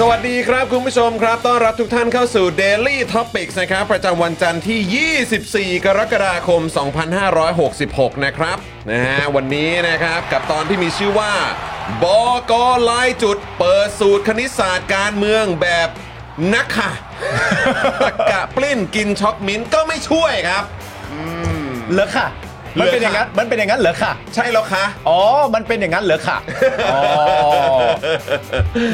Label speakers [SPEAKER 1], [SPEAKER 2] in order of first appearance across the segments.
[SPEAKER 1] สวัสดีครับคุณผู้ชมครับ ต้อนรับทุกท่านเข้าสู่ Daily Topics นะครับ ประจำวันจันทร์ที่ 24 กรกฎาคม 2566 นะครับนะฮะวันนี้นะครับกับตอนที่มีชื่อว่า บอกอลายจุด เปิดสูตรคณิตศาสตร์การเมืองแบบนักค่ะ ตะกะปลิ้นกินช็อกมิ้นท์ก็ไม่ช่วยครับ
[SPEAKER 2] เหรอค่ะ มันเป็นอย่างนั้น มันเป็นอย่างนั้นเหรอค่ะ
[SPEAKER 1] ใช่แล้วคะ
[SPEAKER 2] อ๋อ มันเป็นอย่างนั้นเหรอค่ะ อ๋อ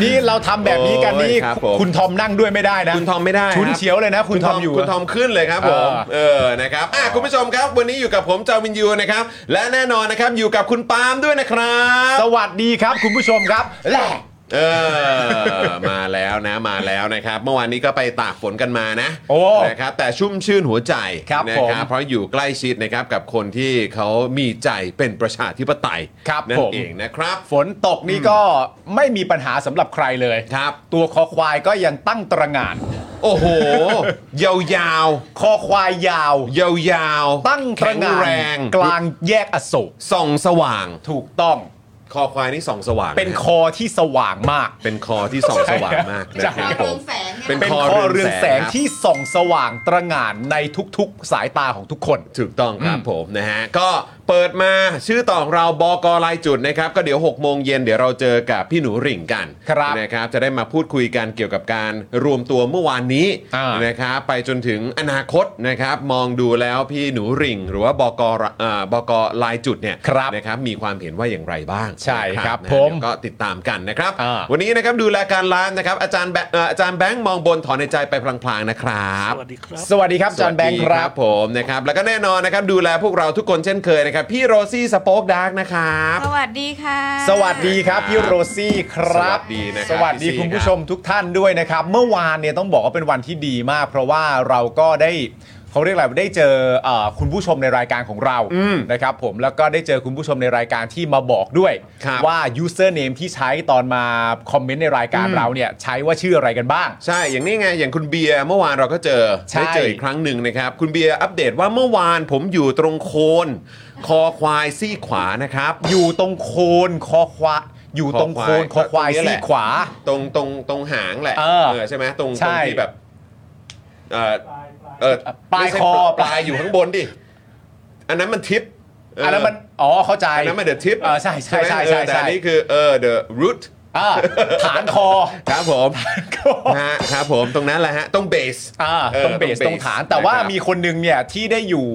[SPEAKER 2] นี่เราทำแบบนี้กันนี่
[SPEAKER 1] โอ้ยครับผม
[SPEAKER 2] คุณทอมนั่งด้วยไม่ได้นะ
[SPEAKER 1] คุณทอมไม่ได้
[SPEAKER 2] ชุน
[SPEAKER 1] ครับ
[SPEAKER 2] เฉียวเลยนะ คุณทอมอยู่
[SPEAKER 1] คุณทอมขึ้นเลยครับผม
[SPEAKER 2] อ่า
[SPEAKER 1] เออ นะครับ อ่ะ คุณผู้ชมครับ วันนี้อยู่กับผมจาวินยูนะครับ และแน่นอนนะครับ อยู่กับคุณปาล์มด้วยนะครับ
[SPEAKER 2] สวัสดีครับ คุณผู้ชมครับแหละ
[SPEAKER 1] เออ มาแล้วนะ มาแล้วนะครับ เมื่อวานนี้ก็ไปตากฝนกันมานะ
[SPEAKER 2] โอ้
[SPEAKER 1] นะครับแต่ชุ่มชื่นหัวใจ
[SPEAKER 2] ครับ
[SPEAKER 1] นะ
[SPEAKER 2] ผม
[SPEAKER 1] ครับเพราะอยู่ใกล้ชิดนะครับกับคนที่เขามีใจเป็นประชาธิปไตย
[SPEAKER 2] ครับ
[SPEAKER 1] นั่
[SPEAKER 2] ผ
[SPEAKER 1] น
[SPEAKER 2] ม
[SPEAKER 1] เองนะครับ
[SPEAKER 2] ฝนตกนี่ก็ไม่มีปัญหาสำหรับใครเลย
[SPEAKER 1] ครับ
[SPEAKER 2] ตัวคอควายก็ยังตั้งตระหง่าน
[SPEAKER 1] โอ้โห ยาวๆ
[SPEAKER 2] คอควายยาว
[SPEAKER 1] ยาวๆ
[SPEAKER 2] ตั้งต
[SPEAKER 1] แข็
[SPEAKER 2] ระ
[SPEAKER 1] ง
[SPEAKER 2] หง่าน
[SPEAKER 1] แรง
[SPEAKER 2] กลางแยกอโศก
[SPEAKER 1] ส่องสว่าง
[SPEAKER 2] ถูกต้อง
[SPEAKER 1] คอควายนี่ส่องสว่าง
[SPEAKER 2] เป็น
[SPEAKER 1] นะ
[SPEAKER 2] คอที่สว่างมาก
[SPEAKER 1] เป็นคอที่ส่องสว่างมากนะ
[SPEAKER 2] ใช่
[SPEAKER 1] ครับผม
[SPEAKER 2] เป็นคอเรืองแสงที่ส่องสว่างตระหง่านในทุกๆ สายตาของทุกคน
[SPEAKER 1] ถูกต้องครับ
[SPEAKER 2] อืม
[SPEAKER 1] ผมนะฮะ ก็เปิดมาชื่อต่อของเราบอกอลายจุดนะครับ ก็เดี๋ยว 6 โมงเย็นเดี๋ยวเราเจอกับพี่หนูหริ่งกัน
[SPEAKER 2] ครับ
[SPEAKER 1] นะครับ จะได้มาพูดคุยกันเกี่ยวกับการรวมตัวเมื่อวานนี้
[SPEAKER 2] อ่าน
[SPEAKER 1] นะครับไปจนถึงอนาคตนะครับ มองดูแล้วพี่หนูหริ่ง หรือว่าบอกอเอ่อบอกอลายจุดเนี่ย
[SPEAKER 2] ครับ
[SPEAKER 1] นะครับมีความเห็นว่าอย่างไรบ้าง
[SPEAKER 2] ใช่ครับ
[SPEAKER 1] นะ
[SPEAKER 2] ผม
[SPEAKER 1] เดี๋ยวก็ติดตามกันนะครับ
[SPEAKER 2] อ่า
[SPEAKER 1] วันนี้นะครับดูแลการร้านนะครับอาจารย์แบเอ่ออาจารย์แบงค์มองบนถอนในใจไปพลางๆนะครับ
[SPEAKER 3] สวัสดีครับ
[SPEAKER 2] สวัสดีครับอาจารย์แบง
[SPEAKER 1] ส
[SPEAKER 2] ค์
[SPEAKER 1] วัสดี
[SPEAKER 2] ครับ
[SPEAKER 1] ผมนะครับแล้วก็แน่นอนนะครับดูแลพวกเราทุกคนเช่นเคยนะครับพี่โรซี่สป็อกดาร์กนะครับ
[SPEAKER 4] สวัสดีค่ะ
[SPEAKER 2] สวัสดีครับพี่โรซี่ครั
[SPEAKER 1] ส
[SPEAKER 2] บ
[SPEAKER 1] วัสดีนะครับ
[SPEAKER 2] สวัสดี
[SPEAKER 1] พี่ซี่
[SPEAKER 2] คุณผู้ชมทุกท่านด้วยนะครับ เมื่อวานเนี่ยต้องบอกว่าเป็นวันที่ดีมาก เพราะว่าเราก็ได้เขาเรียกอะไรได้เจอเอ่อคุณผู้ชมในรายการของเรา
[SPEAKER 1] อืม
[SPEAKER 2] นะครับผมแล้วก็ได้เจอคุณผู้ชมในรายการที่มาบอกด้วย
[SPEAKER 1] ครับ
[SPEAKER 2] ว่า username ที่ใช้ตอนมาคอมเมนต์ในรายการเราเนี่ยใช้ว่าชื่ออะไรกันบ้าง
[SPEAKER 1] ใช่อย่างนี้ไงอย่างคุณเบียร์เมื่อวานเราก็เจอ
[SPEAKER 2] ใช่
[SPEAKER 1] ได้เจออีกครั้งหนึ่งนะครับ คุณเบียร์อัปเดตว่าเมื่อวานผมอยู่ตรงโคนคอควายซี่ขวานะครับ
[SPEAKER 2] อยู่ตรงโคนคอควายอยู่ตรงโคนคอควาย
[SPEAKER 1] ตรงนี้แห
[SPEAKER 2] ซี่
[SPEAKER 1] ละ
[SPEAKER 2] ขวา
[SPEAKER 1] ตรงตรงตรงหางแหละ
[SPEAKER 2] เออ
[SPEAKER 1] ใช่ไหมตรง
[SPEAKER 2] ใช่
[SPEAKER 1] ตรงที่แบบเออเออ
[SPEAKER 2] ปลาย
[SPEAKER 1] ไม่ใช่
[SPEAKER 2] คอ
[SPEAKER 1] ปลายป
[SPEAKER 2] ปลาย
[SPEAKER 1] ลายอยู่ข้างบนดิอันนั้นมันทิปเ
[SPEAKER 2] อันนั้นมันอ๋อเข้าใจ
[SPEAKER 1] อันนั้นมันเดอะทิป
[SPEAKER 2] เออใช่ใช่ใช่ใช่
[SPEAKER 1] แต่
[SPEAKER 2] ใช่
[SPEAKER 1] อันนี้คือเออเดอะรูท
[SPEAKER 2] อ่าฐานคอ
[SPEAKER 1] ครับผมฮะครับผมตรงนั้นแหละฮะตรงเบส
[SPEAKER 2] อ่า
[SPEAKER 1] เออ
[SPEAKER 2] ตรงเบส
[SPEAKER 1] ตรงเบส
[SPEAKER 2] ตรงฐานแต่ว่า
[SPEAKER 1] นะครับ
[SPEAKER 2] มีคนหนึงเนี่ยที่ได้อยู่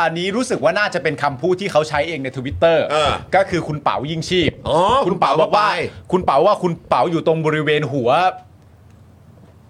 [SPEAKER 2] อันนี้รู้สึกว่าน่าจะเป็นคำพูดที่เขาใช้เองในทวิตเตอร์
[SPEAKER 1] เออ
[SPEAKER 2] ก็คือคุณเป๋ายิ่งชีพ
[SPEAKER 1] อ๋อคุณเป๋าบอกว่า
[SPEAKER 2] คุณเป๋าว่าคุณเป๋าอยู่ตรงบริเวณหัว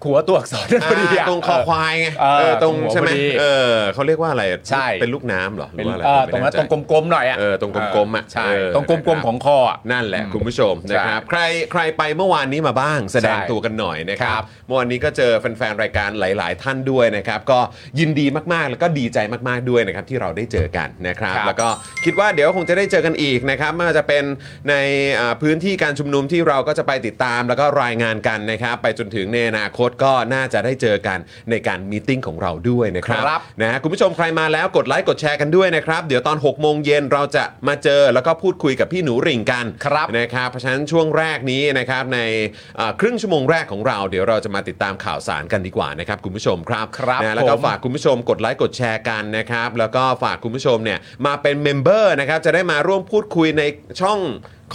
[SPEAKER 2] หัวตัวอักษรนั่นพอดีอะ
[SPEAKER 1] ตรงคอควายไง
[SPEAKER 2] เออ
[SPEAKER 1] เออตรง
[SPEAKER 2] ตรงหัว
[SPEAKER 1] ใช่ไหม
[SPEAKER 2] พอดี
[SPEAKER 1] เออเขาเรียกว่าอะไร
[SPEAKER 2] ใช่
[SPEAKER 1] เป็นลูกน้ำเหรอห
[SPEAKER 2] เป็
[SPEAKER 1] รือ
[SPEAKER 2] น
[SPEAKER 1] ว่าอะไร
[SPEAKER 2] เอ่อตร
[SPEAKER 1] ไม่
[SPEAKER 2] ง
[SPEAKER 1] แน่
[SPEAKER 2] นั้น
[SPEAKER 1] ใจ
[SPEAKER 2] ตรงกลมๆหน่อยอะ
[SPEAKER 1] เออตรงกลมๆอะ
[SPEAKER 2] ใช่
[SPEAKER 1] เออ
[SPEAKER 2] ตรงกลม
[SPEAKER 1] นะครับ
[SPEAKER 2] ๆของคออะ
[SPEAKER 1] นั่นแหละ
[SPEAKER 2] อืม
[SPEAKER 1] คุณผู้ชมนะครับ
[SPEAKER 2] ใช่
[SPEAKER 1] ใครใครไปเมื่อวานนี้มาบ้าง แสดง
[SPEAKER 2] ใช่
[SPEAKER 1] ตัวกันหน่อยนะครั
[SPEAKER 2] ครับ บ
[SPEAKER 1] เมื่อวานนี้ก็เจอแฟนๆรายการหลาย ๆ ท่านด้วยนะครับ ก็ยินดีมากๆแล้วก็ดีใจมากๆด้วยนะครับที่เราได้เจอกันนะครับ
[SPEAKER 2] ครับ
[SPEAKER 1] แล้วก็คิดว่าเดี๋ยวคงจะได้เจอกันอีกนะครับไม่ว่าจะเป็นในอ่าพื้นที่การชุมนุมที่เราก็จะไปติดตามแล้วก็รายงานกันนะครับไปจนถึงในอนาคตก็น่าจะได้เจอกันในการมีตติ้งของเราด้วยนะครับ
[SPEAKER 2] ครับ
[SPEAKER 1] นะฮะคุณผู้ชมใครมาแล้วกดไลค์กดแชร์กันด้วยนะครับ เดี๋ยวตอน 6 โมงเย็นเราจะมาเจอแล้วก็พูดคุยกับพี่หนูหริ่งกัน
[SPEAKER 2] ครับ
[SPEAKER 1] นะครับเพราะฉะนั้นช่วงแรกนี้นะครับในเอ่อครึ่งชั่วโมงแรกของเรา เดี๋ยวเราจะมาติดตามข่าวสารกันดีกว่านะครับคุณผู้ชมครับ
[SPEAKER 2] ครับ
[SPEAKER 1] นะแล้วก็
[SPEAKER 2] ผม
[SPEAKER 1] ฝากคุณผู้ชมกดไลค์กดแชร์กันนะครับแล้วก็ฝากคุณผู้ชมเนี่ยมาเป็นเมมเบอร์นะครับจะได้มาร่วมพูดคุยในช่อง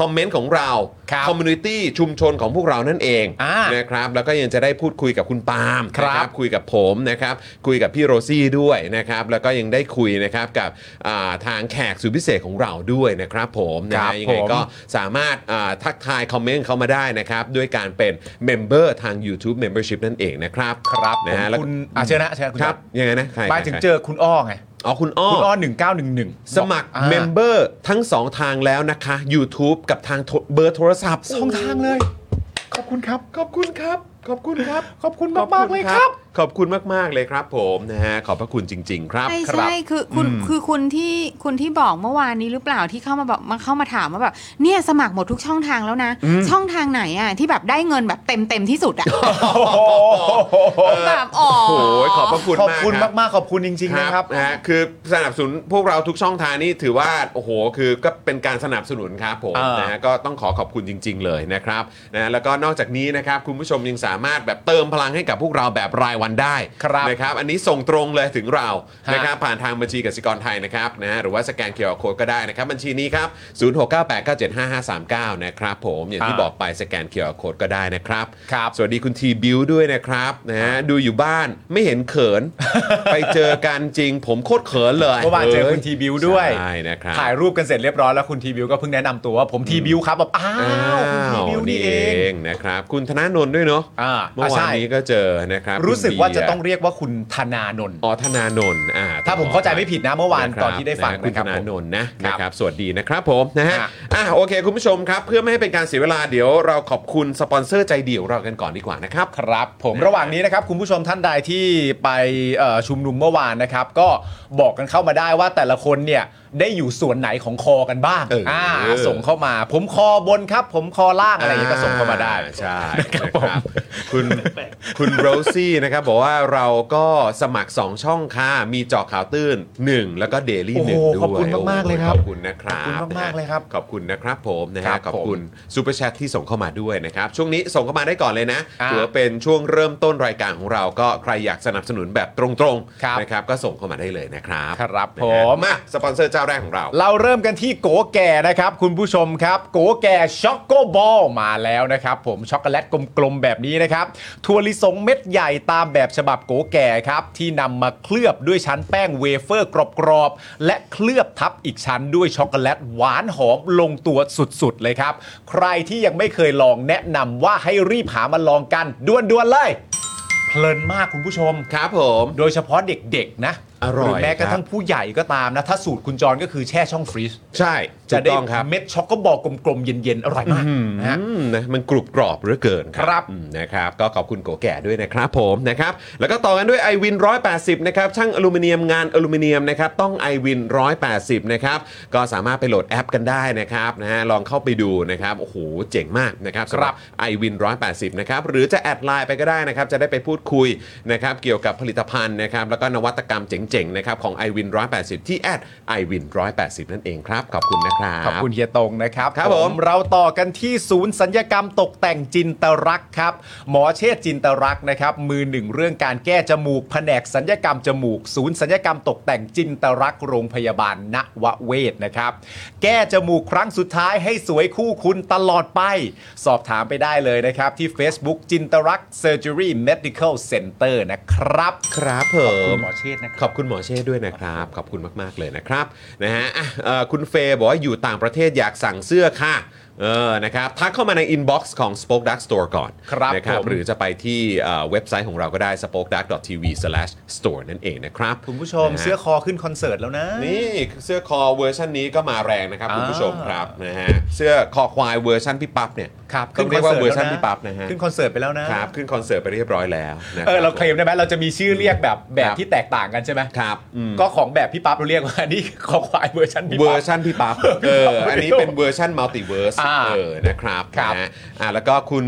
[SPEAKER 1] คอมเมนต์ของเรา
[SPEAKER 2] ครับ
[SPEAKER 1] คอมมูนิตี้ชุมชนของพวกเรานั่นเอง
[SPEAKER 2] อ่าน
[SPEAKER 1] นะครับแล้วก็ยังจะได้พูดคุยกับคุณปาล์ม
[SPEAKER 2] ครับ
[SPEAKER 1] นะ คุยกับผมนะครับคุยกับพี่โรซี่ด้วยนะครับแล้วก็ยังได้คุยนะครับกับอ่าทางแขกสุดพิเศษของเราด้วยนะครับผมนะ
[SPEAKER 2] ครั
[SPEAKER 1] ฮะ
[SPEAKER 2] บ
[SPEAKER 1] ยังไงก็สามารถอ่าทักทายคอมเมนต์เข้ามาได้นะครับด้วยการเป็นเมมเบอร์ทาง YouTube Membership นั่นเองนะครับ
[SPEAKER 2] ครับ
[SPEAKER 1] นะฮะ
[SPEAKER 2] ผม
[SPEAKER 1] แล้ว
[SPEAKER 2] คุณอาเชิญนะเชิญนะคุณ
[SPEAKER 1] ครับยังไงนะใคร
[SPEAKER 2] หมายถึง
[SPEAKER 1] ใคร
[SPEAKER 2] เจอคุณอ้อไง
[SPEAKER 1] อ๋อคุณอ้อ
[SPEAKER 2] คุณอ้อหนึ่งเก้าหนึ่งหนึ่ง
[SPEAKER 1] สมัครเมมเบอร์ทั้ง 2 ทางแล้วนะคะ YouTube กับทางโทรเบอร์โทรศัพท์
[SPEAKER 2] สองทางเลย
[SPEAKER 1] ขอบคุณครับ ขอบคุณครับ ขอบคุณครับ
[SPEAKER 2] ขอบคุณมากๆเลยครับ
[SPEAKER 1] ขอบคุณมาก ๆ เลยครับผมนะฮะ ขอบพระคุณจริง ๆ ครับ
[SPEAKER 3] ใช่
[SPEAKER 2] ครับ
[SPEAKER 3] ใช่คือคุณคือคุณที่คุณที่บอกเมื่อวานนี้หรือเปล่าที่เข้ามาบอกมาเข้ามาถามว่าแบบเนี่ยสมัครหมดทุกช่องทางแล้วนะ ช่องทางไหนอ่ะที่แบบได้เงินแบบเต็มเต็มๆที่สุด อ่ะ แบบอ๋อ
[SPEAKER 1] โอ้โหขอบพระคุณ
[SPEAKER 2] ขอบ
[SPEAKER 1] มาก
[SPEAKER 2] คุณ
[SPEAKER 1] ครับ
[SPEAKER 2] มากๆขอบคุณจริงๆนะครับ
[SPEAKER 1] นะฮะคือสนับสนุนพวกเราทุกช่องทางนี่ถือว่าโอ้โหคือก็เป็นการสนับสนุนครับผม
[SPEAKER 2] อ่าน
[SPEAKER 1] นะฮะก็ต้องขอขอบคุณจริง ๆ เลยนะครับนะแล้วก็นอกจากนี้นะครับคุณผู้ชมยังสามารถแบบเติมพลังให้กับพวกเราแบบรายวันได้
[SPEAKER 2] ครับ
[SPEAKER 1] นะครับ อันนี้ส่งตรงเลยถึงเรา
[SPEAKER 2] ฮะ
[SPEAKER 1] นะครับผ่านทางบัญชีกสิกรไทยนะครับนะฮะหรือว่าสแกนเคอร์โคดก็ได้นะครับบัญชีนี้ครับ0698975539นะครับผมอย่างที่บอกไปสแกนเคอร์โคดก็ได้นะครับ
[SPEAKER 2] ครับ
[SPEAKER 1] สวัสดีคุณทีบิวด้วยนะครับนะฮะดูอยู่บ้านไม่เห็นเขิน ไปเจอกันจริง ผมโคตรเขินเลย
[SPEAKER 2] เมื่อวานเจอคุณทีบิวด้วย
[SPEAKER 1] ใช่นะครับ
[SPEAKER 2] ถ่ายรูปกันเสร็จเรียบร้อยแล้วคุณทีบิวก็เพิ่งแนะนำตัวว่าผมทีบิวครับแบบอ้า
[SPEAKER 1] อ้าว
[SPEAKER 2] คุณที
[SPEAKER 1] ว
[SPEAKER 2] บิวนี่
[SPEAKER 1] นี่
[SPEAKER 2] เอ
[SPEAKER 1] เอง งนะครับ คุณธนาโนนด้วยเนาะ
[SPEAKER 2] อ่า
[SPEAKER 1] เมื่อวา
[SPEAKER 2] ใช่
[SPEAKER 1] นนี้ก็เจอนะครับ
[SPEAKER 2] รู้สึก
[SPEAKER 1] คุณ
[SPEAKER 2] ว่า
[SPEAKER 1] เบีย
[SPEAKER 2] จะต้องเรียกว่าคุณธนานนท์
[SPEAKER 1] อ๋อธนาโนนอ่า
[SPEAKER 2] ถ้าผมเข้าใจไม่ผิดนะเมื่อวานตอนที่ได้ฟัง
[SPEAKER 1] ะคุณธ
[SPEAKER 2] นะครับ
[SPEAKER 1] นาโนนนะ
[SPEAKER 2] ครั
[SPEAKER 1] นะ
[SPEAKER 2] บ
[SPEAKER 1] ครับสวัสดีนะครับผมนะฮะ
[SPEAKER 2] อ่ะ
[SPEAKER 1] อ่ะโอเค คุณผู้ชมครับ เพื่อไม่ให้เป็นการเสียเวลาเดี๋ยวเราขอบคุณสปอนเซอร์ใจเดียวเรากันก่อนดีกว่านะครับ
[SPEAKER 2] ครับผม
[SPEAKER 1] นะครับ
[SPEAKER 2] ระหว่างนี้นะครับคุณผู้ชมท่านใดที่ไปเอ่อชุมนุมเมื่อวานนะครับ ก็บอกกันเข้ามาได้ว่าแต่ละคนเนี่ยได้อยู่ส่วนไหนของคอกันบ้าง
[SPEAKER 1] เอออ่
[SPEAKER 2] ส่งเข้ามา ผมคอบนครับ ผมคอล่างอะไรอย่างเงี้ยก็ส่งเข้ามาได้
[SPEAKER 1] ใช่นะครับคุณคุณโรซี่นะครับบอกว่าเราก็สมัคร 2 ช่องค่ะมีเจาะข่าวตื้น 1 แล้วก็เดลี่
[SPEAKER 2] โอ้
[SPEAKER 1] ห
[SPEAKER 2] โห
[SPEAKER 1] นึ่งด้วย
[SPEAKER 2] ขอบคุณมากๆเลยครับ
[SPEAKER 1] ขอบคุณนะครับ
[SPEAKER 2] ขอบคุณมากๆเลยครับ
[SPEAKER 1] ขอบคุณนะครับผมนะ
[SPEAKER 2] ครั
[SPEAKER 1] ฮะ
[SPEAKER 2] บ
[SPEAKER 1] ขอบคุณซูเปอร์แชทที่ส่งเข้ามาด้วยนะครับ ช่วงนี้ส่งเข้ามาได้ก่อนเลยนะ
[SPEAKER 2] อ่า
[SPEAKER 1] ถือว่าเป็นช่วงเริ่มต้นรายการของเราก็ใครอยากสนับสนุนแบบตรง
[SPEAKER 2] ครับ
[SPEAKER 1] ๆนะครับก็ส่งเข้ามาได้เลยนะครับ
[SPEAKER 2] ครับ
[SPEAKER 1] นะ
[SPEAKER 2] ผ
[SPEAKER 1] ฮะ
[SPEAKER 2] ม
[SPEAKER 1] มาสปอนเซอร์เจ้าแรกของเรา
[SPEAKER 2] เราเริ่มกันที่โกแก่นะครับคุณผู้ชมครับโกแก่ช็อกโกบอลมาแล้วนะครับผมช็อกโกแลตกลมๆแบบนี้นะครับถั่วลิสงเม็ดใหญ่ตามแบบฉบับโกแก่ครับที่นำมาเคลือบด้วยชั้นแป้งเวเฟอร์กรอบๆและเคลือบทับอีกชั้นด้วยช็อกโกแลตหวานหอมลงตัวสุดๆเลยครับ ใครที่ยังไม่เคยลองแนะนำว่าให้รีบหามาลองกันด่วนๆเลยเพลินมากคุณผู้ชม
[SPEAKER 1] ครับผม
[SPEAKER 2] โดยเฉพาะเด็กๆนะ
[SPEAKER 1] อร่อย
[SPEAKER 2] หรือแม้ก
[SPEAKER 1] ค
[SPEAKER 2] ระ
[SPEAKER 1] รับ
[SPEAKER 2] ทั่งผู้ใหญ่ก็ตามนะ ถ้าสูตรคุณจรก็คือแช่ช่องฟรีซ
[SPEAKER 1] ใช่ถู
[SPEAKER 2] จะ
[SPEAKER 1] ก
[SPEAKER 2] ได้
[SPEAKER 1] ต้องครับ
[SPEAKER 2] เม็ดช็อกโกบอลกลมๆ เย็นๆ อร่อยมากนะฮะ
[SPEAKER 1] อืมนะมันกรุบกรอบเหลือเกินค
[SPEAKER 2] ครั
[SPEAKER 1] รับบ อืมนะครับก็ขอบคุณโกแก่ด้วยนะครับผมนะครับแล้วก็ต่อกันด้วย i w วิน180นะครับช่างอลูมิเนียมงานอลูมิเนียมนะครับต้อง i w วิน180นะครับก็สามารถไปโหลดแอปกันได้นะครับนะฮะลองเข้าไปดูนะครับโอ้โหเจ๋งมากนะครับสำหรับ i w วิน180นะครับหรือจะแอดไลน์ไปก็ได้นะครับจะได้ไปพูดคุยนะครับเกี่ยวกับผลิตภัณฑ์นะครับแล้วก็นวัตกรรมเจ๋งๆนะครับของ i w วิน180ที่แอด i w วิน180นั่นเองครับขอบคุณนะครับ
[SPEAKER 2] ขอบคุณเฮียตงนะครับ
[SPEAKER 1] ครับผม
[SPEAKER 2] เราต่อกันที่ศูนย์สัญญกรรมตกแต่งจินตรักษ์ครับ หมอเชษจินตรักษ์นะครับ มือหนึ่งเรื่องการแก้จมูก แผนกสัญญกรรมจมูก ศูนย์สัญญกรรมตกแต่งจินตรักษ์โรงพยาบาลนวเวศนะครับ แก้จมูกครั้งสุดท้ายให้สวยคู่คุณตลอดไป สอบถามไปได้เลยนะครับ ที่ Facebook จินตรักษ์ Surgery Medical Center นะครับ
[SPEAKER 1] ครับผม
[SPEAKER 2] คุณหมอเชษนะค
[SPEAKER 1] ข
[SPEAKER 2] รับ
[SPEAKER 1] อบคุณหมอเช่ด้วยนะครับ ขอบคุณมาก ๆ เลยนะครับนะฮะอ่ะเอ่อคุณเฟย์บอกว่าอยู่ต่างประเทศอยากสั่งเสื้อค่ะ เออนะครับทักเข้ามาในอินบ็อกซ์ของ Spoke Dark Store ก่อน
[SPEAKER 2] ครับ
[SPEAKER 1] นะครับ
[SPEAKER 2] ผม
[SPEAKER 1] หรือจะไปที่เอ่อเว็บไซต์ของเราก็ได้ spokedark.tv/store นั่นเองนะครับ
[SPEAKER 2] คุณผู้ชม
[SPEAKER 1] นะฮะ
[SPEAKER 2] เสื้อคอขึ้นคอนเสิร์ตแล้วนะ
[SPEAKER 1] นี่เสื้อคอเวอร์ชันนี้ก็มาแรงนะครับ
[SPEAKER 2] อ่า
[SPEAKER 1] คุณผู้ชมครับนะฮะเสื้อคอควายเวอร์ชันพี่ปั๊บเนี่ย
[SPEAKER 2] ครับ
[SPEAKER 1] ต้องเรียกว่าเวอร์ชัน
[SPEAKER 2] ขึ้
[SPEAKER 1] พี่
[SPEAKER 2] ค
[SPEAKER 1] ปั๊บ
[SPEAKER 2] สิ
[SPEAKER 1] นะ
[SPEAKER 2] ต
[SPEAKER 1] ฮะ
[SPEAKER 2] ขึ้นคอนเสิร์ตไปแล้วนะครับ
[SPEAKER 1] ขึ้นคอนเสิร์ตไปเรียบร้อยแล้วนะ
[SPEAKER 2] เออเรา
[SPEAKER 1] บ
[SPEAKER 2] เคลมได้ไหมเราจะมีชื่อเรียกแบบแบ
[SPEAKER 1] ครับ บ
[SPEAKER 2] ที่แตกต่างกันใช่ไหม
[SPEAKER 1] ครับอืม
[SPEAKER 2] ก็ของแบบพี่ปั๊บเราเรียกว่านี่คอควายเวอร์ชันพี่
[SPEAKER 1] เวอ
[SPEAKER 2] ปั๊บ
[SPEAKER 1] ร์ชันพี่ปั๊บเอออันนี้เป็นเวอร์ชันมัลติเวิร์ส
[SPEAKER 2] อ่า
[SPEAKER 1] เออนะครับ
[SPEAKER 2] ครับ
[SPEAKER 1] นะฮะอ่ะแล้วก็คุณ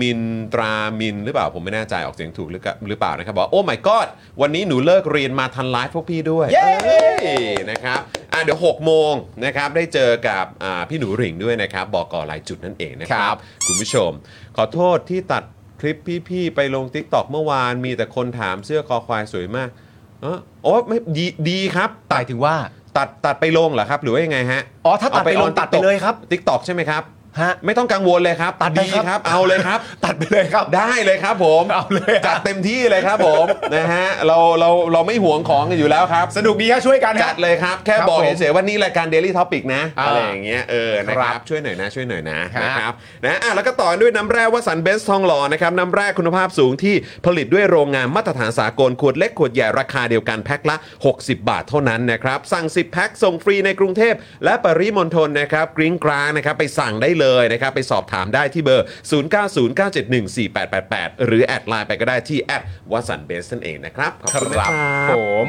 [SPEAKER 1] มินตรามินหรือเปล่าผมไม่แน่ใจออกเสียงถูกหรือเปล่าหรือเปล่านะครับบอกโอ้ my god วันนี้หนูเลิกเรียนมาทันไลฟ์พวกพี่ด้วย
[SPEAKER 2] เย้
[SPEAKER 1] เอ้ยนะครับอ่ะเดี๋ยว6โมงนะครับได้เจอกับอ่าพี่หนูหริ่งด้วยนะครับบอกก่อลายจุดนั่นเองนะ นะค
[SPEAKER 2] ครั
[SPEAKER 1] รับบ คุณผู้ชม ขอโทษที่ตัดคลิปพี่ๆไปลง t ิ k t o k เมื่อวานมีแต่คนถามเสื้อคอควายสวยมากเออโอ้ไม่ดีดีครับตั
[SPEAKER 2] ตาย
[SPEAKER 1] ด
[SPEAKER 2] ถึงว่า
[SPEAKER 1] ตัดตัดไปลงเหรอครับ หรือว่ายังไงฮะ
[SPEAKER 2] อ๋อถ้าตัดไปลงตัดไปเลยครับ
[SPEAKER 1] ทิกตอกใช่ไหมครับ
[SPEAKER 2] ฮะ
[SPEAKER 1] ไม่ต้องกังวลเลยครับ
[SPEAKER 2] ตัดไป
[SPEAKER 1] ดี
[SPEAKER 2] ครับ
[SPEAKER 1] ครับ เอาเลย ครับ
[SPEAKER 2] ตัดไปเลยครับ
[SPEAKER 1] ได้เลยครับผม
[SPEAKER 2] เอาเลยอะ
[SPEAKER 1] จัดเต็มที่เลยครับผม นะฮะเราเราเราไม่หวงของกันอยู่แล้วครับ
[SPEAKER 2] สนุกดีครับช่วยกันค
[SPEAKER 1] จั
[SPEAKER 2] รับ
[SPEAKER 1] ดเลยครับ แค่
[SPEAKER 2] ครับ
[SPEAKER 1] บอก
[SPEAKER 2] ผม
[SPEAKER 1] เฉยๆว่านี่รายการ Daily Topic นะ
[SPEAKER 2] อ่า
[SPEAKER 1] อะไรอย่างเงี้ยเออนะค
[SPEAKER 2] ครั
[SPEAKER 1] รับบ ช่วยหน่อยนะช่วยหน่อยนะครับ นะครับนะอ่ะแล้วก็ต่อด้วยน้ำแร่วสันเบสทองหล่อนะครับน้ำแร่คุณภาพสูงที่ผลิตด้วยโรงงานมาตรฐานสากล ขวดเล็ก ขวดใหญ่ ราคาเดียวกันแพ็คละ 60 บาทเท่านั้นนะครับ สั่ง 10 แพ็คส่งฟรีในกรุงเทพ และปริมณฑลนะครับกริ้งกรางนะครับไปสั่งได้เลยนะครับไปสอบถามได้ที่เบอร์ 0909714888 หรือแอดไลน์ไปก็ได้ที่แอดวสันเบสนั่นเองนะครับขอบ
[SPEAKER 2] คร
[SPEAKER 1] คุณนะ
[SPEAKER 2] ับ
[SPEAKER 1] ครับ
[SPEAKER 2] ผม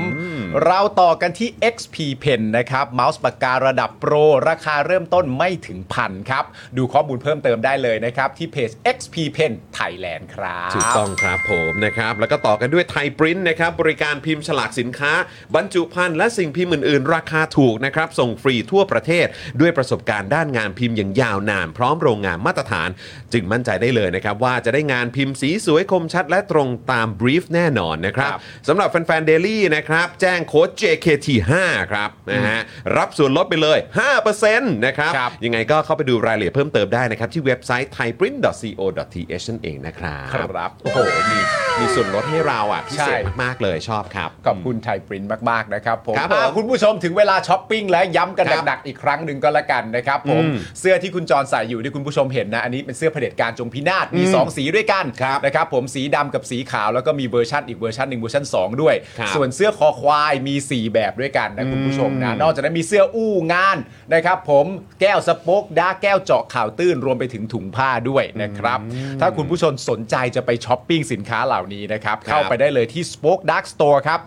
[SPEAKER 2] เราต่อกันที่ XP Pen นะครับเมาส์ปากการะดับโปร ราคาเริ่มต้นไม่ถึงพันครับ ดูข้อมูลเพิ่มเติมได้เลยนะครับ ที่เพจ XP Pen Thailand ครับ
[SPEAKER 1] ถูกต้องครับผมนะครับ แล้วก็ต่อกันด้วยไทยปริ้นนะครับ บริการพิมพ์ฉลากสินค้า บรรจุภัณฑ์และสิ่งพิมพ์อื่น ๆ ราคาถูกนะครับ ส่งฟรีทั่วประเทศ ด้วยประสบการณ์ด้านงานพิมพ์อย่างยาวนาน พร้อมโรงงานมาตรฐาน จึงมั่นใจได้เลยนะครับ ว่าจะได้งานพิมพ์สีสวยคมชัด และตรงตามบรีฟแน่นอนนะครับ
[SPEAKER 2] ครับ
[SPEAKER 1] สำหรับแฟนๆ Daily นะครับ แจ้งโค้ด JKT5 ครับนะฮะรับส่วนลดไปเลย 5%นะครับ
[SPEAKER 2] ครับ
[SPEAKER 1] ยังไงก็เข้าไปดูรายละเอียดเพิ่มเติมได้นะครับ ที่เว็บไซต์ thaiprint.co.th นั่นเองนะครับ
[SPEAKER 2] ครับ
[SPEAKER 1] โอ้โห มีมีส่วนลดให้เราอ่ะพิเศษ
[SPEAKER 2] ใช่
[SPEAKER 1] มากๆเลยชอบครับ
[SPEAKER 2] ขอบคุณไทยปรินท์มาก ๆ นะครับผม
[SPEAKER 1] ครับ
[SPEAKER 2] อ่ะ
[SPEAKER 1] ผม
[SPEAKER 2] คุณผู้ชมถึงเวลาช้อปปิ้งแล้วย้ำกัน
[SPEAKER 1] ครับ
[SPEAKER 2] หนักๆอีกครั้งหนึ่งก็แล้วกันนะครับผม
[SPEAKER 1] อืม
[SPEAKER 2] เสื้อที่คุณจรใส่อยู่ที่คุณผู้ชมเห็นนะ อันนี้เป็นเสื้อเผด็จการจงพินาศมี
[SPEAKER 1] อืม
[SPEAKER 2] 2 สีด้วยกัน
[SPEAKER 1] ครับ
[SPEAKER 2] นะครับผมสีดำกับสีขาวแล้วก็มีเวอร์ชันอีกเวอร์ชันหนึ่งเวอร์ชัน2 ด้วย
[SPEAKER 1] ครับ
[SPEAKER 2] ส่วนเสื้อคอควายมี 4 แบบด้วยกันนะคุณผู้ชมนะ
[SPEAKER 1] อืม
[SPEAKER 2] นอกจากนั้นมีเสื้ออู้งานนะครับผมแก้วสป็อกดาแก้วเจาะข่าวตื้นรวมไปถึงถุงผ้าด้วยนะครับถ้าคุณผู้ชมสนใจจะไปช้อปปิ้งสินค้าเหล่านี้นะครับเข้าไปได้ ได้เลยที่ Spoke Dark Store ครับ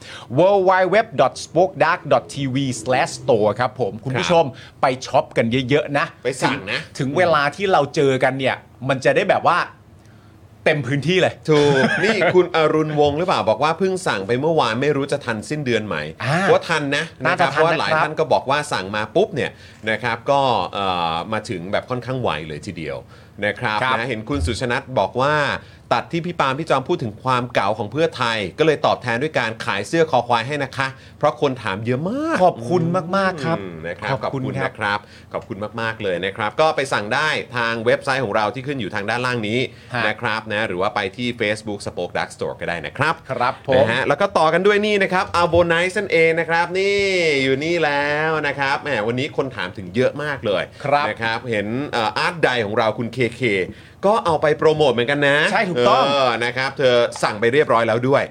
[SPEAKER 2] www.spokedark.tv/store ครับผมคุณผู้ชมไปช็อปกันเยอะ ๆ นะ
[SPEAKER 1] ไปสั่งนะ
[SPEAKER 2] ถึถึงเวลาที่เราเจอกันเนี่ย มันจะได้แบบว่าเต็มพื้นที่เลย
[SPEAKER 1] ถูก นี่คุณอรุณวงศ์หรือเปล่าบอกว่าเพิ่งสั่งไปเมื่อวานไม่รู้จะทันสิ้นเดือนไหม
[SPEAKER 2] อ่า
[SPEAKER 1] ว่าทันนะ
[SPEAKER 2] น่าจะ
[SPEAKER 1] ค
[SPEAKER 2] ทันนะครั
[SPEAKER 1] รับเพราะ
[SPEAKER 2] บ
[SPEAKER 1] ว่าหลายท่านก็บอกว่าสั่งมาปุ๊บเนี่ยนะครับก็เอ่อมาถึงแบบค่อนข้างไวเลยทีเดียวนะครับ
[SPEAKER 2] ครับ
[SPEAKER 1] นะเห็นคุณสุชนัทบอกว่า ตัดที่พี่ปาล์มพี่จอมพูดถึงความเก่าของเพื่อไทย ก็เลยตอบแทนด้วยการขายเสื้อคอควายให้นะคะ เพราะคนถามเยอะมาก
[SPEAKER 2] ขอบคุณมาก ๆ ครับ
[SPEAKER 1] อืมนะครับข
[SPEAKER 2] ข
[SPEAKER 1] อบ
[SPEAKER 2] อ
[SPEAKER 1] บ คุ
[SPEAKER 2] คุณณครับ
[SPEAKER 1] นะครับ ขอบคุณมาก ๆ เลยนะครับ ก็ไปสั่งได้ทางเว็บไซต์ของเราที่ขึ้นอยู่ทางด้านล่างนี้
[SPEAKER 2] ฮะ
[SPEAKER 1] นะครับนะหรือว่าไปที่ Facebook Spoke Dark Store ก็ได้นะครับ
[SPEAKER 2] ครับผม
[SPEAKER 1] นะฮะแล้วก็ต่อกันด้วยนี่นะครับอาโบไนซ์นั่นเองนะครับ นี่อยู่นี่แล้วนะครับแหมวันนี้คนถามถึงเยอะมากเลย
[SPEAKER 2] ครับ
[SPEAKER 1] นะครับเห็นเอ่ออาร์ตไดของเราคุณ KK ก็เอาไปโปรโมทเหมือนกันนะ
[SPEAKER 2] ใช่ถูกต้อง
[SPEAKER 1] เอนะครับเธอสั่งไปเรียบร้อยแล้วด้วย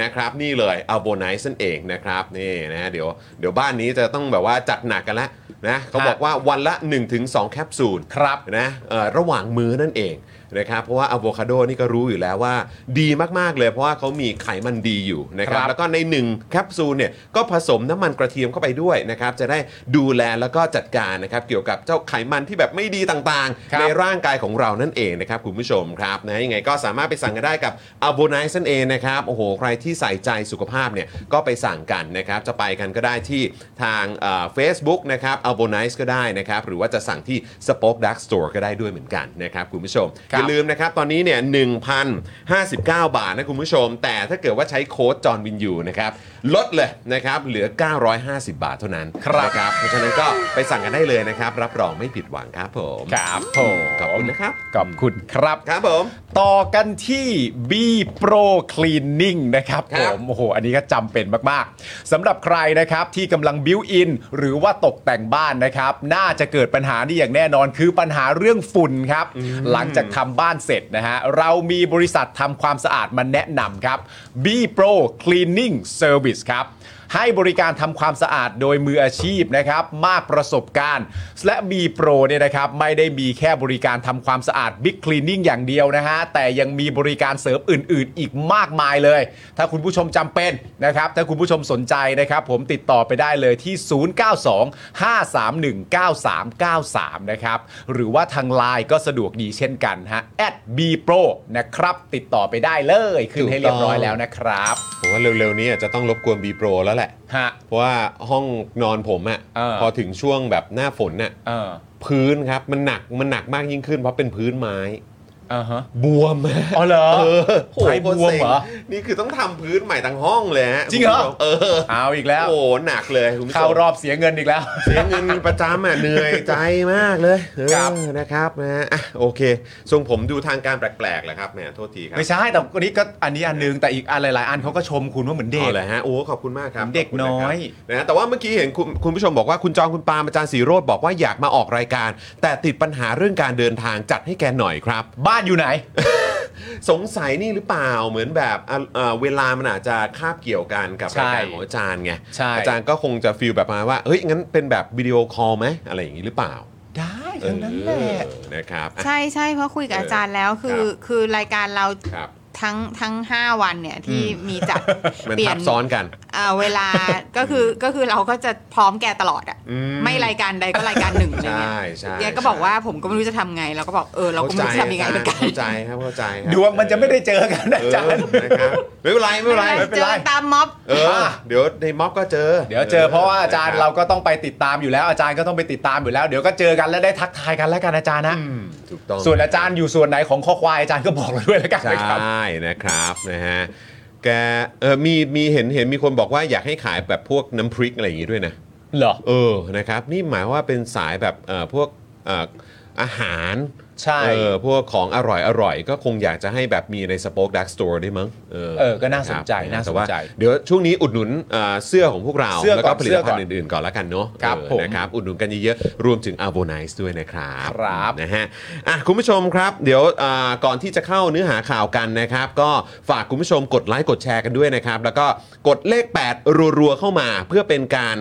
[SPEAKER 1] นะครับนี่เลยเอาโบนัสนั่นเองนะครับนี่นะเดี๋ยวเดี๋ยวบ้านนี้จะต้องแบบว่าจัดหนักกันแล้วนะเขาบอกว่าวันละ 1-2 แคปซูล
[SPEAKER 2] ครับ
[SPEAKER 1] นะเอ่อระหว่างมื้อนั่นเองนะครับเพราะว่าอะโวคาโดนี่ก็รู้อยู่แล้วว่าดีมาก ๆ เลยเพราะว่าเขามีไขมันดีอยู่นะครับ
[SPEAKER 2] ครับ
[SPEAKER 1] แล้วก็ใน 1 แคปซูลเนี่ยก็ผสมน้ำมันกระเทียมเข้าไปด้วยนะครับจะได้ดูแลแล้วก็จัดการนะครับเกี่ยวกับเจ้าไขมันที่แบบไม่ดีต่าง
[SPEAKER 2] ครั
[SPEAKER 1] ๆ
[SPEAKER 2] บ
[SPEAKER 1] ในร่างกายของเรานั่นเองนะครับคุณผู้ชมครับนะยังไงก็สามารถไปสั่งกันได้กับอาโบนายนั่นเองนะครับโอ้โหใครที่ใส่ใจสุขภาพเนี่ยก็ไปสั่งกันนะครับจะไปกันก็ได้ที่ทางเฟซบุ๊กนะครับอาโบนายก็ได้นะครับหรือว่าจะสั่งที่ Spoke Dark Store ก็ได้ด้วยเหมือนกันนะครับคุณผู้ชม
[SPEAKER 2] ครับ
[SPEAKER 1] อย่าลืมนะครับตอนนี้เนี่ย1,059 บาทนะคุณผู้ชม แต่ถ้าเกิดว่าใช้โค้ดจอห์นวินยูนะครับ ลดเลยนะครับเหลือ 950 บาทเท่านั้น
[SPEAKER 2] ครับ
[SPEAKER 1] นะครับเพราะฉะนั้นก็ไปสั่งกันได้เลยนะครับ รับรองไม่ผิดหวังครับผม
[SPEAKER 2] ครับผม
[SPEAKER 1] ขอบคุณนะครับ
[SPEAKER 2] ขอบคุณครับ
[SPEAKER 1] ครับผม
[SPEAKER 2] ต่อกันที่ B Pro Cleaning นะครับ
[SPEAKER 1] ค
[SPEAKER 2] ผ
[SPEAKER 1] รับ
[SPEAKER 2] มโอ้โห อันนี้ก็จำเป็นมาก ๆสำหรับใครนะครับที่กำลังบิวอินหรือว่าตกแต่งบ้านนะครับ น่าจะเกิดปัญหานี่อย่างแน่นอนคือปัญหาเรื่องฝุ่นครับ หลังจากทำบ้านเสร็จนะฮะ เรามีบริษัททำความสะอาดมาแนะนำครับ B Pro Cleaning Service ครับ ให้บริการทำความสะอาดโดยมืออาชีพนะครับ มากประสบการณ์ และ B Pro เนี่ยนะครับไม่ได้มีแค่บริการทำความสะอาด Big Cleaning อย่างเดียวนะฮะ แต่ยังมีบริการเสริมอื่น ๆ อีกมากมายเลย ถ้าคุณผู้ชมจำเป็นนะครับ ถ้าคุณผู้ชมสนใจนะครับ ผมติดต่อไปได้เลยที่ 092-531-9393 นะครับ หรือว่าทางไลน์ก็สะดวกดีเช่นกันฮะ b pro นะครับ ติดต่อไปได้เลยขึ้นให้เรียบร้อยแล้วนะครับ
[SPEAKER 1] ผมว่าเร็วๆนี้อาจจะต้องรบกวนบีโปรแล้วแหละ
[SPEAKER 2] ฮะ
[SPEAKER 1] เพราะว่าห้องนอนผมอะ
[SPEAKER 2] เออ
[SPEAKER 1] พอถึงช่วงแบบหน้าฝนน่ะ
[SPEAKER 2] เออ
[SPEAKER 1] พื้นครับมันหนักมันหนักมากยิ่งขึ้นเพราะเป็นพื้นไม้
[SPEAKER 2] อ่าฮะ
[SPEAKER 1] บวมอะ
[SPEAKER 2] อ๋อเหรอ
[SPEAKER 1] เออโอ้โ
[SPEAKER 2] ไม้บวมเหรอ
[SPEAKER 1] ซ็งนี่คือต้องทำพื้นใหม่ทั้งห้องเลยฮะ
[SPEAKER 2] จริงเหรอ
[SPEAKER 1] เออ
[SPEAKER 2] เอาอีกแล้ว
[SPEAKER 1] โอ้โหหนักเลยคุณผู้ช
[SPEAKER 2] เข้าม รอบเสียเงินอีกแล้ว
[SPEAKER 1] เสียเงินประจำอ่ะเหนื่อยใจมากเลยเออ
[SPEAKER 2] ครับ
[SPEAKER 1] นะครับนะฮะอ่ะโอเคทรงผมดูทางการแปลกๆแหละครับแหมโทษทีครับ
[SPEAKER 2] ไม่ใช่แต่วันนี้ก็อันนี้อันนึงแต่อีกอันหลาย ๆ อันเขาก็ชมคุณว่าเหมือนเด็
[SPEAKER 1] เอา
[SPEAKER 2] ก
[SPEAKER 1] เลยฮะโอ้ขอบคุณมากครับ
[SPEAKER 2] เด็ก
[SPEAKER 1] ขบคุณะครับ
[SPEAKER 2] น้อย
[SPEAKER 1] นะฮะแต่ว่าเมื่อกี้เห็นคุณคุณผู้ชมบอกว่าคุณจองคุณปาล์มอาจารย์สีโรดบอกว่าอยากมาออกรายการ แต่ติดปัญหาเรื่องการเดินทางจัดให้แกหน่อยครับ
[SPEAKER 2] บ้านอยู่ไหน
[SPEAKER 1] สงสัยนี่หรือเปล่าเหมือนแบบอ่ะเอ่อเวลามันอาจจะคาบเกี่ยวกันกับ
[SPEAKER 2] ใช่
[SPEAKER 1] รายการของอาจารย์ไง
[SPEAKER 2] ใช่
[SPEAKER 1] อาจารย์ก็คงจะฟีลแบบมาว่าเฮ้ยงั้นเป็นแบบวิดีโอคอลไหมอะไรอย่างนี้หรือเปล่า
[SPEAKER 2] ได้ทั้งนั้นแหล
[SPEAKER 1] เออะ นะครับอ่ะ
[SPEAKER 3] ใช่ใช่เพราะคุยกับ
[SPEAKER 1] เอออ
[SPEAKER 3] อาจารย์แล้วคือ
[SPEAKER 1] ครับ
[SPEAKER 3] คือรายการเรา
[SPEAKER 1] ครับ
[SPEAKER 3] ทั้งทั้ง 5 วันเนี่ยที่มีจัด
[SPEAKER 1] มัน
[SPEAKER 3] เปลี่ย
[SPEAKER 1] ทั
[SPEAKER 3] น
[SPEAKER 1] บซ้อนกัน
[SPEAKER 3] อ่าเวลาก็คือก็คือเราก็จะพร้อมแกตลอดอ่ะ
[SPEAKER 1] อืม
[SPEAKER 3] ไม่รายการใดก็รายการหนึ่งอะไรเงี้ย
[SPEAKER 1] ใช่ใช่
[SPEAKER 3] แกก็
[SPEAKER 1] ใช่
[SPEAKER 3] บอกว่าผมก็ไม่รู้จะทำไงเราก็บอกเออเราก็ไม่รู้จะทำยังไงเหมือนกัน
[SPEAKER 1] เข้าใจครับเข้าใจครับ
[SPEAKER 2] ดวงมันจะไม่ได้เจอกันนะ
[SPEAKER 1] เอ
[SPEAKER 2] อาจารย์
[SPEAKER 1] อนะครับไม่เป็นไรไม่เป็นไร
[SPEAKER 2] ไม่เป็นไร
[SPEAKER 3] เจอตามม็อบ
[SPEAKER 1] เออเดี๋ยวในม็อบก็เจอ
[SPEAKER 2] เดี๋ยวเจอเพราะว่าอาจารย์เราก็ต้องไปติดตามอยู่แล้ว อาจารย์ก็ต้องไปติดตามอยู่แล้ว เดี๋ยวก็เจอกันแล้วได้ทักทายกันแล้วกันอาจารย์นะ
[SPEAKER 1] อืมถูกต้อง
[SPEAKER 2] ส่วนอาจารย์อยู่ส่วนไหนของข้อควายอาจารย์ก็บอกเราด้วยแล้วกัน
[SPEAKER 1] ใช
[SPEAKER 2] นะครับ
[SPEAKER 1] ่นะครับนะฮะแกเออมีมีเห็นเห็นมีคนบอกว่าอยากให้ขายแบบพวกน้ำพริกอะไรอย่างงี้ด้วยนะ
[SPEAKER 2] เหรอ
[SPEAKER 1] เออนะครับนี่หมายว่าเป็นสายแบบเอ่อพวกเอ่ออาหาร
[SPEAKER 2] ใช่
[SPEAKER 1] เออพวกของอร่อยอร่อยก็คงอยากจะให้แบบมีในสป็อคดักสโตร์ด้วยมั้งเออ
[SPEAKER 2] เออก็น่าสนใจ
[SPEAKER 1] ครับ
[SPEAKER 2] น่าส
[SPEAKER 1] แต่
[SPEAKER 2] น
[SPEAKER 1] ว่า
[SPEAKER 2] ใจ
[SPEAKER 1] เดี๋ยวช่วงนี้อุดหนุนเอ่อเสื้อของพวกเรา
[SPEAKER 2] เสื้อก่
[SPEAKER 1] แล้
[SPEAKER 2] อน
[SPEAKER 1] วก็ผลิตภัณ
[SPEAKER 2] เสื้อก่
[SPEAKER 1] ฑ์
[SPEAKER 2] อน
[SPEAKER 1] อื่นๆก่อนละกันเนาะ
[SPEAKER 2] ครับ
[SPEAKER 1] เออ
[SPEAKER 2] ผม
[SPEAKER 1] นะครับอุดหนุนกันเยอะๆรวมถึง a v o n i c e ด้วยนะครับ
[SPEAKER 2] ครับ
[SPEAKER 1] นะฮะอ่ะคุณผู้ชมครับ เดี๋ยวอ่าก่อนที่จะเข้าเนื้อหาข่าวกันนะครับ ก็ฝากคุณผู้ชมกดไลค์กดแชร์กันด้วยนะครับแล้วก็กดเลข 8 รัวๆเข้ามาเพื่อเป็นการ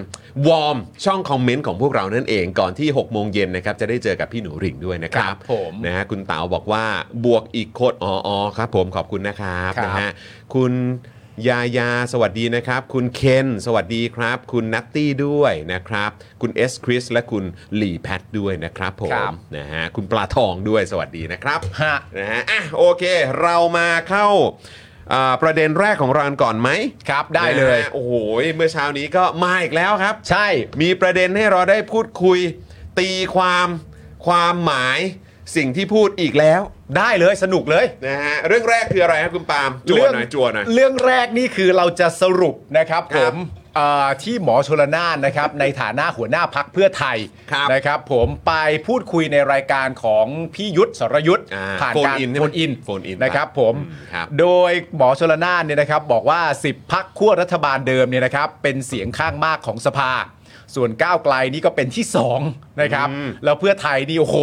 [SPEAKER 1] วอร์มช่องคอมเมนต์ของพวกเรานั่นเองก่อนที่6โมงเย็นนะครับจะได้เจอกับพี่หนูหริ่งด้วยนะครั
[SPEAKER 2] ครับ บผม
[SPEAKER 1] นะฮะคุณเต๋าบอกว่าบวกอีกโคตรอ๋อออครับ ผมขอบคุณนะครับ
[SPEAKER 2] ครับ
[SPEAKER 1] นะฮะ คุณยายาสวัสดีนะครับ คุณเคนสวัสดีครับ คุณนัตตี้ด้วยนะครับ คุณเอสคริสและคุณหลีแพทด้วยนะครับผ
[SPEAKER 2] ค
[SPEAKER 1] ม
[SPEAKER 2] รับ
[SPEAKER 1] นะฮะคุณปลาทองด้วยสวัสดีนะครับ
[SPEAKER 2] ฮะ
[SPEAKER 1] นะฮะอ่ะโอเค เรามาเข้าอ่าประเด็นแรกของเรากันก่อนไหม
[SPEAKER 2] ครับได้เลย
[SPEAKER 1] นะฮะโอ้โหเมื่อเช้านี้ก็มาอีกแล้วครับ
[SPEAKER 2] ใช่
[SPEAKER 1] มีประเด็นให้เราได้พูดคุย ตีความความหมายสิ่งที่พูดอีกแล้ว
[SPEAKER 2] ได้เลยสนุกเลย
[SPEAKER 1] นะฮะเรื่องแรกคืออะไรครับคุณปาล์มจวนหน่อยจวนหน่อย
[SPEAKER 2] เรื่องแรกนี่คือเราจะสรุปนะครับ
[SPEAKER 1] ค
[SPEAKER 2] ผ
[SPEAKER 1] รับ
[SPEAKER 2] มเอ่อที่หมอชลนานนะครับ ในฐานะหัวหน้าพักเพื่อไทย
[SPEAKER 1] ครับ
[SPEAKER 2] นะครับ ผมไปพูดคุยในรายการของพี่ยุทธสรยุทธ
[SPEAKER 1] อ่า
[SPEAKER 2] ผ่าน
[SPEAKER 1] โฟน
[SPEAKER 2] การ
[SPEAKER 1] อินใช่ไหม
[SPEAKER 2] โฟนอิน
[SPEAKER 1] โฟนอิน
[SPEAKER 2] นะครับ
[SPEAKER 1] ครับ
[SPEAKER 2] ผม
[SPEAKER 1] อืมครับ
[SPEAKER 2] โดยหมอชลนานเนี่ยนะครับบอกว่า 10 พักขั้วรัฐบาลเดิมเนี่ยนะครับ เป็นเสียงข้างมากของสภา ส่วนก้าวไกลนี่ก็เป็นที่ 2 นะครับ
[SPEAKER 1] อืม
[SPEAKER 2] แล้วเพื่อไทยนี่โอ้โห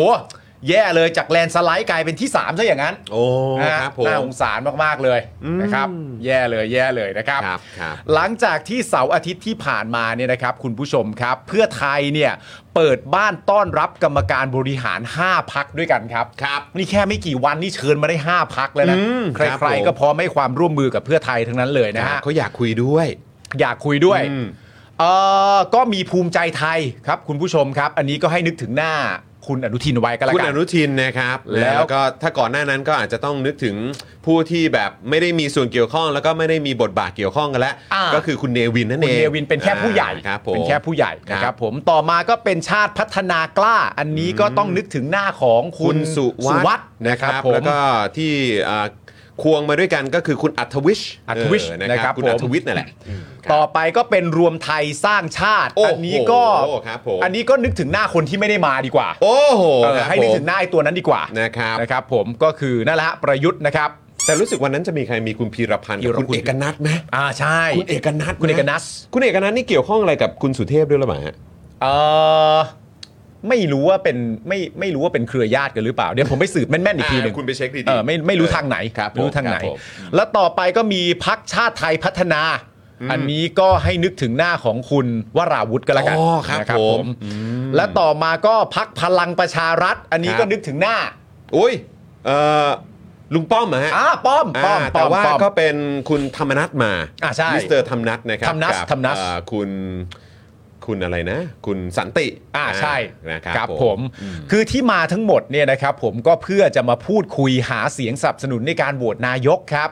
[SPEAKER 2] แย่เลยจากแลนด์สไลด์กลายเป็นที่3ซะอย่างนั้น
[SPEAKER 1] โอ้
[SPEAKER 2] นะฮะ
[SPEAKER 1] ครับผม
[SPEAKER 2] น่าสงสารมาก ๆ เลยนะครับ แย่เลยแย่เลยนะครับ
[SPEAKER 1] ครับครับ
[SPEAKER 2] หลังจากที่เสาร์อาทิตย์ที่ผ่านมาเนี่ยนะครับ คุณผู้ชมครับ เพื่อไทยเนี่ยเปิดบ้านต้อนรับกรรมการบริหาร 5 พักด้วยกันครับ
[SPEAKER 1] ครับ
[SPEAKER 2] นี่แค่ไม่กี่วันนี่เชิญมาได้ 5 พักแล้วนะ
[SPEAKER 1] อืม
[SPEAKER 2] ใ
[SPEAKER 1] ครับ
[SPEAKER 2] คร
[SPEAKER 1] ผม
[SPEAKER 2] ๆก็พร้อมให้ความร่วมมือกับเพื่อไทยทั้งนั้นเลยนะ
[SPEAKER 1] นะ
[SPEAKER 2] ฮะ
[SPEAKER 1] เขาอยากคุยด้วย
[SPEAKER 2] อยากคุยด้วย
[SPEAKER 1] อืม
[SPEAKER 2] เออก็มีภูมิใจไทยครับ คุณผู้ชมครับ อันนี้ก็ให้นึกถึงหน้าคุณอนุทินไว้ก็แล้ว
[SPEAKER 1] คุณ
[SPEAKER 2] กั
[SPEAKER 1] อน นุทินนะครับ
[SPEAKER 2] แล้
[SPEAKER 1] แล้ว วก็ถ้าก่อนหน้านั้นก็อาจจะต้องนึกถึงผู้ที่แบบไม่ได้มีส่วนเกี่ยวข้อง แล้วก็ไม่ได้มีบทบาทเกี่ยวข้องกันแล้ว
[SPEAKER 2] อ่า
[SPEAKER 1] ก็คือคุณเนวินนั่น
[SPEAKER 2] คุ
[SPEAKER 1] เอ
[SPEAKER 2] ณ
[SPEAKER 1] ง
[SPEAKER 2] เนวินเป็นแค่ผู้ใหญ่
[SPEAKER 1] อ่าครับผม
[SPEAKER 2] เป็นแค่ผู้ใหญ่
[SPEAKER 1] ครับ
[SPEAKER 2] นะครับผมต่อมาก็เป็นชาติพัฒนากล้า อันนี้ก็ต้องนึกถึงหน้าของคุ
[SPEAKER 1] คุณ ณสุ
[SPEAKER 2] วัต
[SPEAKER 1] นะครับ
[SPEAKER 2] ผม
[SPEAKER 1] แล้วก็ที่อ่า ควงมาด้วยกันก็คือคุณอัธวิช
[SPEAKER 2] อัธวิช
[SPEAKER 1] เ
[SPEAKER 2] นะครับ
[SPEAKER 1] คุณ
[SPEAKER 2] ผม
[SPEAKER 1] อัธวิชนั่นแหละ
[SPEAKER 2] ต่อไปก็เป็นรวมไทยสร้างชาติ
[SPEAKER 1] โอ้โห
[SPEAKER 2] อันนี้ก็
[SPEAKER 1] ครับผม
[SPEAKER 2] อันนี้ก็นึกถึงหน้าคนที่ไม่ได้มาดีกว่า
[SPEAKER 1] โอ้โห
[SPEAKER 2] เออให้นึกถึงหน้าไอ้ตัวนั้นดีกว่านะ
[SPEAKER 1] นะครับ
[SPEAKER 2] นะครับผมก็คือนั่นแหละฮะประยุทธ์นะครับ
[SPEAKER 1] แต่รู้สึกวันนั้นจะมีใครมีคุณพีรพันธ์กับคุณ
[SPEAKER 2] พีรพันธ์
[SPEAKER 1] เอกนัทไหม
[SPEAKER 2] อ่าใช่
[SPEAKER 1] คุณเอกนัท
[SPEAKER 2] คุณเอกนั
[SPEAKER 1] ะ
[SPEAKER 2] ส
[SPEAKER 1] คุณเอกนัทนี่เกี่ยวข้องอะไรกับคุณสุเทพด้วยหรือเปล่าฮะ
[SPEAKER 2] เออไม่รู้ว่าเป็นไม่ไม่รู้ว่าเป็นเครือญาติกันหรือเปล่าเดี๋ยวผมไปสืบแม่นๆอีกทีหนึง
[SPEAKER 1] อ่าคุณไปเช็คดีๆ
[SPEAKER 2] เออไม่ไม่รู้ทางไหน
[SPEAKER 1] ครับผม
[SPEAKER 2] ไม่รู้ทางไหน
[SPEAKER 1] ครับผม
[SPEAKER 2] แล้วต่อไปก็มีพักชาติไทยพัฒนา อันนี้ก็ให้นึกถึงหน้าของคุณวราวุฒิก็แล้วกัน
[SPEAKER 1] อ๋อครับ
[SPEAKER 2] นะ
[SPEAKER 1] ผมอืม
[SPEAKER 2] และต่อมาก็พักพลังประชารัฐ อันนี้
[SPEAKER 1] ครับ
[SPEAKER 2] ก็นึกถึงหน้า
[SPEAKER 1] อุ้ยเอ่อลุงป้อมอะฮะ
[SPEAKER 2] อ่าป้อมป้อม
[SPEAKER 1] อ่า
[SPEAKER 2] ป้
[SPEAKER 1] แต่
[SPEAKER 2] อม
[SPEAKER 1] ว่า
[SPEAKER 2] ป้อม
[SPEAKER 1] ก็เป็นคุณธรรมนัทมา
[SPEAKER 2] อ่าใช่
[SPEAKER 1] มิสเตอร์ธรรมนัทนะครับ
[SPEAKER 2] ธรรมนัท
[SPEAKER 1] กับ
[SPEAKER 2] ธรรมนัท
[SPEAKER 1] เอ่อคุณคุณอะไรนะ คุณสันติ
[SPEAKER 2] อ่าใช่
[SPEAKER 1] นะครับ
[SPEAKER 2] ครับผม คือที่มาทั้งหมดเนี่ยนะครับผมก็เพื่อจะมาพูดคุยหาเสียงสนับสนุนในการโหวตนายกครับ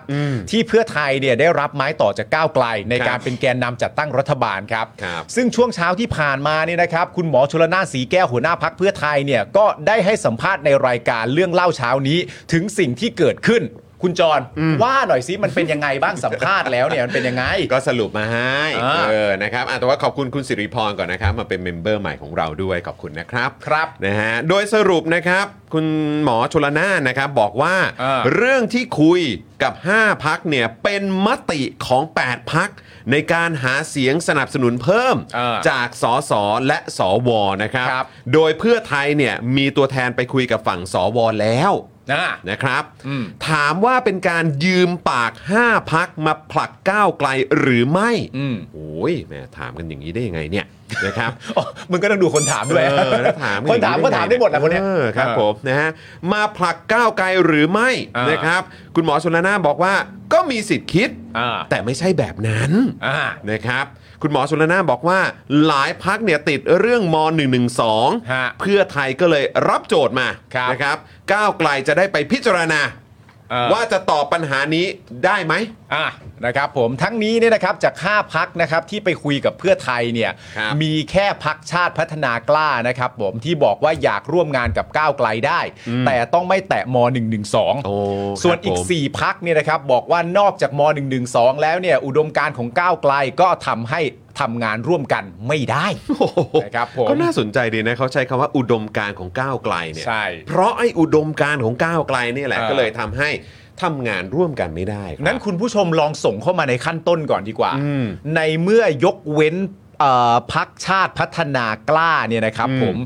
[SPEAKER 2] ที่เพื่อไทยเนี่ยได้รับไม้ต่อจากก้าวไกล ในการเป็นแกนนำจัดตั้งรัฐบาลครับ
[SPEAKER 1] ครับ
[SPEAKER 2] ซึ่งช่วงเช้าที่ผ่านมาเนี่ยนะครับ คุณหมอชลนานสีแก้วหัวหน้าพักเพื่อไทยเนี่ยก็ได้ให้สัมภาษณ์ในรายการเรื่องเล่าเช้านี้ ถึงสิ่งที่เกิดขึ้น คุณจรว่าหน่อยสิมันเป็นยังไงบ้างสัมภาษณ์แล้วเนี่ยมันเป็นยังไง
[SPEAKER 1] ก็สรุปมาให้
[SPEAKER 2] อ่า
[SPEAKER 1] เออนะครับอ่ะแต่ว่าขอบคุณคุณสิริพรก่อนนะครับ มาเป็นเมมเบอร์ใหม่ของเราด้วยขอบคุณนะครับ
[SPEAKER 2] ครับ
[SPEAKER 1] นะฮะโดยสรุปนะครับ คุณหมอชลนานนะครับ บอกว่า
[SPEAKER 2] เออ
[SPEAKER 1] เรื่องที่คุยกับ 5 พักเนี่ย เป็นมติของ 8 พัก ในการหาเสียงสนับสนุนเพิ่ม
[SPEAKER 2] เออ
[SPEAKER 1] จากสสและสวนะครับ
[SPEAKER 2] ครับ
[SPEAKER 1] โดยเพื่อไทยเนี่ย มีตัวแทนไปคุยกับฝั่งสวแล้ว
[SPEAKER 2] นะ
[SPEAKER 1] นะครับ
[SPEAKER 2] อืม
[SPEAKER 1] ถามว่าเป็นการยืมปาก 5 พักมาผลักก้าวไกลหรือไม่
[SPEAKER 2] อืม
[SPEAKER 1] โอ้ยแหม่ถามกันอย่างนี้ได้ยังไงเนี่ยนะครับ
[SPEAKER 2] อ๋อมึงก็ต้องดูคนถามด้วย
[SPEAKER 1] เออแล้วถาม
[SPEAKER 2] คนถามก็ถามได้หมดนะคนเนี้ย
[SPEAKER 1] ออครับผมนะฮะมาผลักก้าวไกลหรือไม่
[SPEAKER 2] อ่าน
[SPEAKER 1] นะครับ คุณหมอชนละนานบอกว่าก็มีสิทธิ์คิด
[SPEAKER 2] อ่า
[SPEAKER 1] แต่ไม่ใช่แบบนั้น
[SPEAKER 2] อ่า
[SPEAKER 1] นะครับ คุณหมอชนละนานบอกว่าหลายพักเนี่ยติดเรื่องม
[SPEAKER 2] ฮะ
[SPEAKER 1] .112 เพื่อไทยก็เลยรับโจทย์มา
[SPEAKER 2] ครับ
[SPEAKER 1] นะครับ ก้าวไกลจะได้ไปพิจารณา
[SPEAKER 2] เออ
[SPEAKER 1] ว่าจะตอบปัญหานี้ได้ไหม
[SPEAKER 2] อ่ะนะครับผมทั้งนี้เนี่ยนะครับจาก 5 พักนะครับที่ไปคุยกับเพื่อไทยเนี่ย
[SPEAKER 1] ครับ
[SPEAKER 2] มีแค่พักชาติพัฒนากล้านะครับผมที่บอกว่าอยากร่วมงานกับก้าวไกลได้ แต่ต้องไม่แตะม
[SPEAKER 1] โอ้
[SPEAKER 2] .112 ส่วนอีก 4 พักเนี่ยนะครับบอกว่านอกจากม .112 แล้วเนี่ยอุดมการณ์ของก้าวไกลก็ทำให้ทำงานร่วมกันไม่ได้ นะครับผม
[SPEAKER 1] ก็น่าสนใจดีนะเขาใช้คำว่าอุดมการณ์ของก้าวไกลเนี่ย
[SPEAKER 2] ใช่
[SPEAKER 1] เพราะไอ้อุดมการณ์ของก้าวไกลเนี่ยแหละ
[SPEAKER 2] เออ
[SPEAKER 1] ก็เลยทำให้ทำงานร่วมกันไม่ได้ครับ
[SPEAKER 2] นั้นคุณผู้ชมลองส่งเข้ามาในขั้นต้นก่อนดีกว่า
[SPEAKER 1] อืม
[SPEAKER 2] ในเมื่อยกเว้นเอ่อพักชาติพัฒนากล้าเนี่ยนะครับ
[SPEAKER 1] อืม
[SPEAKER 2] ผม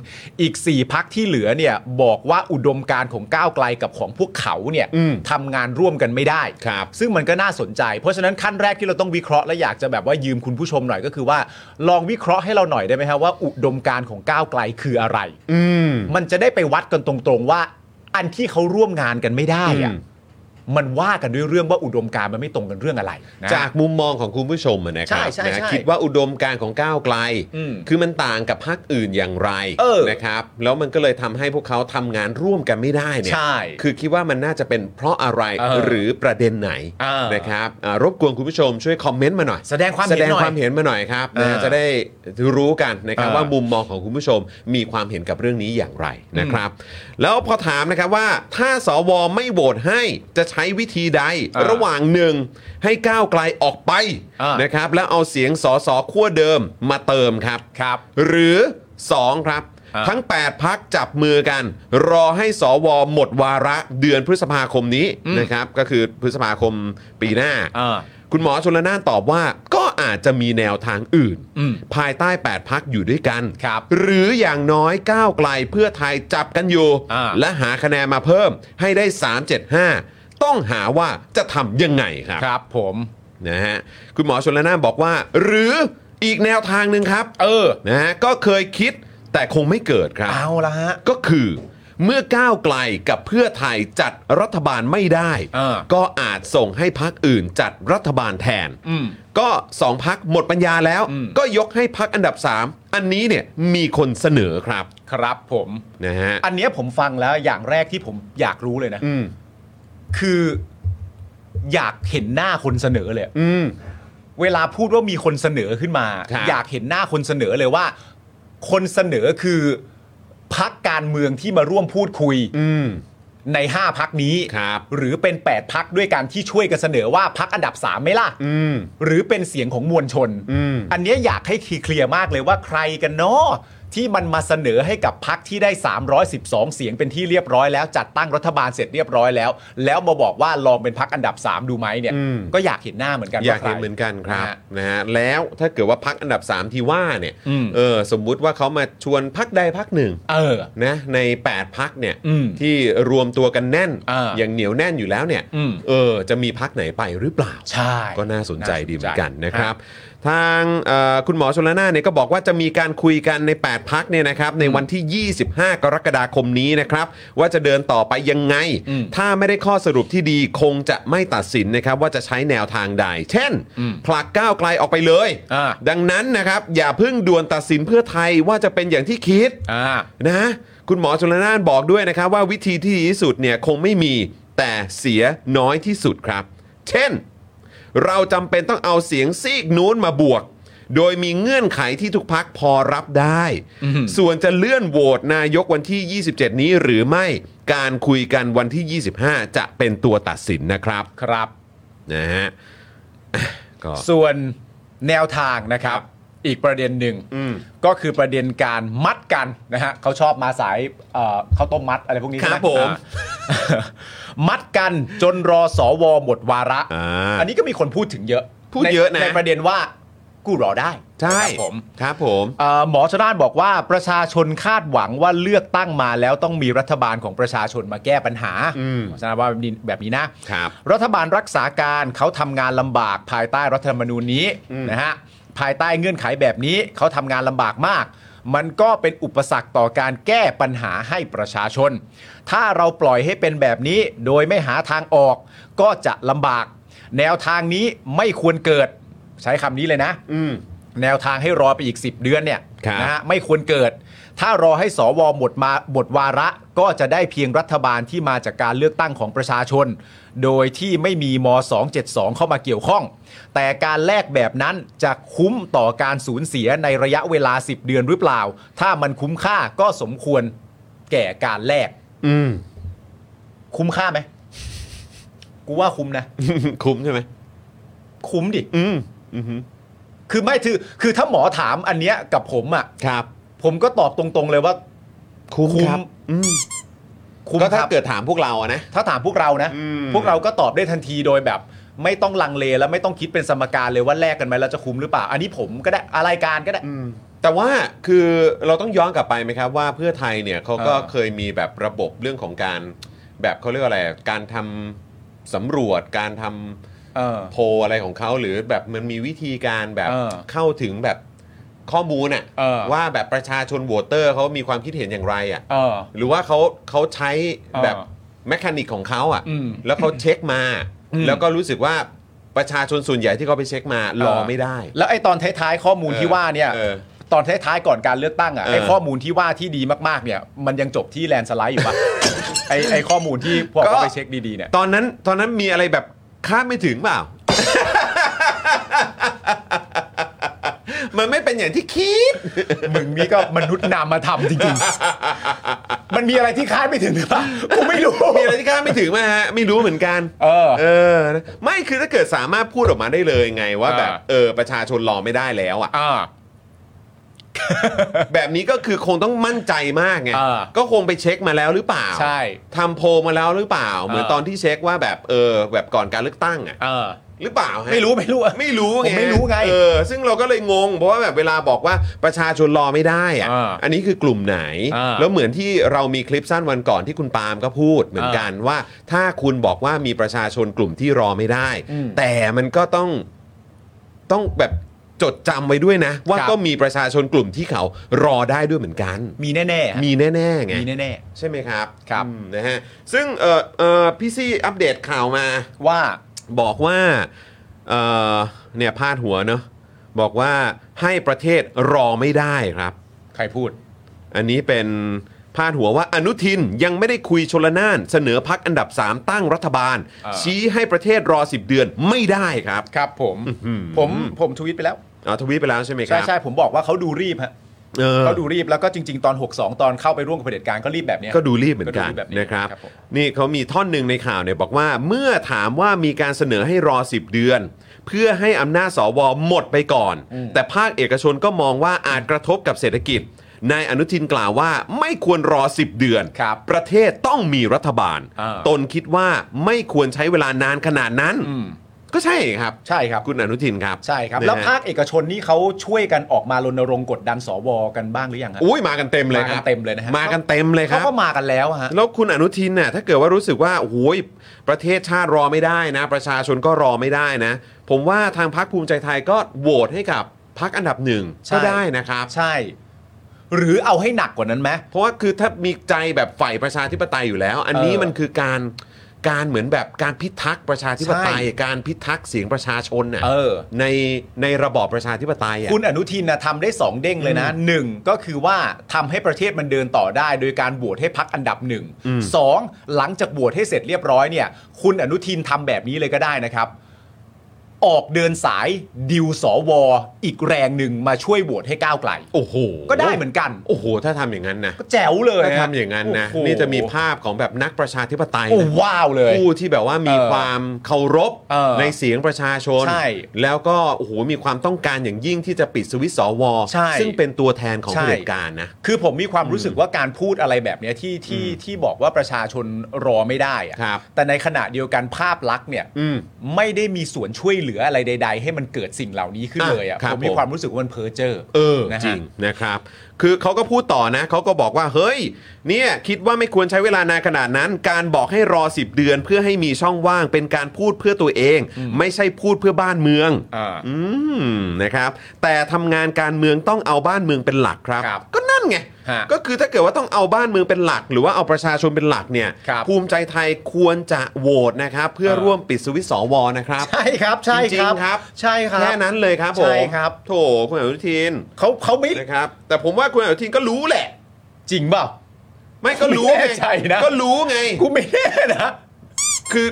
[SPEAKER 2] อีก 4พักที่เหลือเนี่ยบอกว่าอุดมการณ์ของก้าวไกลกับของพวกเขาเนี่ย
[SPEAKER 1] อืม
[SPEAKER 2] ทำงานร่วมกันไม่ได้
[SPEAKER 1] ครับ
[SPEAKER 2] ซึ่งมันก็น่าสนใจ เพราะฉะนั้นขั้นแรกที่เราต้องวิเคราะห์และอยากจะแบบว่ายืมคุณผู้ชมหน่อยก็คือว่า ลองวิเคราะห์ให้เราหน่อยได้ไหมฮะว่าอุดมการณ์ของก้าวไกลคืออะไร
[SPEAKER 1] อืม
[SPEAKER 2] มันจะได้ไปวัดกันตรงๆว่า อันที่เขาร่วมงานกันไม่ได้อะ
[SPEAKER 1] อืม
[SPEAKER 2] มันว่ากันด้วยเรื่องว่าอุดมการณ์มันไม่ตรงกันเรื่องอะไรนะ
[SPEAKER 1] จากมุมมองของคุณผู้ชมอะนะครั
[SPEAKER 2] ใช่ใช่
[SPEAKER 1] นะ
[SPEAKER 2] ใช่
[SPEAKER 1] คิดว่าอุดมการณ์ของก้าวไกล
[SPEAKER 2] อืม
[SPEAKER 1] คือมันต่างกับพรรคอื่นอย่างไร
[SPEAKER 2] เออ
[SPEAKER 1] นะครับ แล้วมันก็เลยทำให้พวกเขาทำงานร่วมกันไม่ได้เนี่ย
[SPEAKER 2] ใช่
[SPEAKER 1] คือคิดว่ามันน่าจะเป็นเพราะอะไร
[SPEAKER 2] เออ
[SPEAKER 1] หรือประเด็นไหน
[SPEAKER 2] อ่าน
[SPEAKER 1] นะครับอ่ารบกวนคุณผู้ชมช่วยคอมเมนต์มาหน่อย
[SPEAKER 2] แสดงความเห็น
[SPEAKER 1] แสดง
[SPEAKER 2] หน่อย
[SPEAKER 1] ความเห็นมาหน่อยครับนะฮะ
[SPEAKER 2] เออ
[SPEAKER 1] จะได้รู้กันนะครับ
[SPEAKER 2] เออ
[SPEAKER 1] ว่ามุมมองของคุณผู้ชมมีความเห็นกับเรื่องนี้อย่างไรนะครับ แล้วพอถามนะครับว่าถ้าสวไม่โหวตให้จะใช้วิธีใด
[SPEAKER 2] เออ
[SPEAKER 1] ระหว่างหนึ่งให้ก้าวไกลออกไป
[SPEAKER 2] เออ
[SPEAKER 1] นะครับ แล้วเอาเสียงสอสอขั้วเดิมมาเติมครับ
[SPEAKER 2] ครับ
[SPEAKER 1] หรือ 2 ครับ
[SPEAKER 2] อ่า
[SPEAKER 1] ทั้ง 8 พักจับมือกัน รอให้สวหมดวาระเดือนพฤษภาคมนี้
[SPEAKER 2] อืม
[SPEAKER 1] นะครับ ก็คือพฤษภาคมปีหน้า
[SPEAKER 2] เออ
[SPEAKER 1] คุณหมอชนละนานตอบว่าก็อาจจะมีแนวทางอื่น
[SPEAKER 2] อืม
[SPEAKER 1] ภายใต้ 8 พักอยู่ด้วยกัน
[SPEAKER 2] ครับ
[SPEAKER 1] หรืออย่างน้อยก้าวไกลเพื่อไทยจับกันอยู่
[SPEAKER 2] อ่า
[SPEAKER 1] และหาคะแนนมาเพิ่มให้ได้ 375 ต้องหาว่าจะทำยังไงครับ
[SPEAKER 2] ครับผม
[SPEAKER 1] นะฮะคุณหมอชนละนานบอกว่า หรืออีกแนวทางหนึ่งครับ
[SPEAKER 2] เออ
[SPEAKER 1] นะฮะก็เคยคิดแต่คงไม่เกิดครับ
[SPEAKER 2] เอาละฮะ
[SPEAKER 1] ก็คือเมื่อก้าวไกลกับเพื่อไทยจัดรัฐบาลไม่ได้
[SPEAKER 2] เออ
[SPEAKER 1] ก็อาจส่งให้พักอื่นจัดรัฐบาลแทน
[SPEAKER 2] อืม
[SPEAKER 1] ก็สองพักหมดปัญญาแล้ว
[SPEAKER 2] อืม
[SPEAKER 1] ก็ยกให้พักอันดับ 3 อันนี้เนี่ยมีคนเสนอครับ
[SPEAKER 2] ครับผม
[SPEAKER 1] นะฮะ
[SPEAKER 2] อันเนี้ยผมฟังแล้วอย่างแรกที่ผมอยากรู้เลยนะ
[SPEAKER 1] อืม
[SPEAKER 2] คืออยากเห็นหน้าคนเสนอเลยอะ
[SPEAKER 1] อืม
[SPEAKER 2] เวลาพูดว่ามีคนเสนอขึ้นมา
[SPEAKER 1] ครับ
[SPEAKER 2] อยากเห็นหน้าคนเสนอเลยว่า คนเสนอคือพักการเมืองที่มาร่วมพูดคุย
[SPEAKER 1] อืม
[SPEAKER 2] ใน 5 พักนี้
[SPEAKER 1] ครับ
[SPEAKER 2] หรือเป็น 8 พักด้วยการที่ช่วยกันเสนอว่าพักอันดับ 3 ไม่ล่ะ
[SPEAKER 1] อืม
[SPEAKER 2] หรือเป็นเสียงของมวลชน
[SPEAKER 1] อืม
[SPEAKER 2] อันเนี้ยอยากให้เคลียร์มากเลยว่าใครกันเนาะที่มันมาเสนอให้กับพักที่ได้ 312 เสียงเป็นที่เรียบร้อยแล้วจัดตั้งรัฐบาลเสร็จเรียบร้อยแล้ว แล้วมาบอกว่าลองเป็นพักอันดับ 3 ดูไหมเนี่ย
[SPEAKER 1] อืม
[SPEAKER 2] ก็อยากเห็นหน้าเหมือนกัน
[SPEAKER 1] อยาก
[SPEAKER 2] ว่ใคร
[SPEAKER 1] เห็นเหมือนกันครับ
[SPEAKER 2] นะฮะ
[SPEAKER 1] นะฮะแล้วถ้าเกิดว่าพักอันดับ 3 ที่ว่าเนี่ย
[SPEAKER 2] อืม
[SPEAKER 1] เออสมมุติว่าเขามาชวนพักใดพักหนึ่ง
[SPEAKER 2] เออ
[SPEAKER 1] นะใน 8 พักเนี่ย
[SPEAKER 2] อืม
[SPEAKER 1] ที่รวมตัวกันแน่น
[SPEAKER 2] อ่า
[SPEAKER 1] ย่างเหนียวแน่นอยู่แล้วเนี่ย
[SPEAKER 2] อืม
[SPEAKER 1] เออจะมีพักไหนไปหรือเปล่า
[SPEAKER 2] ใช่
[SPEAKER 1] ก็น่าสนใจดีเหมือนกันนะครับ
[SPEAKER 2] ฮ
[SPEAKER 1] ทางเอ่อคุณหมอชนละนานเนี่ยก็บอกว่าจะมีการคุยกันใน 8 พักเนี่ยนะครับในวันที่ 25 กรกฎาคมนี้นะครับ ว่าจะเดินต่อไปยังไง
[SPEAKER 2] อืม
[SPEAKER 1] ถ้าไม่ได้ข้อสรุปที่ดีคงจะไม่ตัดสินนะครับว่าจะใช้แนวทางใด เช่น
[SPEAKER 2] อืม
[SPEAKER 1] ผลักก้าวไกลออกไปเลย
[SPEAKER 2] อ่า
[SPEAKER 1] ดังนั้นนะครับ อย่าเพิ่งด่วนตัดสินเพื่อไทยว่าจะเป็นอย่างที่คิด
[SPEAKER 2] อ่า
[SPEAKER 1] นะคุณหมอชนละนานบอกด้วยนะครับว่าวิธีที่ดีที่สุดเนี่ยคงไม่มีแต่เสียน้อยที่สุดครับ เช่น เราจำเป็นต้องเอาเสียงซีกนู้นมาบวก โดยมีเงื่อนไขที่ทุกพักพอรับได้
[SPEAKER 2] อืม
[SPEAKER 1] ส่วนจะเลื่อนโหวตนายกวันที่ 27 นี้หรือไม่การคุยกันวันที่ 25 จะเป็นตัวตัดสินนะครับ
[SPEAKER 2] ครับ
[SPEAKER 1] นะ ฮะก็
[SPEAKER 2] ส่วนแนวทางนะครับ อีกประเด็นหนึ่ง
[SPEAKER 1] อืม
[SPEAKER 2] ก็คือประเด็นการมัดกันนะฮะเขาชอบมาสายเอ่อข้าวต้มมัดอะไรพวกนี้
[SPEAKER 1] ครับ
[SPEAKER 2] ใช่ไห
[SPEAKER 1] ผม
[SPEAKER 2] อ่า มัดกันจนรอสวหมดวาระ
[SPEAKER 1] อ่า
[SPEAKER 2] อันนี้ก็มีคนพูดถึงเยอะ
[SPEAKER 1] พูด
[SPEAKER 2] ใ
[SPEAKER 1] เยอะนะ
[SPEAKER 2] ในประเด็นว่ากูรอได้
[SPEAKER 1] ใช่
[SPEAKER 2] ครับผม
[SPEAKER 1] ครับผม
[SPEAKER 2] เอ่อหมอชนานบอกว่าประชาชนคาดหวังว่าเลือกตั้งมาแล้วต้องมีรัฐบาลของประชาชนมาแก้ปัญหา
[SPEAKER 1] อืม
[SPEAKER 2] หมอชนานว่าแบบนี้แบบนี้นะครับ รัฐบาลรักษาการเขาทำงานลำบากภายใต้รัฐธรรมนูญนี้
[SPEAKER 1] อืม
[SPEAKER 2] นะฮะภายใต้เงื่อนไขแบบนี้เขาทำงานลำบากมาก มันก็เป็นอุปสรรคต่อการแก้ปัญหาให้ประชาชน ถ้าเราปล่อยให้เป็นแบบนี้โดยไม่หาทางออกก็จะลำบาก แนวทางนี้ไม่ควรเกิดใช้คำนี้เลยนะ
[SPEAKER 1] อืม
[SPEAKER 2] แนวทางให้รอไปอีก 10 เดือนเนี่ย
[SPEAKER 1] ครับ
[SPEAKER 2] นะฮะไม่ควรเกิด ถ้ารอให้สวหมดมาหมดวาระก็จะได้เพียงรัฐบาลที่มาจากการเลือกตั้งของประชาชน โดยที่ไม่มีม 272 เข้ามาเกี่ยวข้อง แต่การแลกแบบนั้นจะคุ้มต่อการสูญเสียในระยะเวลา 10 เดือนหรือเปล่า ถ้ามันคุ้มค่าก็สมควรแก่การแลก
[SPEAKER 1] อืม
[SPEAKER 2] คุ้มค่าไหมกูว่าคุ้มนะ
[SPEAKER 1] คุ้มใช่ไหม
[SPEAKER 2] คุ้มดิ
[SPEAKER 1] อืมอือฮึ
[SPEAKER 2] คือไม่คือคือถ้าหมอถามอันเนี้ยกับผมอะ่ะ
[SPEAKER 1] ครับ
[SPEAKER 2] ผมก็ตอบตรงๆเลยว่า
[SPEAKER 1] คุ้ม
[SPEAKER 2] คุ้ม
[SPEAKER 1] ครับอืม
[SPEAKER 2] คุ้ม
[SPEAKER 1] ก็
[SPEAKER 2] ค
[SPEAKER 1] ถ้า
[SPEAKER 2] รับ
[SPEAKER 1] เกิดถามพวกเราอะนะ
[SPEAKER 2] ถ้าถามพวกเรานะ
[SPEAKER 1] อืม
[SPEAKER 2] พวกเราก็ตอบได้ทันทีโดยแบบ ไม่ต้องลังเลแล้วไม่ต้องคิดเป็นสมการเลยว่าแลกกันไหมแล้วจะคุ้มหรือเปล่า อันนี้ผมก็ได้อะไรการก็ได้
[SPEAKER 1] แต่ว่าคือเราต้องย้อนกลับไปไหมครับว่าเพื่อไทยเนี่ยเขาก็
[SPEAKER 2] เออ
[SPEAKER 1] เคยมีแบบระบบเรื่องของการ แบบเขาเรียกว่าอะไรการทำสำรวจการทำโพลอะไรของเขาหรือแบบมันมีวิธีการแบบ
[SPEAKER 2] เออ
[SPEAKER 1] เข้าถึงแบบข้อมูลอะ
[SPEAKER 2] เออ
[SPEAKER 1] ว่าแบบประชาชนโหวตเตอร์เขามีความคิดเห็นอย่างไรอะ
[SPEAKER 2] เออ
[SPEAKER 1] หรือว่าเขาเขาใช้แบบ
[SPEAKER 2] เออ
[SPEAKER 1] แมคานิกของเขาอะ
[SPEAKER 2] อืม
[SPEAKER 1] แล้วเขาเช็คมา
[SPEAKER 2] อืม
[SPEAKER 1] แล้วก็รู้สึกว่าประชาชนส่วนใหญ่ที่เขาไปเช็คมารอไม่ได้
[SPEAKER 2] แล้วไอ้ตอนท้ายๆข้อมูลที่ว่าเนี่ย
[SPEAKER 1] ออ
[SPEAKER 2] ตอนท้ายๆก่อนการเลือกตั้งอ่ะ
[SPEAKER 1] เออ
[SPEAKER 2] ไอ้ข้อมูลที่ว่าที่ดีมากๆเนี่ย มันยังจบที่แลนด์สไล ด์อยู่ปะ ไอ้ไอ้ข้อมูลที่พวกเราไปเช็คดีๆเนี่ย
[SPEAKER 1] ตอนนั้นตอนนั้นมีอะไรแบบคาดไม่ถึงเปล่า มันไม่เป็นอย่างที่คิด
[SPEAKER 2] มึงนี่ก็มนุษย์นามธรรมจริง ๆ มันมีอะไรที่คาดไม่ถึงหรือเปล่ากูไม่รู้
[SPEAKER 1] มีอะไรที่คาดไม่ถึงไหมฮะ ไม่รู้เหมือนกัน
[SPEAKER 2] เออ
[SPEAKER 1] เออ ไม่คือถ้าเกิดสามารถพูดออกมาได้เลยไงว่าแบบ
[SPEAKER 2] อ่า
[SPEAKER 1] เออ ประชาชนรอไม่ได้แล้วอ่ะ
[SPEAKER 2] อ่า
[SPEAKER 1] แบบนี้ก็คือคงต้องมั่นใจมากไง
[SPEAKER 2] อ่า
[SPEAKER 1] ก็คงไปเช็คมาแล้วหรือเปล่า
[SPEAKER 2] ใช่
[SPEAKER 1] ทำโพลมาแล้วหรือเปล่า เหมือน
[SPEAKER 2] อ่า
[SPEAKER 1] ตอนที่เช็คว่าแบบเออ แบบก่อนการเลือกตั้งอ่ะ
[SPEAKER 2] เออ
[SPEAKER 1] หรือเปล่าฮะ
[SPEAKER 2] ไม่รู้ไม่รู้อะ
[SPEAKER 1] ไม่รู้ไง
[SPEAKER 2] ผมไม่รู้ไง
[SPEAKER 1] เออ ซึ่งเราก็เลยงง เพราะว่าแบบเวลาบอกว่าประชาชนรอไม่ได้อะ
[SPEAKER 2] อ่าน
[SPEAKER 1] นี้คือกลุ่มไหน
[SPEAKER 2] อ่า
[SPEAKER 1] แล้วเหมือนที่เรามีคลิปสั้นวันก่อนที่คุณปาล์มก็พูดเหมือนกันว่า ถ้าคุณบอกว่ามีประชาชนกลุ่มที่รอไม่ได้
[SPEAKER 2] อืม
[SPEAKER 1] แต่มันก็ต้องต้องแบบจดจำไว้ด้วยนะ ว่า
[SPEAKER 2] ครับ
[SPEAKER 1] ก็มีประชาชนกลุ่มที่เขารอได้ด้วยเหมือนกัน
[SPEAKER 2] มีแน่ๆฮะ
[SPEAKER 1] มีแน่ๆไง
[SPEAKER 2] มีแน่
[SPEAKER 1] ใช่ไหมครับ
[SPEAKER 2] ครับ
[SPEAKER 1] อืมนะฮะซึ่งเออเออพี่ซี่อัปเดตข่าวมา
[SPEAKER 2] ๆว่า
[SPEAKER 1] บอกว่าเอ่อเนี่ยพาดหัวเนอะบอกว่าให้ประเทศรอไม่ได้ครับ
[SPEAKER 2] ใครพูด
[SPEAKER 1] อันนี้เป็นพาดหัวว่าอนุทินยังไม่ได้คุยชลนาน เสนอพักอันดับ 3 ตั้งรัฐบาล
[SPEAKER 2] อ่า
[SPEAKER 1] ชี้ให้ประเทศรอ 10 เดือนไม่ได้ครับ
[SPEAKER 2] ครับผม
[SPEAKER 1] อื้อหือ
[SPEAKER 2] ผมผมทวีตไปแล้ว
[SPEAKER 1] เอาทวีตไปแล้วใช่ไหมค
[SPEAKER 2] ใช่
[SPEAKER 1] รับ
[SPEAKER 2] ใช่ผมบอกว่าเขาดูรีบฮะ
[SPEAKER 1] เออ
[SPEAKER 2] เขาดูรีบแล้วก็จริง ๆ ตอน 62 ตอนเข้าไปร่วมกับเผด็จการก็รีบแบบเนี้ย
[SPEAKER 1] ก็ดูรีบเหมือนกัน
[SPEAKER 2] ก็ดูรีบแบบนี้
[SPEAKER 1] นะครับ
[SPEAKER 2] ครับผม
[SPEAKER 1] นี่เขามีท่อนหนึ่งในข่าวเนี่ยบอกว่าเมื่อถามว่ามีการเสนอให้รอ 10 เดือน เพื่อให้อำนาจสวหมดไปก่อน แต่ภาคเอกชนก็มองว่าอาจกระทบกับเศรษฐกิจนายอนุทินกล่าวว่าไม่ควรรอ 10 เดือน
[SPEAKER 2] ครับ
[SPEAKER 1] ประเทศต้องมีรัฐบาล
[SPEAKER 2] อ่า
[SPEAKER 1] ตนคิดว่าไม่ควรใช้เวลานานขนาดนั้น
[SPEAKER 2] อืม
[SPEAKER 1] ก็ใช่ครับ
[SPEAKER 2] ใช่ครับ
[SPEAKER 1] คุณอนุทินครับ
[SPEAKER 2] ใช่ครับ
[SPEAKER 1] นะฮะ
[SPEAKER 2] แล้วภาคเอกชนนี่เขาช่วยกันออกมารณรงค์กดดันสวกันบ้างหรือยังฮะ
[SPEAKER 1] อุ้ยมากันเต็มเลยค
[SPEAKER 2] มากั
[SPEAKER 1] รั
[SPEAKER 2] น
[SPEAKER 1] บ
[SPEAKER 2] เต็มเลยนะฮะ
[SPEAKER 1] มากันเต็มเลยค
[SPEAKER 2] เขา
[SPEAKER 1] รับ
[SPEAKER 2] ก็มากันแล้วอะฮะ
[SPEAKER 1] แล้วคุณอนุทินน่ะถ้าเกิดว่ารู้สึกว่าโอ้โหยประเทศชาติรอไม่ได้นะ ประชาชนก็รอไม่ได้นะ ผมว่าทางพรรคภูมิใจไทยก็โหวตให้กับพรรคอันดับหนึ่ง
[SPEAKER 2] ใช่
[SPEAKER 1] ก็ได้นะครับ
[SPEAKER 2] ใช่ หรือเอาให้หนักกว่านั้นไหม
[SPEAKER 1] เพราะว่าคือถ้ามีใจแบบฝ่ายประชาธิปไตยอยู่แล้ว อันนี้
[SPEAKER 2] เออ
[SPEAKER 1] มันคือการการเหมือนแบบการพิทักษ์ประชาธิปไตย
[SPEAKER 2] ใช่
[SPEAKER 1] การพิทักษ์เสียงประชาชนน่ะ
[SPEAKER 2] เออ
[SPEAKER 1] ในในระบอบประชาธิปไตยอ่ะ
[SPEAKER 2] คุณอนุทินนะทำได้สองเด้งเลยนะหนึ่งก็คือว่าทำให้ประเทศมันเดินต่อได้ โดยการโหวตให้พักอันดับหนึ่ง
[SPEAKER 1] อืม
[SPEAKER 2] สองหลังจากโหวตให้เสร็จเรียบร้อยเนี่ย คุณอนุทินทำแบบนี้เลยก็ได้นะครับ ออกเดินสายดิวสวอีกแรงหนึ่งมาช่วยโหวตให้ก้าวไกล
[SPEAKER 1] โอ้โห
[SPEAKER 2] ก็ได้เหมือนกัน
[SPEAKER 1] โอ้โห ถ้าทำอย่างนั้นนะ
[SPEAKER 2] ก็แจ๋วเลย
[SPEAKER 1] ถ้า
[SPEAKER 2] ฮ
[SPEAKER 1] ทำอย่างนั้นนะ
[SPEAKER 2] โอ้โห
[SPEAKER 1] นี่จะมีภาพของแบบนักประชาธิปไตย
[SPEAKER 2] โอ้
[SPEAKER 1] นะ
[SPEAKER 2] ว้าวเลย
[SPEAKER 1] ผู้ที่แบบว่ามี
[SPEAKER 2] เออ
[SPEAKER 1] ความเคารพ
[SPEAKER 2] เออ
[SPEAKER 1] ในเสียงประชาชน
[SPEAKER 2] ใช่
[SPEAKER 1] แล้วก็โอ้โหมีความต้องการอย่างยิ่งที่จะปิดสวิตช์สว
[SPEAKER 2] ใช่
[SPEAKER 1] ซึ่งเป็นตัวแทนของ
[SPEAKER 2] ใช่
[SPEAKER 1] เผด็จการนะ
[SPEAKER 2] คือผมมีความรู้สึกว่าการพูดอะไรแบบเนี้ยที่ที่ที่บอกว่าประชาชนรอไม่ได้อะ
[SPEAKER 1] ครับ
[SPEAKER 2] แต่ในขณะเดียวกันภาพลักษณ์เนี่ย
[SPEAKER 1] อืม
[SPEAKER 2] ไม่ได้มีส่วนช่วยเหลืออะไรใด ๆ ให้มันเกิดสิ่งเหล่านี้ขึ้น
[SPEAKER 1] อ่ะ
[SPEAKER 2] เลยอ่ะ
[SPEAKER 1] ครับ
[SPEAKER 2] ผมมี
[SPEAKER 1] ผม
[SPEAKER 2] ความรู้สึกว่ามันเพ้อเจอ
[SPEAKER 1] เออ
[SPEAKER 2] นะฮะ
[SPEAKER 1] จริงนะครับ คือเขาก็พูดต่อนะเขาก็บอกว่าเฮ้ย เนี่ยคิดว่าไม่ควรใช้เวลานานขนาดนั้น การบอกให้รอ 10 เดือนเพื่อให้มีช่องว่างเป็นการพูดเพื่อตัวเอง ไม่ใช่พูดเพื่อบ้านเมือง
[SPEAKER 2] อ่า
[SPEAKER 1] อืมนะครับ แต่ทำงานการเมืองต้องเอาบ้านเมืองเป็นหลักครับ
[SPEAKER 2] ครับ
[SPEAKER 1] ก็นั่นไง
[SPEAKER 2] ฮะ
[SPEAKER 1] ก็คือถ้าเกิดว่าต้องเอาบ้านเมืองเป็นหลัก หรือว่าเอาประชาชนเป็นหลักเนี่ย
[SPEAKER 2] ครับ
[SPEAKER 1] ภูมิใจไทยควรจะโหวตนะครับ เพื่อ
[SPEAKER 2] เออ
[SPEAKER 1] ร่วมปิดสวิตช์สวนะครับ
[SPEAKER 2] ใช่ครับใช่
[SPEAKER 1] จริงๆครับ
[SPEAKER 2] ใช่ครับ
[SPEAKER 1] แค่นั้นเลยครับผม
[SPEAKER 2] ใช่ครับ
[SPEAKER 1] โถคุณอนุทิน
[SPEAKER 2] เขาเขาไม่
[SPEAKER 1] นะครับ แต่ผมว่าคุณอนุทินก็รู้แหละ
[SPEAKER 2] จริงเปล่า
[SPEAKER 1] ไม่ก็รู้
[SPEAKER 2] ไม่
[SPEAKER 1] ไง
[SPEAKER 2] แน่ใจนะ
[SPEAKER 1] ก็รู้ไง
[SPEAKER 2] กูไม่แน่นะ
[SPEAKER 1] คือ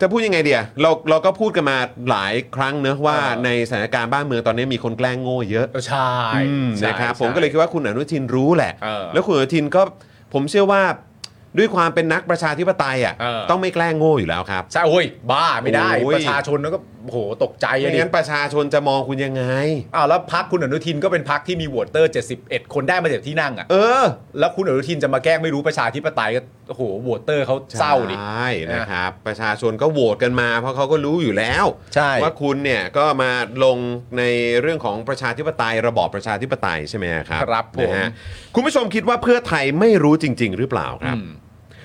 [SPEAKER 1] จะพูดยังไงเดียเราเราก็พูดกันมาหลายครั้งเนอะว่า
[SPEAKER 2] เออ
[SPEAKER 1] ในสถานการณ์บ้านเมืองตอนนี้มีคนแกล้งโง่เยอะ
[SPEAKER 2] เออใช่
[SPEAKER 1] อืม
[SPEAKER 2] ใช่
[SPEAKER 1] นะครับ
[SPEAKER 2] ใช่
[SPEAKER 1] ผมก็เลยคิดว่าคุณอนุทินรู้แหละ
[SPEAKER 2] เออ
[SPEAKER 1] แล้วคุณอนุทินก็ผมเชื่อว่าด้วยความเป็นนักประชาธิปไตยอ่ะ
[SPEAKER 2] เออ
[SPEAKER 1] ต้องไม่แกล้งโง่อยู่แล้วครับ
[SPEAKER 2] ใช่โอ้ยบ้าไม่ได้
[SPEAKER 1] โอ้ย
[SPEAKER 2] ประชาชนแล้วก็โอ้โหตกใจ
[SPEAKER 1] ไม่
[SPEAKER 2] อะดิ
[SPEAKER 1] งั้นประชาชนจะมองคุณยังไง
[SPEAKER 2] อ้าวแล้วพักคุณอนุทินก็เป็นพักที่มีโหวตเตอร์ 71 คนได้มาจากที่นั่งอ่ะ
[SPEAKER 1] เออ
[SPEAKER 2] แล้วคุณอนุทินจะมาแกล้งไม่รู้ประชาธิปไตยก็โอ้โหโหวตเตอร์เขาเศร้าดิ
[SPEAKER 1] ใช่นะครับ ประชาชนก็โหวตกันมา เพราะเขาก็รู้อยู่แล้ว
[SPEAKER 2] ใช่
[SPEAKER 1] ว่าคุณเนี่ยก็มาลงในเรื่องของประชาธิปไตยระบอบประชาธิปไตยใช่ไหมครับ
[SPEAKER 2] ครับผ
[SPEAKER 1] นะ
[SPEAKER 2] ม
[SPEAKER 1] ฮะคุณผู้ชมคิดว่าเพื่อไทยไม่รู้จริง ๆ หรือเปล่าครับ
[SPEAKER 2] อืม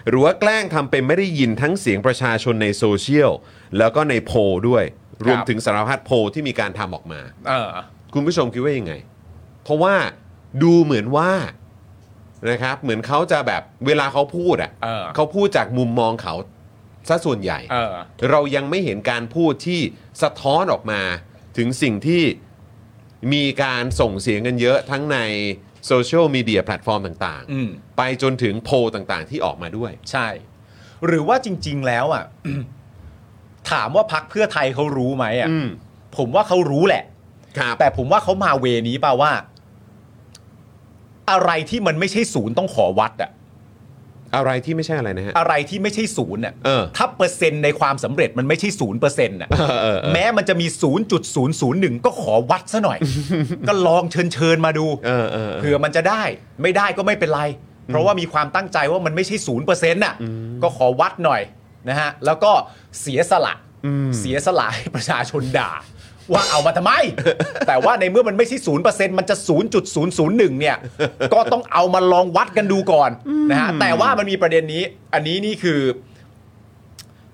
[SPEAKER 1] หรือว่าแกล้งทำเป็นไม่ได้ยินทั้งเสียงประชาชนในโซเชียล แล้วก็ในโพลด้วย รวมถึงสารพัดโพลที่มีการทำออกมา
[SPEAKER 2] เออ
[SPEAKER 1] คุณผู้ชมคิดว่ายังไง เพราะว่าดูเหมือนว่านะครับ เหมือนเขาจะแบบเวลาเขาพูดอ่ะ
[SPEAKER 2] เออ
[SPEAKER 1] เขาพูดจากมุมมองเขาซะส่วนใหญ่
[SPEAKER 2] เออ
[SPEAKER 1] เรายังไม่เห็นการพูดที่สะท้อนออกมา ถึงสิ่งที่มีการส่งเสียงกันเยอะทั้งในโซเชียลมีเดียแพลตฟอร์มต่าง
[SPEAKER 2] อืม
[SPEAKER 1] ๆ ไปจนถึงโพลต่างๆ ที่ออกมาด้วย
[SPEAKER 2] ใช่ หรือว่าจริง ๆ แล้วอ่ะ ถามว่าพักเพื่อไทยเขารู้ไหมอ่ะ
[SPEAKER 1] อืม
[SPEAKER 2] ผมว่าเขารู้แหละ
[SPEAKER 1] ครับ
[SPEAKER 2] แต่ผมว่าเขามาเวนี้เปล่าว่า อะไรที่มันไม่ใช่ศูนย์ต้องขอวัดอ่ะ
[SPEAKER 1] อะไรที่ไม่ใช่อะไรนะฮะ
[SPEAKER 2] อะไรที่ไม่ใช่ศูนย์อ่ะ
[SPEAKER 1] เออ
[SPEAKER 2] ถ้าเปอร์เซ็นต์ในความสำเร็จมันไม่ใช่ศูนย์เปอร์เซ็นต์อ่ะ
[SPEAKER 1] เออเออเออ
[SPEAKER 2] แม้มันจะมี 0.001 ก็ขอวัดซะ หน่อย ก็ลองเชิญเชิญๆมาดู
[SPEAKER 1] เออเออเออ
[SPEAKER 2] เผื่อมันจะได้ ไม่ได้ก็ไม่เป็นไร เพราะว่ามีความตั้งใจว่ามันไม่ใช่ศูนย์เปอร์เซ็นต์น่ะ ก็ขอวัดหน่อยนะฮะ แล้วก็เสียสละ เสียสละให้ประชาชนด่า ว่าเอามาทำไม แต่ว่าในเมื่อมันไม่ใช่ศูนย์เปอร์เซ็นต์มันจะ 0.001 เนี่ย ก็ต้องเอามาลองวัดกันดูก่อนนะฮะ แต่ว่ามันมีประเด็นนี้ อันนี้นี่คือ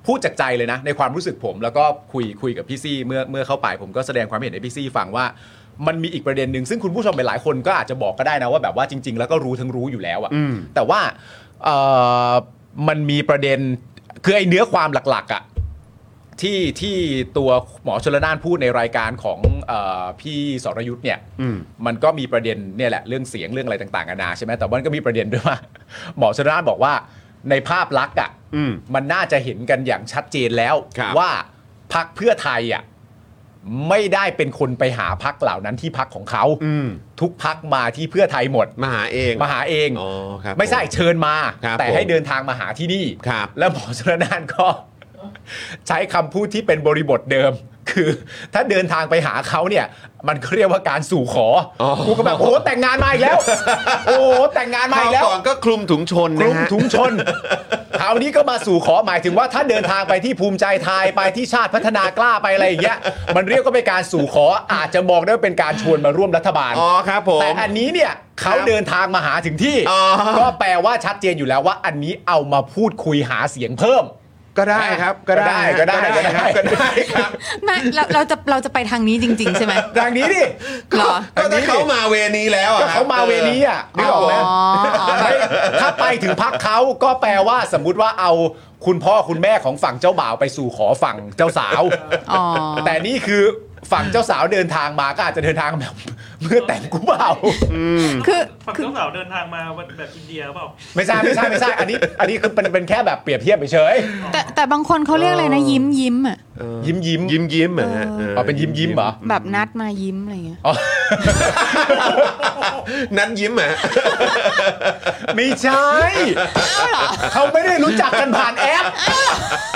[SPEAKER 2] พูดจากใจเลยนะ ในความรู้สึกผมแล้วก็คุยคุยกับพี่ซี่เมื่อเมื่อเข้าไปผมก็แสดงความเห็นให้พี่ซี่ฟังว่ามันมีอีกประเด็นหนึ่งซึ่งคุณผู้ชมหลายๆคนก็อาจจะบอกก็ได้นะว่าแบบว่าจริง ๆ แล้วก็รู้ทั้งรู้อยู่แล้วอะแต่ว่าเอ่อมันมีประเด็นคือไอ้เนื้อความหลัก ๆอะที่ที่ตัวหมอชลนานพูดในรายการของเออพี่สรยุทธ์เนี่ย
[SPEAKER 1] อืม
[SPEAKER 2] มันก็มีประเด็นเนี่ยแหละเรื่องเสียงเรื่องอะไรต่างๆนานาใช่ไหมแต่ว่ามันก็มีประเด็นด้วยว่า หมอชนนานบอกว่าในภาพลักษณ์อ่ะ
[SPEAKER 1] อืม
[SPEAKER 2] มันน่าจะเห็นกันอย่างชัดเจนแล้ว
[SPEAKER 1] ครับ
[SPEAKER 2] ว่าพักเพื่อไทยอ่ะไม่ได้เป็นคนไปหาพักเหล่านั้นที่พักของเขา
[SPEAKER 1] อืม
[SPEAKER 2] ทุกพักมาที่เพื่อไทยหมด
[SPEAKER 1] มาหาเอง
[SPEAKER 2] มาหาเอง
[SPEAKER 1] อ๋อครับ
[SPEAKER 2] ไม่ใช่
[SPEAKER 1] ผ
[SPEAKER 2] เชิญมา
[SPEAKER 1] ครับ
[SPEAKER 2] แต่
[SPEAKER 1] ผม
[SPEAKER 2] ให้เดินทางมาหาที่นี่
[SPEAKER 1] ครับ
[SPEAKER 2] แล้วหมอชนนานก็ ใช้คำพูดที่เป็นบริบทเดิม คือ ถ้าเดินทางไปหาเขาเนี่ย มันก็เรียกว่าการสู่ขออ
[SPEAKER 1] อ
[SPEAKER 2] กูก็แบบโอ้โหแต่งงานมาอีกแล้ว โอ้โหแต่งงานมา
[SPEAKER 1] ครา
[SPEAKER 2] อี
[SPEAKER 1] ว
[SPEAKER 2] กแล้ว
[SPEAKER 1] ก่อนก็คลุมถุงชน
[SPEAKER 2] ก
[SPEAKER 1] นะ
[SPEAKER 2] ลุ่ม
[SPEAKER 1] ฮะ
[SPEAKER 2] ถุงชน คราวนี้ก็มาสู่ขอหมายถึงว่าถ้าเดินทางไปที่ภูมิใจไทยไปที่ชาติพัฒนากล้าไปอะไรอย่างเงี้ยมันเรียกก็เป็นการสู่ขออาจจะมองได้ว่าเป็นการชวนมาร่วมรัฐบาล
[SPEAKER 1] อ๋อครับผม
[SPEAKER 2] แต่อันนี้เนี่ยเขาเดินทางมาหาถึงที่
[SPEAKER 1] อ๋อ
[SPEAKER 2] ก็แปลว่าชัดเจนอยู่แล้วว่าอันนี้เอามาพูดคุยหาเสียงเพิ่ม
[SPEAKER 1] ก็ได้ครับก็ได้
[SPEAKER 2] ก็ได้ก็ได้
[SPEAKER 1] ครับก็ได้ครับ
[SPEAKER 3] ไม่เราเราจะเราจะไปทางนี้จริง ๆ ใช่ไหม
[SPEAKER 2] ดังนี้ดิ
[SPEAKER 3] เหรอ
[SPEAKER 1] ก็
[SPEAKER 2] อันนี้
[SPEAKER 1] ถ้าเขามาเวนี้แล้วอะ
[SPEAKER 2] ก็เขามาเวนี้อ่ะนึกออกไหม
[SPEAKER 3] อ๋ออ๋อแบบ
[SPEAKER 2] ถ้าไปถึงพักเขาก็แปลว่าสมมุติว่าเอาคุณพ่อคุณแม่ของฝั่งเจ้าบ่าวไปสู่ขอฝั่งเจ้าสาว
[SPEAKER 3] อ๋อ
[SPEAKER 2] แต่นี่คือฝั่งเจ้าสาวเดินทางมาก็อาจจะเดินทางแบบ เมื่อแต่งกูเปล่า
[SPEAKER 3] คือ
[SPEAKER 4] ฝั่ง
[SPEAKER 3] คือ
[SPEAKER 4] เจ้าสาวเดินทางมาแบบอินเดียเปล่า
[SPEAKER 2] ไม่ใช่ไม่ใช่ไม่ใช่อันนี้ อันนี้คือเป็นเป็นแค่แบบเปรียบเทียบเฉย
[SPEAKER 3] แต่แต่บางคนเขาเรียกอะไรนะยิ้มยิ้มอ่ะ
[SPEAKER 2] ๆยิ้มยิ้ม
[SPEAKER 1] ยิ้มยิ้มๆเหรอฮะ
[SPEAKER 2] อ๋อเป็นยิ้มยิ้มเหรอ
[SPEAKER 3] แบบนัดมายิ้มอะไรเงี้ย
[SPEAKER 2] อ๋อ
[SPEAKER 1] นั้นยิ้มเหรอฮะ
[SPEAKER 2] ไม่ใช่ เขาไม่ได้รู้จักกันผ่านแอป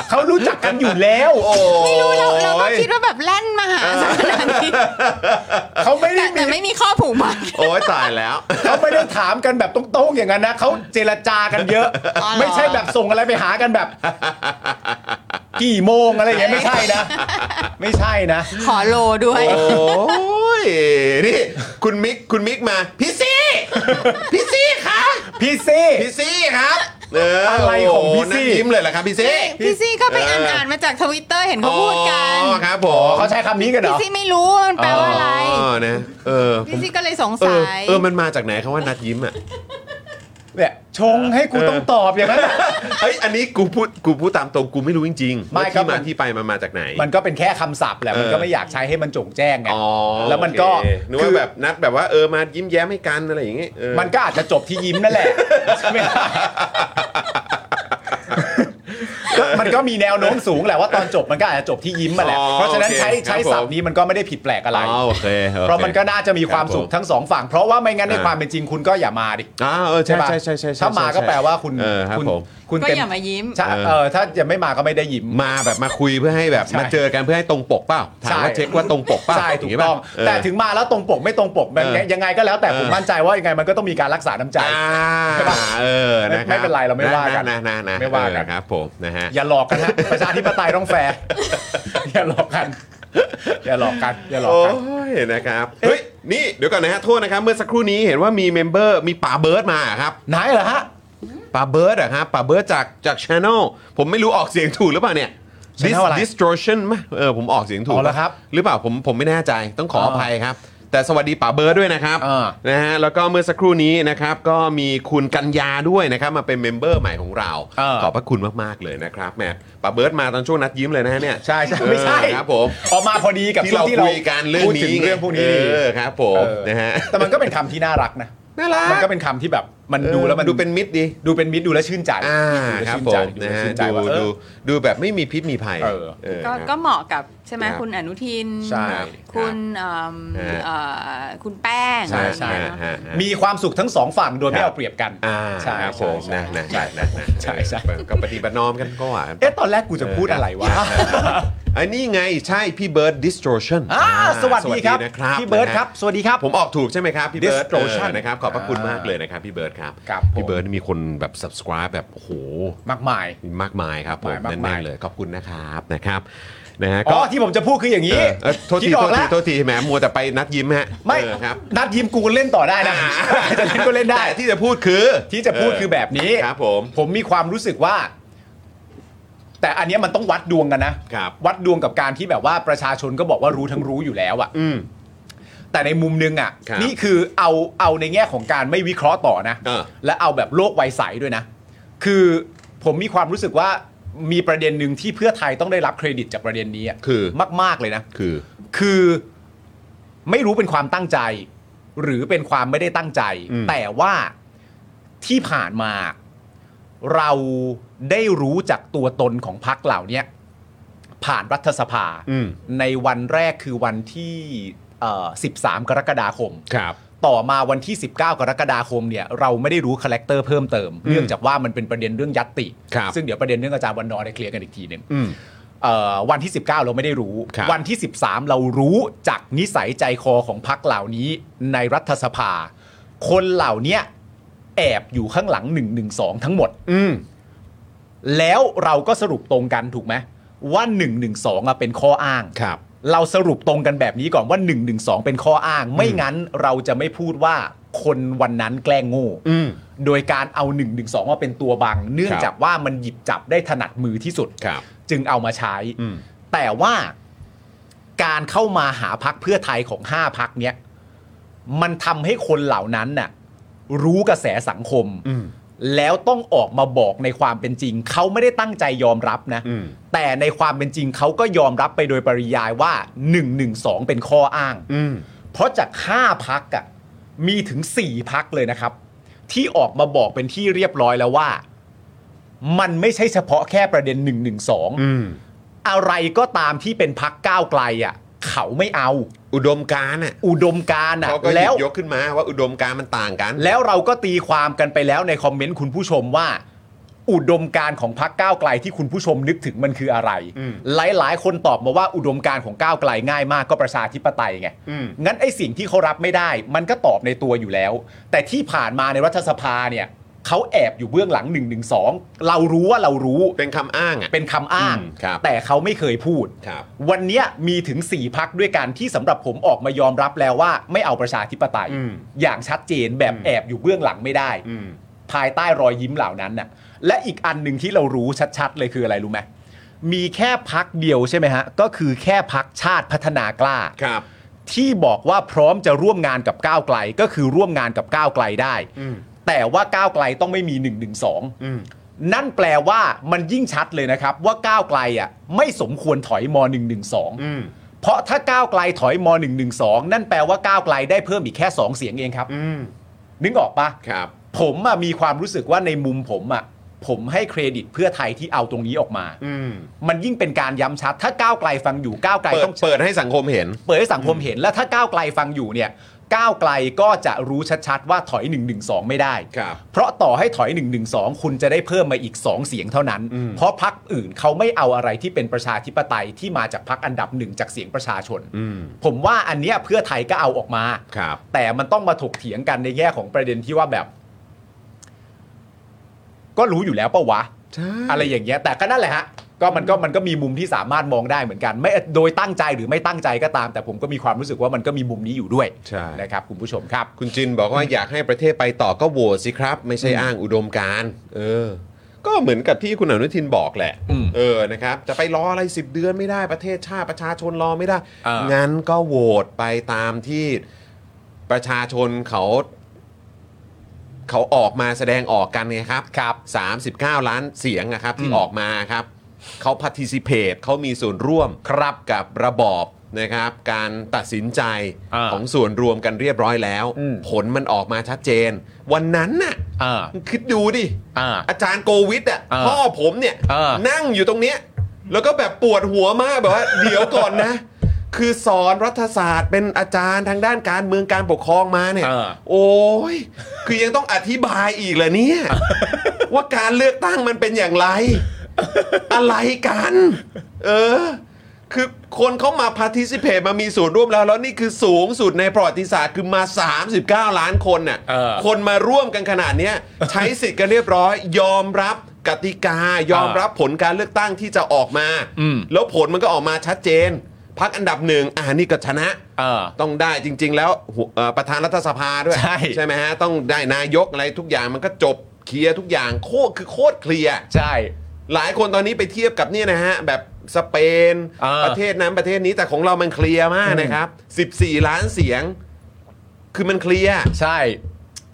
[SPEAKER 2] เขารู้จักกันอยู่แล้ว
[SPEAKER 3] ไม่รู้เราเราก็คิดว่าแบบแล่นมาหาสักขนาดนี้
[SPEAKER 2] เขาไม่
[SPEAKER 3] แต่
[SPEAKER 2] ได้มี
[SPEAKER 3] แต่ไม่มีข้อผูกมัด
[SPEAKER 1] โอ้ยตายแล้ว
[SPEAKER 2] เขาไม่ได้ถามกันแบบตรงๆอย่างนั้นนะเขาเจรจากันเยอะ
[SPEAKER 3] อ๋อเหรอ
[SPEAKER 2] ไม่ใช่แบบส่งอะไรไปหากันแบบ กี่โมงอะไรอย่างเงี้ยไม่ใช่นะ ไม่ใช่นะ
[SPEAKER 3] ขอโลด้วย
[SPEAKER 1] โอ้ย นี่ คุณมิก คุณมิกมา พี่ซี่ พี่ซี่คะ
[SPEAKER 2] พี่ซี่
[SPEAKER 1] พี่ซี่ครับเ
[SPEAKER 2] อะไรของพี่ซี่
[SPEAKER 1] โโหนั่นยิ้มเลยเหรอครับพี่ซี่
[SPEAKER 3] พี่ซี่ก็ไปอ่านอ่านมาจากทวิตเตอร์เห็นเขาพูดกัน
[SPEAKER 1] อ๋อครับผ
[SPEAKER 2] อ๋อ
[SPEAKER 1] ม
[SPEAKER 2] เขาใช้คำนี้กันเหร
[SPEAKER 3] พี่
[SPEAKER 2] อ
[SPEAKER 3] ซี่ไม่รู้ว่ามันแปลว่าอะไร
[SPEAKER 1] อนะเออ
[SPEAKER 3] พี่ซี่ก็เลยสง
[SPEAKER 1] เอ
[SPEAKER 3] สั
[SPEAKER 1] อย เออ มันมาจากไหนคำว่านัดยิ้มอ่ะ
[SPEAKER 2] เนี่ยชงให้กูต้องตอบอย่างนั้นอะ
[SPEAKER 1] เฮ้ย อันนี้กูพูด กูพูดตามตรง กูไม่รู้จริงๆ
[SPEAKER 2] ไม่
[SPEAKER 1] ว่า
[SPEAKER 2] ครับ
[SPEAKER 1] ที่มา
[SPEAKER 2] มัน
[SPEAKER 1] ที่ไปมันมาจากไหน
[SPEAKER 2] มันก็เป็นแค่คำศัพท์แหละ มันก็ไม่อยากใช้ให้มันโจงแจ้งไง
[SPEAKER 1] อ๋อ
[SPEAKER 2] แล้วมันก็
[SPEAKER 1] โอเคนึกว่าแบบนัดแบบว่าเออ มายิ้มแย้มให้กันอะไรอย่างเงี้ยเออ
[SPEAKER 2] มันก็อาจจะจบที่ยิ้มนั่นแหละ ใช่ไหมล่ะ ก็มันก็มีแนวโน้มสูงแหละว่าตอนจบมันก็อาจจะจบที่ยิ้มมาแหละ
[SPEAKER 1] อ๋อ
[SPEAKER 2] เพราะฉะนั้นใช้
[SPEAKER 1] โอเคครับ
[SPEAKER 2] ใช้ศัพท์นี้มันก็ไม่ได้ผิดแปลกอะไร
[SPEAKER 1] อ๋อโอเคโอค
[SPEAKER 2] เพราะมันก็น่าจะมีความสุข
[SPEAKER 1] รับผ
[SPEAKER 2] ทั้งสองฝั่ง เพราะว่าไม่งั้นใน
[SPEAKER 1] อ่า
[SPEAKER 2] ความเป็นจริงคุณก็อย่ามาดิ
[SPEAKER 1] อ่าเออใช่
[SPEAKER 2] ปะ
[SPEAKER 1] ใช่ใช่ใช่ใช่
[SPEAKER 2] ถ้ามาก็แปลว่าคุณ
[SPEAKER 1] เออครับ
[SPEAKER 2] คุณ
[SPEAKER 1] ผม
[SPEAKER 2] คุณ
[SPEAKER 3] ก็
[SPEAKER 2] เต็ม
[SPEAKER 3] อย่ามายิ้ม
[SPEAKER 2] ใช่เออถ้าจะไม่มาก็ไม่ได้ยิ้ม
[SPEAKER 1] มาแบบมาคุยเพื่อให้แบบ
[SPEAKER 2] ใช่
[SPEAKER 1] มาเจอกันเพื่อให้ตรงปกเปล่าถามว่า
[SPEAKER 2] ใช่
[SPEAKER 1] เช็คว่าตรงปกเปล่า
[SPEAKER 2] ใช่ถู
[SPEAKER 1] ย่าก นี้
[SPEAKER 2] ต้อง
[SPEAKER 1] ป่ะเออ
[SPEAKER 2] แต่ถึงมาแล้วตรงปกไม่ตรงปกแบบ
[SPEAKER 1] เออ
[SPEAKER 2] ยังไงก็แล้วแต่ผม
[SPEAKER 1] เออ
[SPEAKER 2] มั่นใจว่ายังไงมันก็ต้องมีการรักษาน้ำใจ
[SPEAKER 1] อ่า
[SPEAKER 2] ใช่ปะ
[SPEAKER 1] เออนะคบ
[SPEAKER 2] ไม่เป็นไรเราไม่ว่ากัน
[SPEAKER 1] นะนะนะ
[SPEAKER 2] ไม่ว่ากัน
[SPEAKER 1] เออครับผมนะฮะ
[SPEAKER 2] อย่าหลอกกันฮะ ประชาธิปไตยต้องแฟร์ อย่าหลอกกัน อย่าหลอกกัน อย่าหลอก
[SPEAKER 1] โอ้
[SPEAKER 2] กัน
[SPEAKER 1] ยนะครับเฮ้ยนี่เดี๋ยวก่อนนะฮะโทษนะครับ เมื่อสักครู่นี้เห็นว่ามีเมมเบอร์มีป่าเบิร์ดมาครับ
[SPEAKER 2] ไหนเหรอฮะ
[SPEAKER 1] ป่าเบิร์ดอะครับป่าเบิร์ดจากจากชานอลผมไม่รู้ออกเสียงถูกหรือเปล่าเนี่ย
[SPEAKER 2] Channel
[SPEAKER 1] Dis-
[SPEAKER 2] อะไร
[SPEAKER 1] distortion ไหมเออผมออกเสียงถูก
[SPEAKER 2] อ๋อเหรอครับ
[SPEAKER 1] หรือเปล่าผมผมไม่แน่ใจต้องขออ
[SPEAKER 2] อ่า
[SPEAKER 1] ภัยครับ แต่สวัสดีป่าเบิร์ดด้วยนะครับ
[SPEAKER 2] อ่า
[SPEAKER 1] นะฮะแล้วก็เมื่อสักครู่นี้นะครับก็มีคุณกัญญาด้วยนะครับมาเป็นเมมเบอร์ใหม่ของเรา
[SPEAKER 2] เออ
[SPEAKER 1] ขอบพระคุณมากๆเลยนะครับแหมป่าเบิร์ดมาตอนช่วงนัดยิ้มเลยนะฮะเนี่ย
[SPEAKER 2] ใช่ใช่ไม่ใช่
[SPEAKER 1] เออครับผม
[SPEAKER 2] ออกมาพอดีกับ
[SPEAKER 1] ที่
[SPEAKER 2] ช่ว
[SPEAKER 1] เรา
[SPEAKER 2] งที่เรา
[SPEAKER 1] คุยกันเรื่อง
[SPEAKER 2] พูดถึ
[SPEAKER 1] นี้
[SPEAKER 2] งเรื่องพวกนี้
[SPEAKER 1] เอ
[SPEAKER 2] ดี
[SPEAKER 1] อครับผม
[SPEAKER 2] เออ
[SPEAKER 1] นะฮะ
[SPEAKER 2] แต่มันก็เป็นคำที่น่ารักนะ
[SPEAKER 1] น่ารัก
[SPEAKER 2] มันก็เป็นคำที่แบบมันดูแล้วมัน
[SPEAKER 1] ดูเป็นมิตรดี
[SPEAKER 2] ดูเป็นมิตรดูแล้วชื่นใจ
[SPEAKER 1] อ่า
[SPEAKER 2] ดูแล้ว
[SPEAKER 1] ครับ
[SPEAKER 2] ชื่น
[SPEAKER 1] ผ
[SPEAKER 2] ใจ
[SPEAKER 1] มนะฮะ
[SPEAKER 2] ดูแล้วชื่นใจ
[SPEAKER 1] ดู
[SPEAKER 2] ว่าเอ
[SPEAKER 1] ดู
[SPEAKER 2] อ
[SPEAKER 1] ดูแบบไม่มีพิษมีภัย
[SPEAKER 2] เออ
[SPEAKER 1] เออ
[SPEAKER 3] ก็
[SPEAKER 1] ครับ
[SPEAKER 3] ก็เหมาะกับใช่ไหม
[SPEAKER 1] ครับ
[SPEAKER 3] คุณอนุทิน
[SPEAKER 2] ใช่
[SPEAKER 3] คุณเอิ่ม
[SPEAKER 1] ฮะ
[SPEAKER 3] เอ่อคุณแป้ง
[SPEAKER 2] ใช่ใช่
[SPEAKER 3] อะไรเงี้ยเนอะ
[SPEAKER 1] ฮะฮะ
[SPEAKER 2] มีความสุขทั้งสองฝั่งโดยไม่เอาเปรียบกัน
[SPEAKER 1] อ่า
[SPEAKER 2] ใช่
[SPEAKER 1] ครับ
[SPEAKER 2] ใช่
[SPEAKER 1] ผม
[SPEAKER 2] ใช่
[SPEAKER 1] นะนะนะนะนะ
[SPEAKER 2] ใช่ใช่
[SPEAKER 1] เออก็ปฏิบัติน้อมกันก็ว่ากันไป
[SPEAKER 2] เอ๊ะตอนแรกกูจะพูดอะไรวะ
[SPEAKER 1] อันนี้ไงใช่พี่เบิร์ด distortion
[SPEAKER 2] อ่าสวัสดีครับ
[SPEAKER 1] นะครับ
[SPEAKER 2] พี่เบิร์ด
[SPEAKER 1] นะฮะ
[SPEAKER 2] ครับ สวัสดีครับ
[SPEAKER 1] ผมออกถูกใช่ไหมครับพี่เบิร์ด
[SPEAKER 2] Distortion
[SPEAKER 1] เออนะครับขอบพระคุณมากเลยนะครับพี่เบิร์ดครับ
[SPEAKER 2] ครับผม
[SPEAKER 1] พี่เบิร์ดนี่มีคนแบบ subscribe แบบโอ้โห
[SPEAKER 2] มากมาย
[SPEAKER 1] มากมายครับผม
[SPEAKER 2] มากมาย
[SPEAKER 1] แน่นๆเลยขอบคุณนะครับนะครับนะฮะ
[SPEAKER 2] อ๋
[SPEAKER 1] ก็
[SPEAKER 2] อที่ผมจะพูดคืออย่าง
[SPEAKER 1] เอ
[SPEAKER 2] นี้
[SPEAKER 1] อเออโทษ
[SPEAKER 2] คิ
[SPEAKER 1] ที
[SPEAKER 2] ดอ
[SPEAKER 1] โท
[SPEAKER 2] อ
[SPEAKER 1] ษ
[SPEAKER 2] ก
[SPEAKER 1] ที
[SPEAKER 2] แล้ว
[SPEAKER 1] โทษทีแหมมัวแต่ไปนัดยิ้มฮะ
[SPEAKER 2] ไม่
[SPEAKER 1] เออครับ
[SPEAKER 2] นัดยิ้มกูเล่นต่อได้นะ จะเล่นก็เล่นได้
[SPEAKER 1] แต่ที่จะพูดคือ
[SPEAKER 2] ที่จะพูดคือแบบนี้
[SPEAKER 1] ครับผม
[SPEAKER 2] ผมมีความรู้สึกว่า แต่อันเนี้ยมันต้องวัดดวงกันนะครับ วัดดวงกับการที่แบบว่าประชาชนก็บอกว่ารู้ทั้งรู้อยู่แล้วอะ
[SPEAKER 1] อืม
[SPEAKER 2] แต่ในมุมนึงอะ
[SPEAKER 1] ครับ
[SPEAKER 2] นี่คือเอาเอาในแง่ของการไม่วิเคราะห์ต่อนะ
[SPEAKER 1] เออ
[SPEAKER 2] และเอาแบบโลกไวใสด้วยนะ คือผมมีความรู้สึกว่ามีประเด็นหนึ่งที่เพื่อไทยต้องได้รับเครดิตจากประเด็นนี้อะ
[SPEAKER 1] คือ
[SPEAKER 2] มาก ๆเลยนะ
[SPEAKER 1] คือ
[SPEAKER 2] คือไม่รู้เป็นความตั้งใจ หรือเป็นความไม่ได้ตั้งใจ
[SPEAKER 1] อืม
[SPEAKER 2] แต่ว่าที่ผ่านมาเราได้รู้จากตัวตนของพักเหล่าเนี้ยผ่านรัฐสภา
[SPEAKER 1] อืม
[SPEAKER 2] ในวันแรกคือวันที่เอ่อ13 กรกฎาคม
[SPEAKER 1] ครับ
[SPEAKER 2] ต่อมาวันที่ 19 กรกฎาคมเนี่ยเราไม่ได้รู้คาแรคเตอร์เพิ่มเติม เนื่องจากว่ามันเป็นประเด็นเรื่องยัตติ
[SPEAKER 1] ครับ
[SPEAKER 2] ซึ่งเดี๋ยวประเด็นเรื่องอาจารย์วันนอร์ได้เคลียร์กันอีกทีหนึ่ง
[SPEAKER 1] อืม
[SPEAKER 2] เอ่อวันที่ 19 เราไม่ได้รู้
[SPEAKER 1] ครับ
[SPEAKER 2] วันที่ 13 เรารู้จากนิสัยใจคอของพักเหล่านี้ในรัฐสภา คนเหล่าเนี้ยแอบอยู่ข้างหลัง 1 1 2 ทั้งหมด
[SPEAKER 1] อืม
[SPEAKER 2] แล้วเราก็สรุปตรงกันถูกไหมว่า 1 1 2อ่ะเป็นข้ออ้าง
[SPEAKER 1] ครับ
[SPEAKER 2] เราสรุปตรงกันแบบนี้ก่อนว่า 1 1 2 เป็นข้ออ้าง ไม่งั้นเราจะไม่พูดว่าคนวันนั้นแกล้งโง่
[SPEAKER 1] อืม
[SPEAKER 2] โดยการเอา1นึมาเป็นตัวบัง เนื่อง
[SPEAKER 1] ครับ
[SPEAKER 2] จากว่ามันหยิบจับได้ถนัดมือที่สุด
[SPEAKER 1] ครับ
[SPEAKER 2] จึงเอามาใช้
[SPEAKER 1] อืม
[SPEAKER 2] แต่ว่าการเข้ามาหาพักเพื่อไทยของห้าพักเนี้ยมันทำให้คนเหล่านั้นน่ะรู้กระแสสังคม
[SPEAKER 1] อืม
[SPEAKER 2] แล้วต้องออกมาบอกในความเป็นจริง เขาไม่ได้ตั้งใจยอมรับนะ
[SPEAKER 1] อืม
[SPEAKER 2] แต่ในความเป็นจริงเขาก็ยอมรับไปโดยปริยายว่า 1 1 2 เป็นข้ออ้าง
[SPEAKER 1] อืม
[SPEAKER 2] เพราะจาก5พักอะมีถึง 4 พักเลยนะครับ ที่ออกมาบอกเป็นที่เรียบร้อยแล้วว่า มันไม่ใช่เฉพาะแค่ประเด็น 1 1
[SPEAKER 1] อืม
[SPEAKER 2] 2 อะไรก็ตามที่เป็นพักก้าวไกลอะเขาไม่เอา
[SPEAKER 1] อุดมการณ์อ่ะ
[SPEAKER 2] อุดมการณ์อะ
[SPEAKER 1] เขาก็หยิ
[SPEAKER 2] แล้ว
[SPEAKER 1] บยกขึ้นมาว่าอุดมการณ์มันต่างกัน
[SPEAKER 2] แล้วเราก็ตีความกันไปแล้วในคอมเมนต์คุณผู้ชมว่า อุดมการณ์ของพักก้าวไกลที่คุณผู้ชมนึกถึงมันคืออะไร
[SPEAKER 1] อืม
[SPEAKER 2] หลาย ๆ คนตอบมาว่าอุดมการณ์ของก้าวไกลง่ายมากก็ประชาธิปไตยไง
[SPEAKER 1] อืม
[SPEAKER 2] งั้นไอ้สิ่งที่เขารับไม่ได้ มันก็ตอบในตัวอยู่แล้ว แต่ที่ผ่านมาในรัฐสภาเนี่ยเขาแอบอยู่เบื้องหลัง1นึเรารู้ว่าเรารู้
[SPEAKER 1] เป็นคำอ้างอ่ะ
[SPEAKER 2] เป็นคำอ้าง
[SPEAKER 1] อืมครับ
[SPEAKER 2] แต่เขาไม่เคยพูด
[SPEAKER 1] ครับ
[SPEAKER 2] วันเนี้ยมีถึง 4พักด้วยกันที่สำหรับผมออกมายอมรับแล้วว่า ไม่เอาประชาธิปไตย
[SPEAKER 1] อืม
[SPEAKER 2] อย่างชัดเจนแบบแอบอยู่เบื้องหลังไม่ได้
[SPEAKER 1] อืม
[SPEAKER 2] ภายใต้รอยยิ้มเหล่านั้นน่ะ และอีกอันหนึ่งที่เรารู้ชัดๆ เลยคืออะไรรู้ไหมมีแค่พักเดียวใช่ไหมฮะก็คือแค่พักชาติพัฒนากล้า
[SPEAKER 1] ครับ
[SPEAKER 2] ที่บอกว่าพร้อมจะร่วมงานกับก้าวไกลก็คือร่วมงานกับก้าวไกลได้
[SPEAKER 1] อืม
[SPEAKER 2] แต่ว่าก้าวไกลต้องไม่มี1นึ
[SPEAKER 1] อืม
[SPEAKER 2] นั่นแปลว่ามันยิ่งชัดเลยนะครับ ว่าก้าวไกลอ่ะไม่สมควรถอยม
[SPEAKER 1] อืม
[SPEAKER 2] .112 เพราะถ้าก้าวไกลถอยม .112 นั่นแปลว่าก้าวไกลได้เพิ่มอีกแค่ 2 เสียงเองครับ
[SPEAKER 1] อืม
[SPEAKER 2] นึกออกปะ
[SPEAKER 1] ครับ
[SPEAKER 2] ผมอะมีความรู้สึกว่าในมุมผมอะผมให้เครดิตเพื่อไทยที่เอาตรงนี้ออกมา
[SPEAKER 1] อืม
[SPEAKER 2] มันยิ่งเป็นการย้ำชัด ถ้าก้าวไกลฟังอยู่ก้าวไกล
[SPEAKER 1] เปิด
[SPEAKER 2] ต้อง
[SPEAKER 1] เปิดให้สังคมเห็น
[SPEAKER 2] เปิดให้สังคมเห็นและถ้าก้าวไกลฟังอยู่เนี่ยก้าวไกลก็จะรู้ชัดๆว่าถอย 1 1 2 ไม่ได้
[SPEAKER 1] ครับ
[SPEAKER 2] เพราะต่อให้ถอย 1 1 2 คุณจะได้เพิ่มมาอีก 2 เสียงเท่านั้น
[SPEAKER 1] อืม
[SPEAKER 2] เพราะพักอื่นเขาไม่เอาอะไรที่เป็นประชาธิปไตยที่มาจากพักอันดับหนึ่งจากเสียงประชาชน
[SPEAKER 1] อืม
[SPEAKER 2] ผมว่าอันเนี้ยเพื่อไทยก็เอาออกมา
[SPEAKER 1] ครับ
[SPEAKER 2] แต่มันต้องมาถกเถียงกันในแง่ของประเด็นที่ว่าแบบ ก็รู้อยู่แล้วปะวะ
[SPEAKER 1] ใช่
[SPEAKER 2] อะไรอย่างเงี้ยแต่ก็นั่นแหละฮะก็มันก็มันก็มีมุมที่สามารถมองได้เหมือนกัน ไม่โดยตั้งใจหรือไม่ตั้งใจก็ตาม แต่ผมก็มีความรู้สึกว่ามันก็มีมุมนี้อยู่ด้วย
[SPEAKER 1] ใช่
[SPEAKER 2] นะครับคุณผู้ชมครับ
[SPEAKER 1] คุณจินบอกว่าอยากให้ประเทศไปต่อก็โหวตสิครับ ไม่ใช่อ้างอุดมการณ์เออ ก็เหมือนกับที่คุณอนุทินบอกแหละ
[SPEAKER 2] อืม
[SPEAKER 1] เออนะครับ จะไปรออะไร 10 เดือนไม่ได้ประเทศชาติประชาชนรอไม่ได้
[SPEAKER 2] อ่างั้
[SPEAKER 1] งั้นก็โหวตไปตามที่ประชาชนเขา เขาออกมาแสดงออกกันไงครับครับ 39 ล้านเสียงนะครับ ที่
[SPEAKER 2] อืม
[SPEAKER 1] ออกมาครับ เขาพ a r t i c i p a t e เขามีส่วนร่วมครับกับระบอบนะครับ การตัดสินใจ
[SPEAKER 2] อ่า
[SPEAKER 1] ของส่วนรวมกันเรียบร้อยแล้ว
[SPEAKER 2] อืม
[SPEAKER 1] ผลมันออกมาชัดเจน วันนั้นน่ะ
[SPEAKER 2] อ่า
[SPEAKER 1] คิดดูดิ
[SPEAKER 2] อ่า
[SPEAKER 1] อาจารย์โกวิทอ่ะ
[SPEAKER 2] อ่า
[SPEAKER 1] พ่อผมเนี่ย
[SPEAKER 2] อ่า
[SPEAKER 1] นั่งอยู่ตรงเนี้ยแล้วก็แบบปวดหัวมากแบบว่า เดี๋ยวก่อนนะ คือสอนรัฐศาสตร์เป็นอาจารย์ทางด้านการเมืองการปกครองมาเนี่ย
[SPEAKER 2] อ่า
[SPEAKER 1] โอ้ยคือยังต้องอธิบายอีกเหรอ เนี่ย ว่าการเลือกตั้งมันเป็นอย่างไร อะไรกัน เออ คือคนเขามาพาร์ทิซิเพตมามีส่วนร่วมแล้ว แล้วนี่คือสูงสุดในประวัติศาสตร์คือมา 39 ล้านคนน่ะ
[SPEAKER 2] เออ
[SPEAKER 1] คนมาร่วมกันขนาดเนี้ย ใช้สิทธิ์กันเรียบร้อย ยอมรับกติกา ยอมรับผลการเลือกตั้งที่จะออกมา
[SPEAKER 2] อืม
[SPEAKER 1] แล้วผลมันก็ออกมาชัดเจน พักอันดับหนึ่งอ่านี่ก็ชนะ
[SPEAKER 2] อ่า
[SPEAKER 1] ต้องได้จริง ๆ แล้วหัวเอ่อประธานรัฐสภาด้วย
[SPEAKER 2] ใช่
[SPEAKER 1] ไหมฮะ ต้องได้นายกอะไรทุกอย่างมันก็จบเคลียร์ทุกอย่างโคตรคือโคตรเคลียร์
[SPEAKER 2] ใช่
[SPEAKER 1] หลายคนตอนนี้ไปเทียบกับเนี่ยนะฮะ แบบสเปน
[SPEAKER 2] อ่า
[SPEAKER 1] ประเทศนั้นประเทศนี้แต่ของเรามันเคลียร์มาก
[SPEAKER 2] อืม
[SPEAKER 1] นะครับ 14 ล้านเสียง คือมันเคลียร์
[SPEAKER 2] ใช่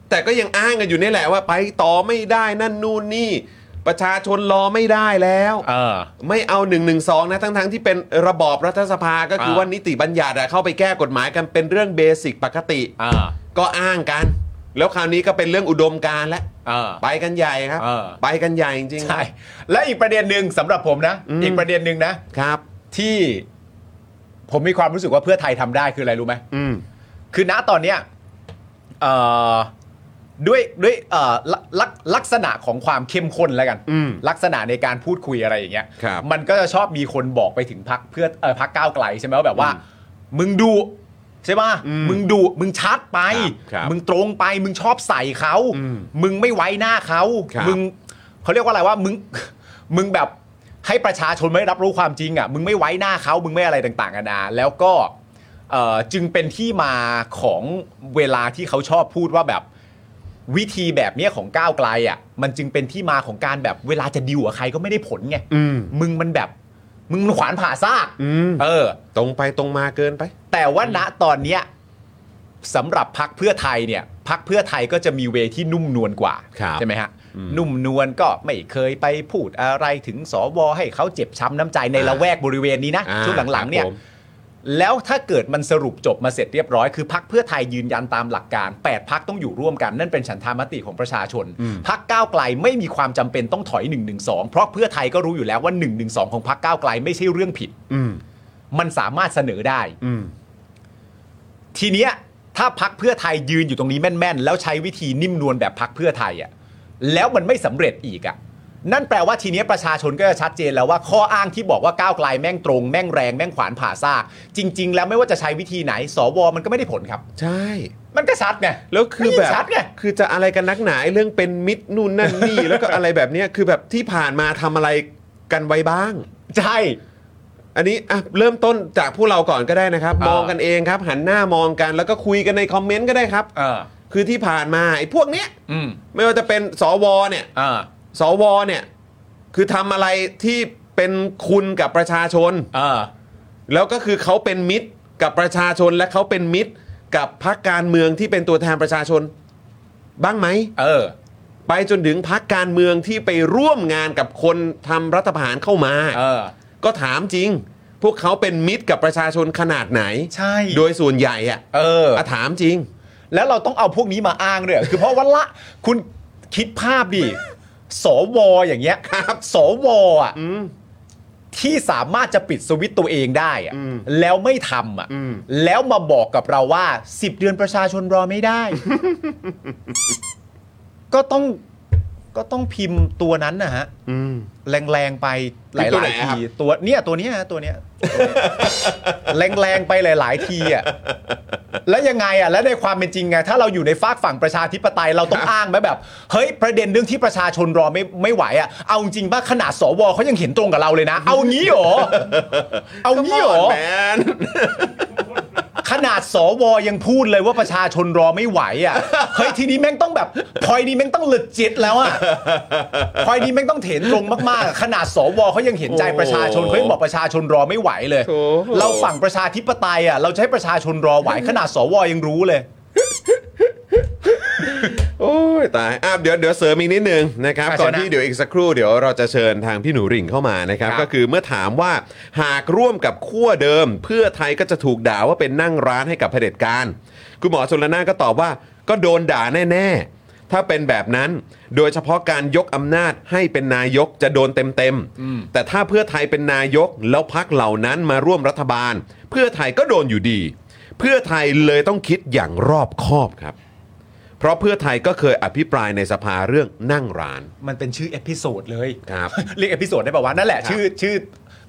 [SPEAKER 1] แต่ก็ยังอ้างกันอยู่นี่แหละว่าไปต่อไม่ได้นั่นนู่นนี่ ประชาชนรอไม่ได้แล้ว
[SPEAKER 2] เออ
[SPEAKER 1] ไม่เอา1นึนะทั้งๆทที่เป็นระบอบรัฐสภาก็คือ
[SPEAKER 2] อ่า
[SPEAKER 1] ว่านิติบัญญัติอะเข้าไปแก้กฎหมายกันเป็นเรื่องเบสิกปกติ
[SPEAKER 2] อ่า
[SPEAKER 1] ก็อ้างกัน แล้วคราวนี้ก็เป็นเรื่องอุดมการณ์แล้ว
[SPEAKER 2] อ่า
[SPEAKER 1] ไปกันใหญ่ครับ
[SPEAKER 2] เออ
[SPEAKER 1] ไปกันใหญ่จริงๆ
[SPEAKER 2] ใช่ และอีกประเด็นหนึ่งสำหรับผมนะ
[SPEAKER 1] อืม
[SPEAKER 2] อีกประเด็นหนึ่งนะ
[SPEAKER 1] ครับ
[SPEAKER 2] ที่ผมมีความรู้สึกว่าเพื่อไทยทำได้คืออะไรรู้ไหม
[SPEAKER 1] อืม
[SPEAKER 2] คือณตอนเนี้ย เอ่อด้วยด้วยเอ่อลลักลักษณะของความเข้มข้นแล้วกัน
[SPEAKER 1] อืม
[SPEAKER 2] ลักษณะในการพูดคุยอะไรอย่างเงี้ย
[SPEAKER 1] ครับ
[SPEAKER 2] มันก็จะชอบมีคนบอกไปถึงพักเพื่อเออพักก้าวไกลใช่ไหมว่าแบบว่า
[SPEAKER 1] อืม
[SPEAKER 2] มึงดูใช่ป่ะ
[SPEAKER 1] อืม
[SPEAKER 2] มึงดูมึงชัดไป
[SPEAKER 1] ครับครับ
[SPEAKER 2] มึงตรงไปมึงชอบใส่เขา
[SPEAKER 1] อืม
[SPEAKER 2] มึงไม่ไว้หน้าเขา
[SPEAKER 1] ครับ
[SPEAKER 2] มึงเขาเรียกว่าอะไรว่ามึง มึงแบบให้ประชาชนไม่รับรู้ความจริงอ่ะ มึงไม่ไว้หน้าเขามึงไม่อะไรต่างๆกันานาแล้วก็เอ่อจึงเป็นที่มาของเวลาที่เขาชอบพูดว่าแบบวิธีแบบเนี้ยของก้าวไกลอ่ะ มันจึงเป็นที่มาของการแบบเวลาจะดิวกับใครก็ไม่ได้ผลไง
[SPEAKER 1] อืม
[SPEAKER 2] มึงมันแบบ มึงมันขวานผ่าซาก
[SPEAKER 1] อืม
[SPEAKER 2] เออ
[SPEAKER 1] ตรงไปตรงมาเกินไป
[SPEAKER 2] แต่ว่าณตอนเนี้ยสำหรับพักเพื่อไทยเนี่ยพักเพื่อไทยก็จะมีเวที่นุ่มนวลกว่า
[SPEAKER 1] ครับ
[SPEAKER 2] ใช่ไหมฮะ
[SPEAKER 1] อืม
[SPEAKER 2] นุ่มนวลก็ไม่เคยไปพูดอะไรถึงสวให้เขาเจ็บช้ำน้ำใจใน
[SPEAKER 1] อ่า
[SPEAKER 2] ละแวกบริเวณนี้นะ
[SPEAKER 1] อ่า
[SPEAKER 2] ช่วงหลังๆเนี่ย
[SPEAKER 1] ครับผม
[SPEAKER 2] แล้วถ้าเกิดมันสรุปจบมาเสร็จเรียบร้อยคือพักเพื่อไทยยืนยันตามหลักการ 8พักต้องอยู่ร่วมกันนั่นเป็นฉันทามติของประชาชน พักก้าวไกลไม่มีความจำเป็นต้องถอย1นึเพราะเพื่อไทยก็รู้อยู่แล้วว่า1นึของพักก้าวไกลไม่ใช่เรื่องผิด
[SPEAKER 1] อืม
[SPEAKER 2] มันสามารถเสนอได้
[SPEAKER 1] อืม
[SPEAKER 2] ทีเนี้ยถ้าพักเพื่อไทยยืนอยู่ตรงนี้แม่น ๆ แล้วใช้วิธีนิ่มนวลแบบพักเพื่อไทยอ่ะแล้วมันไม่สำเร็จอีกอ่ะนั่นแปลว่าทีเนี้ยประชาชนก็จะชัดเจนแล้วว่าข้ออ้างที่บอกว่าก้าวไกลแม่งตรงแม่งแรงแม่งขวานผ่าซากจริง ๆ แล้วไม่ว่าจะใช้วิธีไหน สวมันก็ไม่ได้ผลครับ
[SPEAKER 1] ใช่
[SPEAKER 2] มันก็ชัดไง
[SPEAKER 1] แล้วคือแบบ
[SPEAKER 2] มันชัดไง
[SPEAKER 1] คือจะอะไรกันนักหนาไอ้เรื่องเป็นมิตรนู่นนั่น นี่ แล้วก็อะไรแบบเนี้ยคือแบบที่ผ่านมาทำอะไรกันไว้บ้าง
[SPEAKER 2] ใช่
[SPEAKER 1] อันนี้อ่ะเริ่มต้นจากผู้เราก่อนก็ได้นะครับ
[SPEAKER 2] อ่าม ม
[SPEAKER 1] องกันเองครับ หันหน้ามองกันแล้วก็คุยกันในคอมเมนต์ก็ได้ครับ
[SPEAKER 2] เออ
[SPEAKER 1] คือที่ผ่านมาไอ้พวกเนี้ย
[SPEAKER 2] อืม
[SPEAKER 1] ไม่ว่าจะเป็นสวเนี่ย
[SPEAKER 2] อ่า
[SPEAKER 1] สวเนี่ย คือทำอะไรที่เป็นคุณกับประชาชน
[SPEAKER 2] อ่า
[SPEAKER 1] แล้วก็คือเขาเป็นมิตรกับประชาชนและเขาเป็นมิตรกับพรรคการเมืองที่เป็นตัวแทนประชาชน บ้างไหม
[SPEAKER 2] เออ
[SPEAKER 1] ไปจนถึงพักการเมืองที่ไปร่วมงานกับคนทำรัฐประหารเข้ามา
[SPEAKER 2] เออ
[SPEAKER 1] ก็ถามจริง พวกเขาเป็นมิตรกับประชาชนขนาดไหน
[SPEAKER 2] ใช่
[SPEAKER 1] โดยส่วนใหญ่อะ
[SPEAKER 2] เออ
[SPEAKER 1] ะถามจริง
[SPEAKER 2] แล้วเราต้องเอาพวกนี้มาอ้างด้วย คือเพราะว่าละ คุณคิดภาพดิ สวอย่างเงี้ยครับ สวอ่ะ
[SPEAKER 1] อืม
[SPEAKER 2] ที่สามารถจะปิดสวิตช์ตัวเองได้อ่ะ
[SPEAKER 1] อืม
[SPEAKER 2] แล้วไม่ทำอ่ะ
[SPEAKER 1] อืม
[SPEAKER 2] แล้วมาบอกกับเราว่า 10 เดือนประชาชนรอไม่ได้ ก็ต้องก็ต้องพิมพ์ตัวนั้นนะฮะ
[SPEAKER 1] อืม
[SPEAKER 2] แรงๆไปห
[SPEAKER 1] พิมพ์ตัวไห
[SPEAKER 2] ลาน ย ๆ
[SPEAKER 1] อะครั
[SPEAKER 2] ที
[SPEAKER 1] บ
[SPEAKER 2] ตัวเนี่ยตัวเนี้ยฮะตัวเนี้ย แรงๆไปหลาย ๆ ทีอ่ะแล้วยังไงอ่ะแล้วในความเป็นจริงไงถ้าเราอยู่ในฝากฝั่งประชาธิปไตยเราต้องอ้างไหมแบบเฮ้ยประเด็นเรื่องที่ประชาชนรอไม่ไม่ไหวอ่ะเอาจริงป่ะขนาดสวเขายังเห็นตรงกับเราเลย นะ เอางี้เหรอเอางี้เหรอ
[SPEAKER 1] แมน
[SPEAKER 2] ขนาดสวยังพูดเลยว่าประชาชนรอไม่ไหวอ่ะ เฮ้ยทีนี้แม่งต้องแบบพอยนี้แม่งต้องหลุดจิตแล้ว อ่ะพอยนี้แม่งต้องเห็นตรงมากๆอะขนาดสวเขายังเห็นใจประชาชน
[SPEAKER 1] โอ้
[SPEAKER 2] เขายังบอกประชาชนรอไม่ไหวเลย
[SPEAKER 1] โอ้
[SPEAKER 2] เราฝั่งประชาธิปไตยอ่ะเราจะให้ประชาชนร อไหว ขนาดสวยังรู้เลย
[SPEAKER 1] โอ้ยตายอ่ะเดี๋ยวเดี๋ยวเสริมอีกนิดนึงนะครับ
[SPEAKER 2] อ่ะ
[SPEAKER 1] ก่อน
[SPEAKER 2] เชิญนะ
[SPEAKER 1] ที่เดี๋ยวอีกสักครู่เดี๋ยวเราจะเชิญทางพี่หนูริ่งเข้ามานะครับ
[SPEAKER 2] ครับ
[SPEAKER 1] ก็คือเมื่อถามว่าหากร่วมกับขั้วเดิม เพื่อไทยก็จะถูกด่าว่าเป็นนั่งร้านให้กับเผด็จการ คุณหมอชนละนานก็ตอบว่าก็โดนด่าแน่ ๆ ถ้าเป็นแบบนั้น โดยเฉพาะการยกอำนาจให้เป็นนายกจะโดนเต็ม
[SPEAKER 2] อืม
[SPEAKER 1] ๆแต่ถ้าเพื่อไทยเป็นนายกแล้วพักเหล่านั้นมาร่วมรัฐบาล เพื่อไทยก็โดนอยู่ดี เพื่อไทยเลยต้องคิดอย่างรอบคอบครับ เพราะเพื่อไทยก็เคยอภิปรายในสภาเรื่องนั่งร้าน
[SPEAKER 2] มันเป็นชื่อเอพิโซดเลย
[SPEAKER 1] ครับ
[SPEAKER 2] เรียกเอพิโซดได้ป่าวะนั่นแหละ
[SPEAKER 1] ครับ
[SPEAKER 2] ชื่อชื่อ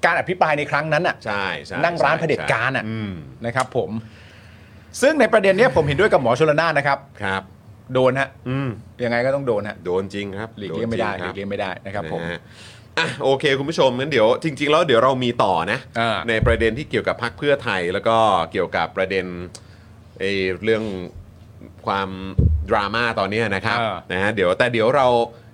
[SPEAKER 2] การอภิปรายในครั้งนั้นอ่ะ
[SPEAKER 1] ใช่ใช่
[SPEAKER 2] นั่งร้าน
[SPEAKER 1] ใช่
[SPEAKER 2] เผด็จการอ่ะ
[SPEAKER 1] ใช่อืม
[SPEAKER 2] นะครับผม ซึ่งในประเด็นเนี้ยผมเห็นด้วยกับหมอชลนานนะครับ
[SPEAKER 1] ครับ
[SPEAKER 2] โดนฮะ
[SPEAKER 1] อืม
[SPEAKER 2] ยังไงก็ต้องโดนฮะ
[SPEAKER 1] โดนจริงครับ
[SPEAKER 2] หลีกเลี่ยงไม่ได้หลีกเลี่ยงไม่ได้นะครับผม
[SPEAKER 1] นะฮะอ่ะโอเค คุณผู้ชมงั้นเดี๋ยวจริง ๆ แล้วเดี๋ยวเรามีต่อนะ
[SPEAKER 2] อ่า
[SPEAKER 1] ในประเด็นที่เกี่ยวกับพรรคเพื่อไทยแล้วก็เกี่ยวกับประเด็นไอ้เรื่องความดราม่าตอนเนี้ยนะครับ
[SPEAKER 2] เออ
[SPEAKER 1] นะฮะเดี๋ยวแต่เดี๋ยวเรา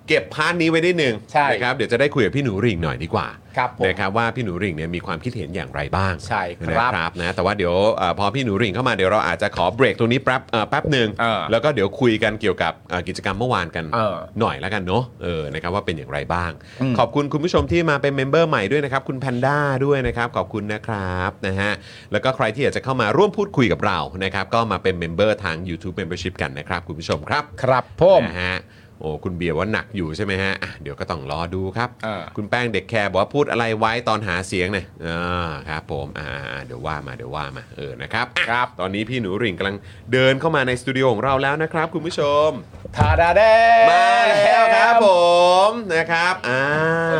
[SPEAKER 1] เก็บพาร์ทนี้ไว้ได้หนึ่ง
[SPEAKER 2] ใช่
[SPEAKER 1] นะครับเดี๋ยวจะได้คุยกับพี่หนูริ่งหน่อยดีกว่า
[SPEAKER 2] ครับผม
[SPEAKER 1] นะครับว่าพี่หนูริ่งเนี่ยมีความคิดเห็นอย่างไรบ้าง
[SPEAKER 2] ใช่ครับ
[SPEAKER 1] นะครับนะแต่ว่าเดี๋ยวเอ่อพอพี่หนูริ่งเข้ามาเดี๋ยวเราอาจจะขอเบรกตรงนี้แป๊บเอ่อแป๊บหนึ่ง
[SPEAKER 2] เออ
[SPEAKER 1] แล้วก็เดี๋ยวคุยกันเกี่ยวกับเอ่อกิจกรรมเมื่อวานกัน
[SPEAKER 2] เออ
[SPEAKER 1] หน่อยแล้วกันเนาะเออนะครับว่าเป็นอย่างไรบ้าง
[SPEAKER 2] อืม
[SPEAKER 1] ขอบคุณคุณผู้ชมที่มาเป็นเมมเบอร์ใหม่ด้วยนะครับ คุณแพนด้าด้วยนะครับ ขอบคุณนะครับนะฮะแล้วก็ใครที่อยากจะเข้ามาร่วมพูดคุยกับเรานะครับ ก็มาเป็นเมมเบอร์ทาง YouTube Membership กันนะครับ คุณผู้ชมครับ
[SPEAKER 2] ครับผม
[SPEAKER 1] นะฮะ โอ้คุณเบียร์ว่าหนักอยู่ใช่ไหมฮะอ่ะเดี๋ยวก็ต้องรอดูครับ
[SPEAKER 2] อ่า
[SPEAKER 1] คุณแป้งเด็กแคร์บอกว่าพูดอะไรไว้ตอนหาเสียงเนี่ยอ่าครับผมอ่าเดี๋ยวว่ามาเดี๋ยวว่ามาเออนะครับอ่ะ
[SPEAKER 2] ครับ
[SPEAKER 1] ตอนนี้พี่หนูหริ่งกำลังเดินเข้ามาในสตูดิโอของเราแล้วนะครับ คุณผู้ชม
[SPEAKER 2] ทาดาแด
[SPEAKER 1] มาแล้วครับผมนะครับอ่า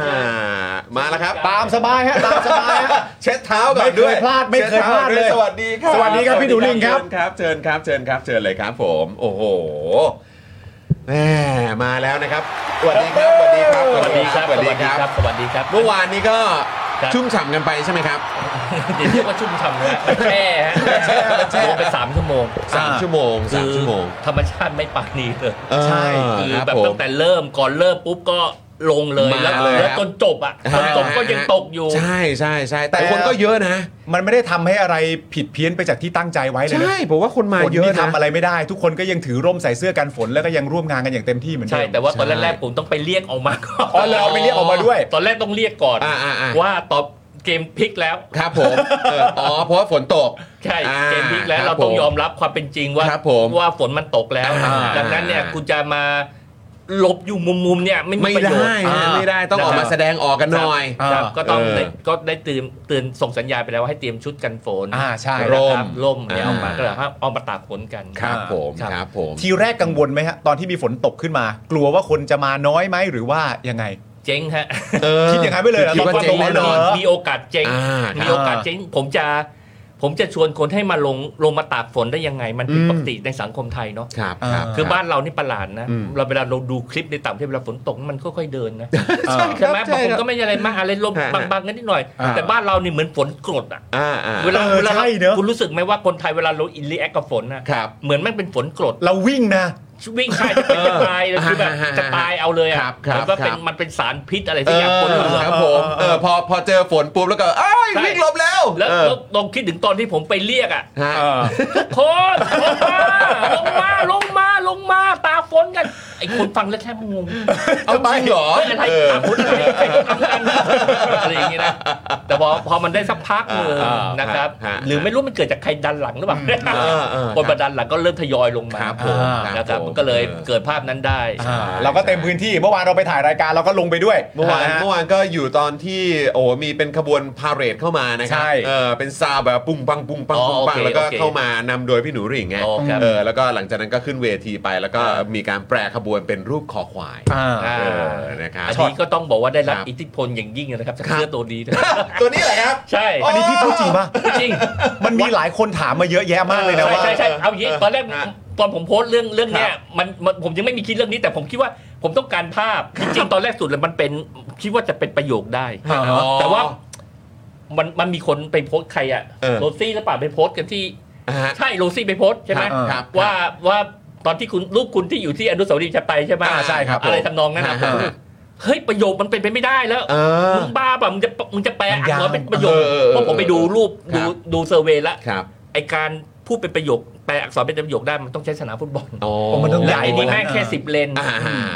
[SPEAKER 1] มาแล้วครับ
[SPEAKER 2] ตามสบายฮะตามสบายฮะ
[SPEAKER 1] เช็ดเท้าก่อนด้วย
[SPEAKER 2] ไม่เคยพลาดไม่เคยพลาดเลย
[SPEAKER 1] สวัสดีครับ
[SPEAKER 2] สวัสดีครับพี่หนูหริ่งครับ
[SPEAKER 1] เชิญครับ เชิญครับเชิญครับเชิญเลยครับผม โอ้โหแหมมาแล้วนะครับสวัสดีครับสวัสดีครับ
[SPEAKER 5] สวัสดีครับ
[SPEAKER 1] สวัสดีครับ
[SPEAKER 5] สวัสดีครับ
[SPEAKER 1] เมื่อวานนี้ก็
[SPEAKER 5] ครับ
[SPEAKER 1] ชุ่มฉ่ำกันไปใช่ไหมครับ
[SPEAKER 5] เดี๋ยวเรียกว่าชุ่มฉ่ำเลยมันแช่ฮะ
[SPEAKER 1] แช่มันแช่
[SPEAKER 5] โอ้ไปสามชั่วโมง
[SPEAKER 1] สามชั่วโมงสาม
[SPEAKER 5] คือ
[SPEAKER 1] ชั่วโมง
[SPEAKER 5] ธรรมชาติไม่ปานีเลย
[SPEAKER 1] ใช่
[SPEAKER 5] คือ
[SPEAKER 1] ครับ
[SPEAKER 5] แบบ
[SPEAKER 1] ผม
[SPEAKER 5] ตั้งแต่เริ่มก่อนเริ่มปุ๊บก็ลงเลย
[SPEAKER 1] มา
[SPEAKER 5] แล้ว
[SPEAKER 1] เลย
[SPEAKER 5] แล้ว
[SPEAKER 1] ครับ
[SPEAKER 5] จนจบอ่ะจนจบก็ยังตกอยู่
[SPEAKER 1] ใช่ใช่ใช่แต่คนก็เยอะนะ
[SPEAKER 2] มันไม่ได้ทำให้อะไรผิดเพี้ยนไปจากที่ตั้งใจไว้เลยนะ
[SPEAKER 1] ใช่ผมว่าคนมา
[SPEAKER 2] คน
[SPEAKER 1] เยอะ
[SPEAKER 2] ที่
[SPEAKER 1] นะ
[SPEAKER 2] ทำอะไรไม่ได้ ทุกคนก็ยังถือร่มใส่เสื้อกันฝนแล้วก็ยังร่วมงานกันอย่างเต็มที่เหมือนเดิ
[SPEAKER 5] ใช่
[SPEAKER 2] ม
[SPEAKER 5] แต่ว่าตอน
[SPEAKER 1] ใช่
[SPEAKER 5] แรกๆผมต้องไปเรียกออกมาก่อน
[SPEAKER 2] อ๋อเหรอไปเรียกออกมาด้วย
[SPEAKER 5] ตอนแรกต้องเรียกก่อน
[SPEAKER 1] อ่าๆๆ
[SPEAKER 5] ว่าตอบเกมพลิกแล้ว
[SPEAKER 1] ครับผมเอออ๋อ เพราะว่าฝนตก
[SPEAKER 5] ใช่
[SPEAKER 1] อ่า
[SPEAKER 5] เกมพลิกแล้ว
[SPEAKER 1] ค
[SPEAKER 5] เรา
[SPEAKER 1] บผ
[SPEAKER 5] ต้องยอมรับความเป็นจริงว่า
[SPEAKER 1] ครับผม
[SPEAKER 5] ว่าฝนมันตกแล้ว
[SPEAKER 1] อ่า
[SPEAKER 5] ดังนั้นเนี่ยคุณจะมาหลบอยู่มุมๆเนี่ยไม่มี
[SPEAKER 1] ไม่
[SPEAKER 5] ประโยช
[SPEAKER 1] ได้
[SPEAKER 5] น์อ่า
[SPEAKER 1] นะไม่ได้ต้องออกมาแสดงออกกันหน่อย
[SPEAKER 5] ครับครับก็ต้อง
[SPEAKER 1] เออ
[SPEAKER 5] ได้ก็ได้เตือนเตือนส่งสัญญาณไปแล้วว่าให้เตรียมชุดกันฝน
[SPEAKER 2] อ่าใช่
[SPEAKER 5] นะครับ
[SPEAKER 1] ร่ม
[SPEAKER 5] ร่มเนี่ย
[SPEAKER 1] อ่า
[SPEAKER 5] ออกมาก็เลยครับเอามาตากฝนกัน
[SPEAKER 1] ครับผม
[SPEAKER 5] ครับ
[SPEAKER 1] ครับผม
[SPEAKER 2] ทีแรกกังวลไหมฮะตอนที่มีฝนตกขึ้นมา กลัวว่าคนจะมาน้อยไหมหรือว่ายังไง
[SPEAKER 5] เจ๊งฮะ
[SPEAKER 1] เอ
[SPEAKER 2] คิดอย่างนั้นไปเลยเหรอ
[SPEAKER 1] คิดว่าเจ๊งแน่นอน
[SPEAKER 2] เหรอ
[SPEAKER 5] มีโอกาสเจ๊ง
[SPEAKER 1] อ่าครับ
[SPEAKER 5] มีโอกาสเจ๊งผมจะผมจะชวนคนให้มาลงลงมาตากฝนได้ยังไง มันผิด
[SPEAKER 1] อืม
[SPEAKER 5] ปกติในสังคมไทยเนาะ
[SPEAKER 1] ครับ
[SPEAKER 2] อ่า
[SPEAKER 1] ครับ
[SPEAKER 5] คือบ้านเรานี่ประหลาดนะ
[SPEAKER 1] อืม
[SPEAKER 5] เราเวลาเราดูคลิปในต่างประเทศเวลาฝนตกมันค่อยๆเดินนะ
[SPEAKER 1] ใช่ค
[SPEAKER 5] ใช่
[SPEAKER 1] รับ
[SPEAKER 5] ไหมบางคน
[SPEAKER 1] ใช่
[SPEAKER 5] ก็ไม่อะไรมากอะไรลมบางๆกันนิดหน่อย
[SPEAKER 2] อ่า
[SPEAKER 5] แต่บ้านเรานี่เหมือนฝนกรดอ่ะ
[SPEAKER 1] อ่าอ่า
[SPEAKER 5] เวลา
[SPEAKER 2] เออ
[SPEAKER 5] เวลา
[SPEAKER 2] ใช่เนอะ
[SPEAKER 5] คุณรู้สึกไหมว่าคนไทยเวลาเราอินรีแอคกับฝนนะครับ เหมือนมันเป็นฝนกรด
[SPEAKER 2] เราวิ่งนะ
[SPEAKER 5] วิ่งใช่จะเป็นจะตายเลยคือแบบจะตายเอาเลยอ่ะ
[SPEAKER 1] ครับครับ
[SPEAKER 5] มันก็เป็น
[SPEAKER 1] ครับ
[SPEAKER 5] มันเป็นสารพิษอะไร
[SPEAKER 1] เอ
[SPEAKER 5] ที่อ
[SPEAKER 1] อย่าง
[SPEAKER 5] ฝนเหลือ
[SPEAKER 1] ครับผมเออพอพอเจอฝนปุ๊บแล้วก็เอ้ย
[SPEAKER 5] ใช่
[SPEAKER 1] วิ่งหลบแล้ว
[SPEAKER 5] แล้ว
[SPEAKER 1] เออ
[SPEAKER 5] แล้วลองคิดถึงตอนที่ผมไปเรียกอ่ะ
[SPEAKER 1] ฮะ
[SPEAKER 5] โคตรลงมาลงมาลงมาลงมา ตาฝนกัน ไอ้คนฟังแล้วแทบงง
[SPEAKER 1] เอาจริงเหรอ
[SPEAKER 5] เฮ้ยอะไร
[SPEAKER 1] เออ
[SPEAKER 5] ตาฝนอะไรใครก็ทำกันอะไรอย่างเงี้ยนะแต่พอพอมันได้สักพักหนึง
[SPEAKER 1] อ่าอ่า
[SPEAKER 5] นะครับ
[SPEAKER 1] ฮะฮะ
[SPEAKER 5] หรือไม่รู้มันเกิดจากใครดันหลังหรือเปล่า
[SPEAKER 1] อ่าอ่า
[SPEAKER 5] คนมาดันหลังก็เริ่มทยอยลงมา
[SPEAKER 1] ครับผม
[SPEAKER 5] นะ
[SPEAKER 1] ค
[SPEAKER 5] ค
[SPEAKER 1] รั
[SPEAKER 5] รั
[SPEAKER 1] บบ ผม
[SPEAKER 5] ก็เลยเกิดภาพนั้นได้
[SPEAKER 2] เราก็เต็มพื้นที่เมื่อวานเราไปถ่ายรายการเราก็ลงไปด้วย
[SPEAKER 1] เมื่อวาน
[SPEAKER 2] ฮะ
[SPEAKER 1] เมื่อวานก็อยู่ตอนที่โอ้โหมีเป็นขบวนพาเหรดเข้ามานะครั
[SPEAKER 2] ใช่
[SPEAKER 1] เออเป็นซาวด์แบบปุ้งปังปุ้งปัง
[SPEAKER 5] อ๋อ
[SPEAKER 1] ปุ้งปัง
[SPEAKER 5] โอเค
[SPEAKER 1] แล้วก็
[SPEAKER 5] โอเค
[SPEAKER 1] เข้ามานำโดยพี่หนูหริ่งไง
[SPEAKER 5] อ๋อครับ
[SPEAKER 1] เออแล้วก็หลังจากนั้นก็ขึ้นเวทีไป แล้วก็มีการแปรขบวนเป็นรูปคอควาย
[SPEAKER 2] อ่า
[SPEAKER 5] อ่า
[SPEAKER 1] เออนะครับ
[SPEAKER 5] อันนี้ก็ต้องบอกว่าได้รับ
[SPEAKER 1] ครับ
[SPEAKER 5] อิทธิพลอย่างยิ่งนะครับจากเสื้อตัวนี้นะ
[SPEAKER 1] ตัวนี้แหละครับ
[SPEAKER 5] ใช่
[SPEAKER 2] อันนี้พี่พูดจริงปะ
[SPEAKER 5] จริง
[SPEAKER 2] มันมีหลายคนถามมาเยอะแยะมากเลยนะ
[SPEAKER 5] ใช่
[SPEAKER 2] ว่า
[SPEAKER 5] ใช่ใช่เอาอย่างนี้
[SPEAKER 1] เออ
[SPEAKER 5] ตอนแรก
[SPEAKER 1] ฮะ
[SPEAKER 5] ตอนผมโพสต์เรื่องเรื่องเนี้ยมันมันผมยังไม่มีคิดเรื่องนี้แต่ผมคิดว่าผมต้องการภาพจริงๆตอนแรกสุดเลยมันเป็นคิดว่าจะเป็นประโยคได้
[SPEAKER 2] อ๋อ
[SPEAKER 5] แต่ว่ามันมันมีคนไปโพสต์ใครอะ
[SPEAKER 1] เออ
[SPEAKER 5] โรซี่หรือเปล่าไปโพสต์กันที่
[SPEAKER 1] อ่าฮะ
[SPEAKER 5] ใช่โรซี่ไปโพสต์ใช่ไหม
[SPEAKER 2] ครับ
[SPEAKER 1] ครับ
[SPEAKER 5] ว่าว่าตอนที่คุณรูปคุณที่อยู่ที่อนุสาวรีย์ชัยไปใช่ไหม
[SPEAKER 1] อ่าใช่ครับผม
[SPEAKER 5] อะไรทำนองนั้นนะ
[SPEAKER 1] ฮะ
[SPEAKER 5] เฮ้ยประโยคมันเป็นไปไม่ได้แล้ว
[SPEAKER 1] เออ
[SPEAKER 5] มึงบ้าป่ะมึงจะมึงจะแปล
[SPEAKER 2] มัน
[SPEAKER 5] อัก
[SPEAKER 2] ยาว
[SPEAKER 5] ษรเป็นประโยค
[SPEAKER 1] เออเออเออ
[SPEAKER 5] เพราะผมไปดูรูป
[SPEAKER 1] ครั
[SPEAKER 5] ดู
[SPEAKER 1] บ
[SPEAKER 5] ดูเซอร์เวย์แล้ว
[SPEAKER 1] ครับ
[SPEAKER 5] ไอการพูดเป็นประโยคแปลอักษรเป็นประโยคได้มันต้องใช้สนามฟุตบอล
[SPEAKER 1] โอ้
[SPEAKER 2] มันต้อง
[SPEAKER 5] และ
[SPEAKER 2] ใหญ่
[SPEAKER 5] ไอ้นี่แม่ง
[SPEAKER 2] อ่า
[SPEAKER 5] แค่สิบเลน
[SPEAKER 1] อ่า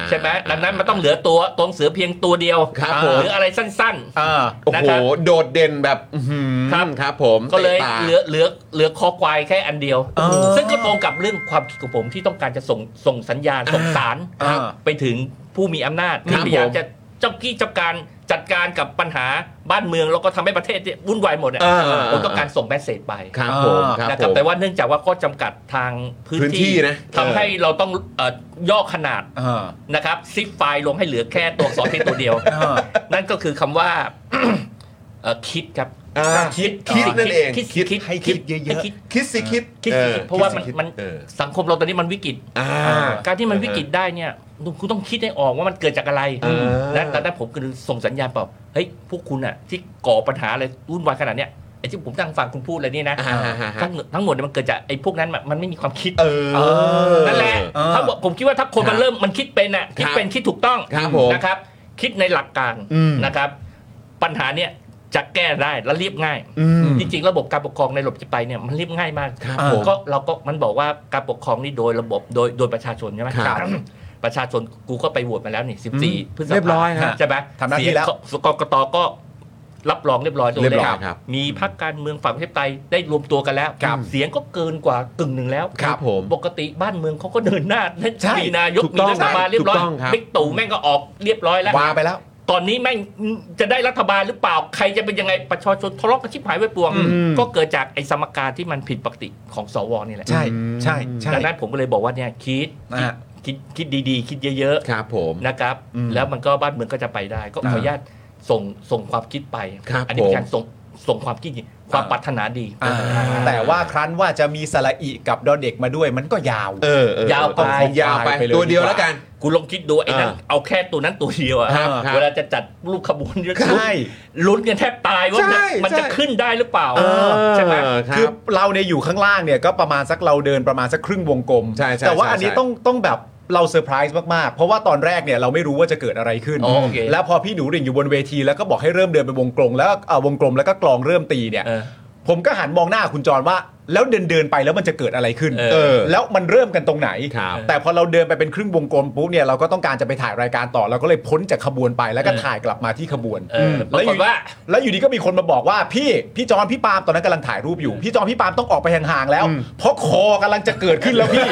[SPEAKER 5] ใช่ไหมดังนั้นมันต้องเหลือตัวตรงเสือเพียงตัวเดียว
[SPEAKER 1] ครับผม
[SPEAKER 5] หรืออะไรสั้น
[SPEAKER 2] อ่า
[SPEAKER 1] โอ้
[SPEAKER 5] นะ
[SPEAKER 1] โห
[SPEAKER 5] ครับ
[SPEAKER 1] โดดเด่นแบบอื้อหือ
[SPEAKER 5] ครับ
[SPEAKER 1] ครับผม
[SPEAKER 5] ๆ ก็เลย
[SPEAKER 1] ตะตา
[SPEAKER 5] เหลือเหลือเหลือคอควายแค่อันเดียว
[SPEAKER 2] เออ
[SPEAKER 5] ซึ่งก็ตรงกับเรื่องความคิดของผมที่ต้องการจะส่งส่งสัญญาณส่งสาร
[SPEAKER 2] อ่า
[SPEAKER 5] ไปถึงผู้มีอำนาจ
[SPEAKER 1] ครั
[SPEAKER 5] ที่
[SPEAKER 1] บ
[SPEAKER 5] พยายาม
[SPEAKER 1] ผม
[SPEAKER 5] จะเจ้ากี้เจ้าการจัดการกับปัญหาบ้านเมืองแล้วก็ทำให้ประเทศเนี่ยวุ่นวายหมดเนี่ย
[SPEAKER 1] เออเออเ
[SPEAKER 5] ผมต้องการส่งแมสเซจไป
[SPEAKER 1] ครับผม
[SPEAKER 2] อ่า
[SPEAKER 1] ครับ
[SPEAKER 5] นะครับ
[SPEAKER 1] ผม
[SPEAKER 5] แต่ว่าเนื่องจากว่าข้อจำกัดทางพื้น
[SPEAKER 1] พื้นที่
[SPEAKER 5] ที่
[SPEAKER 1] นะ
[SPEAKER 5] ทำให้เราต้องเอ่อย่อขนาด
[SPEAKER 2] อ่า
[SPEAKER 5] นะครับซิปไฟล์ลงให้เหลือแค่ตัวอักษรเพียงตัวเดียว
[SPEAKER 2] อ่า
[SPEAKER 5] นั่นก็คือคำว่า เอ่อคิดครับ
[SPEAKER 1] อ่าคิดคิดนั่นเอง
[SPEAKER 5] คิด
[SPEAKER 1] คิดให้คิดเยอะๆ
[SPEAKER 5] ให้คิด
[SPEAKER 1] คิดสิคิด
[SPEAKER 5] คิด
[SPEAKER 1] อ
[SPEAKER 5] สิ
[SPEAKER 1] อ
[SPEAKER 5] เพราะว่ามัน
[SPEAKER 1] คิดสิ
[SPEAKER 5] มัน
[SPEAKER 1] เออ
[SPEAKER 5] สังคมเราตอนนี้มันวิกฤต
[SPEAKER 1] อ่า
[SPEAKER 5] การที่มันวิกฤตได้เนี่ยคุณต้องคิดให้ออกว่ามันเกิดจากอะไร
[SPEAKER 1] เออ
[SPEAKER 5] นะแต่แต่ผมคือส่งสัญญาณเปล่าเฮ้ยพวกคุณอะที่ก่อปัญหาอะไรวุ่นวายขนาดเนี้ยไอ้ที่ผมตั้งฟังคุณพูดอะไรเนี่ยนะ
[SPEAKER 1] อ่าฮะฮะฮะ
[SPEAKER 5] ทั้งหมดทั้งหมดเนี่ยมันเกิดจากไอ้พวกนั้นมันไม่มีความคิด
[SPEAKER 1] เออ
[SPEAKER 5] นั่นแหละ
[SPEAKER 2] เออ
[SPEAKER 5] ถ้าบอกผมคิดว่าถ้าคน
[SPEAKER 1] ครับ
[SPEAKER 5] มันเริ่มมันคิดเป็นอ่ะ
[SPEAKER 1] ครับ
[SPEAKER 5] คิดเป็นคิดถูกต้อง
[SPEAKER 1] ครับผม
[SPEAKER 5] นะครับ คิดในหลักการ
[SPEAKER 1] อืม
[SPEAKER 5] นะครับ ปัญหาเนี่ยจะแก้ได้และเรียบง่าย
[SPEAKER 1] อืม
[SPEAKER 5] จริงๆ ระบบการปกครองในระบบจะไปเนี่ยมันเรียบง่ายมาก
[SPEAKER 1] ครับ
[SPEAKER 5] อ่า
[SPEAKER 1] ผม
[SPEAKER 5] ก็เราก็มันบอกว่าการปกครองนี่โดยระบบโดยโดยประชาชนใช่ไหม
[SPEAKER 1] ครับ
[SPEAKER 5] ประชาชนกูก็ไปโหวตมาแล้วนี่
[SPEAKER 1] อืม
[SPEAKER 5] 14พฤษภา
[SPEAKER 1] เรียบร้อยฮะ
[SPEAKER 5] ใช่ไหม
[SPEAKER 2] ทำหน้าที่แล้ว
[SPEAKER 5] เสียงกกตก็ รับรองเรียบร้อยตงนี้
[SPEAKER 1] เรียบร้อยครับ
[SPEAKER 5] มีพักการเมืองฝั่งประชาธิปไตยได้รวมตัวกันแล้ว
[SPEAKER 1] ครับ
[SPEAKER 5] เสียงก็เกินกว่ากึ่งหนึ่งแล้ว
[SPEAKER 1] ครับผม
[SPEAKER 5] ปกติบ้านเมืองเขาก็เดินหน้า
[SPEAKER 1] ใช่
[SPEAKER 5] มีนายก
[SPEAKER 1] ถูก
[SPEAKER 5] มี
[SPEAKER 1] ต้อง
[SPEAKER 5] รัฐบาลเรียบร้อย
[SPEAKER 1] ถูกต้องครับ
[SPEAKER 5] บิ๊กตู่แม่งก็ออกเรียบร้อยแล้ว
[SPEAKER 2] วาไปแล้ว
[SPEAKER 5] ตอนนี้แม่งจะได้รัฐบาลหรือเปล่าใครจะเป็นยังไงประชาชนทะเลาะกันชิบหายไปปวง
[SPEAKER 1] อืม
[SPEAKER 5] ก็เกิดจากไอ้สมการที่มันผิดปกติของสวนี่แหละ
[SPEAKER 2] ใช่ใช่ใช่
[SPEAKER 5] ดังนั้นผมก็เลยบอกว่าเนี่ยคิด
[SPEAKER 2] นะฮะ
[SPEAKER 5] คิดคิดดีๆ คิดเยอะ
[SPEAKER 1] ครับผม
[SPEAKER 5] ๆนะครับ
[SPEAKER 1] อืม
[SPEAKER 5] แล้วมันก็บ้านเมืองก็จะไปได้ ก็ขออนุญาตส่งส่งความคิดไป
[SPEAKER 1] ครับ
[SPEAKER 5] อันี้เป็
[SPEAKER 1] ผ
[SPEAKER 5] น
[SPEAKER 1] ม
[SPEAKER 5] การส่งส่งความคิดความปรารถนาดี
[SPEAKER 2] อ่าแต่ว่าครั้นว่าจะมีสระอิกับดอเด็กมาด้วยมันก็ยาว
[SPEAKER 1] เออเออย
[SPEAKER 5] าวไป
[SPEAKER 1] ยาวไป
[SPEAKER 2] ไปเลย
[SPEAKER 1] ตัวเดียวแล้วกัน
[SPEAKER 5] กูลองคิดดูไอ้นั่น
[SPEAKER 1] อ่า
[SPEAKER 5] เอาแค่ตัวนั้นตัวเดียวอะ
[SPEAKER 1] ครับครับ
[SPEAKER 5] เวลาจะจัดรูปขบวนเยอะ
[SPEAKER 2] ใช่
[SPEAKER 5] ลุ้นกันแทบตายว่า
[SPEAKER 1] ใช่
[SPEAKER 5] มันจะ
[SPEAKER 1] ใช่
[SPEAKER 5] ขึ้นได้หรือเปล่า
[SPEAKER 1] เออ
[SPEAKER 5] ใช่ไหม
[SPEAKER 1] ครับ
[SPEAKER 2] คือเราเนี่ยอยู่ข้างล่างเนี่ยก็ประมาณสักเราเดินประมาณสักครึ่งวงกลม
[SPEAKER 1] ใช่ใช่
[SPEAKER 2] แต่ว่า
[SPEAKER 1] ใช่
[SPEAKER 2] อันนี้
[SPEAKER 1] ใช่
[SPEAKER 2] ต้องต้องแบบเราเซอร์ไพรส์มาก ๆ เพราะว่าตอนแรกเนี่ยเราไม่รู้ว่าจะเกิดอะไรขึ้น
[SPEAKER 5] อ๋อโอเค
[SPEAKER 2] แล้วพอพี่หนูหริ่งอยู่บนเวทีแล้วก็บอกให้เริ่มเดินเป็นวงกลมแล้วเอ่อวงกลมแล้วก็กลองเริ่มตีเนี่ย
[SPEAKER 5] เออ
[SPEAKER 2] ผมก็หันมองหน้าคุณจรว่า แล้วเดินเดินๆไปแล้วมันจะเกิดอะไรขึ้น
[SPEAKER 5] เออ
[SPEAKER 2] แล้วมันเริ่มกันตรงไหน
[SPEAKER 1] ครับ
[SPEAKER 2] แต่พอเราเดินไปเป็นครึ่งวงกลมปุ๊บเนี่ยเราก็ต้องการจะไปถ่ายรายการต่อเราก็เลยพ้นจากขบวนไปแล้วก็ถ่ายกลับมาที่ขบวน
[SPEAKER 5] เออปรากฏว่า
[SPEAKER 2] แล้วอยู่ดีก็มีคนมาบอกว่าพี่พี่จอนพี่ปาล์มตอนนั้นกำลังถ่ายรูปอยู่ พี่จอนพี่ปาล์มต้องออกไปห่างๆแล้ว เพราะคอกำลังจะเกิดขึ้นแล้วพี่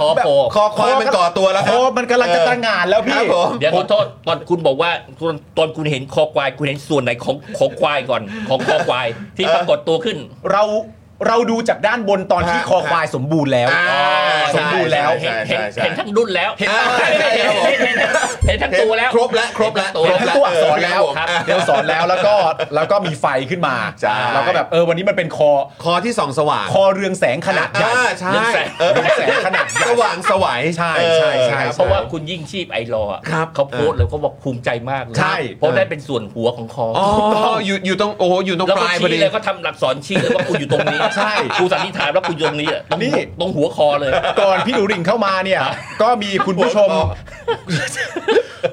[SPEAKER 5] คอโผล่
[SPEAKER 2] แบบคอค
[SPEAKER 1] ค
[SPEAKER 2] อ
[SPEAKER 1] อยมันก่อตัวแล้วค
[SPEAKER 2] ครับ อมันกำลังจะ
[SPEAKER 1] เออ
[SPEAKER 2] ตั้งงานแล้ว
[SPEAKER 1] ค
[SPEAKER 2] พี่
[SPEAKER 1] รับผม
[SPEAKER 5] เดี๋ยวขอโทษตอนคุณบอกว่าตอนตอนคุณเห็นคอควายคุณเห็นส่วนไหนของของควายก่อนของคอควาย ที่ปรากฏตัวขึ้น
[SPEAKER 2] เราเราดูจากด้านบนตอนที่
[SPEAKER 1] ฮะ
[SPEAKER 2] คอควายสมบูรณ์แล้ว
[SPEAKER 1] อ่า ใช่
[SPEAKER 2] สมบูรณ์แล้ว
[SPEAKER 1] ใช่
[SPEAKER 5] เห็น
[SPEAKER 1] ใช่
[SPEAKER 5] เห็น
[SPEAKER 1] ใช่
[SPEAKER 5] เห็นทั้งดุนแล้ว
[SPEAKER 1] เห็นทั้ง
[SPEAKER 5] เห็
[SPEAKER 1] ใช่ครั
[SPEAKER 5] น
[SPEAKER 1] บผม
[SPEAKER 5] เห็นเห็นเห็นทั้งตัวแล้ว
[SPEAKER 1] ครบแล้วครบแล้ว
[SPEAKER 5] เห็นทั้งตัว
[SPEAKER 1] ค
[SPEAKER 2] สอ
[SPEAKER 1] ร
[SPEAKER 2] น
[SPEAKER 1] บ
[SPEAKER 2] แล้ว
[SPEAKER 1] ครับผม
[SPEAKER 2] เดี๋ยวสอนแล้วแล้วก็แล้วก็มีไฟขึ้นมา
[SPEAKER 1] ใช่
[SPEAKER 2] แล้วก็แบบเออวันนี้มันเป็นคอ
[SPEAKER 1] คอที่สองสว่าง
[SPEAKER 2] คอเรืองแสงขนาดใหญ่
[SPEAKER 1] อ่ใช่
[SPEAKER 5] เรื่องแสง
[SPEAKER 1] เออ
[SPEAKER 2] เรืองแสงขนาดใหญ่
[SPEAKER 1] สว่างสวัย
[SPEAKER 2] ใช่ใช่ใช่
[SPEAKER 1] ออคบ
[SPEAKER 5] เพราะว่าคุณยิ่งชีพไอรอว์อะ
[SPEAKER 1] ครับ
[SPEAKER 5] เขาโพสต์เลยเขาบอกภูมิใจมากเลย
[SPEAKER 2] ใช่
[SPEAKER 5] เพราะได้เป็นส่วนหัวของคอ
[SPEAKER 1] อ๋ออยู่อยู่ตรงโอ้โหอยู่ตรง
[SPEAKER 5] แล้
[SPEAKER 1] ป
[SPEAKER 5] วก็
[SPEAKER 1] ลายพอ
[SPEAKER 5] ชี้
[SPEAKER 1] ดี
[SPEAKER 5] เลยก็ทำหลักศรชี้เลยว่ากูอยู่ตรงนี้
[SPEAKER 2] ใช่
[SPEAKER 5] กูสันนิษฐานว่ากูอยู่ตรงนี้อะตรง
[SPEAKER 2] นี่
[SPEAKER 5] ตรงหัวคอเลย
[SPEAKER 2] ก่อนพี่หนูริ่งเข้ามา เนี่ย ก็มีคุณผู้ชม
[SPEAKER 1] หัวเราะ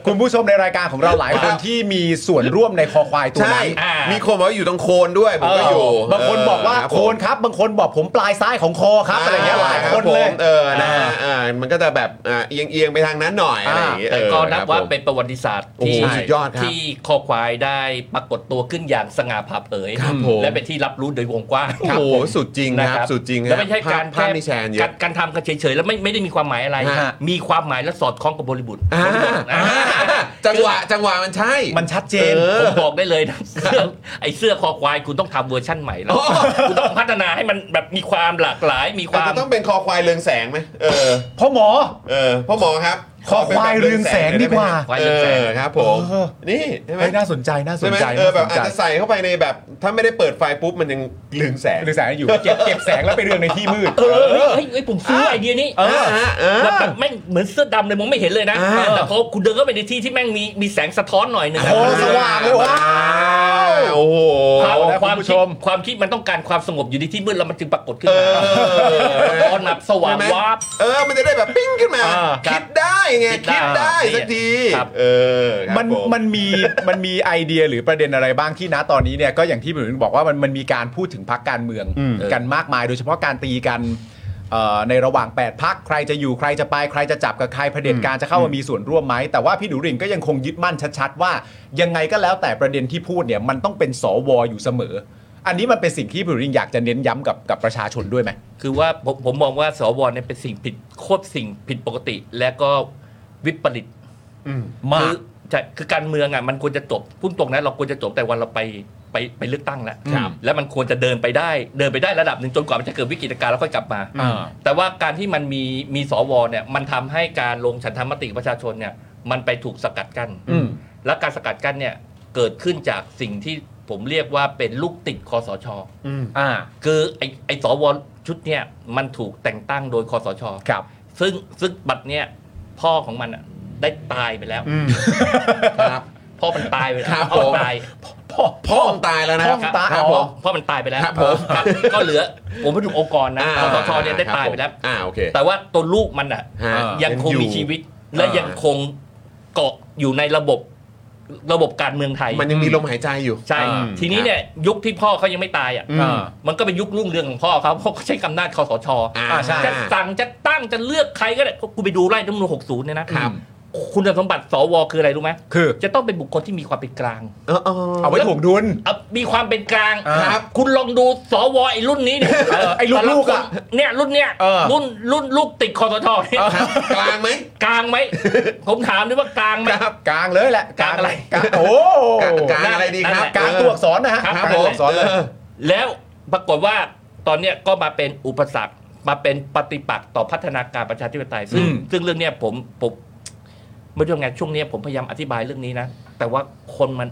[SPEAKER 2] คุณผู้ชมในรายการของเราหลายคนที่มีส่วนร่วมในคอควายตัว
[SPEAKER 1] ใช่
[SPEAKER 2] นั้น
[SPEAKER 5] อ่ามี
[SPEAKER 1] มีคนบอกว่าอยู่ตรงโคนด้วยผมก็อยู่
[SPEAKER 2] บางคนบอกว่า
[SPEAKER 1] รับผม
[SPEAKER 2] โคนครับ บางคนบอกผมปลายซ้ายของคอครับอะไรเงี้ยหลายคนเล
[SPEAKER 1] รั
[SPEAKER 2] ย
[SPEAKER 1] บผมเออนะฮะอ่ามันก็จะแบบอ่าเอียงเอียงไปทางนั้นหน่อยอะไรอย่างงี้
[SPEAKER 5] แต่ก็นับ
[SPEAKER 1] เออ
[SPEAKER 5] ว่า
[SPEAKER 1] ครับผม
[SPEAKER 5] เป็นประวัติศาสตร์
[SPEAKER 1] โอ้โห
[SPEAKER 5] ที่
[SPEAKER 1] สุดยอดครับ
[SPEAKER 5] ที่คอควายได้ปรากฏตัวขึ้นอย่างสง่าผ่าเผย
[SPEAKER 1] ครับผม
[SPEAKER 5] และเป็นที่รับรู้โดยวงกว้าง
[SPEAKER 1] โอ้โหสุดจริงนะครับสุดจริง
[SPEAKER 5] แล้วไม่ใช่
[SPEAKER 1] ภพ
[SPEAKER 5] การ
[SPEAKER 1] ภาพ
[SPEAKER 5] แค่
[SPEAKER 1] นี่แชร์เย
[SPEAKER 5] กา
[SPEAKER 1] อะ
[SPEAKER 5] รการทำกันเฉยๆ แล้วไม่ไม่ได้มีความหมายอะไร
[SPEAKER 1] ฮะ
[SPEAKER 5] มีความหมายและสอดคล้องกับบริบท
[SPEAKER 1] อ่าอ่าจังหวะจังหวะมันใช่
[SPEAKER 2] มันชัดเจน
[SPEAKER 1] เออ
[SPEAKER 5] ผมบอกได้เลยนะ เสื้อไอเสื้อคอควายคุณต้องทำเวอร์ชั่นใหม่แล้วคุณต้องพัฒนาให้มันแบบมีความหลากหลายมีค
[SPEAKER 1] มัน
[SPEAKER 5] วาม
[SPEAKER 1] จะต้องเป็นคอควายเรืองแสงไหมเออ
[SPEAKER 2] พ่อหมอ
[SPEAKER 1] เออพ่อหมอครับ
[SPEAKER 2] ขอควายเรืองแสงดีกว่า
[SPEAKER 1] เออครับผม
[SPEAKER 2] เออ
[SPEAKER 1] นี่ใช่ไหม
[SPEAKER 2] เฮ้ยน่าสนใจน่าส
[SPEAKER 1] ใช่
[SPEAKER 2] น
[SPEAKER 1] ไหม
[SPEAKER 2] ใจ
[SPEAKER 1] เออแบบ
[SPEAKER 2] น่าสน
[SPEAKER 1] อาจ
[SPEAKER 2] ใจ
[SPEAKER 1] จะใส่เข้าไปในแบบ ถ้าไม่ได้เปิดไฟปุ๊บมันยังเรืองแสง
[SPEAKER 2] หรือแสงอยู่เก็บเก็บแสงแล้วไปเรืองในที่มืด
[SPEAKER 5] เออเฮ้ยเฮ้ยเฮ้ยผมซื้อไอเดียนี้
[SPEAKER 2] เอ
[SPEAKER 1] อ่าฮะเออ
[SPEAKER 5] แล้วแบบแม่งเหมือนเสื้อดำเลยมองไม่เห็นเลยนะ
[SPEAKER 1] อ่า
[SPEAKER 5] แต่พอคุณเดินเข้าไปในที่ที่แม่งมีมีแสงสะท้อนหน่อยหนึ่ง
[SPEAKER 2] โอ้สว่างเลยว้าว
[SPEAKER 1] โอ้โห
[SPEAKER 5] ความ
[SPEAKER 2] เอาละ
[SPEAKER 5] ความ
[SPEAKER 2] คุณผู้
[SPEAKER 5] คิ
[SPEAKER 2] ช
[SPEAKER 5] ด
[SPEAKER 2] ม
[SPEAKER 5] ความคิดมันต้องการความสงบอยู่ในที่มืดแล้วมันจึงปรากฏขึ้น
[SPEAKER 1] เอ
[SPEAKER 5] มา
[SPEAKER 1] อ
[SPEAKER 5] ตอนหนับสว่าง
[SPEAKER 1] ใช่ไหม
[SPEAKER 5] วาบ
[SPEAKER 1] เออมันจะได้แบบปิ้งขึ้นมา
[SPEAKER 5] อ่าครับ
[SPEAKER 1] คิดได้ไง
[SPEAKER 5] คิ
[SPEAKER 1] คิด
[SPEAKER 5] ดได้
[SPEAKER 1] ได้สักที
[SPEAKER 5] ครับ
[SPEAKER 1] เออครับ
[SPEAKER 2] มัน
[SPEAKER 1] ผ
[SPEAKER 2] มันมี มันมีไอเดียหรือประเด็นอะไรบ้างที่นะตอนนี้เนี่ยก็อย่างที่ผมบอกว่ามันมันมีการพูดถึงพักการเมือง
[SPEAKER 1] อืม
[SPEAKER 2] กันมากมาย โดยเฉพาะการตีกันเอ่อในระหว่าง 8 พักใครจะอยู่ใครจะไปใครจะจับกับใครเผด็จการจะเข้ามามีส่วนร่วมไหม แต่ว่าพี่ดูริ่งก็ยังคงยึดมั่นชัดๆว่า ยังไงก็แล้วแต่ประเด็นที่พูดเนี่ยมันต้องเป็นสวอยู่เสมอ อันนี้มันเป็นสิ่งที่พี่ดูริ่งอยากจะเน้นย้ำกับกับประชาชนด้วยไหม
[SPEAKER 5] คือว่าผมผมมองว่าสวเนี่ยเป็นสิ่งผิดโคตรสิ่งผิดปกติ และก็วิปริต
[SPEAKER 1] อืม
[SPEAKER 2] มาก
[SPEAKER 5] คือใช่คือการเมืองอ่ะมันควรจะจบพุ่งตรงนะเราควรจะจบแต่วันเราไปไปไปเลือกตั้งแล้ว
[SPEAKER 1] ครับ
[SPEAKER 5] แล้วมันควรจะเดินไปได้เดินไปได้ระดับหนึ่งจนกว่ามันจะเกิดวิกฤตการณ์แล้วค่อยกลับมา
[SPEAKER 2] อ่า
[SPEAKER 5] แต่ว่าการที่มันมีมีสวเนี่ยมันทำให้การลงฉันทามติประชาชนเนี่ยมันไปถูกสกัดกั้น
[SPEAKER 2] อืม
[SPEAKER 5] และการสกัดกั้นเนี่ยเกิดขึ้นจากสิ่งที่ผมเรียกว่าเป็นลูกติดคอสช
[SPEAKER 2] อ่า
[SPEAKER 5] คือไอ้ไอ้สวชุดเนี่ยมันถูกแต่งตั้งโดยคอสช
[SPEAKER 2] ครับ
[SPEAKER 5] ซึ่งซึ่งบัตรเนี่ยพ่อของมันอะได้ตายไปแล้ว
[SPEAKER 1] ครับ
[SPEAKER 5] พ่อมันตายไปแล้ว
[SPEAKER 1] ครับ
[SPEAKER 5] พ่อมั
[SPEAKER 1] ผม
[SPEAKER 5] นตาย
[SPEAKER 2] พ่อ
[SPEAKER 1] พ่อมึงตายแล้วนะครับ
[SPEAKER 2] พ่อมึงตาย
[SPEAKER 1] ครับผม
[SPEAKER 5] พ่อมันตายไปแล้ว
[SPEAKER 1] ครับผม
[SPEAKER 5] ครับก็เหลือผมพูดถึงองค์กรนะ
[SPEAKER 1] า
[SPEAKER 5] คอสชเนี่ยได้ตายไปแล้ว
[SPEAKER 1] อ่าโอเค
[SPEAKER 5] แต่ว่าตัวลูกมันอ่ะ
[SPEAKER 1] ฮะ
[SPEAKER 5] ยังคง
[SPEAKER 1] ยังอยู่
[SPEAKER 5] มีชีวิตและ
[SPEAKER 1] อ่ายั
[SPEAKER 5] ยังคงเกาะอยู่ในระบบระบบการเมืองไทย
[SPEAKER 1] มันยังมีลมหายใจอยู่
[SPEAKER 5] ใช่
[SPEAKER 1] อืม
[SPEAKER 5] ทีนี้เนี่ยยุคที่พ่อเขายังไม่ตายอ่ะ
[SPEAKER 1] อืม
[SPEAKER 5] มันก็เป็นยุครุ่งเรืองของพ่อเขาเพราะเขาใช้อำนาจคอสช
[SPEAKER 1] อ่าใช่
[SPEAKER 5] จะสั่งจะตั้งจะเลือกใครก็ได้กูไปดูไล่ตั้งนูนหกศูนย์เนี่ยนะครับ คุณสมบัติสวคืออะไรรู้ไหม
[SPEAKER 2] คือ
[SPEAKER 5] จะต้องเป็นบุคคลที่มีความเป็นกลาง
[SPEAKER 1] เออเออ
[SPEAKER 2] เอาไว้ถ่วงดุล
[SPEAKER 5] เอ่อมีความเป็นกลาง
[SPEAKER 2] อ่า
[SPEAKER 5] ครับ คุณลองดูสวไอ้รุ่นนี้ดิ
[SPEAKER 2] เออไอ้รุ่นลูกอะ
[SPEAKER 5] เนี่ยรุ่นเนี่ย
[SPEAKER 2] เออ
[SPEAKER 5] รุ่นรุ่นลูกติดคอสชเนี่ย
[SPEAKER 1] ครับกลางไหม
[SPEAKER 5] กลางไหม ผมถามด้วยว่ากลางไหม
[SPEAKER 1] ครับ
[SPEAKER 2] กลางเลยแหละ
[SPEAKER 5] กลางอะไร
[SPEAKER 2] กลางโอ้
[SPEAKER 1] กลางกลางอะไรดีครับ
[SPEAKER 2] กลางตัวอักษรนะฮะ
[SPEAKER 5] ครับ
[SPEAKER 2] กลาง
[SPEAKER 5] ผ
[SPEAKER 2] ตัว
[SPEAKER 5] ม
[SPEAKER 2] อักษรเลย
[SPEAKER 1] ออ
[SPEAKER 5] แล้วปรากฏว่าตอนเนี้ยก็มาเป็นอุปสรรคมาเป็นปฏิปักษ์ต่อพัฒนาการประชาธิปไตย ซึ่ง
[SPEAKER 2] อืม
[SPEAKER 5] ซึ่งเรื่องเนี้ยผมผมไม่รู้ไงช่วงเนี้ยผมพยายามอธิบายเรื่องนี้นะ แต่ว่าคนมัน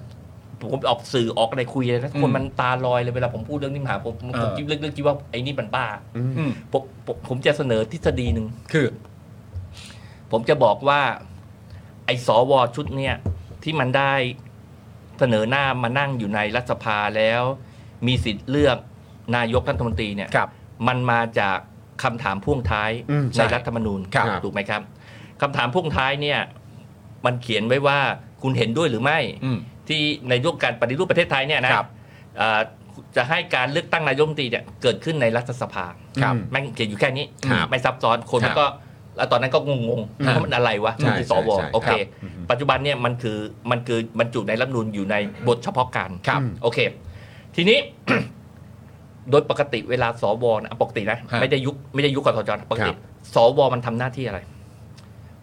[SPEAKER 5] ผมออกสื่อออกอะไรคุยเลยนะคนมันตาลอยเลยเวลาผมพูดเรื่องนี้มาหาผมผมผมคิดเรื่องเรื่องคิดว่าไอ้นี่มันบ้า
[SPEAKER 2] อืม
[SPEAKER 5] ผมผมผมจะเสนอทฤษฎีหนึ่ง
[SPEAKER 2] คือ
[SPEAKER 5] ผมจะบอกว่า ไอ้สวชุดเนี่ยที่มันได้เสนอหน้ามานั่งอยู่ในรัฐสภาแล้ว มีสิทธิ์เลือกนายกรัฐมนตรีเนี่ย
[SPEAKER 2] ครับ
[SPEAKER 5] มันมาจากคำถามพ่วงท้าย
[SPEAKER 1] อืมใช่
[SPEAKER 5] ในรัฐธรรมนูญ
[SPEAKER 2] ครับ
[SPEAKER 5] ถูกไหมครับคำถามพ่วงท้ายเนี่ย มันเขียนไว้ว่าคุณเห็นด้วยหรือไม่
[SPEAKER 2] อืม
[SPEAKER 5] ที่ในยุคการปฏิรูปประเทศไทยเนี่ยนะครับ เอ่อจะให้การเลือกตั้งนายกรัฐมนตรีเนี่ยเกิดขึ้นในรัฐสภา
[SPEAKER 1] ครับ
[SPEAKER 5] แม่งเขียนอยู่แค่นี้
[SPEAKER 1] ครับ
[SPEAKER 5] ไม่ซับซ้อนคนมันก็แล้วตอนนั้นก็งงๆ
[SPEAKER 1] ครับ
[SPEAKER 5] ว่ามันอะไรวะ
[SPEAKER 1] ใช่
[SPEAKER 5] มันคือสว
[SPEAKER 1] ใช่ใช่
[SPEAKER 5] โอ
[SPEAKER 1] ค
[SPEAKER 5] เค
[SPEAKER 1] รับ
[SPEAKER 5] ปัจจุบันเนี่ยมันคือมันคือบรรจุในรัฐธรรมนูลอยู่ในบทเฉพาะการ
[SPEAKER 2] ครับ
[SPEAKER 5] โอเค ทีนี้ โดยปกติเวลาสวนะปกตินะ
[SPEAKER 2] ครับ
[SPEAKER 5] ไม่ได้ยุคไม่ได้ยุคกสจนะปกติ
[SPEAKER 1] ครับ
[SPEAKER 5] สวมันทำหน้าที่อะไร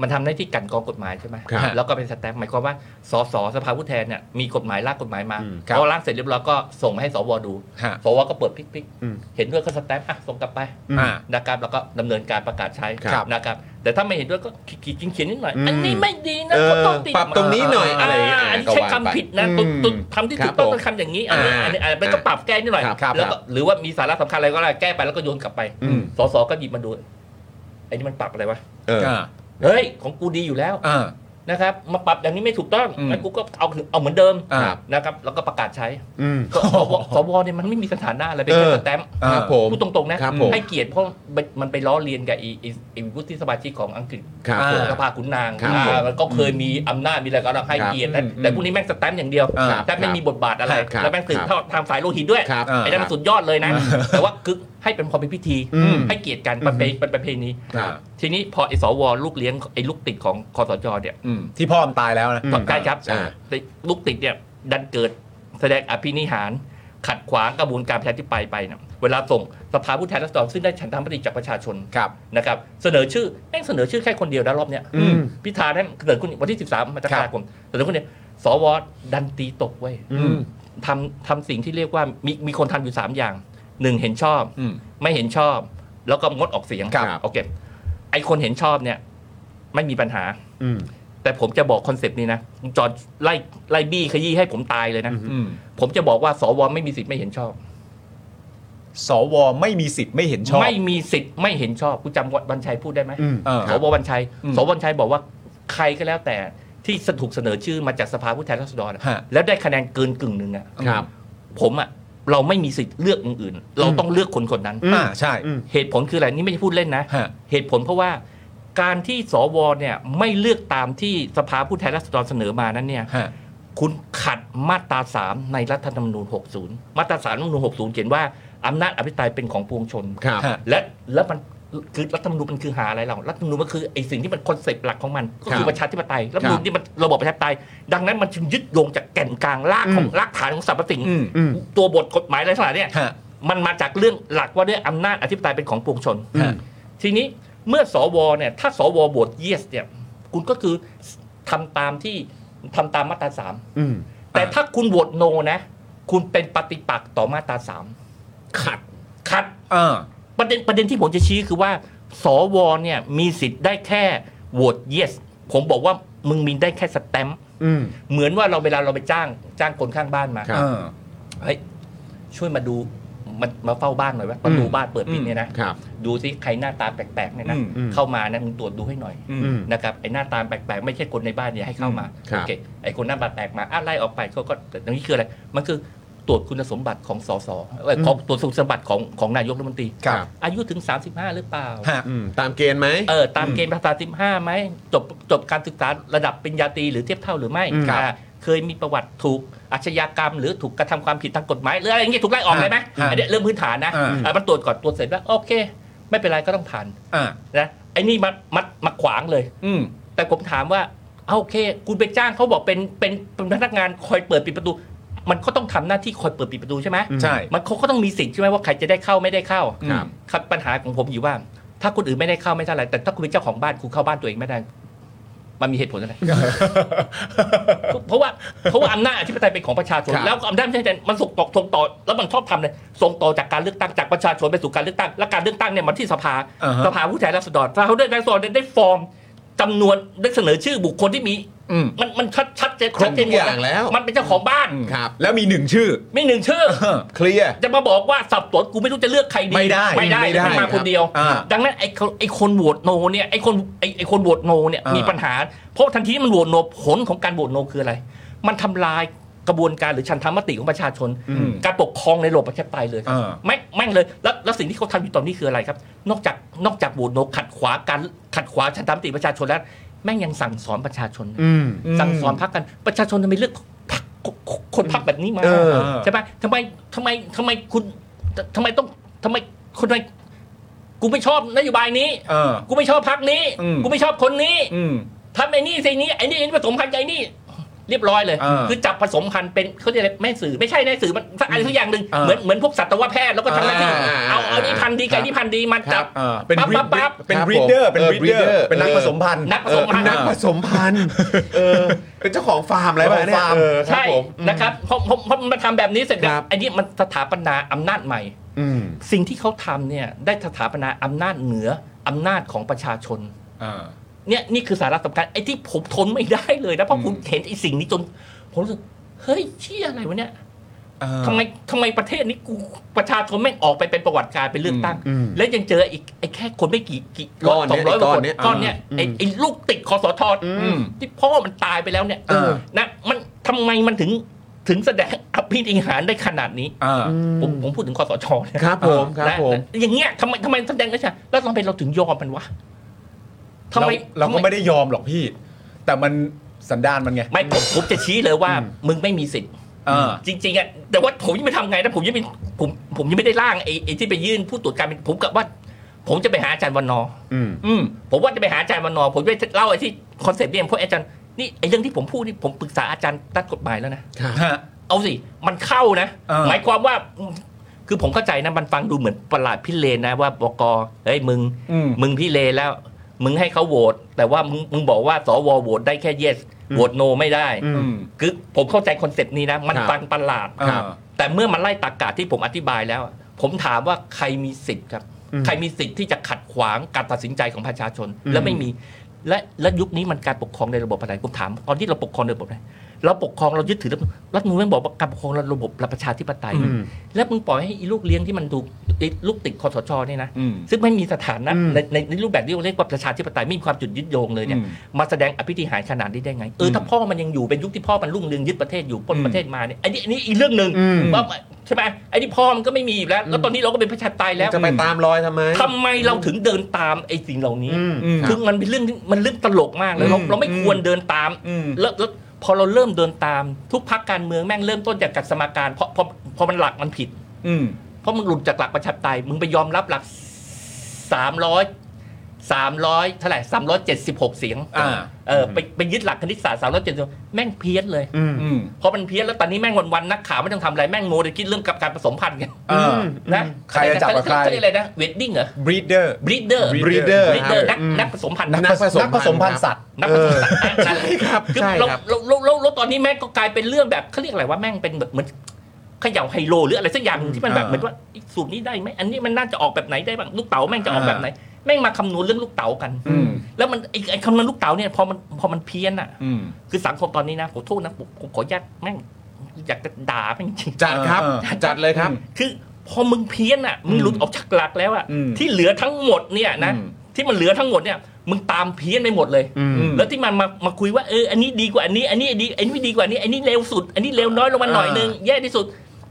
[SPEAKER 5] มันทำหน้าที่กลันกรองกฎหมายใช่ไหม
[SPEAKER 1] ครับ
[SPEAKER 5] แล้วก็เป็นสแตมป์หมายความว่าสสสภาผู้แทนเนี่ยมีกฎหมายร่างกฎหมายมา
[SPEAKER 1] อืม
[SPEAKER 2] ครับ
[SPEAKER 5] พอร่างเสร็จเรียบร้อยก็ส่งมาให้สวดู
[SPEAKER 2] ฮะ
[SPEAKER 5] สวก็เปิดพลิก
[SPEAKER 1] อืม
[SPEAKER 5] ๆเห็นด้วยก็สแตมป์อ่ะส่งกลับไป
[SPEAKER 2] อ่า
[SPEAKER 5] นะครับแล้วก็ดำเนินการประกาศใช้
[SPEAKER 2] ครับ
[SPEAKER 5] นะครับ แต่ถ้าไม่เห็นด้วยก็ขีดๆเขียนๆนิดหน่อย
[SPEAKER 1] อืม
[SPEAKER 5] อันนี้ไม่ดีนะ
[SPEAKER 1] เออ
[SPEAKER 5] เขาต้องติด
[SPEAKER 1] ปรับตรงนี้หน่อย
[SPEAKER 5] า
[SPEAKER 1] อะไรอย่างเงี้ย
[SPEAKER 5] อันนี้
[SPEAKER 1] ก็
[SPEAKER 5] ใช้
[SPEAKER 1] ว่า
[SPEAKER 5] คำผิดนะ
[SPEAKER 1] ไป
[SPEAKER 5] ตุ๊ดตุ๊ด
[SPEAKER 1] อืม
[SPEAKER 5] ทำที่
[SPEAKER 1] ครั
[SPEAKER 5] ถู
[SPEAKER 1] บ
[SPEAKER 5] กต้อง
[SPEAKER 1] ผม
[SPEAKER 5] ต้องทำอย่างนี้อันนี้อันนี้อันนี้
[SPEAKER 1] อ่า
[SPEAKER 5] ก็ปรับแก้นิดหน่อย
[SPEAKER 1] ครับครับ
[SPEAKER 5] แล้วก็หรือว่ามีสาระสำคัญอะไรก็แล้วแก้ไปแล้วก็โยนกลับไป
[SPEAKER 1] อืม
[SPEAKER 5] สสก็หยิบมาดูไอ้นี่มันปรับอะไรวะ
[SPEAKER 1] เออ
[SPEAKER 2] ่า
[SPEAKER 5] เฮ้ยของกูดีอยู่แล้ว
[SPEAKER 2] อ่า
[SPEAKER 5] นะครับมาปรับอย่างนี้ไม่ถูกต้อง
[SPEAKER 2] อืม
[SPEAKER 5] แล้วกูก็เอาเอาเหมือนเดิม
[SPEAKER 2] อ่า
[SPEAKER 5] นะครับแล้วก็ประกาศใช้
[SPEAKER 1] อืม
[SPEAKER 5] ก็สวสวเนี่ยมันไม่มีสถานะอะไรเป็นแค่
[SPEAKER 1] เออ
[SPEAKER 5] สแตมป์
[SPEAKER 2] อ่า
[SPEAKER 1] ครับผม
[SPEAKER 5] พูดตรงๆนะครับ
[SPEAKER 1] ผม
[SPEAKER 5] ให้เกียรติเพราะมันไปล้อเลียนกับไอีอีวุฒิสมาชิกของอังกฤษ
[SPEAKER 1] ครับผม
[SPEAKER 5] สภาขุนนาง
[SPEAKER 1] ครับ
[SPEAKER 5] อ่า
[SPEAKER 1] ผม
[SPEAKER 5] มันก็เคยมีอำนาจมีอะไรก็เราให้
[SPEAKER 1] ครับ
[SPEAKER 5] เกียรตินะ
[SPEAKER 2] อืม
[SPEAKER 5] แต่พวกนี้แม่งสแตมป์อย่างเดียว
[SPEAKER 2] อ่า
[SPEAKER 5] แต่ไม่มีบทบาทอะไร
[SPEAKER 1] ครับ
[SPEAKER 5] แล้วแม่งสืบ
[SPEAKER 1] ครับ
[SPEAKER 5] ทอดทางสายโลหิตด้วย
[SPEAKER 1] ครับ
[SPEAKER 5] ไอ้นั่นมันสุดยอดเลยนะแต่ว่าคือให้เป็นพอเป็นพิธี
[SPEAKER 1] อืม
[SPEAKER 5] ให้เกียรติกันมันเป็นเป็นประเพณี
[SPEAKER 1] ครับ
[SPEAKER 5] ทีนี้พอไอ้สวลูกเลี้ยงไอ้ลูกติดของคอสชเนี่ย
[SPEAKER 2] อืมที่พ่อมันตายแล้วนะ
[SPEAKER 1] อืม
[SPEAKER 5] ใช่ครับ
[SPEAKER 1] อ่า
[SPEAKER 5] แต่ลูกติดเนี่ยดันเกิดแสดงอภินิหาร ขัดขวางกระบวนการประชาธิปไตยไปนะเวลาส่งสภาผู้แทนราษฎรซึ่งได้ฉันทามติจากประชาชน
[SPEAKER 2] ครับ
[SPEAKER 5] นะครับ เสนอชื่อแม่งเสนอชื่อแค่คนเดียวนะรอบเนี้ย
[SPEAKER 1] อืม
[SPEAKER 5] พิธาเนี่ยเสนอคนวันที่ 13มกราคมเสนอคนเดียวสวดันตีตกไว้ย
[SPEAKER 1] อืม
[SPEAKER 5] ทำทำสิ่งที่เรียกว่ามีมีคนทำอยู่ 3 อย่างหนึ่งเห็นชอบ
[SPEAKER 2] อืม
[SPEAKER 5] ไม่เห็นชอบ แล้วก็งดออกเสียง
[SPEAKER 1] ครับ
[SPEAKER 5] โอเคไอคนเห็นชอบเนี่ยไม่มีปัญหา
[SPEAKER 1] อืม
[SPEAKER 5] แต่ผมจะบอกคอนเซปต์นี้นะคุณจอร์นไล่ไล่บี้ขยี้ให้ผมตายเลยนะ
[SPEAKER 1] อืม
[SPEAKER 2] อืม
[SPEAKER 5] ผมจะบอกว่าสวไม่มีสิทธิ์ไม่เห็นชอบ
[SPEAKER 2] สวไม่มีสิทธิ์ไม่เห็นชอบ
[SPEAKER 5] ไม่มีสิทธิ์ไม่เห็นชอบคุณจำวันชัยพูดได้ไหม
[SPEAKER 1] อืม
[SPEAKER 2] เออ
[SPEAKER 5] สววันชัย
[SPEAKER 2] อืม
[SPEAKER 5] สววันชัยบอกว่าใครก็แล้วแต่ที่ถูกเสนอชื่อมาจากสภาผู้แทนราษฎรอะ
[SPEAKER 2] ฮะ
[SPEAKER 5] แล้วได้คะแนนเกินกึ่งหนึ่งอะ
[SPEAKER 1] ครับ
[SPEAKER 5] ผมอะเราไม่มีสิทธิ์เลือกอย่างอื่น เราต้องเลือกคนคนนั้น
[SPEAKER 1] อืม
[SPEAKER 2] อ่าใช่
[SPEAKER 1] อืม
[SPEAKER 5] เหตุผลคืออะไรนี่ไม่ได้พูดเล่นนะ
[SPEAKER 2] ฮะ
[SPEAKER 5] เหตุผลเพราะว่าการที่สวเนี่ยไม่เลือกตามที่สภาผู้แทนราษฎรเสนอมานั้นเนี่ย
[SPEAKER 2] ฮะ
[SPEAKER 5] คุณขัดมาตรา 3 ในรัฐธรรมนูญ 60 มาตรา3รัฐธรรมนูญ 60 เขียนว่า อำนาจอภิปรายเป็นของปวงชน
[SPEAKER 1] ครับ
[SPEAKER 2] ฮะ
[SPEAKER 5] และแล้วมันคือรัฐธรรมนูญมันคือหาอะไรเรารัฐธรรมนูญมันคือไอ้สิ่งที่มันคอนเซปต์หลักของมัน ก็คื
[SPEAKER 1] ครั
[SPEAKER 5] อบประชาธิปไตยรัฐธรรมนูญที่มันระบอบประชาธิปไตย ดังนั้นมันจึงยึดโยงจากแก่นกลางรากของ
[SPEAKER 1] อืม
[SPEAKER 5] รากฐานของสรรพสิ่ง
[SPEAKER 2] อืม
[SPEAKER 1] อืม
[SPEAKER 5] ตัวบทกฎหมายอะไรทั้งหลายเนี่ย
[SPEAKER 2] ฮะ
[SPEAKER 5] มันมาจากเรื่องหลักว่าด้วยอำนาจอธิปไตยเป็นของปวงชน
[SPEAKER 2] อืม
[SPEAKER 5] ทีนี้เมื่อสวเนี่ยถ้าสวโหวตเยสเนี่ยคุณก็คือทำตามที่ทำตามมาตราสาม
[SPEAKER 1] อืม
[SPEAKER 5] แต่ถ้าคุณโหวตโนนะ คุณเป็นปฏิปักษ์ต่อมาตราสาม
[SPEAKER 1] ขัด
[SPEAKER 5] ครับ
[SPEAKER 2] เออ
[SPEAKER 5] ประเด็นประเด็นที่ผมจะชี้คือว่า สวเนี่ยมีสิทธิ์ได้แค่โหวต yes ผมบอกว่ามึงมีได้แค่สแตมป์
[SPEAKER 1] อืม
[SPEAKER 5] เหมือนว่าเราเวลาเราไปจ้างจ้างคนข้างบ้านมา
[SPEAKER 1] ครับ
[SPEAKER 2] เออ
[SPEAKER 5] เฮ้ยช่วยมาดูมันมาเฝ้าบ้านหน่อยไหมประตูบ้านเปิดปิดเนี่ยนะครับ ดูซิใครหน้าตาแปลกๆเนี่ยนะ
[SPEAKER 2] อืมอืม
[SPEAKER 5] เข้ามานะมึงตรวจดูให้หน่อย
[SPEAKER 2] อื
[SPEAKER 1] อื
[SPEAKER 2] ม
[SPEAKER 1] ม
[SPEAKER 5] นะครับไอ้หน้าตาแปลกๆ ไม่ใช่คนในบ้านเนี่ยให้เข้ามา
[SPEAKER 1] ครับ
[SPEAKER 5] โอเคไอ้คนหน้าตาแปลกมาอ้าไล่ออกไปเขาก็แต่ตรงนี้คืออะไร มันคือตรวจคุณสมบัติของสสเอ้ยของตรวจคุณสมบัติของของนายกรัฐมนตรี
[SPEAKER 2] ครับ
[SPEAKER 5] อายุถึง 35 หรือเปล่า
[SPEAKER 2] ฮะ
[SPEAKER 1] อืม ตามเกณฑ์ไหม
[SPEAKER 5] เออตามเกณฑ์ภาษาสิบห้าไหมจบจบการศึกษาระดับปริญญาตรีหรือเทียบเท่าหรือไม่
[SPEAKER 1] อืมครับ
[SPEAKER 5] อ่าเคยมีประวัติถูกอาชญากรรม หรือถูกกระทำความผิดทางกฎหมายหรืออะไรอย่างเงี้ยถูกไล่ออกเลยไหม
[SPEAKER 2] ฮะ
[SPEAKER 5] อันเนี้ยเรื่องพื้นฐานนะ
[SPEAKER 2] อ่า
[SPEAKER 5] เออมันตรวจก่อนตรวจเสร็จแล้วโอเค ไม่เป็นไรก็ต้องผ่าน
[SPEAKER 2] อ่า
[SPEAKER 5] นะไอ้นี่มามามาขวางเลย
[SPEAKER 2] อืม
[SPEAKER 5] แต่ผมถามว่า เอาโอเค คุณไปจ้างเขาบอกเป็นเป็นเป็นพนักงานคอยเปิดปิดประตู มันก็ต้องทำหน้าที่คอยเปิดปิดประตูใช่ไหม
[SPEAKER 2] ใช่
[SPEAKER 5] มันเขาก็ต้องมีสิทธิ์ใช่ไหมว่าใครจะได้เข้าไม่ได้เข้า
[SPEAKER 2] ครับ
[SPEAKER 5] ครับปัญหาของผมอยู่ว่า ถ้าคนอื่นไม่ได้เข้าไม่เท่าไหรแต่ถ้าคุณเป็นเจ้าของบ้านคุณเข้าบ้านตัวเองไม่ได้ มันมีเหตุผลอะไร เพราะว่าเพราะว่าอำนาจอธิปไตยเป็นของประชาชน
[SPEAKER 2] ครับ
[SPEAKER 5] แล้วก็อำนาจประชาชนมันส่งตกส่งต่อแล้วมันชอบทำเลยส่งต่อจากการเลือกตั้งจากประชาชนไปสู่การเลือกตั้งและการเลือกตั้งเนี่ยมันที่สภา
[SPEAKER 2] อ่าฮะ
[SPEAKER 5] สภาผู้แทนราษฎรสภาผู้แทนราษฎรได้ฟอร์มจำนวนได้เสนอชื่อบุคคลที่มี
[SPEAKER 2] อืม
[SPEAKER 5] มันมันชัดชัดเจน
[SPEAKER 1] ครบ
[SPEAKER 5] ชัดเจน
[SPEAKER 1] ทุ
[SPEAKER 5] ห
[SPEAKER 1] ก
[SPEAKER 5] ม
[SPEAKER 1] อ
[SPEAKER 5] ด
[SPEAKER 1] ย่างแล้ว
[SPEAKER 5] มันเป็นเจ้าของบ้าน
[SPEAKER 1] ครับ
[SPEAKER 2] แล้วมีหนึ่งชื่อ
[SPEAKER 5] ไม่หนึ่งชื่อ
[SPEAKER 1] เคลียร์
[SPEAKER 5] จะมาบอกว่าสับสนกูไม่รู้จะเลือกใครดี
[SPEAKER 2] ไม่ได้
[SPEAKER 5] ไม่ได้
[SPEAKER 2] ไม่ได้
[SPEAKER 5] มันมาคนเดียว
[SPEAKER 2] อ่า
[SPEAKER 5] ดังนั้นไอ้คนไอ้คนโหวตโนเนี่ยไอ้คนไอ้ไอ้คนโหวตโนเนี่ย
[SPEAKER 2] อ่ามี
[SPEAKER 5] มีปัญหา เพราะทันทีที่มันโหวตโนผลของการโหวตโนคืออะไร มันทำลายกระบวนการหรือชันธรรมติของประชาชน
[SPEAKER 2] อืม
[SPEAKER 5] การปกครองในระบบประชาธิปไตยเลยครั
[SPEAKER 2] อ่า
[SPEAKER 5] แม่งแม่งเลยแล้วแล้วสิ่งที่เขาทำอยู่ตอนนี้คืออะไรครับ นอกจากนอกจากโหวตโนขัดขวางการขัดขวางชันธรรมติประชาชนแล้ว แม่งยังสั่งสอนประชาชนนะ
[SPEAKER 1] อืม
[SPEAKER 5] สั่งสอนพักกันประชาชนทำไมเลือกพรรคคนพักแบบนี้มา
[SPEAKER 1] เออ
[SPEAKER 5] ใช่ไหมทำไมทำไมทำไมคุณทำไมต้องทำไมคนไมกูไม่ชอบนโยบายนี้
[SPEAKER 2] เออ
[SPEAKER 5] กูไม่ชอบพักนี้
[SPEAKER 2] อืม
[SPEAKER 5] กูไม่ชอบคนนี้
[SPEAKER 2] อืม
[SPEAKER 5] ทำไอ้นี่สิ่งนี้ไอ้นี่ไอ้นี่ผสมพันธุ์กับไอ้นี่ เรียบร้อยเลย
[SPEAKER 2] เออ
[SPEAKER 5] คือจับผสมพันธุ์เป็นเขาเรียกอะไรแม่สื่อไม่ใช่แม่สื่อมันสักอันทุกอย่างหนึ่ง
[SPEAKER 2] เออ
[SPEAKER 5] เหมือนเหมือนพวกสัตวแพทย์แล้วก็ทำหน้าที่
[SPEAKER 1] อ่า
[SPEAKER 5] เอาเอานี่พันธุ์ดีไก่นี่พันธุ์ดีมาจับ
[SPEAKER 2] เออเป็น
[SPEAKER 5] ปั๊บ
[SPEAKER 2] breed-
[SPEAKER 5] ปั๊บปั๊บ
[SPEAKER 2] เป็น
[SPEAKER 1] ครับผม
[SPEAKER 2] breeder เป็น
[SPEAKER 1] เออ
[SPEAKER 2] breeder
[SPEAKER 1] breeder
[SPEAKER 2] เป็นนัก
[SPEAKER 1] เออ
[SPEAKER 2] ผสมพันธุ์
[SPEAKER 5] นักผสมพันธุ์
[SPEAKER 1] นักผสมพันธุ์เออเป็นเจ้าของฟาร์มอะไรแบบเนี้ย
[SPEAKER 2] เจ้าของฟาร์ม
[SPEAKER 1] เออครั
[SPEAKER 5] ใช่
[SPEAKER 1] บผมอืม
[SPEAKER 5] นะครับเพราะเพราะเพราะมันทำแบบนี้เสร็จแล้ว
[SPEAKER 1] ครับ
[SPEAKER 5] ไอ้นี่มันสถาปนาอำนาจใหม่
[SPEAKER 1] อืม
[SPEAKER 5] สิ่งที่เขาทำเนี่ยได้สถาปนาอำนาจเหนืออำนาจของประชาชน
[SPEAKER 2] อ่า
[SPEAKER 5] เนี่ยนี่คือสาระสำคัญไอ้ที่ผมทนไม่ได้เลยนะเพ
[SPEAKER 2] อื
[SPEAKER 5] ราะ
[SPEAKER 2] ม
[SPEAKER 5] ผมเห็นไอ้สิ่งนี้จนผมรู้สึกเฮ้ยเชี่ยอะไรวะเนี่ย
[SPEAKER 2] เออ
[SPEAKER 5] ทำไมทำไมประเทศนี้กูประชาชนไม่งออกไปเป็นประวัติการเป็นเลือกตั้ง
[SPEAKER 1] อืมอืม
[SPEAKER 5] แล้วยังเจออีกไอ้แค่คนไม่กี่กี่
[SPEAKER 1] ก้อน
[SPEAKER 5] ส
[SPEAKER 1] เนี่
[SPEAKER 5] อง
[SPEAKER 1] ย
[SPEAKER 5] ร้อยกว่าคน
[SPEAKER 1] ไอ้ก้อนเนี่ย
[SPEAKER 5] ก้อนเนี่ย
[SPEAKER 1] อืม
[SPEAKER 5] ไอ้ไอ้ลูกติดคอสท
[SPEAKER 1] อืม
[SPEAKER 5] ที่พ่อมันตายไปแล้วเนี่ย
[SPEAKER 2] เออ
[SPEAKER 5] นะมันทำไมมันถึงถึงแสดงอภินิหารได้ขนาดนี้
[SPEAKER 2] อ่า
[SPEAKER 5] ผมผมพูดถึงคอสชเนี่ย
[SPEAKER 1] ครับผมครับ
[SPEAKER 5] นะ
[SPEAKER 1] ผม
[SPEAKER 5] อย่างเงี้ยทำไมทำไมแสดงแล้วใช่แล้วทำไมเราถึงยอมมันวะทำไม
[SPEAKER 2] เรา
[SPEAKER 5] ทำ
[SPEAKER 2] ก็ไม่ได้ยอมหรอกพี่ แต่มันสันดานมันไง
[SPEAKER 5] ไม่ผมผมจะชี้เลยว่า มึงไม่มีสิทธิ์
[SPEAKER 2] เออ
[SPEAKER 5] จริง ๆอ่ะแต่ว่าผมยังไม่ทำไงนะผมยังไม่ผมผมยังไม่ได้ร่างไอ้ไอ้ที่ไปยื่นผู้ตรวจการเป็นผมกับว่า ผมจะไปหาอาจารย์วันนอร์
[SPEAKER 1] อืม
[SPEAKER 2] อืม
[SPEAKER 5] ผมว่าจะไปหาอาจารย์วันนอร์ผมจะไปเล่าไอ้ที่คอนเซปต์เนี่ยเพราะอาจารย์นี่ไอ้เรื่องที่ผมพูดนี่ผมปรึกษาอาจารย์ด้านกฎหมายแล้วนะ เอาสิ มันเข้านะ
[SPEAKER 2] เออ
[SPEAKER 5] หมายความว่า คือผมเข้าใจนะ มันฟังดูเหมือนประหลาดพิเรนนะว่าบกเฮ้ยมึง
[SPEAKER 2] อืม
[SPEAKER 5] มึงพิเรนแล้ว มึงให้เขาโหวต แต่ว่ามึงมึงบอกว่าสวโหวตได้แค่ yes โหวต no ไม่ได้
[SPEAKER 1] อื
[SPEAKER 2] อืม
[SPEAKER 5] คือผมเข้าใจคอนเซปต์นี้นะ มัน
[SPEAKER 1] ครับ
[SPEAKER 5] ฟังประหลาด
[SPEAKER 2] ครับ
[SPEAKER 5] แต่เมื่อมันไล่ตากาศที่ผมอธิบายแล้วอะผมถามว่าใครมีสิทธิ์ครับ
[SPEAKER 1] อืม
[SPEAKER 5] ใครมีสิทธิ์ที่จะขัดขวางการตัดสินใจของประชาชน
[SPEAKER 1] อืม
[SPEAKER 5] และไม่มี และและยุคนี้มันการปกครองในระบบอะไรผมถาม ตอนที่เราปกครองในระบบไหนเราปกครองเรายึดถือรัฐรัฐธรรมนูญแม่งบอกว่าการปกครองระบบประชาธิปไตย
[SPEAKER 1] อืม
[SPEAKER 5] แล้วมึงปล่อยให้อีลูกเลี้ยงที่มันถูกไอ้ลูกติดคอสชเนี่ยนะ
[SPEAKER 2] อืม
[SPEAKER 5] ซึ่งไม่มีสถานะ
[SPEAKER 1] อืม
[SPEAKER 5] ในในในรูปแบบที่เราเรียกว่าประชาธิปไตยไม่มีความจุดยึดโยงเลยเนี่ย
[SPEAKER 2] อืม
[SPEAKER 5] มาแสดงอภิธิหารขนาดนี้ได้ไงเอออ
[SPEAKER 2] ม
[SPEAKER 5] ถ้าพ่อมันยังอยู่เป็นยุคที่พ่อมันรุ่งเรืองยึดประเทศอยู่ปล้น
[SPEAKER 2] อืม
[SPEAKER 5] ประเทศมาเนี่ยไอ้นี่อันนี้อีกเรื่องหนึ่ง
[SPEAKER 1] อืม
[SPEAKER 5] ว่าใช่ไหมไอ้ที่พ่อมันก็ไม่มีอีกแล้ว แล้วตอนนี้เราก็เป็นประชาธิปไตยแล้ว
[SPEAKER 1] จะไปตามรอยทำไม
[SPEAKER 5] ทำไมเราถึงเดินตามไอ้สิ่งเหล่านี้
[SPEAKER 1] อืม
[SPEAKER 2] อืม
[SPEAKER 1] ค
[SPEAKER 5] คื
[SPEAKER 1] รั
[SPEAKER 5] อบ มันเป็นเรื่องที่มันเรื่องตลกมากเลยเรา
[SPEAKER 2] อืม
[SPEAKER 5] เราไม่ควรเดินตาม
[SPEAKER 2] อืม
[SPEAKER 5] แล้วแล้วพอเราเริ่มเดินตามทุกพักการเมืองแม่งเริ่มต้นจากการสมการเพราะเพราะเพราะมันหลักมันผิด
[SPEAKER 2] อืม
[SPEAKER 5] เพราะมึงหลุดจากหลักประชาธิปไตย มึงไปยอมรับหลักสามร้อยสามร้อยเท่าไหร่สามร้อยเจ็ดสิบหกเสียง
[SPEAKER 2] อ่า
[SPEAKER 5] เออไปไปยึดหลักคณิตศาสตร์สามร้อยเจ็ดสิบแม่งเพี้ยนเลย
[SPEAKER 1] อืม
[SPEAKER 2] อืม
[SPEAKER 5] เพราะมันเพี้ยนแล้วตอนนี้แม่งวันๆนักข่าวไม่ต้องทำอะไร แม่งโมเดลคิดเรื่องกับการผสมพันธุ์กัน
[SPEAKER 2] เออ
[SPEAKER 5] นะ
[SPEAKER 2] ใครจะจับกับใคร
[SPEAKER 5] เขาเรียกอะไรนะเวดดิ้งเหรอ
[SPEAKER 2] breeder
[SPEAKER 5] บรีดเดอร์
[SPEAKER 2] breeder
[SPEAKER 1] บรีเดอร์
[SPEAKER 5] บรีดเดอร์นักนักผสมพันธุ์
[SPEAKER 1] นักผสม
[SPEAKER 2] นักผสมพันธุ์สัตว์
[SPEAKER 5] นักผสมพันธุ์ใช่
[SPEAKER 1] ครับ
[SPEAKER 5] คือ
[SPEAKER 1] ใช่
[SPEAKER 5] เรา
[SPEAKER 1] ครับ
[SPEAKER 5] เราเราเราเราตอนนี้แม่งก็กลายเป็นเรื่องแบบเขาเรียกอะไรว่าแม่งเป็นแบบเหมือนเขย่าไฮโลหรืออะไรสักอย่างหนึ่งที่มันแบบ
[SPEAKER 2] อ่า
[SPEAKER 5] เหมือนว่าไอ้สูตรนี้ได้ไหมอันนี้มันน่าจะออกแบบไหนได้บ้างลูกเต๋าแม่งจะออกแบบไหนแม่งมาคำนวณเรื่องลูกเต๋ากัน
[SPEAKER 2] อืม
[SPEAKER 5] แล้วมันไอ้ไอ้คำนวณลูกเต๋าเนี่ยพอมันพอมันเพี้ยนอ่ะ
[SPEAKER 2] อืม
[SPEAKER 5] คือสังคมตอนนี้นะผมโทษนะผมผมขออนุญาตแม่งอยากจะด่าแม่งจริง
[SPEAKER 1] จัดครับ
[SPEAKER 2] เออ
[SPEAKER 1] จัดเลยครับ
[SPEAKER 5] คือพอมึงเพี้ยนอ่ะมึงหลุดออกจากหลักแล้วอ่ะ
[SPEAKER 2] อืม
[SPEAKER 5] ที่เหลือทั้งหมดเนี่ยนะ
[SPEAKER 2] อืม
[SPEAKER 5] ที่มันเหลือทั้งหมดเนี่ยมึงตามเพี้ยนไปหมดเลย
[SPEAKER 1] อืม
[SPEAKER 2] อืม
[SPEAKER 5] แล้วที่มันมามาคุยว่าเอออันนี้ดีกว่าอันนี้ อันนี้ดีอันนี้ไม่ดีกว่าอันนี้อันนี้เร็วสุด อันนี้เร็วน้อยลงมาหน่อยนึงแย่ที่สุด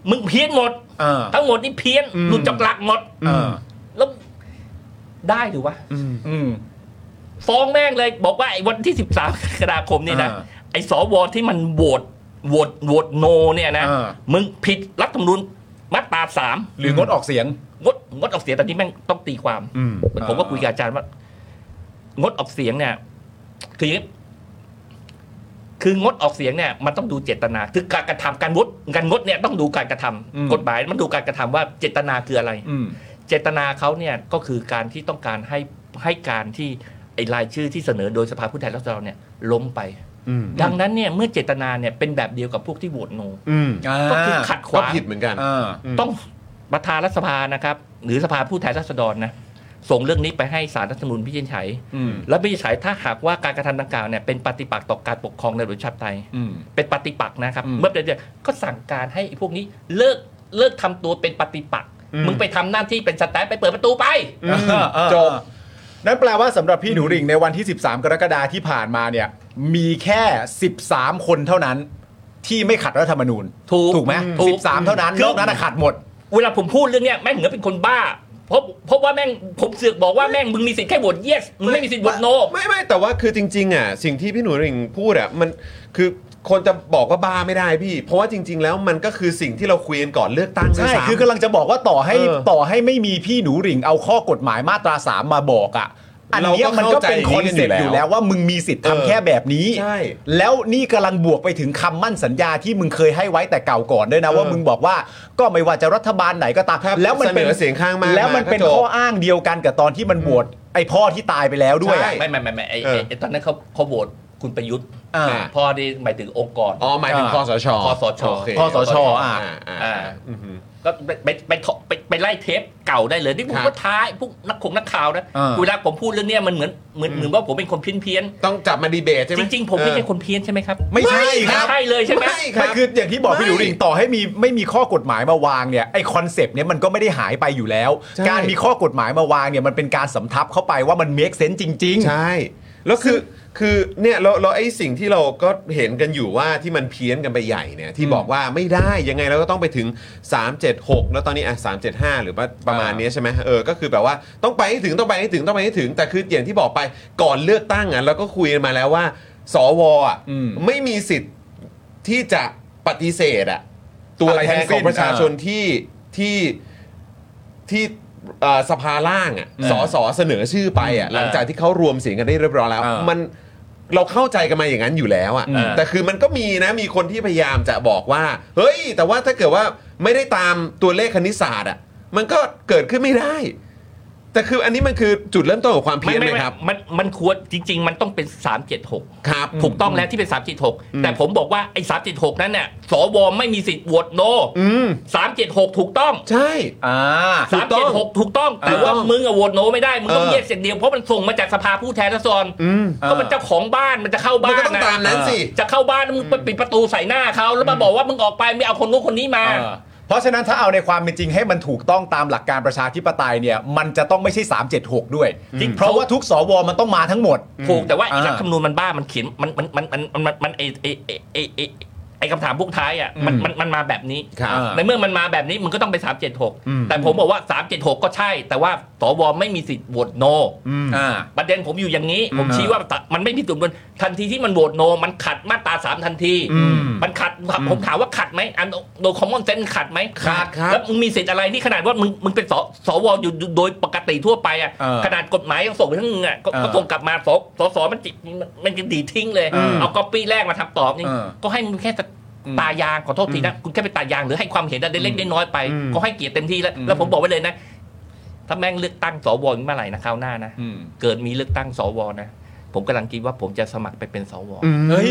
[SPEAKER 5] มึงเพี้ยนหมด
[SPEAKER 2] เออ
[SPEAKER 5] ทั้งหมดนี่เพี้ยน
[SPEAKER 1] อืม
[SPEAKER 5] หลุดจากหลักหมด
[SPEAKER 2] เออ
[SPEAKER 5] แล้วได้หรือวะ
[SPEAKER 1] อืม
[SPEAKER 2] อืม
[SPEAKER 5] ฟ้องแม่งเลยบอกว่าไอ้วันที่ 13กรกฎาคมเนี่ยนะ
[SPEAKER 2] อ่า
[SPEAKER 5] ไอ้สวที่มันโหวตโหวตโหวตโนเนี่ยนะ
[SPEAKER 2] อ่า
[SPEAKER 5] มึงผิดรัฐธรรมนูญมาตราสาม
[SPEAKER 2] หรืองดออกเสียง
[SPEAKER 5] งดงดออกเสียงตอนนี้แม่งต้องตีความ
[SPEAKER 1] อืม
[SPEAKER 5] ผมก็คุยกับอาจารย์ว่า งดออกเสียงเนี่ย คืออย่างนี้ คืองดออกเสียงเนี่ยมันต้องดูเจตนาคือการกระทำการงดการงดเนี่ยต้องดูการกระทำ
[SPEAKER 2] อืม
[SPEAKER 5] กฎหมายมันดูการกระทำว่าเจตนาคืออะไร
[SPEAKER 2] อืม
[SPEAKER 5] เจตนาเขาเนี่ยก็คือการที่ต้องการให้ให้การที่ไอ้รายชื่อที่เสนอโดยสภาผู้แทนราษฎรเนี่ยล้มไป
[SPEAKER 1] อืม
[SPEAKER 5] ดังนั้นเนี่ยเมื่อเจตนาเนี่ยเป็นแบบเดียวกับพวกที่โหวตโน
[SPEAKER 1] อืม
[SPEAKER 5] ก็คือขัดข
[SPEAKER 1] ก็
[SPEAKER 5] วาง
[SPEAKER 1] ผิดเหมือนกัน
[SPEAKER 2] อ่า
[SPEAKER 1] อืม
[SPEAKER 5] ต้องประธานรัฐสภานะครับ หรือสภาผู้แทนราษฎรนะส่งเรื่องนี้ไปให้สารรัฐธรรมนูญพิจารณา
[SPEAKER 2] อืม
[SPEAKER 5] และพิจารณาถ้าหากว่าการกระทำดังกล่าวเนี่ยเป็นปฏิปักษ์ต่อการปกครองในระบอบประชาธิปไตย
[SPEAKER 2] อืม
[SPEAKER 5] เป็นปฏิปักษ์นะครับ
[SPEAKER 2] อืม
[SPEAKER 5] เมื่อเป็นเดือนก็สั่งการให้พวกนี้เลิกเลิกทำตัวเป็นปฏิปักษ์
[SPEAKER 1] อืม
[SPEAKER 5] มึงไปทำหน้าที่เป็นสแตนไปเปิดประตูไป
[SPEAKER 1] อืมจบ
[SPEAKER 2] นั่นแปลว่าสำหรับพี่หนูหริ่งในวันที่ 13 กรกฎาที่ผ่านมาเนี่ย มีแค่ 13 คนเท่านั้นที่ไม่ขัดรัฐธรรมนูญ
[SPEAKER 5] ถูก
[SPEAKER 2] ถูกไหม
[SPEAKER 5] ถูก
[SPEAKER 2] 13 เท่านั้น
[SPEAKER 5] คือ
[SPEAKER 2] นอกนั้นนะขัดหมด
[SPEAKER 5] เวลาผมพูดเรื่องเนี้ยแม่งเหมือนเป็นคนบ้าเพราะเพราะว่าแม่งผมเสือกบอกว่าแม่งมึงมีสิทธิ์แค่โหวต yes มึงไม่มีสิทธิ์โหวต no
[SPEAKER 1] ไม่ไม่แต่ว่าคือจริงๆอ่ะสิ่งที่พี่หนูหริ่งพูดอ่ะมันคือคนจะบอกว่าบ้าไม่ได้พี่ เพราะว่าจริง ๆ แล้วมันก็คือสิ่งที่เราคุยกันก่อนเลือกตั้งด้วย
[SPEAKER 2] ใช่
[SPEAKER 1] ซ้ำ
[SPEAKER 2] คือกำลังจะบอกว่าต่อให้
[SPEAKER 1] เออ
[SPEAKER 2] ต่อให้ไม่มีพี่หนูหริ่งเอาข้อกฎหมายมาตราสามมาบอกอะ่ะ อันเนี้ย
[SPEAKER 1] เราก็
[SPEAKER 2] มันก็เป็นคอนเซ็ปต์
[SPEAKER 1] เข้าใจอย่างนี้กันอยู่แล้ว
[SPEAKER 2] อยู่แล้วว่ามึงมีสิทธิ์
[SPEAKER 1] เออ
[SPEAKER 2] ทำแค่แบบนี้
[SPEAKER 1] ใช่
[SPEAKER 2] แล้วนี่กำลังบวกไปถึงคำมั่นสัญญาที่มึงเคยให้ไว้แต่เก่าก่อนด้วยนะ ว่า
[SPEAKER 1] เออ
[SPEAKER 2] มึงบอกว่าก็ไม่ว่าจะรัฐบาลไหนก็ตาม
[SPEAKER 1] ครับ
[SPEAKER 2] แล้วมันเป็น
[SPEAKER 1] เสนอเสียงข้างมาก
[SPEAKER 2] แล้วมัน
[SPEAKER 1] มาก็
[SPEAKER 2] เป็น
[SPEAKER 1] จบ
[SPEAKER 2] ข้ออ้างเดียวกันกับตอนที่มันบวชไอพ่อที่ตายไปแล้วด้วยอะ
[SPEAKER 1] ใช่
[SPEAKER 5] ไม่ไม่ไม่ไม่ไอ้
[SPEAKER 1] เออ
[SPEAKER 5] ไอ้ไอ้ตอนนั้นเขาเขาโหวตคุณประยุทธ์
[SPEAKER 2] อ่า
[SPEAKER 5] พอดีหมายถึงองค์กร
[SPEAKER 1] อ๋อหมายถึงคอสช
[SPEAKER 5] คสช
[SPEAKER 1] โเค
[SPEAKER 2] คสชอ่ะ
[SPEAKER 1] อ่า
[SPEAKER 5] อ่า
[SPEAKER 1] อือหือ
[SPEAKER 5] ก็ไปไปไปถไปไปไล่เทปเก่าได้เลยนี่ผม
[SPEAKER 1] ครั
[SPEAKER 5] ก็
[SPEAKER 1] บ
[SPEAKER 5] ท้ายพวกนักขงนักข่าวนะ
[SPEAKER 2] อ่า
[SPEAKER 5] เวลาผมพูดเรื่องเนี้ยมันเหมือนเหมือน
[SPEAKER 1] อืม
[SPEAKER 5] เหมือนว่าผมเป็นคนเพี้ยนเพี้ยน
[SPEAKER 1] ต้องจับมาดีเบตใช่ไหม
[SPEAKER 5] จริง ๆ ผมไม่ใช่
[SPEAKER 1] เออ
[SPEAKER 5] คนเพี้ยนใช่ไหมครับ
[SPEAKER 2] ไม่ใช่ครับ
[SPEAKER 5] ใช่เลยใช่ไหม
[SPEAKER 1] ไม่ ครับ
[SPEAKER 2] ไม่คืออย่างที่บอก
[SPEAKER 1] ไม่
[SPEAKER 2] พี่หนูหริ่งต่อให้มีไม่มีข้อกฎหมายมาวางเนี่ยไอคอนเซปต์เนี่ยมันก็ไม่ได้หายไปอยู่แล้ว
[SPEAKER 1] ใช่
[SPEAKER 2] การมีข้อกฎหมายมาวางเนี่ยมันเป็นการสำทับเข้าไปว่ามันเมคเซน s e จริง
[SPEAKER 1] ใช่ แล้วคือคือเนี่ยเราเราไอ้สิ่งที่เราก็เห็นกันอยู่ว่าที่มันเพี้ยนกันไปใหญ่เนี่ยที่
[SPEAKER 2] อืม
[SPEAKER 1] บอกว่าไม่ได้ยังไงเราก็ต้องไปถึง 376 แล้วตอนนี้อ่ะ375 หรือว่าประมาณ
[SPEAKER 2] อ่า
[SPEAKER 1] เนี้ยใช่ไหมเออก็คือแบบว่าต้องไปให้ถึงต้องไปให้ถึงต้องไปให้ถึง แต่คืออย่างที่บอกไปก่อนเลือกตั้งอ่ะเราก็คุยกันมาแล้วว่า สวอ่ะไม่มีสิทธิ์ที่จะปฏิเสธอ่ะตัวแทนของประชาชนที่ที่ที่เอ่อสภาล่างอ่ะ
[SPEAKER 2] อืม
[SPEAKER 1] สสเสนอชื่อไปอ่ะ
[SPEAKER 2] อืม
[SPEAKER 1] หลังจากที่เขารวมเสียงกันได้เรียบร้อยแล้ว
[SPEAKER 2] อ่ามั
[SPEAKER 1] มันเราเข้าใจกันมาอย่างนั้นอยู่แล้วอ่ะ
[SPEAKER 2] อืม
[SPEAKER 1] แต่คือมันก็มีนะมีคนที่พยายามจะบอกว่า เฮ้ย แต่ว่าถ้าเกิดว่าไม่ได้ตามตัวเลขคณิตศาสตร์อ่ะมันก็เกิดขึ้นไม่ได้ แต่คืออันนี้มันคือจุดเริ่มต้นของความเพี้ยนไหมครับ
[SPEAKER 5] มันมันควรจริง ๆ มันต้องเป็น 376
[SPEAKER 1] ครับ
[SPEAKER 5] ถูกต้องแล้วที่เป็น 376 แต่ผมบอกว่าไอ้376 นั้นเนี่ยสวไม่มีสิทธิ์โหวตโน
[SPEAKER 1] อืม
[SPEAKER 5] 376 ถูกต้อง
[SPEAKER 1] ใช่
[SPEAKER 2] ๆอ่า
[SPEAKER 1] ถู
[SPEAKER 5] สาม
[SPEAKER 1] กต้
[SPEAKER 5] เจ็
[SPEAKER 1] อ
[SPEAKER 5] ด
[SPEAKER 1] ง
[SPEAKER 5] หกถูกต้อง แต่
[SPEAKER 1] ถูกต้
[SPEAKER 5] ว่า
[SPEAKER 1] อง
[SPEAKER 5] มึงอะโหวตโนไม่ได้ มึงต้อง
[SPEAKER 1] เออ
[SPEAKER 5] แยกเสียงเดียวเพราะมันส่งมาจากสภาผู้แทนราษฎร
[SPEAKER 1] อืม
[SPEAKER 2] เออ
[SPEAKER 5] ก็มันเจ้าของบ้านมันจะเข้า
[SPEAKER 1] มัน
[SPEAKER 5] บ้า
[SPEAKER 1] ก็
[SPEAKER 5] น
[SPEAKER 1] ต้อง
[SPEAKER 5] นะ
[SPEAKER 1] ตามนั้นสิ
[SPEAKER 5] จะเข้าบ้านมึงไปปิดประตูใส่หน้าเขาแล้วมาบอกว่ามึงออกไปไม่เอาคนนู้นคนนี้มา
[SPEAKER 2] อ่าเพราะฉะนั้นถ้าเอาในความเป็นจริงให้มันถูกต้องตามหลักการประชาธิปไตยเนี่ยมันจะต้องไม่ใช่ 376 ด้วย
[SPEAKER 5] จริง
[SPEAKER 2] เพราะว่าทุกสวมันต้องมาทั้งหมด
[SPEAKER 5] ถูกแต่ว่าไอ้
[SPEAKER 2] อ่า
[SPEAKER 5] รัฐธรรมนูญมันบ้ามันเขียนมันมันมันมันมันมันไอไอไอ้ไอไอ้ไอคำถามพวกท้ายอ่ะมัน
[SPEAKER 2] อืม
[SPEAKER 5] มันมันมาแบบนี้
[SPEAKER 2] ครับ
[SPEAKER 5] ในเมื่อมันมาแบบนี้มันก็ต้องไป
[SPEAKER 2] อืม
[SPEAKER 5] 376 แต่ผมบอกว่า 376 ก็ใช่ แต่ว่าสวไม่มีสิทธิ์โหวตโน
[SPEAKER 2] อ่า
[SPEAKER 5] ประเด็นผมอยู่อย่างนี้
[SPEAKER 2] อืม
[SPEAKER 5] ผมชี้ว่ามันไม่ผิดกฎหมายทันทีที่มันโหวตโน มันขัดมาตราสามทันที
[SPEAKER 2] อืม
[SPEAKER 5] มันขัดผมถามว่าขัดไหมอันโดยคอมมอนเซนขัดไหม
[SPEAKER 1] ขัดครับ
[SPEAKER 5] แล้วมึงมีสิทธิ์อะไรนี่ขนาดว่ามึงมึงเป็นสสวอยู่โดยปกติทั่วไปอ่ะ
[SPEAKER 2] เออ
[SPEAKER 5] ขนาดกฎหมายยังส่งไปทั้งนึงอ่ะก็
[SPEAKER 2] เออ
[SPEAKER 5] ก็ส่งกลับมาสสสมันจิมันมันจะดีดทิ้งเลย
[SPEAKER 2] เออ
[SPEAKER 5] เอาก๊อปปี้แรกมาทำตอบนี่
[SPEAKER 2] เออ
[SPEAKER 5] ก็ให้มึงแค่ตะ
[SPEAKER 2] อืม
[SPEAKER 5] ตายางขอโทษทีนะคุณแค่เป็นตายางหรือให้ความเห็นอะไรเล็กๆน้อยๆไป
[SPEAKER 2] อืม
[SPEAKER 5] ก็ให้เกียรติเต็มที่แล้ว
[SPEAKER 2] อืม
[SPEAKER 5] แล้วผมบอกไว้เลยนะ ถ้าแม่งเลือกตั้งสวอีกเมื่อไหร่นะคราวหน้านะ
[SPEAKER 2] อืม
[SPEAKER 5] เกิดมีเลือกตั้งสวนะ ผมกำลังคิดว่าผมจะสมัครไปเป็นสว
[SPEAKER 2] เฮ้ย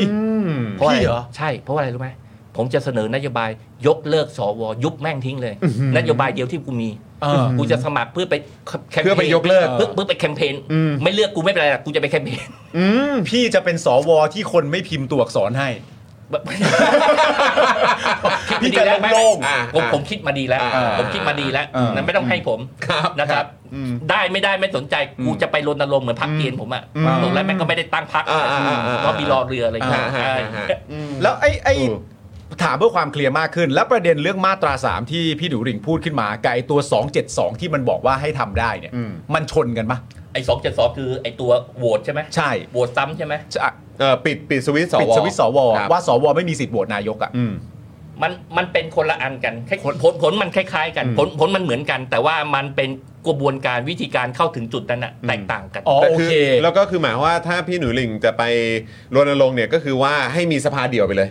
[SPEAKER 5] เพราะอะไร
[SPEAKER 2] พี่เหรอ
[SPEAKER 5] ใช่เพราะว่าอะไรรู้ไหมผมจะเสนอนโยบายยกเลิกสว ยุบแม่งทิ้งเลยนโยบายเดียวที่กูมี
[SPEAKER 2] เออ
[SPEAKER 5] กูจะสมัครเพื่อไปแคม
[SPEAKER 1] เพื่
[SPEAKER 5] เพื่
[SPEAKER 1] อไปยกเลิก
[SPEAKER 5] อเพื่อไปแคมเปญ
[SPEAKER 1] อืม
[SPEAKER 5] ไม่เลือกกูไม่เป็นไรหรอกกูจะไปแคมเปญ
[SPEAKER 1] อืม
[SPEAKER 2] พี่จะเป็นสวที่คนไม่พิมพ์ตัวอักษรให้ พี่จะ
[SPEAKER 5] คิดมาดี
[SPEAKER 2] โล่ง
[SPEAKER 5] แว
[SPEAKER 1] ๆ
[SPEAKER 5] ผม
[SPEAKER 1] อ่า
[SPEAKER 5] ผมคิดมาดีแล้ว
[SPEAKER 1] อ่า
[SPEAKER 5] ผมคิดมาดีแล้ว
[SPEAKER 2] อ่านั้
[SPEAKER 5] นั้นไม่ต้องให้ผม
[SPEAKER 1] ครับ
[SPEAKER 5] นะครับ
[SPEAKER 1] อืม
[SPEAKER 5] ได้ไม่ได้ไม่สนใจกูจะไปรณรงค์เหมือนพรรคเกียนผมอ่ะตกแล้วแม่งก็ไม่ได้ตั้งพรรค
[SPEAKER 1] อ่าอ่าอ่าอ่า
[SPEAKER 5] ก็มีรอเรืออะไรอย่างเงี้
[SPEAKER 1] ฮะ
[SPEAKER 5] ย
[SPEAKER 1] ฮะฮะฮะ
[SPEAKER 5] ใช่
[SPEAKER 1] อืม
[SPEAKER 2] แล้วไอ้ไอ้
[SPEAKER 1] เออ
[SPEAKER 2] ถามเพื่อความเคลียร์มากขึ้น แล้วประเด็นเรื่องมาตราสามที่พี่หนูหริ่งพูดขึ้นมากับไอ้ตัว 272 ที่มันบอกว่าให้ทำได้เนี่ย
[SPEAKER 1] อืม
[SPEAKER 2] มันชนกันปะ
[SPEAKER 5] ไอ้สองเจ็ดสองคือไอ้ตัวโหวตใช่ไหม
[SPEAKER 2] ใช่
[SPEAKER 5] โหวตซ้ำใช่ไหม
[SPEAKER 2] ใช่อ่ะ
[SPEAKER 1] เอ่อปิดปิดสวิตช์สว
[SPEAKER 2] ปิดสวิตช์สว
[SPEAKER 1] ครับ
[SPEAKER 2] ว่าสวไม่มีสิทธิ์โหวตนายกอ่ะ
[SPEAKER 1] อืม
[SPEAKER 5] มันมันเป็นคนละอันกันแค่ผลผลผลมันคล้ายๆกัน
[SPEAKER 1] อืม
[SPEAKER 5] ผลผลมันเหมือนกัน แต่ว่ามันเป็น กระบวนการวิธีการเข้าถึงจุดนั้นน่ะแตกต่างกัน
[SPEAKER 2] อ๋อ
[SPEAKER 1] แต่
[SPEAKER 2] โเค
[SPEAKER 1] แล้วก็คือหมายว่าถ้าพี่หนูหลิงจะไปรณรงค์เนี่ยก็คือว่าให้มีสภาเดี่ยวไปเลย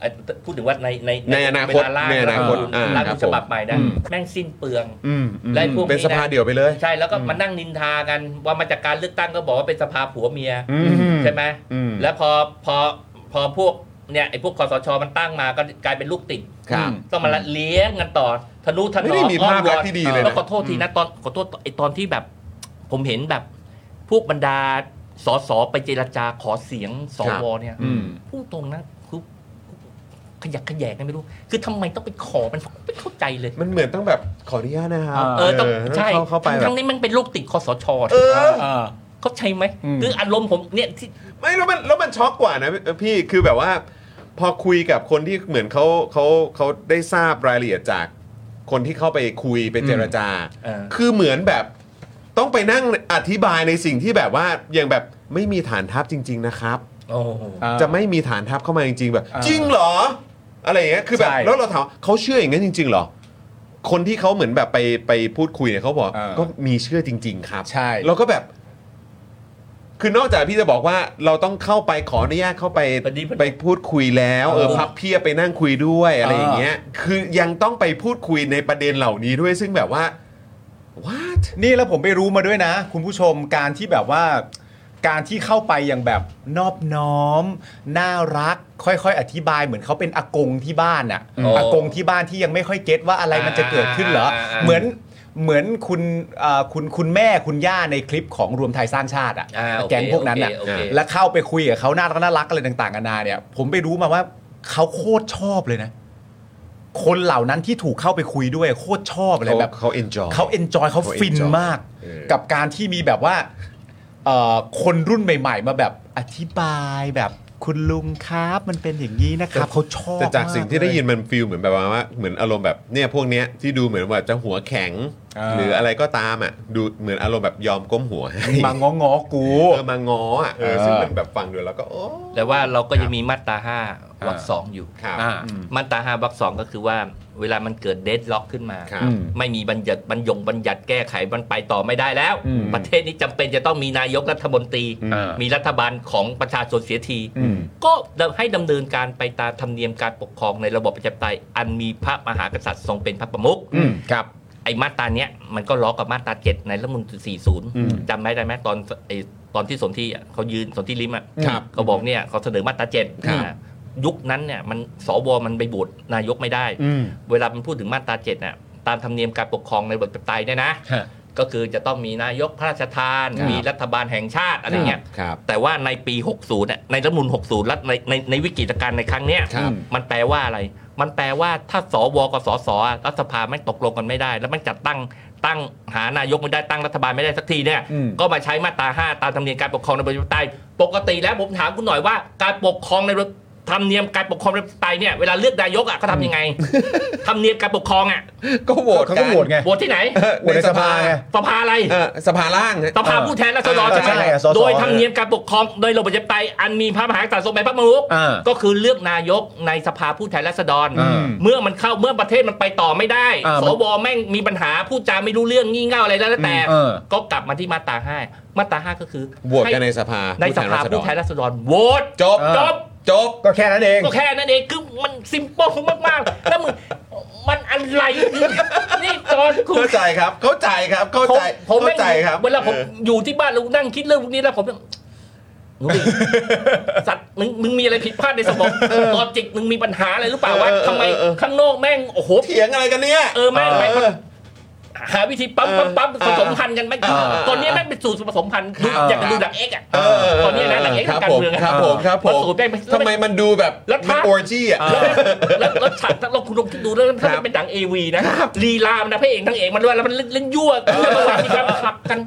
[SPEAKER 5] ไอ้พูดถึงว่าในใน
[SPEAKER 1] ในอนาคต
[SPEAKER 5] เวลร่าง
[SPEAKER 1] ในอนาคต
[SPEAKER 5] รัฐธรรมนูญ
[SPEAKER 1] อ่า
[SPEAKER 5] ร่าง
[SPEAKER 1] ครับ
[SPEAKER 5] ฉบับใหม่นะแม่งสิ้นเปลือง
[SPEAKER 1] อืมอืม
[SPEAKER 5] และพวกนี้นะ
[SPEAKER 1] เป็นสภาเดี่ยวไปเลย
[SPEAKER 5] ใช่แล้วก็มานั่งนินทากันว่ามาจากการเลือกตั้งก็บอกว่าเป็นสภาผัวเมีย
[SPEAKER 1] อืม
[SPEAKER 5] ใช่ไหม
[SPEAKER 1] อืม
[SPEAKER 5] แล้วพอพอพอพวกเนี่ยไอ้พวกคอสชมันตั้งมาก็กลายเป็นลูกติด
[SPEAKER 1] ครับ
[SPEAKER 5] อืมต้องมาละเลี้ยงกันต่อธนุถนอม
[SPEAKER 1] ไม่ได้มีภาพลักษณ์ที่ดีเลยนะ
[SPEAKER 5] แล้วขอโทษทีนะตอนขอโทษไอ้ตอนที่แบบ ผมเห็นแบบ พวกบรรดาสสไปเจรจาขอเสียงสวเนี่ย
[SPEAKER 1] อืม
[SPEAKER 5] พูดตรงนะคือขยักขยแยงกันไม่รู้ คือทำไมต้องไปขอมันไม่เข้าใจเลย
[SPEAKER 1] มันเหมือนต้องแบบขออนุญาตนะครับ
[SPEAKER 5] เออต้องใช่
[SPEAKER 1] เข้าเข้าไป
[SPEAKER 5] ทั้ง
[SPEAKER 1] แบ
[SPEAKER 5] ทั้
[SPEAKER 1] บ
[SPEAKER 5] งนี้มันเป็นลูกติดคอสช
[SPEAKER 1] เออ
[SPEAKER 2] เออ
[SPEAKER 5] เข้าใจไหม
[SPEAKER 2] อืม
[SPEAKER 5] คืออารมณ์ผมเนี่ยที่
[SPEAKER 1] ไม่แล้วมันแล้วมันช็อกกว่านะพี่คือแบบว่า พอคุยกับคนที่เหมือนเขาเขาเขาได้ทราบรายละเอียดจาก คนที่เข้าไปคุยไปเจรจา
[SPEAKER 5] เออ
[SPEAKER 1] คือเหมือนแบบต้องไปนั่งอธิบายในสิ่งที่แบบว่าอย่างแบบไม่มีฐานทัพจริง ๆ นะครับ
[SPEAKER 5] โอ้โห
[SPEAKER 2] อ่า
[SPEAKER 1] จะไม่มีฐานทัพเข้ามาจริงๆแบบ
[SPEAKER 2] อ่า
[SPEAKER 1] จริงเหรอ อะไรอย่างเงี้ยคือแบบ
[SPEAKER 2] ใช่
[SPEAKER 1] แล้วเราถามว่าเขาเชื่ออย่างนั้นจริง ๆ เหรอ คนที่เขาเหมือนแบบไปไปพูดคุยเนี่ยเขาบอก
[SPEAKER 2] เออ
[SPEAKER 1] ก็มีเชื่อจริง ๆ ครับ
[SPEAKER 2] ใช่
[SPEAKER 1] แล้วก็แบบ คือนอกจากพี่จะบอกว่าเราต้องเข้าไปขออนุญาตเข้าไป
[SPEAKER 5] ประดิษฐ์
[SPEAKER 1] ไปพูดคุยแล้วเออ
[SPEAKER 5] เออ
[SPEAKER 1] พับเพียบไปนั่งคุยด้วยอะไรอย่างเงี้ย คือยังต้องไปพูดคุยในประเด็นเหล่านี้ด้วยซึ่งแบบว่า what
[SPEAKER 2] นี่แล้วผมไปรู้มาด้วยนะ คุณผู้ชมการที่แบบว่า การที่เข้าไปอย่างแบบนอบน้อม น่ารัก ค่อยๆ อธิบายเหมือนเขาเป็นอากงที่บ้านอะ
[SPEAKER 5] อ๋ออ
[SPEAKER 2] ากงที่บ้านที่ยังไม่ค่อยเก็ตว่าอะไรมันจะเกิดขึ้นเหรอ
[SPEAKER 5] อ่าอ่าอ่า
[SPEAKER 2] เหมือนเหมือนคุณเอ่อคุณคุณแม่คุณย่าในคลิปของรวมไทยสร้างชาติอะ
[SPEAKER 5] อ่าโอเค
[SPEAKER 2] แก๊งพวกนั้นอะ
[SPEAKER 5] โอเคโอเค
[SPEAKER 2] แล้วเข้าไปคุยกับเขาน่ารักน่ารักอะไรต่างๆกันานาเนี่ย ผมไปรู้มาว่าเขาโคตรชอบเลยนะ คนเหล่านั้นที่ถูกเข้าไปคุยด้วยโคตรชอบเลยแบบ
[SPEAKER 1] เขา enjoy
[SPEAKER 2] เขาเอนจอยเขา
[SPEAKER 1] เขา enjoy
[SPEAKER 2] ฟินมาก
[SPEAKER 1] เออ
[SPEAKER 2] กับการที่มีแบบว่าเอ่อคนรุ่นใหม่ ๆ มาแบบอธิบายแบบคุณลุงครับมันเป็นอย่างนี้นะครับเขาชอบ
[SPEAKER 1] แต่จากสิ่งที่ได้ยิน
[SPEAKER 2] มาก
[SPEAKER 1] มันฟีลเหมือนแบบว่าเหมือนอารมณ์แบบเนี่ยพวกเนี้ยที่ดูเหมือนว่าจะหัวแข็ง
[SPEAKER 2] อ่า
[SPEAKER 1] หรืออะไรก็ตามอ่ะดูเหมือนอารมณ์แบบยอมก้ม หัวให้
[SPEAKER 2] เลยมางองอๆกู
[SPEAKER 1] เออมางออ่ะเออ
[SPEAKER 2] เออ
[SPEAKER 1] ซึ่งมันแบบฟังดูแล้วก็โอ้
[SPEAKER 5] แต่ว่าเราก็ยังมีมาตราห้าวักสองอยู่
[SPEAKER 1] ครับ
[SPEAKER 2] อ่า
[SPEAKER 5] มาตราห้าวักสองก็คือว่า เวลามันเกิดเดดล็อกขึ้นมา
[SPEAKER 1] ครับ
[SPEAKER 2] อืม
[SPEAKER 5] ไม่มีบัญญัติบัญญงบัญญัติแก้ไขมันไปต่อไม่ได้แล้ว
[SPEAKER 2] อืม
[SPEAKER 5] ประเทศนี้จำเป็นจะต้องมีนายกรัฐมนตรี
[SPEAKER 2] อ่ามี
[SPEAKER 5] มีรัฐบาลของประชาชนเสียที
[SPEAKER 2] อืม
[SPEAKER 5] ก็ให้ดำเนินการไปตามธรรมเนียมการปกครองในระบบประชาธิปไตยอันมีพระมหากษัตริย์ทรงเป็นพระประมุข
[SPEAKER 2] อืมครับ
[SPEAKER 5] ไอ้มาตราเนี้ยมันก็ล้อกับมาตราเจ็ดในรัฐธรรมนูล40จำไหมได้ไหมตอนไอ้ตอนที่สนที่เขายืนสนที่ริมอ่ะ
[SPEAKER 1] ครับ
[SPEAKER 5] เขาบอกเนี่ยเขาเสนอมาตราเจ็ด
[SPEAKER 1] ครับ
[SPEAKER 5] อ่ะยุคนั้นเนี่ยมันสวมันไปบูดนายกไม่ได้
[SPEAKER 1] อืม
[SPEAKER 5] เวลามันพูดถึงมาตราเจ็ดน่ะตามธรรมเนียมการปกครองในระบทประชาธิปไตยเนี่ยนะ ก็คือจะต้องมีนายกพระราชทาน
[SPEAKER 1] ครับ
[SPEAKER 5] มีรัฐบาลแห่งชาติอะไรเงี้ย
[SPEAKER 1] ครับ
[SPEAKER 5] แต่ว่าในปี 60เนี่ยในรัฐธรรมนูล60รัฐในในในวิกฤตการณ์ในครั้งเนี้ย
[SPEAKER 1] ครับ
[SPEAKER 5] มันแปลว่าอะไร มันแปลว่าถ้าสวกับสสรัฐสภาไม่งตกลงกันไม่ได้ แล้วมันจัดตั้งตั้งหานายกไม่ได้ตั้งรัฐบาลไม่ได้สักทีเนี่ย
[SPEAKER 2] อืม
[SPEAKER 5] ก็มาใช้มาตรา5ตามธรรมเนียมการปกครองในประชาธิปไตย ปกติแล้วผมถามคุณหน่อยว่า การปกครองในธรรมเนียมการปกครองในประชาธิปไตยเนี่ยเวลาเลือกนายกอ่ะเขาทำยังไง ธรรมเนียมการปกครองอ่ะ
[SPEAKER 1] ก็โหวต
[SPEAKER 2] เขา
[SPEAKER 1] กั
[SPEAKER 2] ก็
[SPEAKER 1] น
[SPEAKER 2] โหวตไง
[SPEAKER 5] โหวตที่ไหน
[SPEAKER 1] เออ
[SPEAKER 2] โหวตในสภาไง
[SPEAKER 5] สภาอะไร
[SPEAKER 1] เออสภาล่าง
[SPEAKER 5] สภาผู้แทนราษฎร
[SPEAKER 1] เออ
[SPEAKER 5] ใช่ไหม
[SPEAKER 2] ใช่อะสส
[SPEAKER 5] โดยธรรมเนียมการปกครองโดยระบบประชาธิปไตยอันมีพระมหากษัตริย์ทรงเป็นพระมรุก
[SPEAKER 2] อ่า
[SPEAKER 5] ก็คือเลือกนายกในสภาผู้แทนราษฎร
[SPEAKER 2] อืม
[SPEAKER 5] เมื่อมันเข้าเมื่อประเทศมันไปต่อไม่ได้
[SPEAKER 2] อ่า
[SPEAKER 5] ส
[SPEAKER 2] มัน
[SPEAKER 5] วแม่งมีปัญหาพูดจาไม่รู้เรื่องงี่เง่าอะไรแล้วแต่
[SPEAKER 2] อืมเออ
[SPEAKER 5] ก็กลับมาที่มาตราห้ามาตราห้าก็คือ
[SPEAKER 1] โหวตกันในสภา
[SPEAKER 5] ในสภาผู้แทนราษฎรโหวต
[SPEAKER 1] จบ
[SPEAKER 5] จบ
[SPEAKER 1] จบ
[SPEAKER 2] ก็แค่นั้นเอง
[SPEAKER 5] ก็แค่นั้นเองคือมันซิมเปิลมากๆ แล้วมึงมันอะไรนี่ตอนคุณ
[SPEAKER 1] เข้าใจครับ เข้าใจครับ เข้าใจ
[SPEAKER 5] ผมผม
[SPEAKER 1] เข้าใจครับ
[SPEAKER 5] เวลาผมอยู่ที่บ้านแล้วนั่งคิดเรื่องพวกนี้แล้วผมแบบหนูดิ สัตว์มึงมึงมีอะไรผิดพลาดในส มองลอจิกมึงมีปัญหาอะไรหรือเปล่าวะ
[SPEAKER 1] เออเออ
[SPEAKER 5] ทำไม
[SPEAKER 1] เออเออ
[SPEAKER 5] ข้างนอกแม่งโอ้โห
[SPEAKER 1] เถียงอะไรกันเนี่ย
[SPEAKER 5] เออแม่ง
[SPEAKER 2] เออ
[SPEAKER 5] ไปหาวิธีปั๊มปั๊มปั๊ม
[SPEAKER 1] เออ
[SPEAKER 5] ผสมพันธุ์กันแม่ง
[SPEAKER 1] เออเออ
[SPEAKER 5] ตอนนี้แม่งเป็นสูตรผสมพันธุ์ดู
[SPEAKER 2] ครับ
[SPEAKER 5] อยากจะดูดักเอ็กซ์อ่ะ
[SPEAKER 1] เออเออเออ
[SPEAKER 5] ตอนนี้นะดักเอ็กซ์
[SPEAKER 1] ครั
[SPEAKER 5] ทา
[SPEAKER 1] บ
[SPEAKER 5] งการ
[SPEAKER 1] ผม
[SPEAKER 5] เมืองอะ
[SPEAKER 1] ครับผมครับผม
[SPEAKER 5] นสูตรแม่ง
[SPEAKER 1] ทำไมมันดูแบบ
[SPEAKER 5] แล้ว
[SPEAKER 1] มั
[SPEAKER 5] ถ้าน
[SPEAKER 1] โอจี้อ่ะ
[SPEAKER 5] แล้วแล้วฉากถ้าเราคุณลองคิดดูแล้วถ้า
[SPEAKER 1] ครั
[SPEAKER 5] มั
[SPEAKER 1] บ
[SPEAKER 5] นเป็นดังเอวีนะลีลามันนะพระเอกทั้งเอกมันด้วยแล้วมันเล่นเล่นยั่วเล่นประวัติมีการขับกัน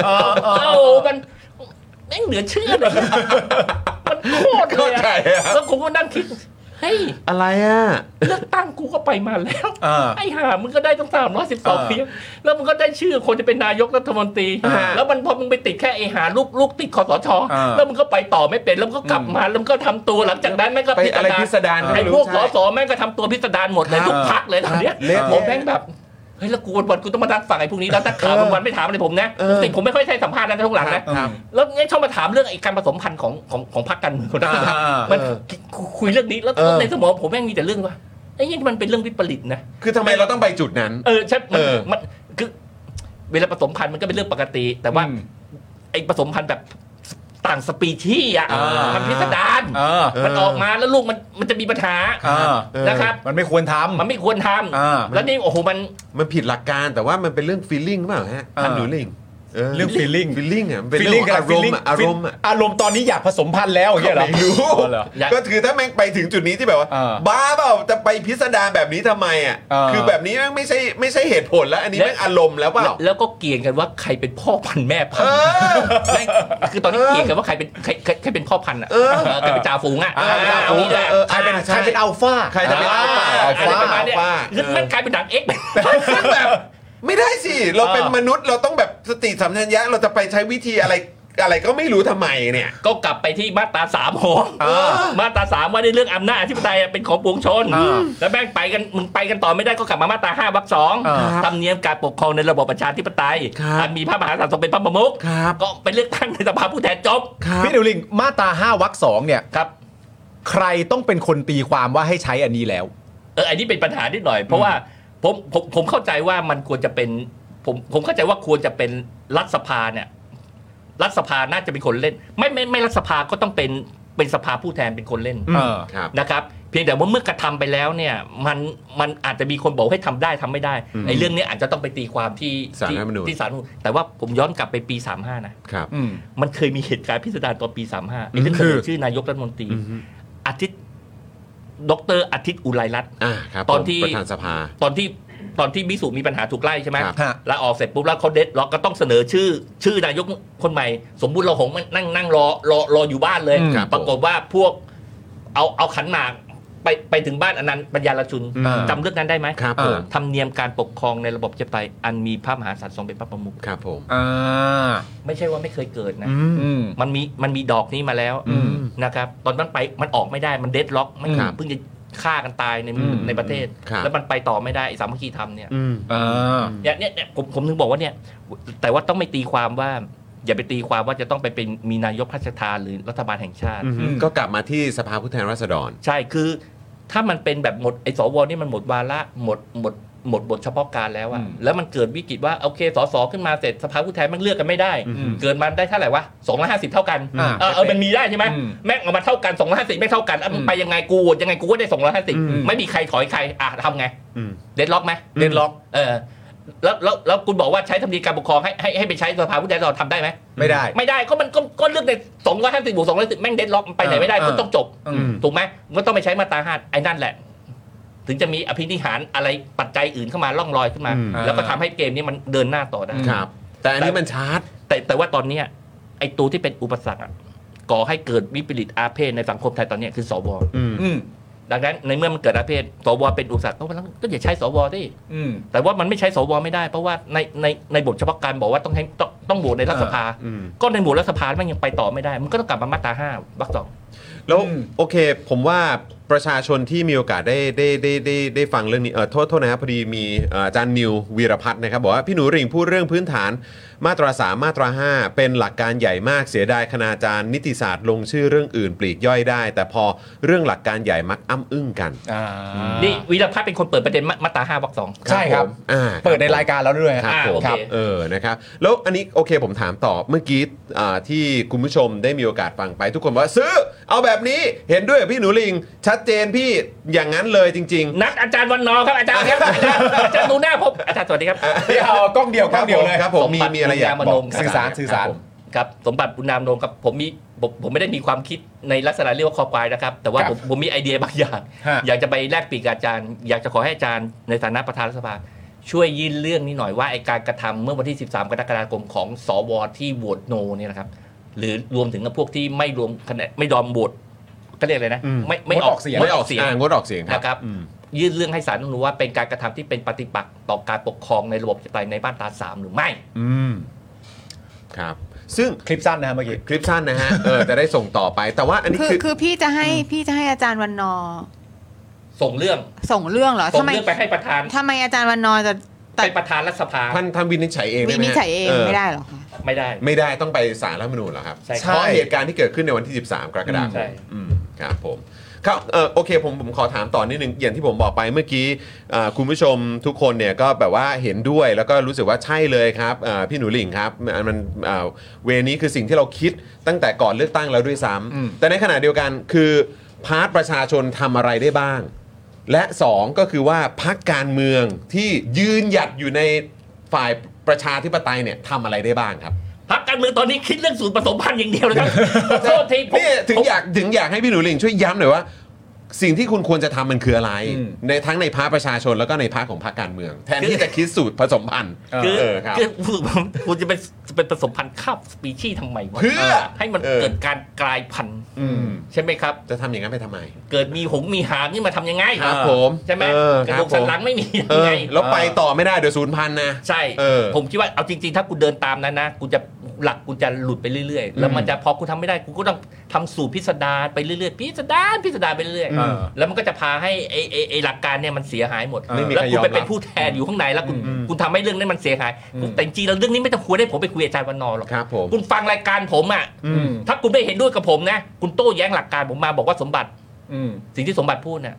[SPEAKER 5] เอ้ามันแม่งเหนือเชื่อเลยมันโคตรเล
[SPEAKER 1] เข้ายใจ
[SPEAKER 5] อะ
[SPEAKER 1] อะ
[SPEAKER 5] แล้วผมก็นั่งคิดเฮ้ย
[SPEAKER 1] อะไรอ่ะ
[SPEAKER 5] เลือกตั้งกูก็ไปมาแล้ว
[SPEAKER 2] อ่า
[SPEAKER 5] ไอ้ห่ามึงก็ได้ตั้งสามร้อยสิบสอง
[SPEAKER 2] อ่า
[SPEAKER 5] เสียงแล้วมึงก็ได้ชื่อคนจะเป็นนายกรัฐมนตรี
[SPEAKER 2] อ่า
[SPEAKER 5] แล้วมันพอมึงไปติดแค่ไอ้ห่าลูกลูกติดคอสช
[SPEAKER 2] อ่า
[SPEAKER 5] แล้วมึงก็ไปต่อไม่เป็นแล้วมึงก็กลับมาแล้วมึงก็ทำตัวหลังจากนั้นแม่งก็
[SPEAKER 1] ไปอะไรพิสดารก็
[SPEAKER 5] ไอ้
[SPEAKER 1] ไม่รู้
[SPEAKER 5] พวกส
[SPEAKER 1] ใช่
[SPEAKER 5] สแม่งก็ทำตัวพิสดารหมดเลยทุก
[SPEAKER 1] อ่า
[SPEAKER 5] พักเลยตอนเนี้ย
[SPEAKER 1] เละเทะ
[SPEAKER 5] ผมแม่งแบบ เฮ้ยแล้วกูวันๆกูต้องมานั่งฟังไอ้พวกนี้แล้วนักข่าว
[SPEAKER 2] เออ
[SPEAKER 5] วันๆไม่ถามอะไรผมนะ
[SPEAKER 2] เออ
[SPEAKER 5] ปกติผมไม่ค่อยใช้สัมภาษณ์นะทุกหลังนะครับ แล้วเนี่ยชอบมาถามเรื่องไอ้การผสมพันธุ์ของของของพรรคการเมืองคนนั้นนะครับ
[SPEAKER 2] อ่ามั
[SPEAKER 5] มันคุยเรื่องนี้แล้ว
[SPEAKER 2] เออ
[SPEAKER 5] ในสมองผมแม่งมีแต่เรื่องว่าไอ้เนี่ยมันเป็นเรื่องวิปริตนะ
[SPEAKER 1] คือทำไมเราต้องไปจุดนั้น
[SPEAKER 5] เออใช่มัน
[SPEAKER 1] เออ
[SPEAKER 5] มันคือเวลาผสมพันธุ์มันก็เป็นเรื่องปกติ แต่ว่า
[SPEAKER 2] อืม
[SPEAKER 5] ไอ้ผสมพันธุ์แบบต่างสปีชีส์อ่ะ
[SPEAKER 2] อ่า
[SPEAKER 5] มันพิสดาร
[SPEAKER 2] เออ
[SPEAKER 5] มันออกมาแล้วลูกมันมันจะมีปัญหา
[SPEAKER 2] เออ
[SPEAKER 5] นะครับ
[SPEAKER 2] มันไม่ควรทำ
[SPEAKER 5] มันไม่ควรท
[SPEAKER 2] อ่า
[SPEAKER 5] ำแล้วนี่โอ้โหมัน
[SPEAKER 1] มันผิดหลักการแต่ว่ามันเป็นเรื่อง feeling หรือเปล่าฮะ
[SPEAKER 2] อ่า
[SPEAKER 1] อันดูลิง
[SPEAKER 2] เรื่อง feeling
[SPEAKER 1] feeling อ่ะมันเป็นเรื่องของอารมณ์อะอารมณ์อะ
[SPEAKER 2] อารมณ์ตอนนี้อยากผสมพันธุ์แล้วอย่างเงี้ยเหรอ
[SPEAKER 1] ไม่รู้
[SPEAKER 2] อ๋อเหรอ
[SPEAKER 5] อยาก
[SPEAKER 1] ก็คือถ้าแม่งไปถึงจุดนี้ที่แบบว่า
[SPEAKER 2] เออ
[SPEAKER 1] บ้าเปล่าจะไปพิสดารแบบนี้ทำไมอ่ะ
[SPEAKER 2] เออ
[SPEAKER 1] คือแบบนี้แม่งไม่ใช่ไม่ใช่เหตุผลแล้ว อันนี้
[SPEAKER 5] และ
[SPEAKER 1] แม่งอารมณ์แล้วเปล่า
[SPEAKER 5] แล้วก็เกี่ยงกันว่าใครเป็นพ่อพันธุ์แม่พันธุ์แม่งคือตอนนี้เกี่ยงกันว่าใครเป็นใครใครใครเป็นพ่อพันธุ์อ่ะ
[SPEAKER 1] เออ
[SPEAKER 5] เออใครเป็นจ่าฝูงอ่ะ
[SPEAKER 1] อ่า
[SPEAKER 5] เออเอางี้แหละ
[SPEAKER 1] เออ
[SPEAKER 2] ใครเป็น
[SPEAKER 1] อ่า
[SPEAKER 2] ใครเป็นอัลฟา
[SPEAKER 1] ใครจะเป็นอัลฟา
[SPEAKER 2] อ่า
[SPEAKER 1] อัล
[SPEAKER 5] อะไร
[SPEAKER 1] ฟา
[SPEAKER 5] ประมาณเนี้ย
[SPEAKER 1] อัลฟา
[SPEAKER 5] คือแม่งกลายเป็นหนังเอ็กซ์
[SPEAKER 1] ซึ่งแบบไม่ได้สิ เราเป็นมนุษย์เราต้องแบบสติสัมปชัญญะเราจะไปใช้วิธีอะไรอะไรก็ไม่รู้ทำไมเนี่ย
[SPEAKER 5] ก็กลับไปที่มาตราสามของมาตราสามว่าในเรื่องอำนาจอธิปไตยเป็นของปวงชน
[SPEAKER 2] อ่า
[SPEAKER 5] แล้วแม่งไปกันมึงไปกันต่อไม่ได้ก็กลับมามาตราห้าวรรคสอง
[SPEAKER 2] อ่า
[SPEAKER 5] ธรรมเนียมการปกครองในระบอบประชาธิปไตย
[SPEAKER 1] ครับ
[SPEAKER 5] อันมีพระมหากษัตริย์ทรงเป็นพระประมุข
[SPEAKER 1] ครับ
[SPEAKER 5] ก็ไปเลือกตั้งในสภาผู้แทนจบ
[SPEAKER 2] พี่ดิวลิงมาตราห้าวรรคสองเนี่ย
[SPEAKER 5] ครับ
[SPEAKER 2] ใครต้องเป็นคนตีความว่าให้ใช้อันนี้แล้ว
[SPEAKER 5] เอออันนี้เป็นปัญหานิดหน่อย เพราะว่าผมผมผมเข้าใจว่ามันควรจะเป็นผมผมเข้าใจว่าควรจะเป็นรัฐสภาเนี่ยรัฐสภาน่าจะเป็นคนเล่น ไม่ไม่ไม่รัฐสภาก็ต้องเป็นเป็นสภาผู้แทนเป็นคนเล่น
[SPEAKER 2] เออ
[SPEAKER 1] ครับ
[SPEAKER 5] นะครับเพียงแต่ว่าเมื่อกระทำไปแล้วเนี่ยมันมันอาจจะมีคนบอกให้ทำได้ทำไม่ได้ไอ้เรื่องเนี้ยอาจจะต้องไปตีความที่
[SPEAKER 1] ศาล
[SPEAKER 5] ที่
[SPEAKER 1] รัฐธรรมนูญ
[SPEAKER 5] ที่ศาลรัฐธรรมนูญแต่ว่าผมย้อนกลับไปปี 35 นะ
[SPEAKER 1] ครับ
[SPEAKER 2] อืม
[SPEAKER 5] มันเคยมีเหตุการณ์พิสดารตอนปี 35ไอ้เรื่อง
[SPEAKER 2] คื
[SPEAKER 5] เสน
[SPEAKER 2] อ
[SPEAKER 5] อชื่อนายกรัฐมนตรี อาทิตย์ดอกเตอรอาทิตย์อุไรรัตน์
[SPEAKER 1] อ่าครับ
[SPEAKER 5] ตอนที่
[SPEAKER 1] ผมประธานสภา
[SPEAKER 5] ตอนที่ตอนที่มิสุมีปัญหาถูกไล่ใช่ไหม
[SPEAKER 1] ครับ
[SPEAKER 2] ฮะ
[SPEAKER 5] ลาออกเสร็จปุ๊บแล้วเขาเด็ดล็อกก็ต้องเสนอชื่อ ชื่อนายกคนใหม่ สมบูรณ์เราหงมันนั่งนั่งรอรอรออยู่บ้านเลย
[SPEAKER 2] อืม
[SPEAKER 1] ครับผม
[SPEAKER 5] ปรากฏว่าพวกเอาเอาขันหมากไปไปถึงบ้านอนันต์ปัญญาลชุน
[SPEAKER 2] อ่า
[SPEAKER 5] จำเรื่องนั้นได้ไหม
[SPEAKER 1] ครับผม
[SPEAKER 5] ธรรมเนียมการปกครองในระบบประชาธิปไตยอันมีพระมหากษัตริย์ทรงเป็นพระประมุข
[SPEAKER 1] ครับผม
[SPEAKER 2] อ่า
[SPEAKER 5] ไม่ใช่ว่าไม่เคยเกิดนะ
[SPEAKER 2] อืม
[SPEAKER 5] มันมีมันมีดอกนี้มาแล้ว
[SPEAKER 2] อืม
[SPEAKER 5] นะครับ ตอนมันไปมันออกไม่ได้มันเด็ดล็อกไม่
[SPEAKER 1] ครับ
[SPEAKER 5] เพิ่งจะฆ่ากันตายใน
[SPEAKER 2] อืม
[SPEAKER 5] ในประเทศ
[SPEAKER 1] ครับ
[SPEAKER 5] แล้วมันไปต่อไม่ได้ไอ้สามัคคีธรรมเนี่ย
[SPEAKER 1] อืม
[SPEAKER 2] อ่า
[SPEAKER 5] เนี่ยเนี่ยเนี่ยผมผมถึงบอกว่าเนี่ย แต่ว่าต้องไม่ตีความว่า อย่าไปตีความว่าจะต้องไปเป็นมีนายกราชทานหรือรัฐบาลแห่งชาติ
[SPEAKER 2] อืม
[SPEAKER 1] ก็กลับมาที่สภาผู้แทนราษฎร
[SPEAKER 5] ใช่คือ ถ้ามันเป็นแบบหมดไอ้สวนี่มันหมดวาระหมดหมดหมดบทเฉพาะการแล้วอะ
[SPEAKER 2] อืม
[SPEAKER 5] แล้วมันเกิดวิกฤตว่าโอเคสสขึ้นมาเสร็จสภาผู้แทนมันเลือกกันไม่ได้
[SPEAKER 2] อืม
[SPEAKER 5] เกินมาได้เท่าไหร่วะสองร้อยห้าสิบเท่ากัน
[SPEAKER 2] อ่า
[SPEAKER 5] เออเออมันมีได้ใช่ไหม
[SPEAKER 2] อืม
[SPEAKER 5] แม่งเออกมาเท่ากันสองร้อยห้าสิบไม่เท่ากันอ่ะมึง
[SPEAKER 2] อืม
[SPEAKER 5] ไปยังไงกูโหวตยังไงกูก็ได้สองร้อยห้าสิบ
[SPEAKER 1] อืม
[SPEAKER 5] ไม่มีใครถอยใครอ่ะทำไง
[SPEAKER 1] อืม
[SPEAKER 5] เดดล็อกไหม
[SPEAKER 1] อืม
[SPEAKER 5] กเออแล้วแล้วแล้วคุณบอกว่าใช้ทำเนียมการปกครองให้ให้ให้ไปใช้สภาผู้แทนราษฎรทำได้ไหม
[SPEAKER 2] ไม่ได้
[SPEAKER 5] ไม่ได้ก็มันก็ก็เลือกในสองร้อยห้าสิบบวกสองร้อยสิบแม่งเดดล็อกไปไหนไม่ได้
[SPEAKER 2] เออ
[SPEAKER 5] ก็ต้องจบ
[SPEAKER 2] อืม
[SPEAKER 5] ถูกไหมมันก็ต้องไปใช้มาตราห้าไอ้นั่นแหละ ถึงจะมีอภินิหารอะไรปัจจัยอื่นเข้ามาล่องลอยขึ้นมา
[SPEAKER 1] อืม
[SPEAKER 5] แล้วก็ทำให้เกมนี้มันเดินหน้าต่อได้
[SPEAKER 2] อืม
[SPEAKER 1] ครับ แต่อันนี้มันชาร์จ
[SPEAKER 5] แต่แต่ว่าตอนเนี้ยไอ้ตัวที่เป็นอุปสรรคอะก่อให้เกิดวิปริตอาเพศในสังคมไทยตอนเนี้ยคือสว
[SPEAKER 1] อืม
[SPEAKER 2] อืม
[SPEAKER 5] ดังนั้นในเมื่อมันเกิดอาเพศสวเป็นอุปสรรคก็ต้องก็อย่าใช้สวที่
[SPEAKER 2] อืม
[SPEAKER 5] แต่ว่ามันไม่ใช้สวไม่ได้ เพราะว่าในในในบทเฉพาะการบอกว่าต้องให้ต้องต้องโหวตในรัฐสภา
[SPEAKER 1] อืม
[SPEAKER 5] ก็ในโหวตรัฐสภามันยังไปต่อไม่ได้ มันก็ต้องกลับมามาตราห้าวรรคสอง
[SPEAKER 1] แล้ว
[SPEAKER 2] อืม
[SPEAKER 1] โอเค ผมว่าประชาชนที่มีโอกาสได้ได้ได้ได้ได้ฟังเรื่องนี้เออโทษโทษนะครับพอดีมีเอ่ออาจารย์นิววีรพัฒน์นะครับ บอกว่า พี่หนูหริ่งพูดเรื่องพื้นฐาน มาตราสามมาตรา 5 เป็นหลักการใหญ่มากเสียดายคณาจารย์ นิติศาสตร์ลงชื่อเรื่องอื่นปลีกย่อยได้ แต่พอเรื่องหลักการใหญ่มักอ้ำอึ้งกัน
[SPEAKER 2] อ่า
[SPEAKER 5] นี่วีรพัฒน์เป็นคนเปิดประเด็นมามาตราห้าวรรคสอง
[SPEAKER 2] ใช่ครับ
[SPEAKER 1] ผมอ่า
[SPEAKER 2] เปิดในรายการแล้วด้วย
[SPEAKER 1] ครับผม
[SPEAKER 5] อ่าโอเค
[SPEAKER 1] เออนะครับแล้วอันนี้โอเคผมถามต่อเมื่อกี้อ่าที่คุณผู้ชมได้มีโอกาสฟังไป ทุกคนบอกว่าซื้อเอาแบบนี้เห็นด้วยกับพี่หนูลิง ชัดเจนพี่อย่างนั้นเลยจริง
[SPEAKER 5] นักอาจารย์วันนอครับอาจารย์ครับอาจารย์อาจารย์ดูหน้าผมอาจารย์สวัสดีครับ
[SPEAKER 2] เดี๋ยวกล้องเดียว
[SPEAKER 1] ๆ
[SPEAKER 2] ก
[SPEAKER 1] ค
[SPEAKER 2] ล้
[SPEAKER 1] รั
[SPEAKER 2] อ
[SPEAKER 1] ผ
[SPEAKER 2] บ งเดียว
[SPEAKER 1] ม
[SPEAKER 2] เลย
[SPEAKER 1] ครับผมมี
[SPEAKER 5] สบัติ
[SPEAKER 1] มีอะไรอยาก
[SPEAKER 5] บุญม
[SPEAKER 1] บ
[SPEAKER 5] น
[SPEAKER 1] อก
[SPEAKER 5] ม
[SPEAKER 2] สื่อสารสื่อสา
[SPEAKER 1] ค
[SPEAKER 2] ร
[SPEAKER 1] บผม
[SPEAKER 5] ครับสมบัติบุญนามนมครับผมมีผมผมไม่ได้มีความคิดในลักษณะเรียกว่าคอควายนะครับ แต่ว่า
[SPEAKER 2] ครับ
[SPEAKER 5] ผมผมมีไอเดียบางอย่าง
[SPEAKER 2] ฮะ
[SPEAKER 5] อยากจะไปแลกเปลียนกับอาจารย์ อยากจะขอให้อาจารย์ในฐานะประธานรัฐสภาช่วยยื่นเรื่องนี้หน่อยว่าไอการกระทำเมื่อวันที่ 13 กรกฎาคมของสวที่โหวตโนเนี่ยนะครับ หรือรวมถึงกับพวกที่ไม่รวมคะแนนไม่ยอมโหวตก็เรียกอะไรนะไม่ไม่ออกเสียง
[SPEAKER 1] ไม่ออกเสียงอ่างดออกเสียงครับ
[SPEAKER 5] นะครับ
[SPEAKER 1] อืม
[SPEAKER 5] ยื่นเรื่องให้ศาลรัฐธรรมนูญว่าเป็นการกระทำที่เป็นปฏิปักษ์ต่อการปกครองในระบบประชาธิปไตยในมาตราสามหรือไม่
[SPEAKER 1] อืมครับ ซึ่ง
[SPEAKER 2] คลิปสั้นนะเมื่อกี้
[SPEAKER 1] คลิปสั้นนะฮะเออจะได้ส่งต่อไปแต่ว่าอันนี้
[SPEAKER 3] คือ
[SPEAKER 1] คือ
[SPEAKER 3] คือพี่จะให้พี่จะให้อาจารย์วันนอ
[SPEAKER 5] ส่งเรื่อง
[SPEAKER 3] ส่งเรื่องเหรอ
[SPEAKER 5] ส่
[SPEAKER 3] ทำ
[SPEAKER 5] ง
[SPEAKER 3] ไม
[SPEAKER 5] เรื่องไปให้ประธาน
[SPEAKER 3] ทำไมอาจารย์วันนอจะ แต่
[SPEAKER 5] เป็นประธานรัฐสภา
[SPEAKER 1] ท่านท่านวินิจฉัยเอง
[SPEAKER 3] วิ
[SPEAKER 1] ได้ไหม
[SPEAKER 3] นิจฉัยเองไม่ได้หรอกค่ะ
[SPEAKER 5] ไม่ได้
[SPEAKER 1] ไม่ได้ต้องไปศาลรัฐธรรมนูญเหรอครับ
[SPEAKER 5] ใช่
[SPEAKER 1] เพราะเหตุการณ์ที่เกิดขึ้นในวันที่ 13 กรกฎาค
[SPEAKER 5] ใช่
[SPEAKER 1] มอืมครับผมครับเออโอเคผมผมขอถามต่อนิดนึงอย่างที่ผมบอกไปเมื่อกี้เอ่อคุณผู้ชมทุกคนเนี่ยก็แบบว่าเห็นด้วยแล้วก็รู้สึกว่าใช่เลยครับเอ่อพี่หนูหลิงครับมันมันเอ่อเวนี้คือสิ่งที่เราคิดตั้งแต่ก่อนเลือกตั้งแล้วด้วยซ้ำแต่ในขณะเดียวกันคือพาร์ทประชาชนทำอะไรได้บ้าง และสองก็คือว่าพักการเมืองที่ยืนหยัดอยู่ในฝ่ายประชาธิปไตยเนี่ยทำอะไรได้บ้างครับ
[SPEAKER 5] พักการเมืองตอนนี้คิดเรื่องสูตรผสมพันธุ์อย่างเดียวเลยครับขอโทษทีผม
[SPEAKER 1] นี่ถึงอยากถึงอยากให้พี่หนูหลิงช่วยย้ำหน่อยว่า สิ่งที่คุณควรจะทำมันคืออะไร
[SPEAKER 2] อืม
[SPEAKER 1] ในทั้งในพาร์ทประชาชนแล้วก็ในพาร์ทของพรรคการเมือง แทนที่จะคิดสูตรผสมพันธุ์
[SPEAKER 5] คือ
[SPEAKER 1] เออครับ
[SPEAKER 5] คือคุณจะเป็นเป็นผสมพันธุ์ข้ามสปีชีส์ทำไมวะ
[SPEAKER 1] เพื่อ
[SPEAKER 5] ให้มัน
[SPEAKER 1] เออ
[SPEAKER 5] เกิดการกลายพันธุ์
[SPEAKER 1] อืม
[SPEAKER 5] ใช่ไหมครับ
[SPEAKER 1] จะทำอย่างนั้นไปทำไม
[SPEAKER 5] เกิดมีหงมีหางนี่มาทำยังไง
[SPEAKER 1] ครับผม
[SPEAKER 5] ใช่ไหม
[SPEAKER 1] เออก
[SPEAKER 5] ระ
[SPEAKER 1] ครั
[SPEAKER 5] ดู
[SPEAKER 1] บ
[SPEAKER 5] ก
[SPEAKER 1] ผม
[SPEAKER 5] สันหลังไม่มี
[SPEAKER 1] เอ
[SPEAKER 5] ยัง
[SPEAKER 1] อ
[SPEAKER 5] ไง
[SPEAKER 1] แล้วไปต่อไม่ได้เดี๋ยวศูนย์พันนะ
[SPEAKER 5] ใช่
[SPEAKER 1] เออ
[SPEAKER 5] ผมคิดว่าเอาจริงๆ ถ้ากูเดินตามนั้นนะกูจะหลักกูจะหลุดไปเรื่อยๆ แล้วมันจะพอกูทำไม่ได้กูก็ต้องทำสูตรพิสดารไปเรื่อยๆพิสดารพิสดารไปเรื่อย
[SPEAKER 2] อืม
[SPEAKER 5] ๆแล้วมันก็จะพาให้ไอ้ไอ้ไอ้หลักการเนี่ยมันเสียหายหมด
[SPEAKER 1] ไม่มี
[SPEAKER 5] แล้ว
[SPEAKER 1] ใคร
[SPEAKER 5] กู
[SPEAKER 1] ยอม
[SPEAKER 5] ไป
[SPEAKER 1] รับ
[SPEAKER 5] เป็นผู้แทนอยู่ข้างในแล้วคุณ
[SPEAKER 2] อืม
[SPEAKER 5] คุณทำให้เรื่องนั้นมันเสียหาย
[SPEAKER 2] อืม
[SPEAKER 5] แต่จริงๆแล้วเรื่องนี้ไม่ต้องคุยได้ผมไปคุยกับอาจารย์วันนอร์หรอก
[SPEAKER 1] ครับผม
[SPEAKER 5] คุณฟังรายการผมอ่ะ
[SPEAKER 2] อืม
[SPEAKER 5] ถ้าคุณไม่เห็นด้วยกับผมนะ คุณโต้แย้งหลักการผมมาบอกว่าสมบัติ
[SPEAKER 2] อืม
[SPEAKER 5] สิ่งที่สมบัติพูดเนี่ย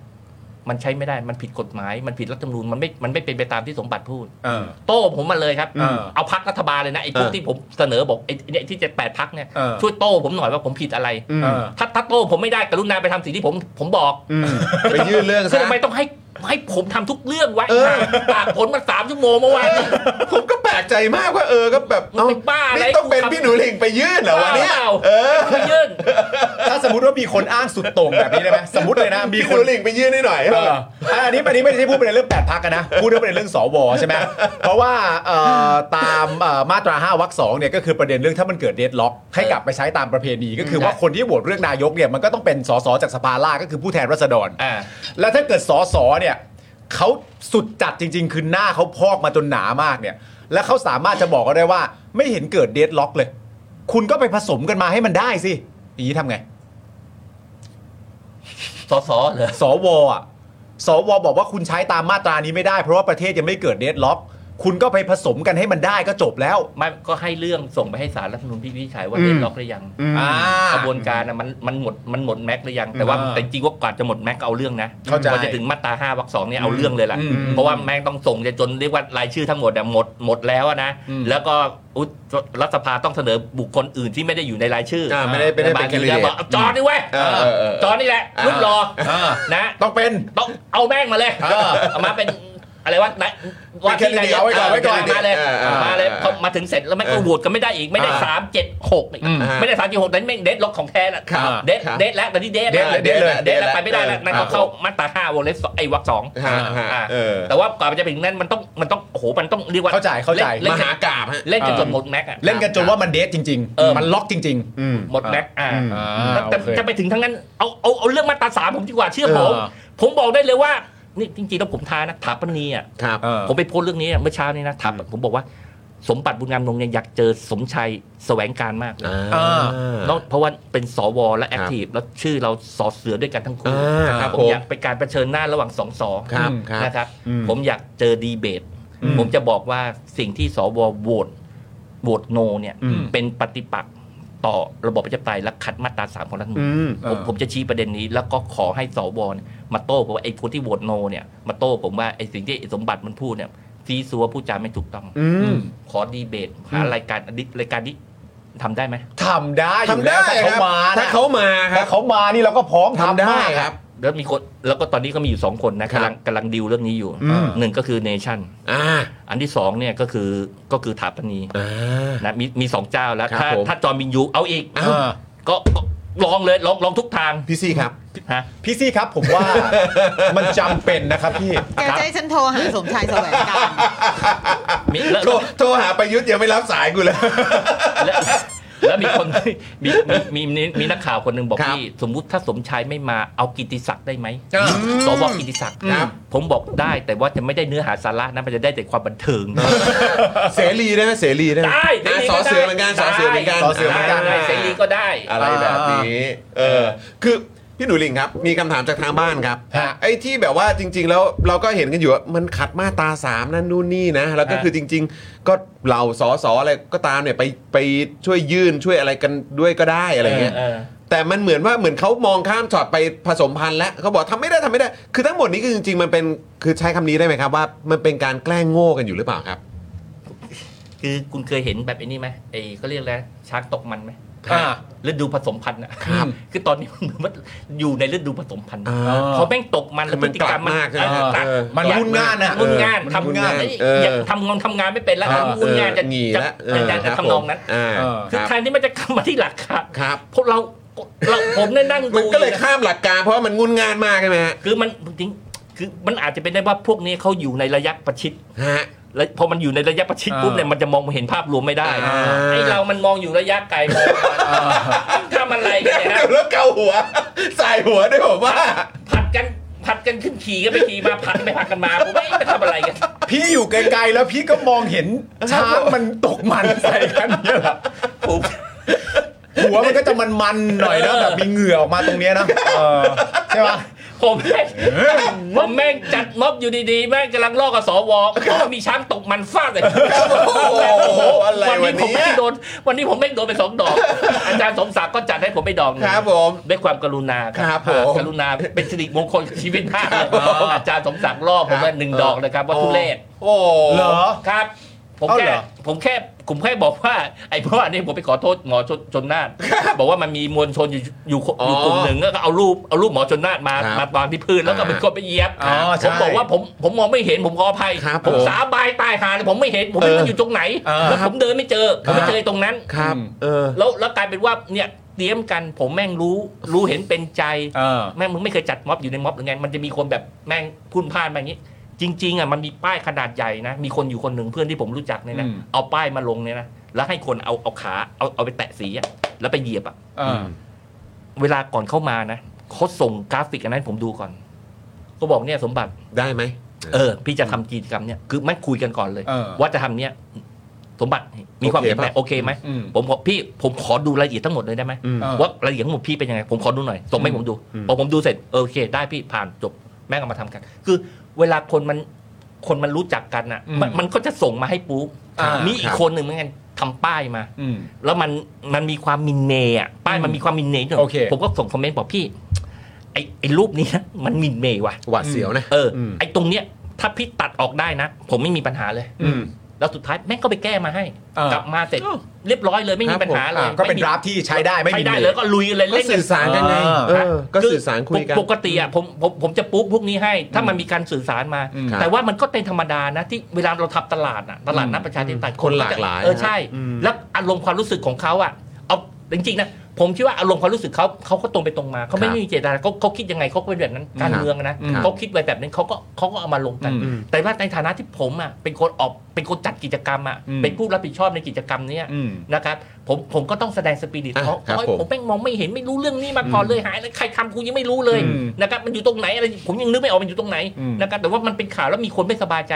[SPEAKER 5] มันใช้ไม่ได้มันผิดกฎหมาย มันผิดรัฐธรรมนูญมันไม่มันไม่เป็นไปตามที่สมบัติพูด
[SPEAKER 2] เออ
[SPEAKER 5] โต้ผมมาเลยครับ
[SPEAKER 2] เออ
[SPEAKER 5] เอาพักรัฐบาลเลยนะไอ้พวก
[SPEAKER 1] เออ
[SPEAKER 5] ที่ผมเสนอบอกไอ้เนี่ยที่จะแปดพักเนี่ย
[SPEAKER 2] เออ
[SPEAKER 5] ช่วยโต้ผมหน่อยว่าผมผิดอะไร
[SPEAKER 1] อืม
[SPEAKER 2] เออ
[SPEAKER 5] ถ้าถ้าโต้ผมไม่ได้กรุณาไปทำสิ่งที่ผมผมบอก
[SPEAKER 1] อืมไปยื่นเรื่อง
[SPEAKER 5] ซึ่
[SPEAKER 1] ซะ
[SPEAKER 5] งทำไมต้องให้ให้ผมทำทุกเรื่องวะ
[SPEAKER 1] เออ
[SPEAKER 5] ตากผลมาสามชั่วโมงเมื่อวานนี้
[SPEAKER 1] ผมก็แปลกใจมากว่าเออก็แบบ
[SPEAKER 5] มันเป็นบ้าอะไร
[SPEAKER 1] นี่ต้องเป็นพี่หนูหลิงไปยื่นเหรอวะเนี่ยเออ
[SPEAKER 5] ไม่ยื่น
[SPEAKER 2] ถ้าสมมติว่ามีคนอ้างสุดโต่งแบบนี้ได้ไหมสมมติเลยนะมี
[SPEAKER 1] พี่ห
[SPEAKER 2] ค
[SPEAKER 1] นู
[SPEAKER 2] น
[SPEAKER 1] หลิงไปยื่นให้หน่อย
[SPEAKER 2] เอออ่ะอันนี้อันนี้ไม่ได้พูดประเด็นเรื่องแปดพักนะ พูดเรื่องประเด็นเรื่องสวใช่ไหมเพราะว่าเอ่อตามเอ่อมาตรา5วรรคสองเนี่ยก็คือประเด็นเรื่องถ้ามันเกิดเดดล็อกให้กลับไปใช้ตามประเพณี ก็คือว่าคนที่โหวตเรื่องนายกเนี่ยมันก็ต้องเป็นสสจากสภาล่างก็คือผู้แทนราษฎร
[SPEAKER 5] อ่า
[SPEAKER 2] แล้วถ้าเกิดสสเนี่ยเขาสุดจัดจริง ๆ คือหน้าเขาพอกมาจนหนามากเนี่ย แล้วเขาสามารถจะบอกก็ได้ว่า ไม่เห็นเกิดเดดล็อกเลย คุณก็ไปผสมกันมาให้มันได้สิอย่างนี้ทำไง
[SPEAKER 5] สสเหรอ
[SPEAKER 2] สวอ่ะ สวบอกว่าคุณใช้ตามมาตรานี้ไม่ได้ เพราะว่าประเทศยังไม่เกิดเดดล็อก คุณก็ไปผสมกันให้มันได้ก็จบแล้ว
[SPEAKER 5] ไม่ก็ให้เรื่องส่งไปให้สารรัฐธรรมนูญพิจิตรว่า
[SPEAKER 2] อืม
[SPEAKER 5] เล่นล็อกหรือยัง
[SPEAKER 2] อ่า
[SPEAKER 5] กระบวนการน่ะมันมันหมดมันหมดแม็กซ์หรือยังแต่ว่า
[SPEAKER 2] อ่า
[SPEAKER 5] แต่จริงๆว่ากว่าจะหมดแม็กซ์ก็เอาเรื่องนะ
[SPEAKER 2] เข้าใจ
[SPEAKER 5] กว่าจะถึงมาตราห้าวรรคสองเนี่ยเอาเรื่องเลยล่ะ
[SPEAKER 2] อืม
[SPEAKER 5] เพราะว่าแม็กซ์ต้องส่งจะจนเรียกว่ารายชื่อทั้งหมดอะหมดหมดแล้วอะนะ
[SPEAKER 2] อืม
[SPEAKER 5] แล้วก็อุ๊ยรัฐสภาต้องเสนอบุคคลอื่นที่ไม่ได้อยู่ในรายชื่อ
[SPEAKER 1] อ่า
[SPEAKER 5] อ่า
[SPEAKER 1] ไม่ได้ไม่ได้เป็นแคนดิเด
[SPEAKER 5] บางทีก็บอ
[SPEAKER 1] ต
[SPEAKER 5] กจอนี่เว้ย
[SPEAKER 1] เออเออเออ
[SPEAKER 5] จอนี่แหละ
[SPEAKER 1] อ่ารุ่
[SPEAKER 5] รุ่นรอ
[SPEAKER 2] อ่า
[SPEAKER 5] นะ
[SPEAKER 2] ต้องเป็น
[SPEAKER 5] ต้องเอาแม่งมาเลย
[SPEAKER 2] เออ
[SPEAKER 5] เอามาเป็นอะไรวะนายว่า
[SPEAKER 2] เป็นแคนดิเดตเอาไว้ก่อนไว้ก่อน
[SPEAKER 5] มาเลย
[SPEAKER 1] เออเออ
[SPEAKER 5] มาเลย
[SPEAKER 1] เออ
[SPEAKER 5] พอมาถึงเสร็จแล้วแม่งก็โหวตกันไม่ได้อีกไม่ได้
[SPEAKER 1] อ่า
[SPEAKER 5] สามเจ็ดหกอีก
[SPEAKER 2] อืม
[SPEAKER 5] ไม่ได้สามจุดหกนั้นไม่งเดทล็อกของแท้น่ะ
[SPEAKER 1] ครับ
[SPEAKER 5] เดท
[SPEAKER 1] ครับ
[SPEAKER 5] เดทแล้วตอนนี้เดท
[SPEAKER 1] เดทเลยเดทเลย
[SPEAKER 5] เดทแล้วไปไม่ได้แล้ว
[SPEAKER 1] เดทเลย
[SPEAKER 5] นั่น
[SPEAKER 1] ครั
[SPEAKER 5] ก็
[SPEAKER 1] บ
[SPEAKER 5] เข้ามาตราห้าวงเล็บสองไอ้วรรคสอง
[SPEAKER 1] ฮะฮะ
[SPEAKER 5] อ่า
[SPEAKER 1] เออ
[SPEAKER 5] แต่ว่ากว่ามันจะไปถึงนั้นมันต้องมันต้องโอ้โหมันต้องเรียกว่า
[SPEAKER 2] เข้าใจเข้าใจ
[SPEAKER 5] เล่
[SPEAKER 1] ม
[SPEAKER 5] น
[SPEAKER 1] หากราบฮะ
[SPEAKER 5] เล่นจน
[SPEAKER 2] เออ
[SPEAKER 5] จนหมดแม็กอะ
[SPEAKER 2] เล่นกันจนว่ามันเดทจริง
[SPEAKER 5] เออ
[SPEAKER 2] ๆ มันล็อกจริง
[SPEAKER 1] อืม
[SPEAKER 5] หมดแม็กอ่า
[SPEAKER 1] อืม
[SPEAKER 2] ๆอ่า
[SPEAKER 5] แต่
[SPEAKER 2] โอเค
[SPEAKER 5] จะไปถึงทั้งนั้นเอาเอาเอาเรื่องมาตราสามผมดีกว่าเชื่อผม
[SPEAKER 2] เออ
[SPEAKER 5] ผมบอกได้เลยว่านี่จริงๆแล้วผมท้านะถาปนีอ่ะ
[SPEAKER 1] ครับ
[SPEAKER 2] เออ
[SPEAKER 5] ผมไปโพสต์เรื่องนี้อะเมื่อเช้านี้นะถาปผมบอกว่า สมบัติบุญงามนงเนี่ยอยากเจอสมชัยแสวงการมากเลย
[SPEAKER 2] อ่า
[SPEAKER 5] นอกเพราะว่าเป็นสวและ
[SPEAKER 1] ครั
[SPEAKER 5] แอบ คทีฟแล้วชื่อเราสอเสือด้วยกันทั้งคู่
[SPEAKER 1] อ่าครับ
[SPEAKER 5] ผมอยาก
[SPEAKER 1] ผม
[SPEAKER 5] เป็นการเผชิญหน้าระหว่างสองสอ
[SPEAKER 1] ครับครับ
[SPEAKER 5] นะครับ
[SPEAKER 1] อืม
[SPEAKER 5] ผมอยากเจอดีเบต
[SPEAKER 2] อืม
[SPEAKER 5] ผมจะบอกว่าสิ่งที่สวโหวตโหวตโนเนี่ย
[SPEAKER 2] อืม
[SPEAKER 5] เป็นปฏิปักษ์ต่อระบบประชาธิปไตยและขัดมาตราสามของรัฐธรรมนู
[SPEAKER 1] อื
[SPEAKER 5] ญ
[SPEAKER 1] ม
[SPEAKER 5] ผม
[SPEAKER 2] อ่า
[SPEAKER 5] ผมจะชี้ประเด็นนี้ แล้วก็ขอให้สวเนี่ยมาโต้ผมว่าไอ้คนที่โหวตโนเนี่ยมาโต้ผมว่าไอ้สิ่งที่ไอ้สมบัติมันพูดเนี่ยซีซัวพูดจาไม่ถูกต้อง
[SPEAKER 1] อืม
[SPEAKER 5] ขอดีเบตหารายการอันนี้รายการนี้ทำได้ไหม
[SPEAKER 2] ทำได้อยู่แล้วถ้าเขามานะ
[SPEAKER 1] ถ้าเขามาครั
[SPEAKER 2] ถ้า
[SPEAKER 1] บ
[SPEAKER 2] เขามานี่เราก็พร้อมทำ
[SPEAKER 1] ทำได้
[SPEAKER 2] มาก
[SPEAKER 1] ครับ
[SPEAKER 5] แล้วมีคนแล้วก็ตอนนี้ก็มีอยู่สองคนนะครับ กำลังกำลังดิวเรื่องนี้อยู่
[SPEAKER 1] อืม
[SPEAKER 5] หนึ่งก็คือเนชั่น
[SPEAKER 1] อ่า
[SPEAKER 5] อันที่สองเนี่ยก็คือก็คือถาปนี
[SPEAKER 1] อ่า
[SPEAKER 5] นะมีมีสองเจ้าแล้ว
[SPEAKER 1] ครับ
[SPEAKER 5] ถ้า
[SPEAKER 1] ผม
[SPEAKER 5] ถ้าจอมินยูเอาอีก
[SPEAKER 2] เออ
[SPEAKER 5] ก็ก็ลองเลยลองลองทุกทาง
[SPEAKER 1] พี่ซี่ครับ
[SPEAKER 5] ฮะ
[SPEAKER 2] พี่ซี่ครับผมว่ามันจำเป็นนะครับพี่
[SPEAKER 3] แกจะให้ฉันโทรหาสมชายแสวงการ
[SPEAKER 5] มีแล้ว
[SPEAKER 1] โทรโทรหาประยุทธ์ยังไม่รับสายกู เลย
[SPEAKER 5] แล้วแล้วมีคนมีมีมีมีมีนักข่าวคนหนึ่งบอก
[SPEAKER 1] ครับ
[SPEAKER 5] พี่สมมุติถ้าสมชายไม่มาเอากิติศักดิ์ได้ไหม
[SPEAKER 2] อืม
[SPEAKER 5] สวกิติศักดิ์
[SPEAKER 1] ครับ
[SPEAKER 5] ผมบอกได้แต่ว่าจะไม่ได้เนื้อหาสาระนะมันจะได้แต่ความบันเทิง
[SPEAKER 1] เสรีนะเสรีนะ
[SPEAKER 5] ได้
[SPEAKER 1] อ่ะสอเสือเหมือนกันสอเสือเหมือนกัน
[SPEAKER 2] สอเสือเหมือนกัน
[SPEAKER 5] ได้เสรีก็ได้
[SPEAKER 1] อะไรแบบนี้ เออ คือ พี่หนูลิงครับ มีคำถามจากทางบ้านครับ
[SPEAKER 2] ฮะ
[SPEAKER 1] ไอ้ที่แบบว่าจริง ๆ แล้วเราก็เห็นกันอยู่ว่ามันขัดมาตราสามนั่นนู่นนี่นะ แล้วก็
[SPEAKER 5] ฮะ
[SPEAKER 1] คือจริง ๆ ก็เหล่าสอสออะไรก็ตามเนี่ยไปไปช่วยยื่นช่วยอะไรกันด้วยก็ได้อะไรเงี้ย
[SPEAKER 5] เออ
[SPEAKER 1] แต่มันเหมือนว่าเหมือนเขามองข้ามช็อตไปผสมพันธุ์แล้วเขาบอกทำไม่ได้ทำไม่ได้ คือทั้งหมดนี้คือจริง ๆ มันเป็นคือใช้คำนี้ได้ไหมครับว่ามันเป็นการแกล้งโง่กันอยู่หรือเปล่าครับ
[SPEAKER 5] คือคุณเคยเห็นแบบไอ้นี่ไหมไอ้ก็เรียกแล้วช้างตกมันไหม
[SPEAKER 1] ครับ
[SPEAKER 5] ฤดูผสมพันธุ์อ่ะ
[SPEAKER 1] ครับ
[SPEAKER 5] คือตอนนี้มันเหมือนว่าอยู่ในฤดูผสมพันธุ์
[SPEAKER 1] อ่า
[SPEAKER 5] พอแม่งตกมันแล้ว
[SPEAKER 1] มั
[SPEAKER 5] พ
[SPEAKER 1] น
[SPEAKER 5] ฤติกรรม
[SPEAKER 1] กลับมากใช่ไหม
[SPEAKER 5] เออ
[SPEAKER 1] เออ
[SPEAKER 5] กลับ
[SPEAKER 2] มัน
[SPEAKER 5] กลับ
[SPEAKER 2] วุ่นงานอะ
[SPEAKER 5] วุ่นงาน
[SPEAKER 1] เออ
[SPEAKER 5] ทำงาน
[SPEAKER 1] วุ่นงาน
[SPEAKER 5] เอ้ย
[SPEAKER 1] เอออ
[SPEAKER 5] ย่าทำงานทำงานไม่เป็นแล้ว
[SPEAKER 2] เออ
[SPEAKER 5] วุ่นงานจะ
[SPEAKER 1] หงี
[SPEAKER 5] จะ
[SPEAKER 1] แล้ว
[SPEAKER 5] จะจะทำนองนั้น
[SPEAKER 1] อ่า
[SPEAKER 2] เออ
[SPEAKER 5] คือ
[SPEAKER 1] ค
[SPEAKER 5] แท
[SPEAKER 1] รับ
[SPEAKER 5] นที่มันจะกลับมาที่หลักค่ะ
[SPEAKER 1] ครับ
[SPEAKER 5] พวกเราเราผมเนี่ยนั่งดู
[SPEAKER 1] มันก็เลย
[SPEAKER 5] อนะ
[SPEAKER 1] ข้ามหลักการเพราะว่ามันงุนงานมากใช่ไหมฮะ
[SPEAKER 5] คือมันจริงคือมันอาจจะเป็นได้ว่าพวกนี้เขาอยู่ในระยะประชิด
[SPEAKER 1] ฮะ
[SPEAKER 5] แล้วพอมันอยู่ในระยะประชิด
[SPEAKER 2] อ่า
[SPEAKER 5] ปุ๊บเนี่ยมันจะมองเห็นภาพรวมไม่ได้
[SPEAKER 1] อ่า
[SPEAKER 5] ไอเรามันมองอยู่ระยะไกลมอง ถ้ามันอะไรกันเนี่ยนะ
[SPEAKER 1] แล้วเกาหัว ใส่หัวด้วยผมว่า
[SPEAKER 5] ผัดกันผัดกันขึ้นขี่กันไปขี่มาผัดกันไปผัดกันมาผมไม่ไปทำอะไรกัน
[SPEAKER 2] พี่อยู่ไกลๆแล้วพี่ก็มอง เห็นช้างมันตกมันใส่กันเนี่ยเหรอ
[SPEAKER 5] ผม
[SPEAKER 2] หัวมันก็จะมันๆหน่อย นะแบบมีเหงื่อออกมาตรงเนี้ยนะเออใช่ปะ
[SPEAKER 5] ผมแม่งผมแม่งจัดม็อบอยู่ดีๆแม่งกำลังลอกกับสวก็มีช้างตกมันฟาดเลย
[SPEAKER 1] โอ้โหอะไร
[SPEAKER 5] วัน
[SPEAKER 1] วะ
[SPEAKER 5] นี้ผม
[SPEAKER 1] เนี่
[SPEAKER 5] ไม่
[SPEAKER 1] ย
[SPEAKER 5] งโดนวันนี้ผมไม่งโดนไปสองดอก อาจารย์สมศักดิ์ก็จัดให้ผมไปดอกหนึง
[SPEAKER 1] ครับผม
[SPEAKER 5] ด้วยความกรุณา
[SPEAKER 1] ครับผม
[SPEAKER 5] กรุณาเป็นสิริมงคลชีวิตมากเลย
[SPEAKER 1] ครับผม
[SPEAKER 5] อาจารย์สมศักดิ์รอบผมว่าหนึ่งดอกนะครับว่าทุเรศ
[SPEAKER 1] โอ้โ
[SPEAKER 2] เหรอ
[SPEAKER 5] ครับ ผม
[SPEAKER 2] เอา
[SPEAKER 5] แค่
[SPEAKER 2] เหรอ
[SPEAKER 5] ผมแค่ผมแค่บอกว่า ไอ้เพราะว่านี่ผมไปขอโทษหมอชนชนน่านบอกว่ามันมีมวลชนอยู่อยู่
[SPEAKER 1] อ๋อ
[SPEAKER 5] อยู่กลุ่มหนึ่งแล้วก็เอารูปเอารูปหมอชนน่านมา
[SPEAKER 1] ครับ
[SPEAKER 5] มาตอนที่พื้นแล้วก็เป็นคนไปเหยียบ
[SPEAKER 2] อ๋อ
[SPEAKER 5] ผ
[SPEAKER 2] ใช่
[SPEAKER 5] มบอกว่าผมผมมองไม่เห็นผมขออภัย
[SPEAKER 1] ครับ
[SPEAKER 5] ผม
[SPEAKER 1] ผม
[SPEAKER 5] สาบายตายหาเลยผมไม่เห็นผมไม่รู้มันอยู่ตรงไหน
[SPEAKER 2] เออ
[SPEAKER 5] แล้วผมเดินไม่เจอผมไม่เจอไอ้ตรงนั้น
[SPEAKER 1] ครับ เออ
[SPEAKER 5] แล้วแล้วกลายเป็นว่าเนี่ยเตรียมกันผมแม่งรู้ รู้เห็นเป็นใจ แม่งมึงไม่เคยจัดม็อบอยู่ในม็อบหรือไง มันจะมีคนแบบแม่งพรุ่นพล่านมาอย่างนี้ จริง ๆอ่ะมันมีป้ายขนาดใหญ่นะ มีคนอยู่คนหนึ่งเพื่อนที่ผมรู้จักเนี่ยนะ
[SPEAKER 2] อืม
[SPEAKER 5] เอาป้ายมาลงเนี่ยนะแล้วให้คนเอาเอาขาเอาเอาไปแตะสีอ่ะแล้วไปเหยียบอ่ะ
[SPEAKER 2] เออ
[SPEAKER 5] เวลาก่อนเข้ามานะเขาส่งกราฟิกอันนั้นผมดูก่อนก็บอกเนี่ยสมบัติ
[SPEAKER 1] ได้ไหม
[SPEAKER 5] เออ พี่จะทำกิจกรรมเนี่ยคือไม่คุยกันก่อนเลย
[SPEAKER 2] เออ
[SPEAKER 5] ว่าจะทำเนี่ยสมบัติมีความเห็นไหมโอเคไหม
[SPEAKER 2] อืม
[SPEAKER 5] ผมบอกพี่ผมขอดูรายละเอียดทั้งหมดเลยได้ไหม
[SPEAKER 1] อืม
[SPEAKER 2] เออ
[SPEAKER 5] ว่ารายละเอียดของผมพี่เป็นยังไง ผมขอดูหน่อยส่งให้ผมดู
[SPEAKER 1] อืม
[SPEAKER 5] พอผมดูเสร็จเออโอเค ได้พี่ผ่านจบแม่งเอามาทำกัน คือเวลาคนมันคนมันรู้จักกันอ่ะ
[SPEAKER 2] อืม
[SPEAKER 5] มันมันก็จะส่งมาให้ปุ๊บ
[SPEAKER 2] อ่ามี
[SPEAKER 5] มีอีกคนหนึ่งเหมือนกันทำป้ายมา
[SPEAKER 2] อืม
[SPEAKER 5] แล้วมันมันมีความมินเนอ่ะป้ายมันมีความมินเนหน่
[SPEAKER 2] โอเค
[SPEAKER 5] ผมก็ส่งคอมเมนต์บอกพี่ไอไอรูปนี้นะมันมินเมว่ะ
[SPEAKER 1] หวาดเสียวนะ
[SPEAKER 5] เอออ
[SPEAKER 1] ม
[SPEAKER 5] ไอตรงเนี้ยถ้าพี่ตัดออกได้นะ ผมไม่มีปัญหาเลย
[SPEAKER 2] อืม
[SPEAKER 5] แล้วสุดท้ายแม่งก็ไปแก้มาให้
[SPEAKER 2] เออ
[SPEAKER 5] กลับมาเสร็จเรียบร้อยเลยไม่มีปัญหาเลย
[SPEAKER 2] อ่ะก็เป็น
[SPEAKER 5] ไม่มี
[SPEAKER 2] ราฟที่ใช้ได้ไม่
[SPEAKER 5] ใช้
[SPEAKER 2] มี
[SPEAKER 5] ได้เลยก็ลุยเลย
[SPEAKER 1] ก็
[SPEAKER 5] เล่นกัน
[SPEAKER 1] สื่อสารกันไง
[SPEAKER 2] อ่า
[SPEAKER 1] เออก็สื่อสารคุยกัน
[SPEAKER 5] ปกติอ่ะผมผมผมจะปุ๊บพวกนี้ให้ ถ้ามันมีการสื่อสารมา
[SPEAKER 2] อืม
[SPEAKER 5] แต่ว่ามันก็เป็นธรรมดานะที่เวลาเราทับตลาดอ่ะตลาดนัดประชาธิปไตย
[SPEAKER 1] คนหลากหลาย
[SPEAKER 5] เออใช่
[SPEAKER 1] อืม
[SPEAKER 5] แล้วอารมณ์ความรู้สึกของเขาอ่ะเอาจริงๆนะผมคิดว่าอารมณ์ความรู้สึกเขาเขาก็ตรงไปตรงมาเขาไม่มีเจตนาเขาเขาคิดยังไงเขาก็เป็นแบบนั้นการเมืองอะนะ
[SPEAKER 2] อืม
[SPEAKER 5] เขาคิดไว้แบบนั้นเขาก็เขาก็เอามาลงกัน
[SPEAKER 2] อืม
[SPEAKER 5] แต่ว่าในฐานะที่ผมอ่ะเป็นคนออกเป็นคนจัดกิจกรรมอ่ะ
[SPEAKER 2] อืม
[SPEAKER 5] เป็นผู้รับผิดชอบในกิจกรรมเนี้ย
[SPEAKER 2] อืม
[SPEAKER 5] นะครับผมผมก็ต้องแสดงสปิริต
[SPEAKER 1] อ่ะ
[SPEAKER 5] เขา
[SPEAKER 1] ครับ
[SPEAKER 5] โอ๊ย
[SPEAKER 1] ผม
[SPEAKER 5] ผมแม่งมองไม่เห็นไม่รู้เรื่องนี้มาก่อนเลยหายแล้วใครทำกูยังไม่รู้เลย
[SPEAKER 2] อืม
[SPEAKER 5] นะครับมันอยู่ตรงไหนอะไรผมยังนึกไม่ออกมันอยู่ตรงไหน
[SPEAKER 2] อืม
[SPEAKER 5] นะครับแต่ว่ามันเป็นข่าวแล้วมีคนไม่สบายใจ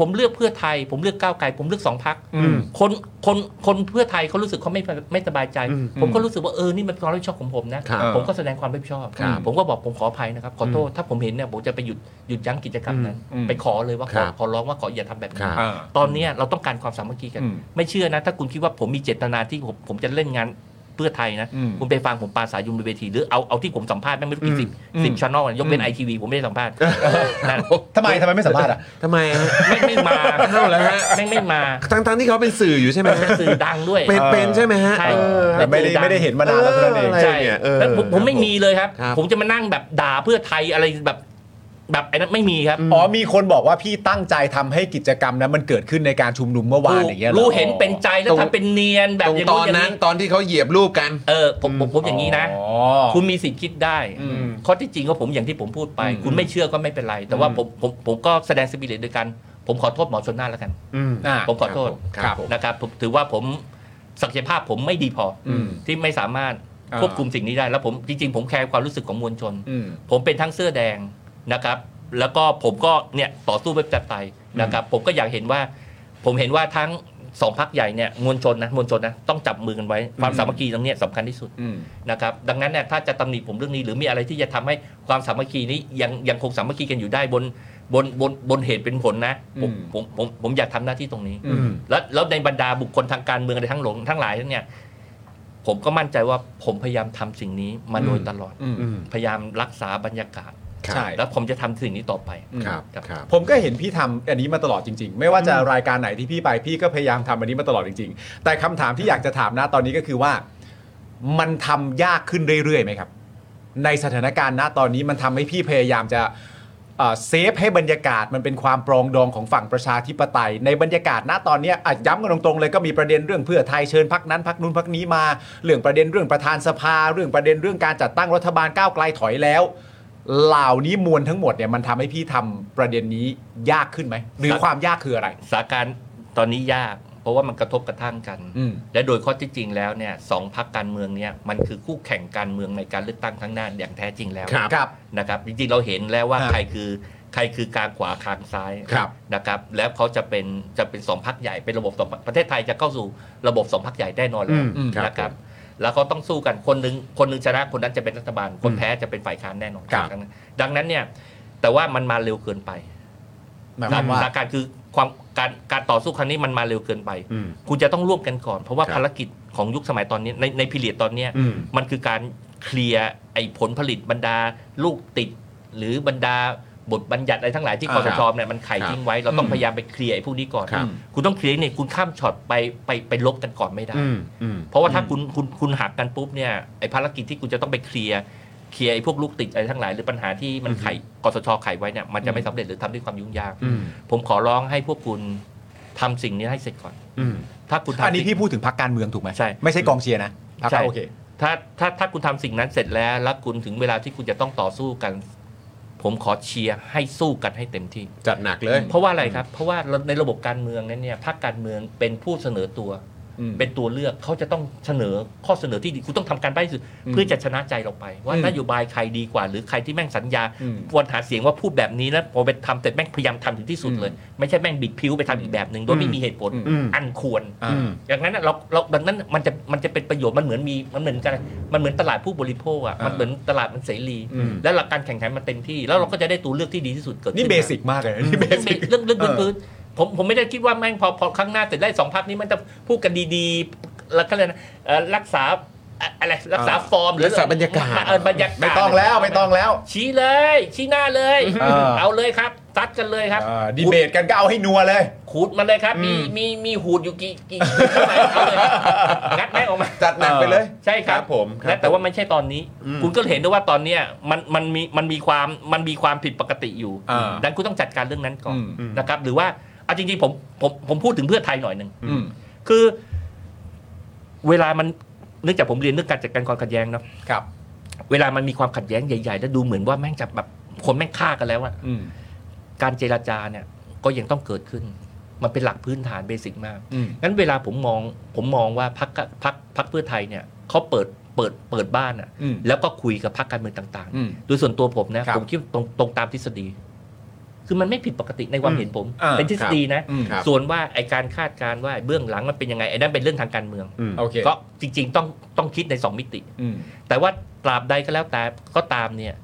[SPEAKER 5] ผมเลือกเพื่อไทย ผมเลือกก้าวไกลผมเลือกสองพัก
[SPEAKER 2] อืม
[SPEAKER 5] คนคนคนเพื่อไทยเขารู้สึกเขาไม่ไม่สบายใจ
[SPEAKER 1] อืม
[SPEAKER 5] ผมก็รู้สึกว่าเออนี่มันเป็นความรับผิดชอบของผมนะครับ ผมก็แสดงความรับผิดชอบ
[SPEAKER 2] ครับ
[SPEAKER 5] ผมก็บอกผมขออภัยนะครับขอโทษถ้าผมเห็นเนี่ยผมจะไปหยุดหยุดยั้งกิจกรรมนั้น
[SPEAKER 2] อืม
[SPEAKER 5] ไปขอเลยว่าข
[SPEAKER 1] ครั
[SPEAKER 5] อบ ขอร้องว่าขออย่าทำแบบนี้
[SPEAKER 1] ครับ
[SPEAKER 2] อ่า
[SPEAKER 5] ตอนเนี้ยเราต้องการความสามัคคีกัน
[SPEAKER 2] อืม
[SPEAKER 5] ไม่เชื่อนะ ถ้าคุณคิดว่าผมมีเจตนาที่ผมผมจะเล่นงานเพื่อไทยนะ
[SPEAKER 2] อืม
[SPEAKER 5] คุณไปฟังผมปราสายุมบนเวที หรือเอาเอาที่ผมสัมภาษณ์แม่งไม่รู้กี่สิบ
[SPEAKER 2] อืม
[SPEAKER 5] สิบช่องยกเว้น
[SPEAKER 1] อืม
[SPEAKER 5] ไอทีวีผมไม่ได้สัมภาษณ์นั่น
[SPEAKER 2] ทำไมทำไมไม่สัมภาษณ์อ่ะ
[SPEAKER 1] ทำไมฮะ
[SPEAKER 5] ไม่ไม่มา
[SPEAKER 1] เอาแล้วฮะ
[SPEAKER 5] ไม่ไม่มา
[SPEAKER 1] ทั้งๆที่เขาเป็นสื่ออยู่ใช่ไหมฮะ
[SPEAKER 5] เป็นสื่อดังด้วย
[SPEAKER 1] เป็นเป็นใช่ไหมฮะ
[SPEAKER 5] ใช่
[SPEAKER 1] เออ
[SPEAKER 5] แต่ไม่
[SPEAKER 2] ไม่
[SPEAKER 5] ได้
[SPEAKER 2] ได้ไม่ได้เห็นมานานแล้วเท่านั้นเอง
[SPEAKER 1] ใช่เนี่ยเออ
[SPEAKER 5] แล้วผมผมไม่มีเลยครับ
[SPEAKER 1] ครับ
[SPEAKER 5] ผมจะมานั่งแบบด่าเพื่อไทยอะไรแบบแบบไอ้นั้นไม่มีครับ
[SPEAKER 2] อ๋อมีคนบอกว่าพี่ตั้งใจทำให้กิจกรรมนั้นมันเกิดขึ้นในการชุมนุมเมื่อวานอย่างเงี้ยรอ
[SPEAKER 5] รู้เห็นเป็นใจแล้วทำเป็นเนียนแบบ
[SPEAKER 1] ตรง
[SPEAKER 5] อย่าง
[SPEAKER 1] ต
[SPEAKER 5] นู้
[SPEAKER 1] อน น
[SPEAKER 5] อย่าง
[SPEAKER 1] นั้น
[SPEAKER 5] นี้
[SPEAKER 1] ตอนที่เขาเหยียบรูปกัน
[SPEAKER 5] เออผมผมผมอย่างนี้นะ คุณมีสิทธิ์คิดได้
[SPEAKER 2] อืม
[SPEAKER 5] ข้อที่จริงก็ผมอย่างที่ผมพูดไป
[SPEAKER 2] อืม
[SPEAKER 5] คุณไม่เชื่อก็ไม่เป็นไร แต่ว่า
[SPEAKER 2] อืม
[SPEAKER 5] ผมผมผมก็แสดงสปิริตด้วยกัน ผมขอโทษหมอชนน่านแล้วกัน
[SPEAKER 1] อืม
[SPEAKER 2] อ่า
[SPEAKER 5] ผมขอโทษ
[SPEAKER 2] ครับผม
[SPEAKER 5] นะครับผมถือว่าผมศักยภาพผมไม่ดีพออ
[SPEAKER 2] ม
[SPEAKER 5] ที่ไม่สามารถ
[SPEAKER 2] อ่า
[SPEAKER 5] ควบคุมสิ่งนี้ได้ แล้วผมจริง ๆ ผมแคร์ความรู้สึกของมวลชน
[SPEAKER 2] อืม
[SPEAKER 5] ผมเป็นทั้งเสื้อแดงนะครับ แล้วก็ผมก็เนี่ยต่อสู้เว็บจัดไตยนะครับ ผมก็อยากเห็นว่า ผมเห็นว่าทั้ง สองพักใหญ่เนี่ยมวลชนนะมวลชนนะต้องจับมือกันไว้ความสามัคคีตรงเนี้ยสำคัญที่สุด
[SPEAKER 2] อืม
[SPEAKER 5] นะครับดังนั้นเนี่ยถ้าจะตำหนิผมเรื่องนี้หรือมีอะไรที่จะทำให้ความสามัคคีนี้ยังยังคงสามัคคีกันอยู่ได้บนบนบนบนเหตุเป็นผลนะผม
[SPEAKER 2] อืม
[SPEAKER 5] ผมผมผมอยากทำหน้าที่ตรงนี้
[SPEAKER 2] อืม
[SPEAKER 5] แล้วแล้วในบรรดาบุคคลทางการเมืองอะไรทั้งหลงทั้งหลายเนี่ยผมก็มั่นใจว่าผมพยายามทำสิ่งนี้มาโดย
[SPEAKER 2] อืม
[SPEAKER 5] ตลอด
[SPEAKER 2] อืม
[SPEAKER 1] อืม
[SPEAKER 5] พยายามรักษาบรรยากาศ
[SPEAKER 2] ครับ
[SPEAKER 5] แล้วผมจะทำสิ่งนี้ต่อไป
[SPEAKER 1] ครับ
[SPEAKER 5] ครับ
[SPEAKER 1] ครับ
[SPEAKER 2] ผมก็เห็นพี่ทำอันนี้มาตลอดจริงๆ ไม่ว่าจะรายการไหนที่พี่ไปพี่ก็พยายามทำอันนี้มาตลอดจริงๆ แต่คำถามที่อยากจะถามนะตอนนี้ก็คือว่า มันทำยากขึ้นเรื่อยๆไหมครับ ในสถานการณ์ณตอนนี้มันทำให้พี่พยายามจะเอ่อเซฟให้บรรยากาศมันเป็นความปรองดองของฝั่งประชาธิปไตย ในบรรยากาศณตอนเนี้ยอ่ะย้ำกันตรงๆเลยก็มีประเด็นเรื่องเพื่อไทยเชิญพักนั้นพักนู้นพักนี้มา เรื่องประเด็นเรื่องประธานสภา เรื่องประเด็นเรื่องการจัดตั้งรัฐบาลก้าวไกลถอยแล้ว เหล่านี้มวลทั้งหมดเนี่ยมันทำให้พี่ทำประเด็นนี้ยากขึ้นไหมหรือความยากคืออะไร
[SPEAKER 5] สถานการณ์ตอนนี้ยาก เพราะว่ามันกระทบกระทั่งกัน
[SPEAKER 2] อืม
[SPEAKER 5] และโดยข้อที่จริงแล้วเนี่ยสองพักการเมืองเนี่ยมันคือคู่แข่งการเมืองในการเลือกตั้งครั้งหน้าอย่างแท้จริงแล้ว
[SPEAKER 1] ครับ
[SPEAKER 2] ครับ
[SPEAKER 5] นะครับจริงๆเราเห็นแล้วว่า
[SPEAKER 2] ครับ
[SPEAKER 5] ใครคือใครคือกลางขวาคางซ้าย
[SPEAKER 2] ครับ
[SPEAKER 5] นะครับแล้วเขาจะเป็นจะเป็นสองพักใหญ่เป็นระบบสองพรรคประเทศไทยจะเข้าสู่ระบบสองพักใหญ่แน่นอนแล้ว
[SPEAKER 2] อืมครับ
[SPEAKER 5] นะครับ แล้วก็ต้องสู้กันคนหนึ่งคนหนึ่งชนะคนนั้นจะเป็นรัฐบาล คนแพ้จะเป็นฝ่ายค้านแน่นอน
[SPEAKER 2] ครับ
[SPEAKER 5] ดังนั้นดังนั้นเนี่ยแต่ว่ามันมาเร็วเกินไป
[SPEAKER 2] หมายความว่า
[SPEAKER 5] สถานการณ์คือความการการต่อสู้ครั้งนี้มันมาเร็วเกินไป
[SPEAKER 1] อืม
[SPEAKER 5] คุณจะต้องร่วมกันก่อน เพราะ
[SPEAKER 1] ค
[SPEAKER 5] ว่า
[SPEAKER 1] รับ
[SPEAKER 5] ภารกิจของยุคสมัยตอนนี้ในในพิเรียดตอนเนี้ย
[SPEAKER 1] อืม
[SPEAKER 5] มันคือการเคลียร์ไอ้ผลผลิตบรรดาลูกติด หรือบรรดาบทบัญญัติอะไรทั้งหลายที่
[SPEAKER 2] อ่า
[SPEAKER 5] คอสชเนี่ยมันไขทิ้งไว้เราต้อ
[SPEAKER 2] อื
[SPEAKER 5] ง
[SPEAKER 2] ม
[SPEAKER 5] พยายามไปเคลียร์ไอ้พวกนี้ก่อน
[SPEAKER 2] ครับ
[SPEAKER 5] คุณต้องเคลียร์เนี่ยคุณข้ามช็อตไปไปไปลบกันก่อนไม่ได้
[SPEAKER 1] อืมอืม
[SPEAKER 5] เพราะว่าถ้าคุณคุณคุณหักกันปุ๊บเนี่ยไอ้ภารกิจที่คุณจะต้องไปเคลียร์เคลียร์ไอ้พวกลูกติดอะไรทั้งหลาย หรือปัญหาที่มันไขกสชไขไว้เนี่ยมันจะไม่สำเร็จหรือทำด้วยความยุ่งยาก
[SPEAKER 1] อืม
[SPEAKER 5] ผมขอร้องให้พวกคุณทำสิ่งนี้ให้เสร็จก่อน
[SPEAKER 1] อืม
[SPEAKER 5] ถ้าคุณทำ
[SPEAKER 2] อันนี้
[SPEAKER 5] สิ่ง
[SPEAKER 2] พี่พูดถึงพรรคการเมืองถูกไหม
[SPEAKER 5] ใช่
[SPEAKER 2] ไม่ใช่กองเชียร์นะพรรค
[SPEAKER 5] ใช่
[SPEAKER 2] โอเค
[SPEAKER 5] ถ้าถ้าถ้าคุณทำสิ่งนั้นเสร็จแล้ว แล้วคุณถึงเวลาที่คุณจะต้องต่อสู้กัน ผมขอเชียร์ให้สู้กันให้เต็มที่
[SPEAKER 1] จัดหนักเลย
[SPEAKER 5] เพราะว่าอะไรครับ เพราะว่าในระบบการเมืองนั้นเนี่ยพรรคการเมืองเป็นผู้เสนอตัว
[SPEAKER 2] อืม
[SPEAKER 5] เป็นตัวเลือกเขาจะต้องเสนอข้อเสนอที่ดีคุณต้องทำการบ้านที่สุด
[SPEAKER 2] อืม
[SPEAKER 5] เพื่อจะชนะใจเราไป ว่า
[SPEAKER 2] อืม
[SPEAKER 5] นโยบายใครดีกว่า หรือใครที่แม่งสัญญา
[SPEAKER 2] อืม
[SPEAKER 5] วันหาเสียงว่าพูดแบบนี้แล้วพอไปทำแต่แม่งพยายามทำถึงที่สุดเลย ไม่ใช่แม่งบิดผิวไปทำอีกแบบหนึ่งโดยไม่มีเหตุผล
[SPEAKER 2] อืม
[SPEAKER 1] อืม
[SPEAKER 5] อันควร
[SPEAKER 2] อ่า
[SPEAKER 1] อืม
[SPEAKER 5] อย่างนั้นน่ะเราเราดังนั้นมันจะมันจะเป็นประโยชน์มันเหมือนมีมันเหมือนกันมันเหมือนตลาดผู้บริโภคอ่ะ
[SPEAKER 2] อ่ามั
[SPEAKER 5] มันเหมือนตลาดมันเสรี
[SPEAKER 1] อืม
[SPEAKER 5] และหลักการแข่งขันมันเต็มที่ แล้วเราก็จะได้ตัวเลือกที่ดีที่สุดเกิดขึ้
[SPEAKER 2] นี่
[SPEAKER 5] น
[SPEAKER 2] เบสิกมากเลยนะนี่เบ
[SPEAKER 5] เรื่อง
[SPEAKER 2] สิก
[SPEAKER 5] เรื่องเรื่อง
[SPEAKER 2] เออ
[SPEAKER 5] พื้นๆผมผมไม่ได้คิดว่าแม่งพอพอครั้งหน้าเสร็จได้สองพักนี้มันจะพูดกันดีๆแล้วก็เลยกนะเอ่อรักษาอะอะไรรักษาฟอร์มหรือ
[SPEAKER 1] รักษาบรรยากาศ
[SPEAKER 5] เออบรรยากาศ
[SPEAKER 2] ไม่ต้องแล้วไม่ต้องแล้ว
[SPEAKER 5] ชี้เลย ชี้หน้าเลย
[SPEAKER 2] เออ
[SPEAKER 5] เอาเลยครับซัดกันเลยครับ
[SPEAKER 2] อ่าดีเบตกันก็เอาให้นัวเลย
[SPEAKER 5] ขูดมันเลยครับ มี
[SPEAKER 2] อืม
[SPEAKER 5] มีมีหูดอยู่กี่กี่เท่าไหร่เอาเลยงัดแม่งออกมา
[SPEAKER 1] จัดหนักไปเลย
[SPEAKER 5] ใช่ครับ
[SPEAKER 1] ครับผมครับ
[SPEAKER 5] และแต่ว่ามันไม่ใช่ตอนนี้
[SPEAKER 1] อืม
[SPEAKER 5] คุณก็เห็นได้ว่าตอนเนี้ยมันมันมีมันมีความมันมีความผิดปกติอยู่
[SPEAKER 2] อ่า
[SPEAKER 5] ดังนั้นคุณต้องจัดการเรื่องนั้นก่อน
[SPEAKER 2] อืมอืม
[SPEAKER 5] นะครับ หรือว่าเอาจริงๆผมผมผมพูดถึงเพื่อไทยหน่อยหนึ่ง
[SPEAKER 2] อืม
[SPEAKER 5] คือ เวลามันเนื่องจากผมเรียนเรื่องการจัดการความขัดแย้งเนาะ
[SPEAKER 2] ครับ
[SPEAKER 5] เวลามันมีความขัดแย้งใหญ่ๆแล้วดูเหมือนว่าแม่งจะแบบคนแม่งฆ่ากันแล้วอะ
[SPEAKER 2] อืม
[SPEAKER 5] การเจราจาเนี่ยก็ยังต้องเกิดขึ้น มันเป็นหลักพื้นฐานเบสิกมาก
[SPEAKER 2] อืม
[SPEAKER 5] งั้นเวลาผมมองผมมองว่าพักพักพักเพื่อไทยเนี่ยเขาเปิดเปิดเปิดบ้านอ่ะ
[SPEAKER 2] อืม
[SPEAKER 5] แล้วก็คุยกับพักการเมืองต่าง
[SPEAKER 2] อืม
[SPEAKER 5] ๆ โดยส่วนตัวผมนะครับ ผมคิดตรงตรงตามทฤษฎี คือมันไม่ผิดปกติในความเห็นผม
[SPEAKER 2] อ่า
[SPEAKER 5] เป็นทฤษฎีนะ
[SPEAKER 2] อืม
[SPEAKER 1] ครับ
[SPEAKER 5] ส่วนว่าไอการคาดการณ์ว่าเบื้องหลังมันเป็นยังไงไอ้นั่นเป็นเรื่องทางการเมือง
[SPEAKER 1] อืม
[SPEAKER 2] โอเค
[SPEAKER 5] ก็จริง ๆ ต้องต้องคิดในสองมิติ
[SPEAKER 2] อืม
[SPEAKER 5] แต่ว่าตราบใดก็แล้วแต่ก็ตามเนี่ย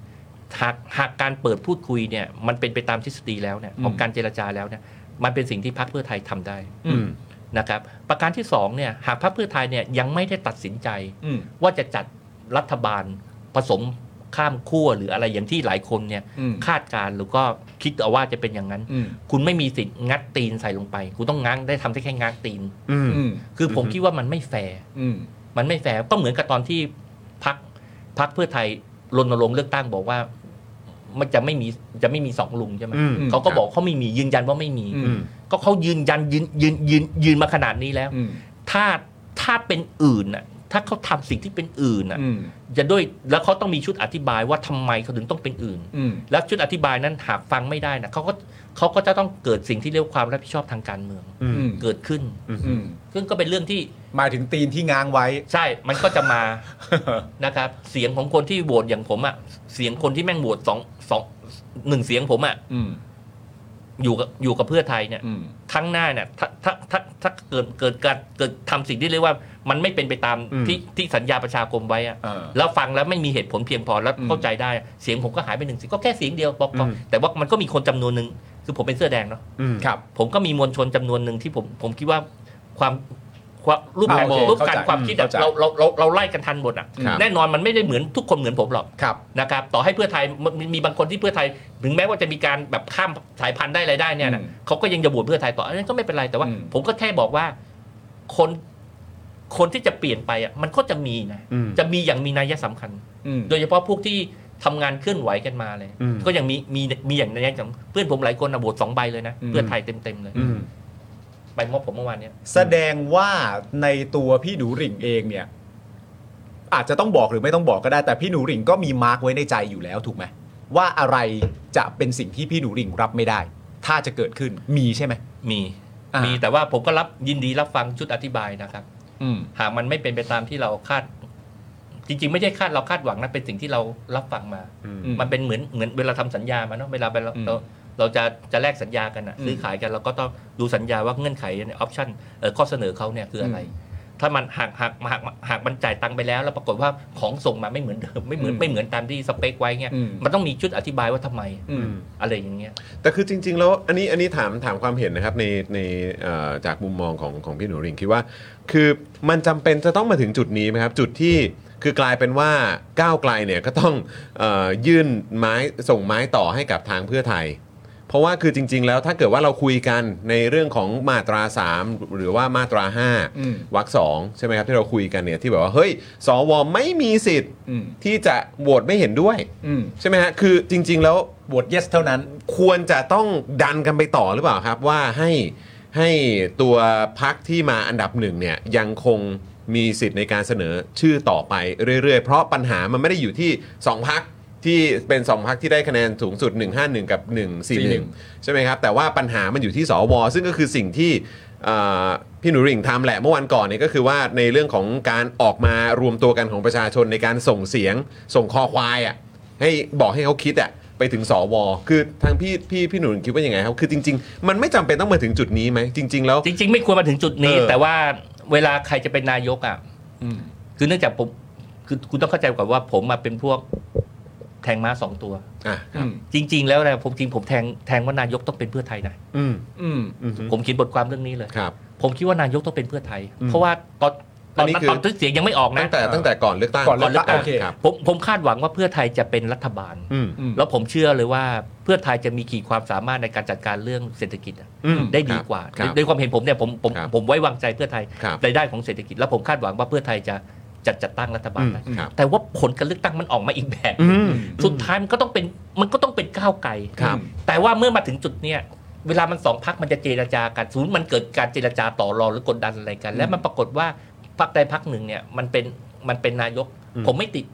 [SPEAKER 5] หากหากการเปิดพูดคุยเนี่ยมันเป็นไปตามทฤษฎีแล้วเนี่ย
[SPEAKER 2] อืม
[SPEAKER 5] ของการเจรจาแล้วเนี่ยมันเป็นสิ่งที่พรรคเพื่อไทยทำได้
[SPEAKER 2] อืม
[SPEAKER 5] นะครับ ประการที่สองเนี่ยหากพรรคเพื่อไทยเนี่ยยังไม่ได้ตัดสินใจ
[SPEAKER 2] อืม
[SPEAKER 5] ว่าจะจัดรัฐบาลผสมข้ามขั้วหรืออะไรอย่างที่หลายคนเนี่ย
[SPEAKER 2] อืม
[SPEAKER 5] คาดการณ์หรือก็คิดเอาว่าจะเป็นอย่างนั้น
[SPEAKER 2] อืม
[SPEAKER 5] คุณไม่มีสิทธิ์งัดตีนใส่ลงไป คุณต้องง้างได้ทำได้แค่ง้างตีน
[SPEAKER 1] อืม
[SPEAKER 2] อืม
[SPEAKER 5] คือผมคิดว่ามันไม่แฟร์
[SPEAKER 2] อืม
[SPEAKER 5] มันไม่แฟร์ก็เหมือนกับตอนที่พักพักเพื่อไทยรณรงค์เลือกตั้งบอกว่า มันจะไม่มีจะไม่มีสองลุงใช่ไหม
[SPEAKER 1] อืม
[SPEAKER 5] เขาก็บอกเขาไม่มียืนยันว่าไม่มี
[SPEAKER 2] อื
[SPEAKER 1] อืม
[SPEAKER 5] ก็เขายืนยันยืนยืนยืนยืนมาขนาดนี้แล้ว
[SPEAKER 2] อืม
[SPEAKER 5] ถ้าถ้าเป็นอื่นน่ะถ้าเขาทำสิ่งที่เป็นอื่นน่ะ
[SPEAKER 2] อืม
[SPEAKER 5] จะด้วยแล้วเขาต้องมีชุดอธิบายว่าทำไมเขาถึงต้องเป็นอื่น
[SPEAKER 2] อืม
[SPEAKER 5] แล้วชุดอธิบายนั้นหากฟังไม่ได้นะเขาก็เขาก็จะต้องเกิดสิ่งที่เรียกว่าความรับผิดชอบทางการเมือง
[SPEAKER 1] อืม
[SPEAKER 5] เกิดขึ้น
[SPEAKER 2] อืม
[SPEAKER 5] ซึ่งก็เป็นเรื่องที่
[SPEAKER 2] หมายถึงตีนที่ง้างไว้
[SPEAKER 5] ใช่ มันก็จะมา นะครับ เสียงของคนที่โหวตอย่างผมอะเสียงคนที่แม่งโหวตสองสองหนึ่งเสียงผมอะ
[SPEAKER 2] อืม
[SPEAKER 5] อยู่กับอยู่กับเพื่อไทยเนี่ย
[SPEAKER 2] อืม
[SPEAKER 5] ครั้งหน้าเนี่ยถ้าถ้าถ้าถ้าเกิดเกิดการเกิดทำสิ่งที่เรียกว่ามันไม่เป็นไปตาม
[SPEAKER 2] อืม
[SPEAKER 5] ที่ที่สัญญาประชาคมไว้อะ
[SPEAKER 2] เออ
[SPEAKER 5] แล้วฟังแล้วไม่มีเหตุผลเพียงพอแล้ว
[SPEAKER 2] อืม
[SPEAKER 5] เข้าใจได้อะเสียงผมก็หายไปหนึ่งเสียงก็แค่เสียงเดียวบอกก่อน
[SPEAKER 2] อืม
[SPEAKER 5] แต่ว่ามันก็มีคนจำนวนหนึ่งคือผมเป็นเสื้อแดงเนาะ
[SPEAKER 1] อืม
[SPEAKER 2] ครับ
[SPEAKER 5] ผมก็มีมวลชนจำนวนหนึ่งที่ผมผมคิดว่าความความรูปแบบ
[SPEAKER 2] โอเค
[SPEAKER 5] รูปการ
[SPEAKER 2] เข้าใจ
[SPEAKER 5] ความคิดอะ
[SPEAKER 2] เข้าใจ
[SPEAKER 5] เราเราเราเราไล่กันทันหมดอะ
[SPEAKER 2] ครับ
[SPEAKER 5] แน่นอนมันไม่ได้เหมือนทุกคนเหมือนผมหรอก
[SPEAKER 2] ครับ
[SPEAKER 5] นะครับต่อให้เพื่อไทยมันมีมีบางคนที่เพื่อไทย ถึงแม้ว่าจะมีการแบบข้ามสายพันธุ์ได้อะไรได้เนี่ยนะ
[SPEAKER 2] อืม
[SPEAKER 5] เขาก็ยังจะบวชเพื่อไทยต่ออันนั้นก็ไม่เป็นไรแต่ว่า
[SPEAKER 2] อืม
[SPEAKER 5] ผมก็แค่บอกว่าคนคนที่จะเปลี่ยนไปอ่ะมันก็จะมีนะ
[SPEAKER 1] อืม
[SPEAKER 5] จะมีอย่างมีนัยสำคัญ
[SPEAKER 2] อืม
[SPEAKER 5] โดยเฉพาะพวกที่ทำงานเคลื่อนไหวกันมาเลย
[SPEAKER 1] อืม
[SPEAKER 5] ก็ยังมีมีมีอย่างนัยสำคัญเพื่อนผมหลายคนอะบวชสองใบเลยนะ
[SPEAKER 2] อืม
[SPEAKER 5] เพื่อไทยเต็มๆเลย
[SPEAKER 1] อืม
[SPEAKER 5] ใบม็อบผมเมื่อวานเนี่ย
[SPEAKER 2] แสดงว่าในตัวพี่หนูหริ่งเองเนี่ย อาจจะต้องบอกหรือไม่ต้องบอกก็ได้แต่พี่หนูหริ่งก็มีมาร์กไว้ในใจอยู่แล้วถูกไหมว่าอะไรจะเป็นสิ่งที่พี่หนูหริ่งรับไม่ได้ ถ้าจะเกิดขึ้นมีใช่ไหม
[SPEAKER 5] มี
[SPEAKER 2] อ่ามี
[SPEAKER 5] มีแต่ว่าผมก็รับยินดีรับฟังชุดอธิบายนะครับ
[SPEAKER 2] อืม
[SPEAKER 5] หากมันไม่เป็นไปตามที่เราคาด จริง ๆ ไม่ใช่คาดเราคาดหวังนะเป็นสิ่งที่เรารับฟังมา
[SPEAKER 2] อืม
[SPEAKER 5] มันเป็นเหมือนเหมือนเวลาทำสัญญามาเนาะเวลาเรา
[SPEAKER 2] อืม
[SPEAKER 5] เราเราจะจะแลกสัญญากันอะ
[SPEAKER 2] อืม
[SPEAKER 5] ซื้อขายกันเราก็ต้องดูสัญญาว่าเงื่อนไขออปชั่นข้อเสนอเขาเนี่ยคืออะไร
[SPEAKER 2] อืม
[SPEAKER 5] ถ้ามันหากหากหากหากมันจ่ายตังค์ไปแล้ว แล้วปรากฏว่าของส่งมาไม่เหมือน เดิมไม่เหมือน
[SPEAKER 2] อืม
[SPEAKER 5] ไม่เหมือนตามที่สเปคไว้เนี่ย
[SPEAKER 2] อืม
[SPEAKER 5] มันต้องมีชุดอธิบายว่าทำไม
[SPEAKER 2] อืม
[SPEAKER 5] อะไรอย่างเงี้ย
[SPEAKER 1] แต่คือจริง ๆ แล้วอันนี้อันนี้ถามถามความเห็นนะครับในในเอ่อจากมุมมองของของพี่หนูริงคิดว่า คือมันจำเป็นจะต้องมาถึงจุดนี้ไหมครับ จุดที่คือกลายเป็นว่าก้าวไกลเนี่ยก็ต้องเออยื่นไม้ส่งไม้ต่อให้กับทางเพื่อไทย เพราะว่าคือจริง ๆ แล้วถ้าเกิดว่าเราคุยกันในเรื่องของมาตรา 3 หรือว่ามาตรา
[SPEAKER 2] อืม
[SPEAKER 1] 5วรรคสองใช่ไหมครับที่เราคุยกันเนี่ยที่แบบว่าเฮ้ยสวไม่มีสิทธิ์
[SPEAKER 2] อืม
[SPEAKER 1] ที่จะโหวตไม่เห็นด้วย
[SPEAKER 2] อืม
[SPEAKER 1] ใช่ไหมฮะคือจริง ๆ แล้ว
[SPEAKER 2] บท yes เท่านั้น
[SPEAKER 1] ควรจะต้องดันกันไปต่อหรือเปล่าครับ ว่าให้ให้ตัวพักที่มาอันดับหนึ่งเนี่ยยังคงมีสิทธิ์ในการเสนอชื่อต่อไปเรื่อยๆ เพราะปัญหามันไม่ได้อยู่ที่ 2 พักที่เป็น 2 พักที่ได้คะแนนสูงสุด 151 กับ 141 ใช่ไหมครับ แต่ว่าปัญหามันอยู่ที่สวซึ่งก็คือสิ่งที่เอ่อพี่หนูหริ่งทำแหละเมื่อวันก่อนเนี่ยก็คือว่าในเรื่องของการออกมารวมตัวกันของประชาชนในการส่งเสียงส่งคอควายอ่ะ ให้บอกให้เขาคิดอะไปถึงสวคือทางพี่พี่พี่หนุ่นคิดว่ายังไงครับ คือจริง ๆ มันไม่จำเป็นต้องมาถึงจุดนี้ไหมจริง ๆ แล้ว
[SPEAKER 5] จริง ๆ ไม่ควรมาถึงจุดนี้
[SPEAKER 1] เออ
[SPEAKER 5] แต่ว่าเวลาใครจะเป็นนายกอ่ะ
[SPEAKER 2] อืม
[SPEAKER 5] คือเนื่องจากผมคือคุณต้องเข้าใจก่อนว่าผมมาเป็นพวกแทงม้าสองตัว
[SPEAKER 1] อ่ะ
[SPEAKER 2] อืม
[SPEAKER 5] จริง ๆ แล้วนะผมจริงผมแทงแทงว่านายกต้องเป็นเพื่อไทยนะ
[SPEAKER 1] อืม
[SPEAKER 2] อืม
[SPEAKER 1] อืมฮึ
[SPEAKER 5] ผมเขียนบทความเรื่องนี้เลย
[SPEAKER 1] ครับ
[SPEAKER 5] ผมคิดว่านายกต้องเป็นเพื่อไทย
[SPEAKER 1] อืม
[SPEAKER 5] เพราะว่าตอนตอน
[SPEAKER 1] อันนี้
[SPEAKER 5] นั้น
[SPEAKER 1] คือ
[SPEAKER 5] ตอนที่เสียงยังไม่ออก
[SPEAKER 1] ตั้
[SPEAKER 5] นะ
[SPEAKER 1] งแต่ตั้งแต่ก่อนเลือกตั้ง
[SPEAKER 2] ก่อนเลือกตั้ง
[SPEAKER 1] ตั้ง
[SPEAKER 2] โอเค
[SPEAKER 1] ครับ
[SPEAKER 5] ผมผมคาดหวังว่าเพื่อไทยจะเป็นรัฐบาล
[SPEAKER 1] อืม
[SPEAKER 2] อืม
[SPEAKER 5] แล้วผมเชื่อเลยว่าเพื่อไทยจะมีขีดความสามารถในการจัดการเรื่องเศรษฐกิจอะ
[SPEAKER 1] อืม
[SPEAKER 5] ได้ดี
[SPEAKER 1] ครับ
[SPEAKER 5] กว่า
[SPEAKER 1] ครับ
[SPEAKER 5] ในในความเห็นผมเนี่ยผมผม
[SPEAKER 1] ครับ
[SPEAKER 5] ผมไว้วางใจเพื่อไทย
[SPEAKER 1] ครับ
[SPEAKER 5] ในด้านของเศรษฐกิจ แล้วผมคาดหวังว่าเพื่อไทยจะจัดจัดตั้งรัฐบา
[SPEAKER 1] อื
[SPEAKER 5] ล
[SPEAKER 1] ม
[SPEAKER 5] ได้
[SPEAKER 1] ครับ
[SPEAKER 5] แต่ว่าผลการเลือกตั้งมันออกมาอีกแบบ
[SPEAKER 1] อืม
[SPEAKER 5] สุดท้ายมันก็ต้องเป็นมันก็ต้องเป็นก้าวไกล
[SPEAKER 1] ครับ
[SPEAKER 5] แต่ว่าเมื่อมาถึงจุดเนี้ยเวลามันสองพักมันจะเจรจากันสมมติมันเกิดการเจรจาต่อรองหรือกดดันอะไรกัน แล้วมันปรากฏว่าพักใดพักหนึ่งเนี่ยมันเป็นมันเป็นนายก
[SPEAKER 1] อืม
[SPEAKER 5] ผมไม่ติด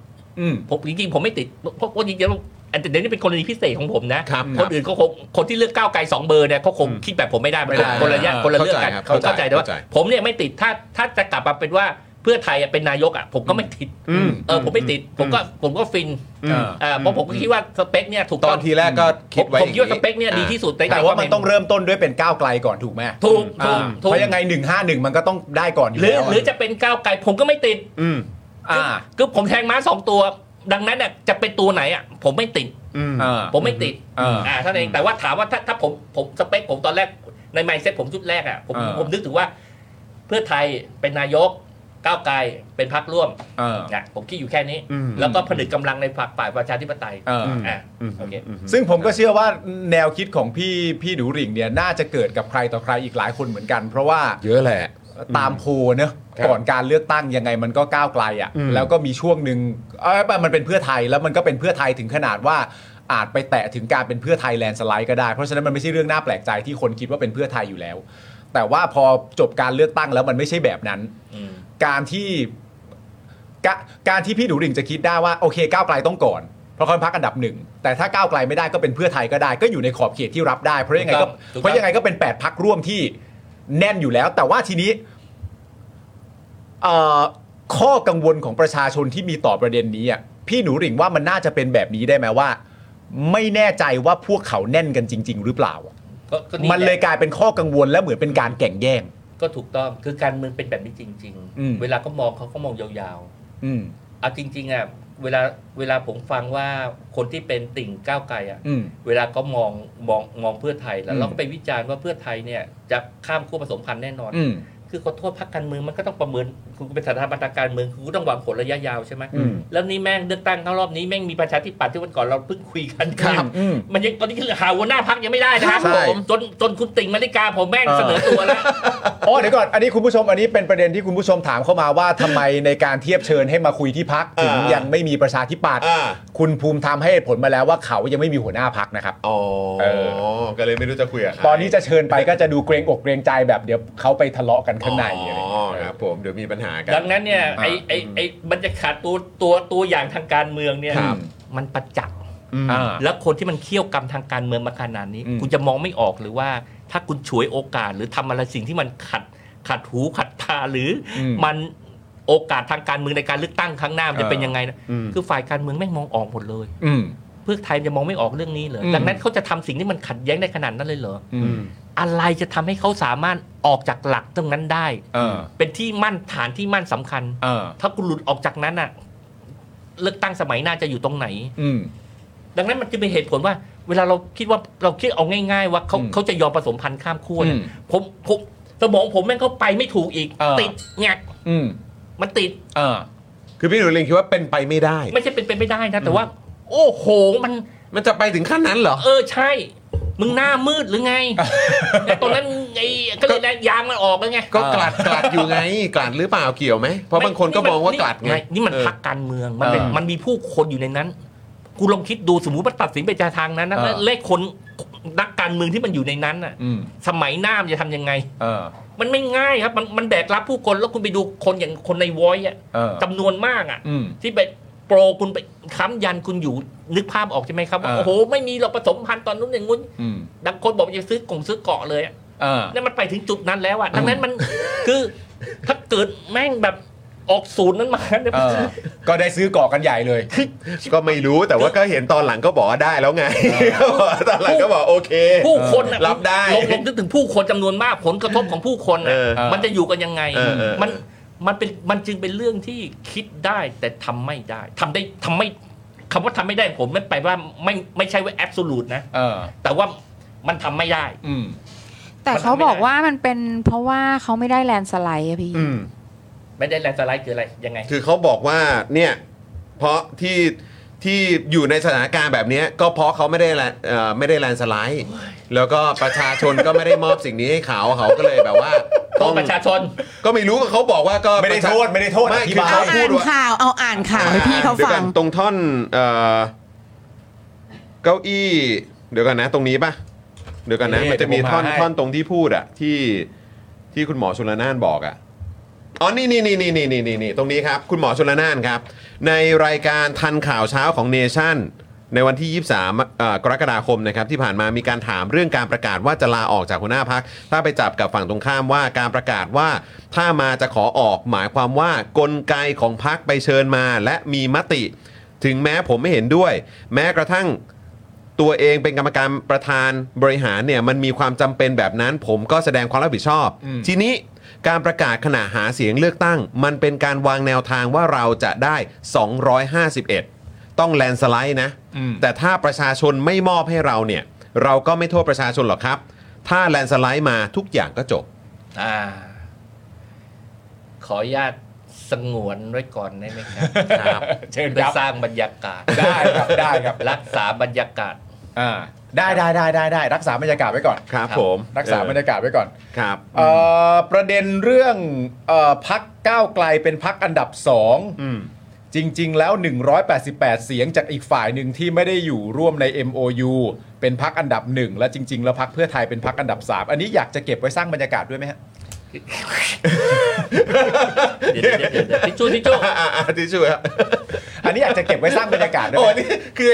[SPEAKER 2] อืม
[SPEAKER 5] ผมจริงๆผมไม่ติดเพราะว่าจริงๆแล้วอันเดี๋ยวนี้เป็นกรณีพิเศษของผมนะครับ ค
[SPEAKER 1] รั
[SPEAKER 5] น
[SPEAKER 1] บ
[SPEAKER 5] อื่นก็คงคนที่เลือกก้าวไกลสองเบอร์เนี่ยเขาคง
[SPEAKER 1] อืม
[SPEAKER 5] คิดแบบผมไม่ได้มัน
[SPEAKER 1] ไม่ได้
[SPEAKER 5] คนละอย่างคนละเรื่องกัน
[SPEAKER 1] เข้าใจครับ
[SPEAKER 5] ผมเข้าใจแต่ว่า
[SPEAKER 1] เข้าใจ
[SPEAKER 5] ผมเนี่ยไม่ติดถ้าถ้าจะกลับมาเป็นว่าเพื่อไทยอะเป็นนายกอ่ะผมก็ไม่ติด
[SPEAKER 1] อืม
[SPEAKER 5] เออผมไม่ติดผมก็ผมก็ฟิน
[SPEAKER 1] อืม
[SPEAKER 5] เออเพราะผมก็คิดว่าสเปคเนี่ยถูก
[SPEAKER 1] ต
[SPEAKER 5] ต้
[SPEAKER 1] อ
[SPEAKER 5] อน ง
[SPEAKER 1] ทีแรกก็คิดไว้
[SPEAKER 5] ผมผมคิดว่าสเปคเนี่ย
[SPEAKER 1] อ่ะ
[SPEAKER 5] ดีที่สุดใน
[SPEAKER 2] แต่ว่ามัน
[SPEAKER 5] คเห็
[SPEAKER 2] ต้องเริ่มต้นด้วยเป็นก้าวไกลก่อนถูกไหม
[SPEAKER 5] ถูก
[SPEAKER 2] อ่า
[SPEAKER 5] ถูกถูก
[SPEAKER 2] เพราะยังไง 151 มันก็ต้องได้ก่อนอยู่
[SPEAKER 5] หรือ
[SPEAKER 2] แล้ว
[SPEAKER 5] หรือจะเป็นก้าวไกลผมก็ไม่ติด
[SPEAKER 1] อืม
[SPEAKER 2] อ่า
[SPEAKER 5] คือผมแทงม้าสองตัว ดังนั้นน่ะจะเป็นตัวไหนอ่ะผมไม่ติด
[SPEAKER 1] อืม
[SPEAKER 2] อ่า
[SPEAKER 5] ผมไม่ติด
[SPEAKER 2] เอออ่
[SPEAKER 5] เท่านั้นเองแต่ว่าถามว่าถ้าถ้าผมผมสเปคผมตอนแรกในไมเซ็ตผมชุดแรกอ่ะผม
[SPEAKER 2] เออ
[SPEAKER 5] ผมนึกถึงว่า เพื่อไทยเป็นนายกก้าวไกลเป็นพรรคร่วม
[SPEAKER 2] เออ
[SPEAKER 5] นะผมคิดอยู่แค่นี้
[SPEAKER 1] อืม
[SPEAKER 5] แล้วก็ผนึกกำลังในฝักฝ่ายประชาธิปไตย
[SPEAKER 2] เอออ
[SPEAKER 5] อ่ะ
[SPEAKER 1] อืม
[SPEAKER 5] โอเค
[SPEAKER 1] อืม
[SPEAKER 2] ซึ่งผมก็เชื่อว่าแนวคิดของพี่พี่ดูหริ่งเนี่ยน่าจะเกิดกับใครต่อใครอีกหลายคนเหมือนกัน เพราะว่า
[SPEAKER 1] เยอะแหละ
[SPEAKER 2] ตามโพลเนอะ
[SPEAKER 1] ครับ
[SPEAKER 2] ก่อนการเลือกตั้งยังไงมันก็ก้าวไกลอะ่ะ
[SPEAKER 1] อืม
[SPEAKER 2] แล้วก็มีช่วงหนึ่งเอ้ยมันเป็นเพื่อไทยแล้วมันก็เป็นเพื่อไทยถึงขนาดว่าอาจไปแตะถึงการเป็นเพื่อไทยแลนด์สไลด์ก็ได้เพราะฉะนั้นมันไม่ใช่เรื่องน่าแปลกใจที่คนคิดว่าเป็นเพื่อไทยอยู่แล้ว แต่ว่าพอจบการเลือกตั้งแล้วมันไม่ใช่แบบนั้น
[SPEAKER 5] อืม
[SPEAKER 2] การที่กะการที่พี่หนูหริ่งจะคิดได้ว่าโอเคก้าวไกลต้องก่อน เพราะเขาเป็นพักอันดับหนึ่งแต่ถ้าก้าวไกลไม่ได้ก็เป็นเพื่อไทยก็ได้ ก็อยู่ในขอบเขตที่รับได้ เพราะยังไงก็
[SPEAKER 5] ถูกต้องถูกต้อง
[SPEAKER 2] เพราะยังไงก็เป็น8ปดพักร่วมที่แน่นอยู่แล้ว แต่ว่าทีนี้เอ่อข้อกังวลของประชาชนที่มีต่อประเด็นนี้อ่ะพี่หนูหริ่งว่ามันน่าจะเป็นแบบนี้ได้ไหมว่า ไม่แน่ใจว่าพวกเขาแน่นกันจริง ๆ หรือเปล่าอะ
[SPEAKER 5] ก็ก็แหะ
[SPEAKER 2] มันเลยกลายเป็นข้อกังวลและเหมือนเป็นการแก่งแย่ง
[SPEAKER 5] ก็ถูกต้องคือการเมืองเป็นแบบนี้จริง
[SPEAKER 2] อืม
[SPEAKER 5] ๆ เวลาเขามองเขาก็มองยาว
[SPEAKER 2] อืม
[SPEAKER 5] ๆเอาจริงๆอ่ะเวลาเวลาผมฟังว่าคนที่เป็นติ่งก้าวไกลอ่ะ
[SPEAKER 2] อืม
[SPEAKER 5] เวลาก็มองมองมองเพื่อไทยแล้
[SPEAKER 2] อืม
[SPEAKER 5] วเราก็ไปวิจารณ์ว่าเพื่อไทยเนี่ยจะข้ามขั้วผสมพันธุ์แน่นอน
[SPEAKER 2] อืม
[SPEAKER 5] คือขอโทษพรรคการเมืองมันก็ต้องประเมินคุณเป็นสถาบันทางการเมืองคุณก็ต้องหวังผลระยะยาวใช่ไหม
[SPEAKER 2] อืม
[SPEAKER 5] แล้วนี่แม่งเลือกตั้งเข้ารอบนี้แม่งมีประชาธิปัตย์ที่วันก่อนเราเพิ่งคุยกัน
[SPEAKER 2] ครับอืม
[SPEAKER 5] มันยังตอนนี้คือหาหัวหน้าพักยังไม่ได้นะครับ
[SPEAKER 2] ใช่
[SPEAKER 5] ผมจนจนคุณติ่งมาริกาผมแม่ง
[SPEAKER 2] เออ
[SPEAKER 5] เสนอตัวแล้ว
[SPEAKER 2] อ๋อเดี๋ยวก่อน อันนี้คุณผู้ชมอันนี้เป็นประเด็นที่คุณผู้ชมถามเข้ามาว่าทำไมในการเทียบเชิญให้มาคุยที่พักถึง
[SPEAKER 1] อ่ายั
[SPEAKER 2] ยังไม่มีประชาธิปัตย์
[SPEAKER 1] อ่า
[SPEAKER 2] คุณภูมิธรรมให้เหตุผลมาแล้วว่าเขายังไม่มีหัวหน้าพักนะครับ
[SPEAKER 1] อ๋อ
[SPEAKER 2] เออ
[SPEAKER 1] ก็เลยไม่รู้จะคุยกับใคร
[SPEAKER 2] ตอนนี้จะเชิญไปก็จะดูเกรงอกเกรงใจแบบเดี๋ยวเขาไปทะเลาะกันข้างในอะไรอย่าง
[SPEAKER 1] อ๋อ
[SPEAKER 2] เงี้
[SPEAKER 1] ค
[SPEAKER 2] ย
[SPEAKER 1] รับผมเดี๋ยวมีปัญหากัน
[SPEAKER 5] ดังนั้นเนี่ยไอไอไอมันจะขาดตัวตัวตัวอย่างทางการเมืองเนี่ย
[SPEAKER 2] ครับ
[SPEAKER 5] มันประจักษ์
[SPEAKER 2] อ่า
[SPEAKER 5] แล้วคนที่มันเคี่ยวกรรมทางการเมืองมาขนาดนี้
[SPEAKER 2] อืม
[SPEAKER 5] คุณจะมองไม่ออกหรือว่าถ้าคุณฉวยโอกาสหรือทำอะไรสิ่งที่มันขัดขัดหูขัดตาหรืออ
[SPEAKER 2] ม
[SPEAKER 5] มันโอกาสทางการเมืองในการเลือกตั้งครั้งหน้ามันจะเป็นยังไงนะ
[SPEAKER 1] อืม
[SPEAKER 5] คือฝ่ายการเมืองแม่งมองออกหมดเลย
[SPEAKER 2] อืม
[SPEAKER 5] เพื่อไทยจะมองไม่ออกเรื่องนี้เลย
[SPEAKER 2] อืม
[SPEAKER 5] ดังนั้นเขาจะทำสิ่งที่มันขัดแย้งในขนาดนั้นเลยเหรอ
[SPEAKER 2] อืม
[SPEAKER 5] อะไรจะทำให้เขาสามารถออกจากหลักตรงนั้นได้
[SPEAKER 2] เออ
[SPEAKER 5] เป็นที่มั่นฐานที่มั่นสำคัญ
[SPEAKER 2] เออ
[SPEAKER 5] ถ้าคุณหลุดออกจากนั้นอะเลือกตั้งสมัยหน้าจะอยู่ตรงไหน
[SPEAKER 2] อืม
[SPEAKER 5] ดังนั้นมันจึงเป็นเหตุผลว่า เวลาเราคิดว่าเราคิดเอาง่าย ๆ ว่าเขา
[SPEAKER 2] อืม
[SPEAKER 5] เขาจะยอมผสมพันธุ์ข้ามขั้วเนี่ย
[SPEAKER 2] อืม
[SPEAKER 5] ผมผมสมองผมแม่งเข้าไปไม่ถูกอีก
[SPEAKER 2] เออ
[SPEAKER 5] ติดแงก
[SPEAKER 2] อืม
[SPEAKER 5] มันติด
[SPEAKER 2] เออ
[SPEAKER 1] คือพี่หนูเลงคิดว่าเป็นไปไม่ได้
[SPEAKER 5] ไม่ใช่เป็นไปไม่ได้นะ แต่ว่า โอ้โหมัน
[SPEAKER 1] มันจะไปถึงขั้นนั้นเหรอ
[SPEAKER 5] เออใช่ มึงหน้ามืดหรือไง แต่ตอนนั้นไอ้ก็เลยนะยางมันออกแล้วไง
[SPEAKER 1] ก็กลัดกลัดอยู่ไง กลัดหรือเปล่าเกี่ยวไหม เพราะบางคนก็มองว่ากลัดไง
[SPEAKER 5] นี่นี่มันพักการเมืองมันเป็น
[SPEAKER 2] เออ
[SPEAKER 5] มันมีผู้คนอยู่ในนั้นกูลองคิดดูสมมติว่าตัดสินไปทางนั้นนะ
[SPEAKER 2] เออ
[SPEAKER 5] แล้วเลขคนนักการเมืองที่มันอยู่ในนั้นน่ะ
[SPEAKER 2] อืม
[SPEAKER 5] สมัยหน้ามันจะทำยังไง
[SPEAKER 2] เออ
[SPEAKER 5] มันไม่ง่ายครับ มันมันแบกรับผู้คนแล้วคุณไปดูคนอย่างคนในวอยอะ
[SPEAKER 2] เออ
[SPEAKER 5] จำนวนมากอะ
[SPEAKER 2] อืม
[SPEAKER 5] ที่ไปโปรคุณไปค้ำยันคุณอยู่นึกภาพออกใช่ไหมครับว่า
[SPEAKER 2] เออ
[SPEAKER 5] โอ้โห ไม่มีเราผสมพันธุ์ตอนนู้นอย่างงู้น
[SPEAKER 2] อืม
[SPEAKER 5] ดังคนบอกจะซื้อกล่งซื้อเกาะเลยอะ
[SPEAKER 2] เออ
[SPEAKER 5] นั่นมันไปถึงจุดนั้นแล้วอะดังนั้นมัน คือถ้าเกิดแม่งแบบออกศูนย์นั้นมาเนี่ย
[SPEAKER 2] เออ ก็ได้ซื้อก่อกันใหญ่เลย
[SPEAKER 1] ก็ไม่รู้แต่ว่าก็เห็นตอนหลังก็บอกว่าได้แล้วไง ตอนหลังก็บอกโอเค
[SPEAKER 5] ผู้คนอะ
[SPEAKER 1] รับได้
[SPEAKER 5] ลองลองนึกถึงผู้คนจำนวนมากผลกระทบของผู้คนอะ
[SPEAKER 1] เออ
[SPEAKER 5] มันจะอยู่กันยังไง
[SPEAKER 1] เออเออ
[SPEAKER 5] มันมันเป็นมันจึงเป็นเรื่องที่คิดได้แต่ทำไม่ได้ทำได้ทำไม่คำว่าทำไม่ได้ผมมันแปลว่าไม่ไม่ใช่ว่าแอบสูลูนะ
[SPEAKER 2] เออ
[SPEAKER 5] แต่ว่ามันทำไม่ได้
[SPEAKER 2] อืม
[SPEAKER 3] แต่เขาบอกว่ามันเป็นเพราะว่าเขาไม่ได้แลนด์สไลด์อะพี่
[SPEAKER 1] อืม
[SPEAKER 5] ไม่ได้แลนด์สไลด์คืออะไรยังไง
[SPEAKER 1] คือเขาบอกว่าเนี่ยเพราะที่ที่อยู่ในสถานการณ์แบบเนี้ยก็เพราะเขาไม่ได้แลนเอ่อไม่ได้แลนสไลด์ แล้วก็ประชาชนก็ไม่ได้มอบสิ่งนี้ให้เขาเขาก็เลยแบบว่า
[SPEAKER 5] โทษประชาชน
[SPEAKER 1] ก็ไม่รู้ก็เขาบอกว่าก็
[SPEAKER 2] ไม่ได้โทษไม่ได้โทษ
[SPEAKER 1] ไม่
[SPEAKER 2] อ
[SPEAKER 1] คือบ
[SPEAKER 2] ธิาย
[SPEAKER 1] เขา
[SPEAKER 3] เอา
[SPEAKER 1] พู
[SPEAKER 3] อ่า
[SPEAKER 1] ด
[SPEAKER 3] น
[SPEAKER 1] ว่า
[SPEAKER 3] ข่าวเอาอ่านข่าวให้พี่เขา
[SPEAKER 1] ดี๋ยว
[SPEAKER 3] ฟั
[SPEAKER 1] ก่อ
[SPEAKER 3] ง
[SPEAKER 1] นตรงท่อนเอ่อเก้าอี้ เดี๋ยวกันนะ ตรงนี้ปะเดี๋ยวกันนะ
[SPEAKER 2] นี่
[SPEAKER 1] มันจะมีท่อน
[SPEAKER 2] ผมหาให้
[SPEAKER 1] ท่อนตรงที่พูดอะที่ที่คุณหมอชลนานบอกอะอ๋อนี่นี่นี่นี่นี่นี่นี่นี่ตรงนี้ครับ คุณหมอชลนานครับ ในรายการทันข่าวเช้าของเนชั่น ในวันที่ 23เอ่อกรกฎาคมนะครับที่ผ่านมามีการถามเรื่องการประกาศว่าจะลาออกจากหัวหน้าพัก ถ้าไปจับกับฝั่งตรงข้ามว่าการประกาศว่าถ้ามาจะขอออกหมายความว่ากลไกของพักไปเชิญมาและมีมติ ถึงแม้ผมไม่เห็นด้วย แม้กระทั่งตัวเองเป็นกรรมการประธานบริหารเนี่ยมันมีความจำเป็นแบบนั้น ผมก็แสดงความรับผิดชอบ ทีนี้การประกาศขณะหาเสียงเลือกตั้ง มันเป็นการวางแนวทางว่าเราจะได้ 251 ต้องแลนสไลด์นะ
[SPEAKER 2] อืม
[SPEAKER 1] แต่ถ้าประชาชนไม่มอบให้เราเนี่ย เราก็ไม่โทษประชาชนหรอกครับ ถ้าแลนสไลด์มาทุกอย่างก็จบ
[SPEAKER 5] อ่า ขออนุญาตสงวนไว้ก่อนได้ไหมครับ
[SPEAKER 1] ครับ
[SPEAKER 2] เชิญ
[SPEAKER 5] เพื่
[SPEAKER 2] ค
[SPEAKER 5] อ
[SPEAKER 2] รับ
[SPEAKER 5] สร้างบรรยากาศ
[SPEAKER 2] ได้ครับ ได้ครับ
[SPEAKER 5] รักษาบรรยากาศ
[SPEAKER 2] อ่า ได้ได้ได้ได้ได้รักษาบรรยากาศไว้ก่อน
[SPEAKER 1] ครับผม
[SPEAKER 2] รักษาบรรยากาศไว้ก่อน
[SPEAKER 1] ครับ
[SPEAKER 2] เอ่อประเด็นเรื่องเอ่อพักก้าวไกลเป็นพักอันดับสอง
[SPEAKER 1] อืม
[SPEAKER 2] จริง ๆ แล้ว 188 เสียงจากอีกฝ่ายหนึ่งที่ไม่ได้อยู่ร่วมใน MOU เป็นพักอันดับหนึ่งและจริง ๆ แล้วพักเพื่อไทยเป็นพักอันดับสามอันนี้อยากจะเก็บไว้สร้างบรรยากาศด้วยไหมฮะ
[SPEAKER 5] เดี๋ยวเดี๋ยวเดี๋ยวเดี๋ยวทิชชู่ทิชชู่
[SPEAKER 1] อ่ะอ่ะอ่ะทิชชู่ครับ
[SPEAKER 2] อันนี้อยากจะเก็บไว้สร้างบรรยากาศด้ว ย
[SPEAKER 1] โอ้
[SPEAKER 2] ไหม
[SPEAKER 1] นี่คือ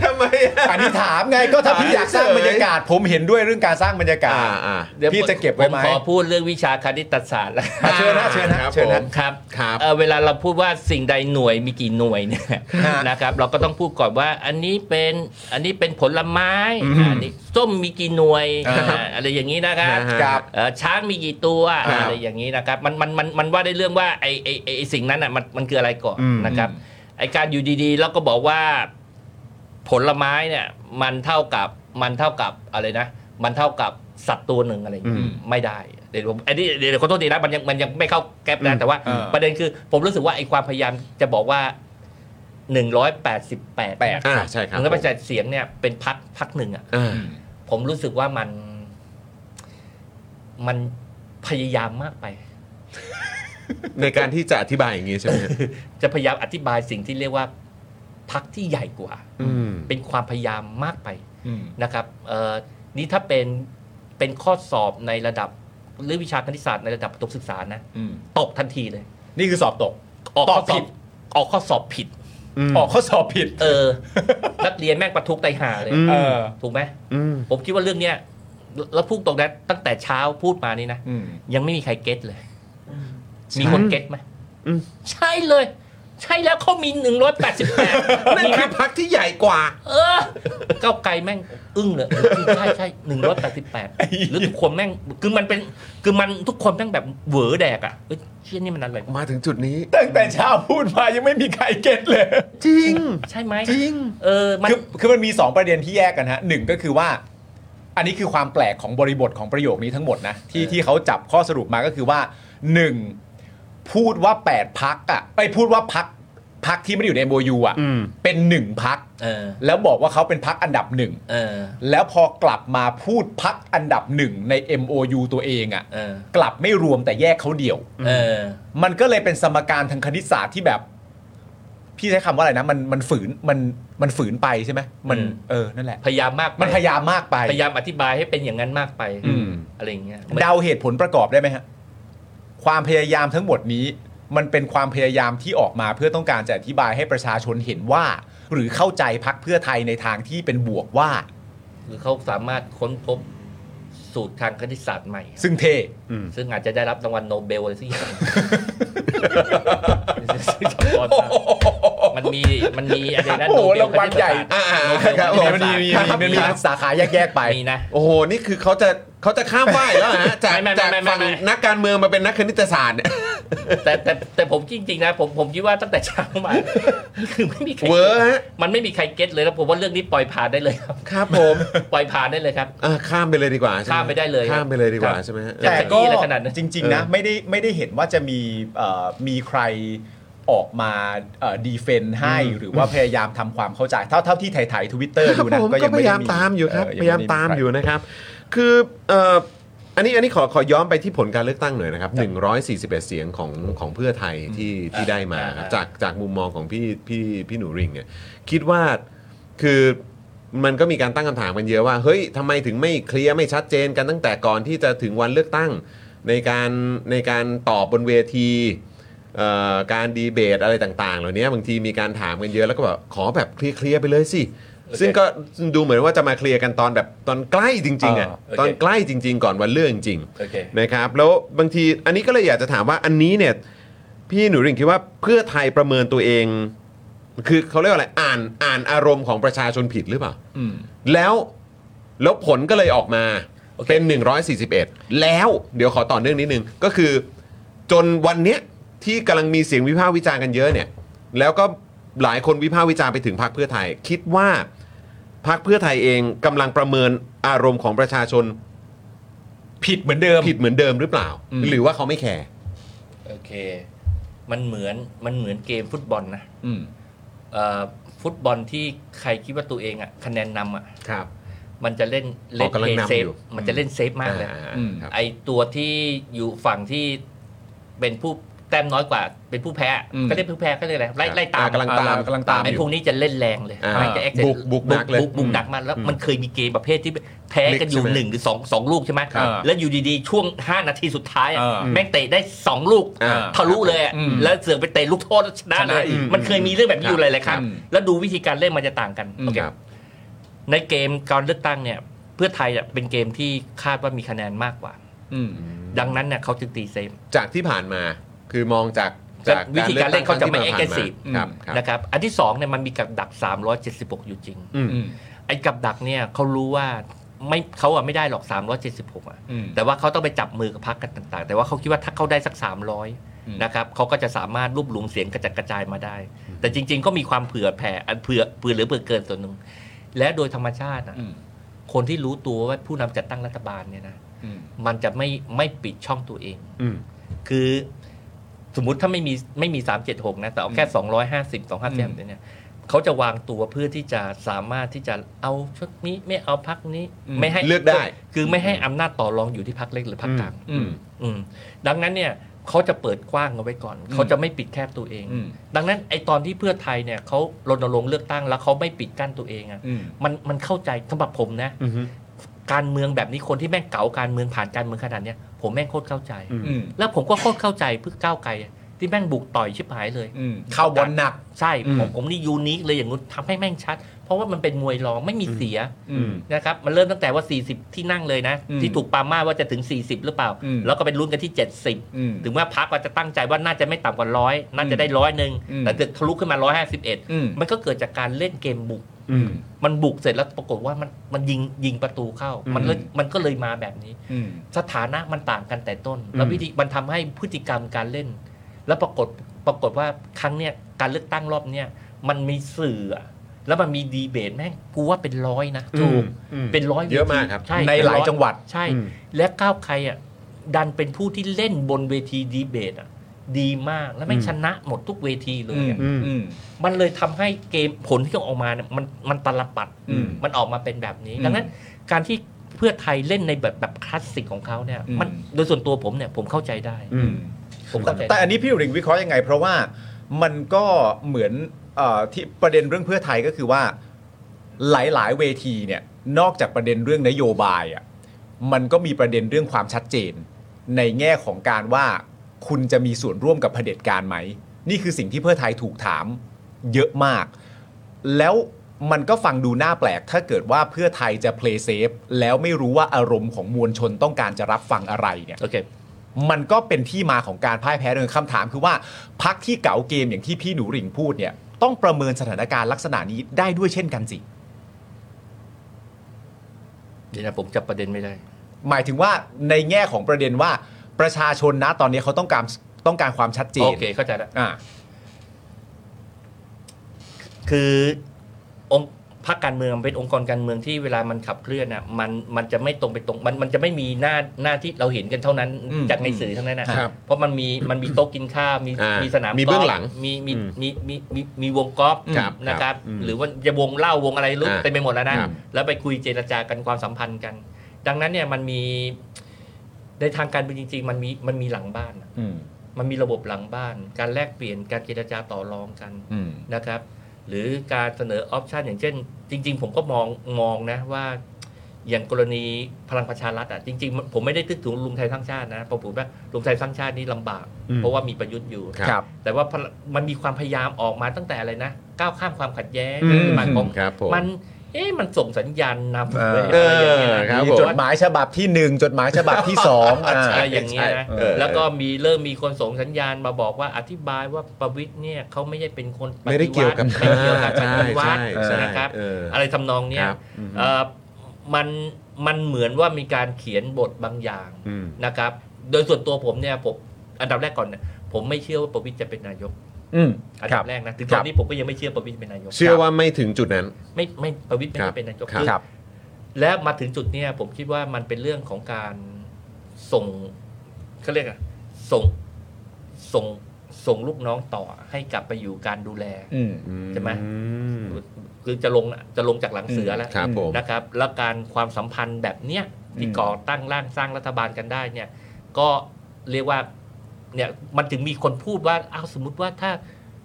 [SPEAKER 1] ถ้า ไมอ่ะ
[SPEAKER 2] อันนี้ถามไงก็ถ้าพี่อยากสร้างบรรยากาศ ผมเห็นด้วยเรื่องการสร้างบรรยากาศ
[SPEAKER 1] อ่า
[SPEAKER 5] เดี๋ยว
[SPEAKER 2] พี่จะเก็บไว้ไหม
[SPEAKER 5] ผขอพูดเรื่องวิชาคณิตศาสตร์แล้ว
[SPEAKER 2] อ่ะเชิญนะเชิญนะครับเชิญ
[SPEAKER 1] ผ
[SPEAKER 2] นะ
[SPEAKER 1] ม
[SPEAKER 5] ครับ
[SPEAKER 1] ครับ
[SPEAKER 5] เอ่อเวลาเราพูดว่าสิ่งใดหน่วยมีกี่หน่วยเนี่ย
[SPEAKER 2] ฮะ
[SPEAKER 5] นะครับ เราก็ต้องพูดก่อนว่าอันนี้เป็นอันนี้เป็นผลไม้อันนี้ส้มมีกี่หน่วยอ่าอะไรอย่างนี้นะครับ
[SPEAKER 1] นะฮะ
[SPEAKER 2] ครับ
[SPEAKER 5] เอ่อช้างมีกี่ตัว
[SPEAKER 1] ครับ
[SPEAKER 5] อะไรอย่างนี้นะครับมันมันมันมันว่าได้เรื่องว่าไอไอไอ้ไอสิ่งนั้นอ่ะมันมันคืออะไรก่อนนะครับไอการอยู่ดีๆ แล้วก็บอกว่าผลไม้เนี่ยมันเท่ากับมันเท่ากับอะไรนะ มันเท่ากับสัตว์ตัวหนึ่งอะไรอย่าง
[SPEAKER 2] อื
[SPEAKER 5] นี้
[SPEAKER 2] ม
[SPEAKER 5] ไม่ได้เดี๋ยวผมอันนี้เดี๋ยวขอโทษทีนะมันยังมันยังไม่เข้าแก๊ปนะแต่ว่า
[SPEAKER 2] เออ
[SPEAKER 5] ประเด็นคือผมรู้สึกว่าไอ้ความพยายามจะบอกว่า 188
[SPEAKER 2] แปด
[SPEAKER 1] อ่าใช่ครับ
[SPEAKER 5] หนึ่งร้อยแปดสิบแปดเสียงเนี่ยเป็นพักพักหนึ่งอ่ะ
[SPEAKER 1] อ่า
[SPEAKER 5] ผมรู้สึกว่ามันมันพยายามมากไป
[SPEAKER 1] ในการที่จะอธิบายอย่างนี้ใช่ไหมฮะ
[SPEAKER 5] จะพยายามอธิบายสิ่งที่เรียกว่าพักที่ใหญ่กว่า
[SPEAKER 1] อืม
[SPEAKER 5] เป็นความพยายามมากไปนะครับเอ่อนี่ถ้าเป็นเป็นข้อสอบในระดับ หรือวิชาคณิตศาสตร์ในระดับประถมศึกษานะตกทันทีเลย
[SPEAKER 2] นี่คือสอบตก
[SPEAKER 5] ออก
[SPEAKER 2] ต
[SPEAKER 5] ข้
[SPEAKER 2] อ
[SPEAKER 5] อบ ส
[SPEAKER 2] ผิด
[SPEAKER 5] อบออกข้อสอบผิด
[SPEAKER 2] ออกข้อสอบผิด
[SPEAKER 5] เออ นักเรียนแม่งประทุกไตหาเลย
[SPEAKER 1] อืม
[SPEAKER 2] เออ
[SPEAKER 5] ถูกไหม
[SPEAKER 1] อืม
[SPEAKER 5] ผมคิดว่าเรื่องเนี้ยแล้วแล้วพูดตรงนั้นตั้งแต่เช้าพูดมานี่นะ
[SPEAKER 2] อืม
[SPEAKER 5] ยังไม่มีใครเก็ตเลย มีคนเก็ตไหม
[SPEAKER 1] อืม
[SPEAKER 5] ใช่เลย ใช่แล้วเขามีหนึ่งร้อยแปดสิบแปด
[SPEAKER 1] นั่นคือพักที่ใหญ่กว่า
[SPEAKER 5] เออก้าวไกลแม่ง อึ้งเลยใช่ใช่หนึ่งร้อยแปดสิบแปดหรือทุกคนแม่ง คือมันเป็น คือมันทุกคนแม่งแบบเหวอแดกอ่ะเอ้ยเชี่ยนี่มันอะไร
[SPEAKER 1] มาถึงจุดนี้
[SPEAKER 2] ตั้งแต่เช้าพูดมายังไม่มีใครเก็ตเลย
[SPEAKER 1] จริง
[SPEAKER 5] ใช่ไหม
[SPEAKER 1] จริง
[SPEAKER 5] เออมัน
[SPEAKER 2] คือคือมันมี 2 ประเด็นที่แยกกันฮะหนึ่งก็คือว่า อันนี้คือความแปลกของบริบทของประโยคนี้ทั้งหมดนะ ที่
[SPEAKER 5] เออ
[SPEAKER 2] ที่เขาจับข้อสรุปมาก็คือว่า 1. พูดว่า 8 พักอ่ะไปพูดว่าพักพักที่ไม่ได้อยู่ใน MOU อ่ะ
[SPEAKER 1] อืม
[SPEAKER 2] เป็น 1 พัก
[SPEAKER 5] เออ
[SPEAKER 2] แล้วบอกว่าเขาเป็นพักอันดับหนึ่ง
[SPEAKER 5] เออ
[SPEAKER 2] แล้วพอกลับมาพูดพักอันดับหนึ่งใน MOU ตัวเองอ่ะ
[SPEAKER 5] เออ
[SPEAKER 2] กลับไม่รวมแต่แยกเขาเดี่ยว
[SPEAKER 5] เออ
[SPEAKER 2] มันก็เลยเป็นสมการทางคณิตศาสตร์ที่แบบ พี่ใช้คำว่าอะไรนะ มันมันฝืนมันมันฝืนไปใช่ไหมมัน
[SPEAKER 5] อืม
[SPEAKER 2] เออนั่นแหละ
[SPEAKER 5] พยายามมากไป
[SPEAKER 2] มันพยายามมากไป
[SPEAKER 5] พยายามอธิบายให้เป็นอย่างนั้นมากไป
[SPEAKER 2] อืม
[SPEAKER 5] อะไรอย่างเงี้ย
[SPEAKER 2] เดาเหตุผลประกอบได้ไหมฮะ ความพยายามทั้งหมดนี้ มันเป็นความพยายามที่ออกมาเพื่อต้องการจะอธิบายให้ประชาชนเห็นว่า หรือเข้าใจพักเพื่อไทยในทางที่เป็นบวกว่า
[SPEAKER 5] หรือเขาสามารถค้นพบสูตรทางคณิตศาสตร์ใหม่
[SPEAKER 2] ซึ่งเท
[SPEAKER 5] ซึ่งอาจจะได้รับรางวัลโนเบลอะไรสักอย่าง มันมีมันมีอะไรนะ
[SPEAKER 2] โอ้โห
[SPEAKER 5] โนเบล
[SPEAKER 2] รางวัลใหญ่
[SPEAKER 5] คณิตศาสตร์
[SPEAKER 1] อ่าๆครับผ
[SPEAKER 5] โนเบล
[SPEAKER 2] มัน
[SPEAKER 5] คณิตศาสต
[SPEAKER 2] มี
[SPEAKER 5] ร์
[SPEAKER 2] มี
[SPEAKER 5] ครับ
[SPEAKER 2] มันมีสาขาแยกแยกๆไป
[SPEAKER 5] มีนะ
[SPEAKER 1] โอ้โห นี่คือเขาจะเขาจะข้ามฝ่ายแล้วนะ จาก
[SPEAKER 5] ไม่ไม่
[SPEAKER 1] จาก
[SPEAKER 5] ไม่ไม่
[SPEAKER 1] ฝั่ง
[SPEAKER 5] ไม่
[SPEAKER 1] นักการเมืองมาเป็นนักคณิตศาสตร์เนี่ย
[SPEAKER 5] แต่แต่แต่ผมจริงๆนะผมผมคิดว่าตั้งแต่เช้ามา คือไม่มีใคร
[SPEAKER 1] เวอร์ฮะ
[SPEAKER 5] มันไม่มีใครเก็ตเลยแล้วผมว่าเรื่องนี้ปล่อยผ่านได้เลยครับ
[SPEAKER 1] ครับผม
[SPEAKER 5] ปล่อยผ่านได้เลยครับ
[SPEAKER 1] อ่ะข้ามไปเลยดีกว่าใช่ห
[SPEAKER 5] ข้ามไปได้เลย
[SPEAKER 1] ข้ามไปเลยดีกว่า
[SPEAKER 5] ครับ
[SPEAKER 1] ใช่ไหมฮะ
[SPEAKER 2] แต่ก็
[SPEAKER 5] จะขยี้อะไรขนาดนั้น
[SPEAKER 2] จริง ๆ นะ
[SPEAKER 1] เออ
[SPEAKER 2] ไม่ได้ไม่ได้เห็นว่าจะมีเอ่อมีใครออกมาดีเฟนให้หรือว่าพยายามทำความเข้าใจ เท่าเท่าที่ไถ่ไถ่ทวิตเตอร์
[SPEAKER 1] ค
[SPEAKER 2] ดู
[SPEAKER 1] รับ
[SPEAKER 2] นะ
[SPEAKER 1] ผมก็
[SPEAKER 2] ก็ยัง
[SPEAKER 1] พ
[SPEAKER 2] ไม่
[SPEAKER 1] ยา
[SPEAKER 2] ได้
[SPEAKER 1] ยามตามอยู่ครับพ
[SPEAKER 2] เงไได้
[SPEAKER 1] ยายามตามอยู่นะครับ คือเอ่ออันนี้อันนี้ขอขอย้อนไปที่ผลการเลือกตั้งหน่อยนะครับ141 เสียงของของเพื่อไทยที่ที่ได้มาครับจากจากมุมมองของพี่พี่พี่หนูริงเนี่ยคิดว่าคือมันก็มีการตั้งคำถามกันเยอะว่า เฮ้ยทำไมถึงไม่เคลียร์ไม่ชัดเจนกันตั้งแต่ก่อนที่จะถึงวันเลือกตั้งในการในการตอบบนเวที เอ่อการดีเบตอะไรต่างๆ เหล่านี้บางทีมีการถามกันเยอะแล้วก็แบบขอแบบเคลียร์ๆไปเลยสิ ซึ่งก็ดูเหมือนว่าจะมาเคลียร์กันตอนแบบตอนใกล้จริงๆอ่ะ
[SPEAKER 5] เออโอเค
[SPEAKER 1] ตอนใกล้จริง ๆ ก่อนวันเลือกจริง
[SPEAKER 5] โอเค
[SPEAKER 1] ๆนะครับแล้วบางทีอันนี้ก็เลยอยากจะถามว่าอันนี้เนี่ยพี่หนูริ่งคิดว่าเพื่อไทยประเมินตัวเอง คือเขาเรียกว่าอะไรอ่านอ่านอารมณ์ของประชาชนผิดหรือเปล่า
[SPEAKER 2] อืม
[SPEAKER 1] แล้วแล้วผลก็เลยออกมา
[SPEAKER 5] โอเค
[SPEAKER 1] เป็น 141 แล้วเดี๋ยวขอต่อเนื่องนิดนึง ก็คือจนวันเนี้ยที่กำลังมีเสียงวิพากษ์วิจารณ์กันเยอะเนี่ย แล้วก็หลายคนวิพากษ์วิจารณ์ไปถึงพรรคเพื่อไทย คิดว่าพรรคเพื่อไทยเองกำลังประเมินอารมณ์ของประชาชน
[SPEAKER 2] ผิดเหมือนเดิม
[SPEAKER 1] ผิดเหมือนเดิมหรือเปล่า
[SPEAKER 2] อืม
[SPEAKER 1] หรือว่าเขาไม่แคร์
[SPEAKER 5] โอเค มันเหมือนมันเหมือนเกมฟุตบอลนะ
[SPEAKER 2] อืม
[SPEAKER 5] เอ่อฟุตบอลที่ใครคิดว่าตัวเองอะคะแนนนำอะ
[SPEAKER 1] ครับ
[SPEAKER 5] มันจะเล่นเล่
[SPEAKER 1] อ๋อกำลังนำ
[SPEAKER 5] เซฟ
[SPEAKER 1] อยู่
[SPEAKER 5] มันจะเล่นเซฟมากเลย
[SPEAKER 1] ครับ
[SPEAKER 5] ไอตัวที่อยู่ฝั่งที่เป็นผู้แต้มน้อยกว่า เป็นผู้แพ้ก็เรียกผู้แพ้ก็เรียกอะไรไล่ไล่ตาม
[SPEAKER 1] อ่กำลังตาม
[SPEAKER 2] กำลังตาม
[SPEAKER 5] ไอพวกนี้จะเล่นแรงเลย
[SPEAKER 1] อ่า
[SPEAKER 5] มันจะ exit
[SPEAKER 1] บุกบุกหนักเลย
[SPEAKER 5] บุกบุกหนักมากแล้ว
[SPEAKER 1] อืม
[SPEAKER 5] มันเคยมีเกมประเภทที่แพ้กันอยู่
[SPEAKER 1] พลิกใช่ไหม
[SPEAKER 5] หนึ่งหรือสองสองลูกใช่ไหม
[SPEAKER 1] ครับ
[SPEAKER 5] แล้วอยู่ดีๆช่วง 5 นาทีสุดท้ายอะ
[SPEAKER 2] เออ
[SPEAKER 5] แม่งเตะได้สองลูก
[SPEAKER 1] อ่า
[SPEAKER 5] ทะลุเลยอะ
[SPEAKER 2] อืม
[SPEAKER 5] แล้วเสือกไปเตะลูกโทษแล้วชนะ
[SPEAKER 2] ช
[SPEAKER 5] เล
[SPEAKER 2] นะ
[SPEAKER 5] ย
[SPEAKER 2] อีก
[SPEAKER 5] มันเคยมีเรื่องแบบนี้อยู่หลายๆครั้ง
[SPEAKER 2] อืม
[SPEAKER 5] แล้วดูวิธีการเล่นมันจะต่างกัน
[SPEAKER 2] อืม
[SPEAKER 5] โอเค
[SPEAKER 1] ครับ
[SPEAKER 5] ในเกมการเลือกตั้งเนี่ย เพื่อไทยเนี่ยเป็นเกมที่คาดว่ามีคะแนนมากกว่า
[SPEAKER 2] อืม
[SPEAKER 5] ดังนั้นเนี่ยเขาจึงตีเซฟ
[SPEAKER 1] จากที่ผ่านมาคือมองจากจาก
[SPEAKER 5] วิธีการเล่นเขาจะไม่ aggressive
[SPEAKER 1] ครับครับ
[SPEAKER 5] นะครับอันที่ 2เนี่ยมันมีกับดัก 376 อยู่จริง
[SPEAKER 1] อืม
[SPEAKER 2] อืม
[SPEAKER 5] ไอ้กับดักเนี่ยเขารู้ว่าไม่เขาอะไม่ได้หรอก 376อะ
[SPEAKER 2] อืม
[SPEAKER 5] แต่ว่าเขาต้องไปจับมือกับพรรคกันต่าง ๆ แต่ว่าเขาคิดว่าถ้าเขาได้สัก 300นะครับเขาก็จะสามารถรวบรวมเสียงกระจัดกระจายมาได้ แต่จริง ๆ ก็มีความเผื่อแผ่อันเผื่อเผื่อหรือเผื่อเกินส่วนหนึ่งและโดยธรรมชาติอะ
[SPEAKER 2] อืม
[SPEAKER 5] คนที่รู้ตัวว่าผู้นำจัดตั้งรัฐบาลเนี่ยนะ
[SPEAKER 2] อืม
[SPEAKER 5] มันจะไม่ไม่ปิดช่องตัวเอง
[SPEAKER 1] อืม
[SPEAKER 5] คือสมมุติถ้าไม่มีไม่มีสามเจ็ดหกนะ แต่เอาแค่สองร้อยห้าสิบสองห้าสิบเนี่ยเขาจะวางตัวเพื่อที่จะสามารถที่จะเอาชุดนี้ไม่เอาพักนี้
[SPEAKER 2] อืม
[SPEAKER 5] ไม่ให้
[SPEAKER 1] เลือกได้
[SPEAKER 5] คือไม่ให้อำนาจต่อรองอยู่ที่พักเล็กหรือพักกลาง
[SPEAKER 2] อืม
[SPEAKER 5] อืมดังนั้นเนี่ยเขาจะเปิดกว้างเอาไว้ก่อน เขาจะไม่ปิดแคบตัวเอง
[SPEAKER 2] อืม
[SPEAKER 5] ดังนั้นไอตอนที่เพื่อไทยเนี่ยเขารณรงค์เลือกตั้งแล้วเขาไม่ปิดกั้นตัวเองอะ
[SPEAKER 2] อืม
[SPEAKER 5] มันมันเข้าใจสำหรับผมนะ
[SPEAKER 1] อืม
[SPEAKER 5] การเมืองแบบนี้คนที่แม่งเก๋าการเมืองผ่านการเมืองขนาดเนี้ยผมแม่งโคตรเข้าใจ
[SPEAKER 2] อืม
[SPEAKER 5] แล้วผมก็โคตรเข้าใจเพื่อก้าวไกลอะที่แม่งบุกต่อยชิบหายเลย
[SPEAKER 2] อืม เข้าบอลหนัก
[SPEAKER 5] ใช่ผมผมนี่ยูนิคเลยอย่างนู้นทำให้แม่งชัด เพราะว่ามันเป็นมวยรองไม่มีเสีย
[SPEAKER 2] อืม
[SPEAKER 5] นะครับ มันเริ่มตั้งแต่ว่า 40 ที่นั่งเลยนะ
[SPEAKER 2] อืม
[SPEAKER 5] ที่ถูกปรามาว่าจะถึง 40 หรือเปล่า
[SPEAKER 2] อืม
[SPEAKER 5] แล้วก็เป็นรุ่นกันที่
[SPEAKER 2] อืม
[SPEAKER 5] 70 ถึงว่าพักก็จะตั้งใจว่าน่าจะไม่ต่ำกว่าร้อยน่าจะได้ร้อยหนึ่ง
[SPEAKER 2] อืม
[SPEAKER 5] แต่ทะลุขึ้นมา
[SPEAKER 2] อืม
[SPEAKER 5] 151 มันก็เกิดจากการเล่นเกมบุก
[SPEAKER 1] อืม
[SPEAKER 5] มันบุกเสร็จแล้วปรากฏว่ามันมันยิงยิงประตูเข้า มันเลยมันก็เลยมาแบบนี้
[SPEAKER 2] อืม
[SPEAKER 5] สถานะมันต่างกันแต่ต้น แล้ววิธีมันทำให้พฤติกรรมการเล่น แล้วปรากฏปรากฏว่าครั้งเนี้ยการเลือกตั้งรอบเนี้ยมันมีสื่ออะแล้วมันมีดีเบตแม่งกูว่าเป็นร้อยนะ
[SPEAKER 1] อืมอืม
[SPEAKER 5] เป็นร้อย
[SPEAKER 1] เยอะ
[SPEAKER 5] วที
[SPEAKER 1] มากครับ
[SPEAKER 5] ใช่
[SPEAKER 2] ใน
[SPEAKER 5] เป็
[SPEAKER 2] หลาย
[SPEAKER 5] ร้อ
[SPEAKER 2] จังหวัด
[SPEAKER 5] ใช่
[SPEAKER 1] อืม
[SPEAKER 5] และก้าวไกลอ่ะดันเป็นผู้ที่เล่นบนเวทีดีเบตอ่ะดีมากและไม่งชนะหมดทุกเวทีเลยอะ
[SPEAKER 2] อืมอืม
[SPEAKER 5] มันเลยทำให้เกมผลที่ออกมาเนี่ยมันมันตลบปัด
[SPEAKER 2] อืม
[SPEAKER 5] มันออกมาเป็นแบบนี้
[SPEAKER 2] อืม
[SPEAKER 5] ดังนั้นการที่เพื่อไทยเล่นในแบบแบบคลาสสิกของเขาเนี่ย
[SPEAKER 2] อืม
[SPEAKER 5] มันโดยส่วนตัวผมเนี่ยผมเข้าใจได้
[SPEAKER 1] อืม
[SPEAKER 5] ผมเข้าใจ
[SPEAKER 2] แต่อันนี้พี่หริงวิเคราะห์ยังไง เพราะว่ามันก็เหมือนเออที่ประเด็นเรื่องเพื่อไทยก็คือว่า หลายๆ เวทีเนี่ยนอกจากประเด็นเรื่องนโยบายอ่ะมันก็มีประเด็นเรื่องความชัดเจน ในแง่ของการว่าคุณจะมีส่วนร่วมกับเผด็จการไหม นี่คือสิ่งที่เพื่อไทยถูกถามเยอะมาก แล้วมันก็ฟังดูน่าแปลก ถ้าเกิดว่าเพื่อไทยจะเพลย์เซฟแล้วไม่รู้ว่าอารมณ์ของมวลชนต้องการจะรับฟังอะไรเนี่ย
[SPEAKER 5] โอเค
[SPEAKER 2] มันก็เป็นที่มาของการพ่ายแพ้เรื่องคำถามคือว่าพักที่เก๋าเกมอย่างที่พี่หนูหริ่งพูดเนี่ย ต้องประเมินสถานการณ์ลักษณะนี้ได้ด้วยเช่นกันสิ
[SPEAKER 5] เดี๋ยวนะผมจับประเด็นไม่ได้
[SPEAKER 2] หมายถึงว่าในแง่ของประเด็นว่าประชาชนนะตอนนี้เขาต้องการต้องการความชัดเจน
[SPEAKER 5] โอเคเข้าใจแล้ว
[SPEAKER 2] อ่า
[SPEAKER 5] คือองค์พรรคการเมืองมันเป็นองค์กรการเมืองที่เวลามันขับเคลื่อนน่ะมันมันจะไม่ตรงไปตรงมันมันจะไม่มีหน้าหน้าที่เราเห็นกันเท่านั้น
[SPEAKER 2] อืม
[SPEAKER 5] จากในสื่อเท่านั้นนะครับ เพราะมันมีมันมีโต๊ะกินข้าวมี
[SPEAKER 1] อ่ามี
[SPEAKER 5] มีสนาม
[SPEAKER 1] มี
[SPEAKER 5] ก
[SPEAKER 1] เบื้
[SPEAKER 5] ล์ฟ
[SPEAKER 1] องหลัง
[SPEAKER 5] มีมี
[SPEAKER 1] อืม
[SPEAKER 5] มีมีมีมีวงกอล์ฟ
[SPEAKER 1] ครับ
[SPEAKER 5] นะครับ
[SPEAKER 1] ครับอืม
[SPEAKER 5] หรือว่าจะวงเหล้าวงอะไรรู้
[SPEAKER 1] อ่า
[SPEAKER 5] เต็มไปหมดแล้วนะครับ แล้วไปคุยเจรจากันความสัมพันธ์กัน ดังนั้นเนี่ยมันมีในทางการเมืองจริง ๆ มันมีมันมีหลังบ้านน่ะ
[SPEAKER 2] อืม
[SPEAKER 5] มันมีระบบหลังบ้าน การแลกเปลี่ยนการเจรจาต่อรองกัน
[SPEAKER 2] อืม
[SPEAKER 5] นะครับหรือการเสนอออปชันอย่างเช่น จริง ๆ ผมก็มองมองนะว่าอย่างกรณีพลังประชารัฐอ่ะจริง ๆ ผมไม่ได้ตึกถึงรวมไทยสร้างชาตินะเพราะผมว่ารวมไทยสร้างชาตินี่ลำบาก
[SPEAKER 1] อืม
[SPEAKER 5] เพราะว่ามีประยุทธ์อยู่
[SPEAKER 1] ครับ
[SPEAKER 5] แต่ว่าพลมันมีความพยายามออกมาตั้งแต่อะไรนะก้าวข้ามความขัดแย้ง
[SPEAKER 2] อืม
[SPEAKER 5] มาของ
[SPEAKER 1] ครับผม
[SPEAKER 5] มันเอ๊ะมันส่งสัญญาณนำ
[SPEAKER 2] เออ
[SPEAKER 5] เอะไรอย่างเงี้ย
[SPEAKER 1] เออครั
[SPEAKER 5] นะ
[SPEAKER 1] บ
[SPEAKER 2] มีจดหมายฉบับที่หนึ่งจดหมายฉบับที่สองอ่า
[SPEAKER 5] อะไรอย่างเงี้ยนะ
[SPEAKER 1] ใช่เออ
[SPEAKER 5] แล้วก็มีเริ่มมีคนส่งสัญญาณมาบอกว่าอธิบายว่าประวิทย์เนี่ยเขาไม่ได้เป็นคนปฏิ
[SPEAKER 1] ไม่ได้เกี่ยวกับ
[SPEAKER 5] ไม่เกี่ยวกับป
[SPEAKER 1] ใช่
[SPEAKER 5] ฏิวัติ
[SPEAKER 1] ใช่ใช่
[SPEAKER 5] นะครับ
[SPEAKER 1] เอออ
[SPEAKER 5] อะไรทำนองเนี้ย
[SPEAKER 1] ครับอืม
[SPEAKER 5] เอ่อมันมันเหมือนว่ามีการเขียนบทบางอย่าง
[SPEAKER 1] อืม
[SPEAKER 5] นะครับ โดยส่วนตัวผมเนี่ยผมอันดับแรกก่อนเนี่ยผมไม่เชื่อว่าประวิตยจะเป็นนายก
[SPEAKER 2] อืม
[SPEAKER 5] อัน
[SPEAKER 2] ค
[SPEAKER 5] ดั
[SPEAKER 2] รับ
[SPEAKER 5] บแรกนะถึง
[SPEAKER 2] ค
[SPEAKER 5] ต
[SPEAKER 2] รั
[SPEAKER 5] อบ นนี้ผมก็ยังไม่เชื่อประวิตยจะเป็นนายก
[SPEAKER 1] เชื่อว่าไม่ถึงจุดนั้น
[SPEAKER 5] ไม่ไม่ประวิตยไม่
[SPEAKER 1] ครั
[SPEAKER 5] ได้
[SPEAKER 1] บ
[SPEAKER 5] เป็นนายก
[SPEAKER 1] ครับ
[SPEAKER 5] อและมาถึงจุดเนี่ยผมคิดว่ามันเป็นเรื่องของการส่งเขาเรียกอะส่งส่งส่งลูกน้องต่อให้กลับไปอยู่การดูแล
[SPEAKER 2] อืม
[SPEAKER 5] ใช่ไหม
[SPEAKER 1] อืม
[SPEAKER 5] คือจะลงจะลงจากหลังเสือแล้ว
[SPEAKER 1] ครับผม
[SPEAKER 5] นะครับแล้วการความสัมพันธ์แบบเนี้ยที่
[SPEAKER 2] อืม
[SPEAKER 5] ก่อตั้งร่างสร้างรัฐบาลกันได้เนี่ยก็เรียกว่าเนี่ยมันถึงมีคนพูดว่าอ้าวสมมติว่าถ้า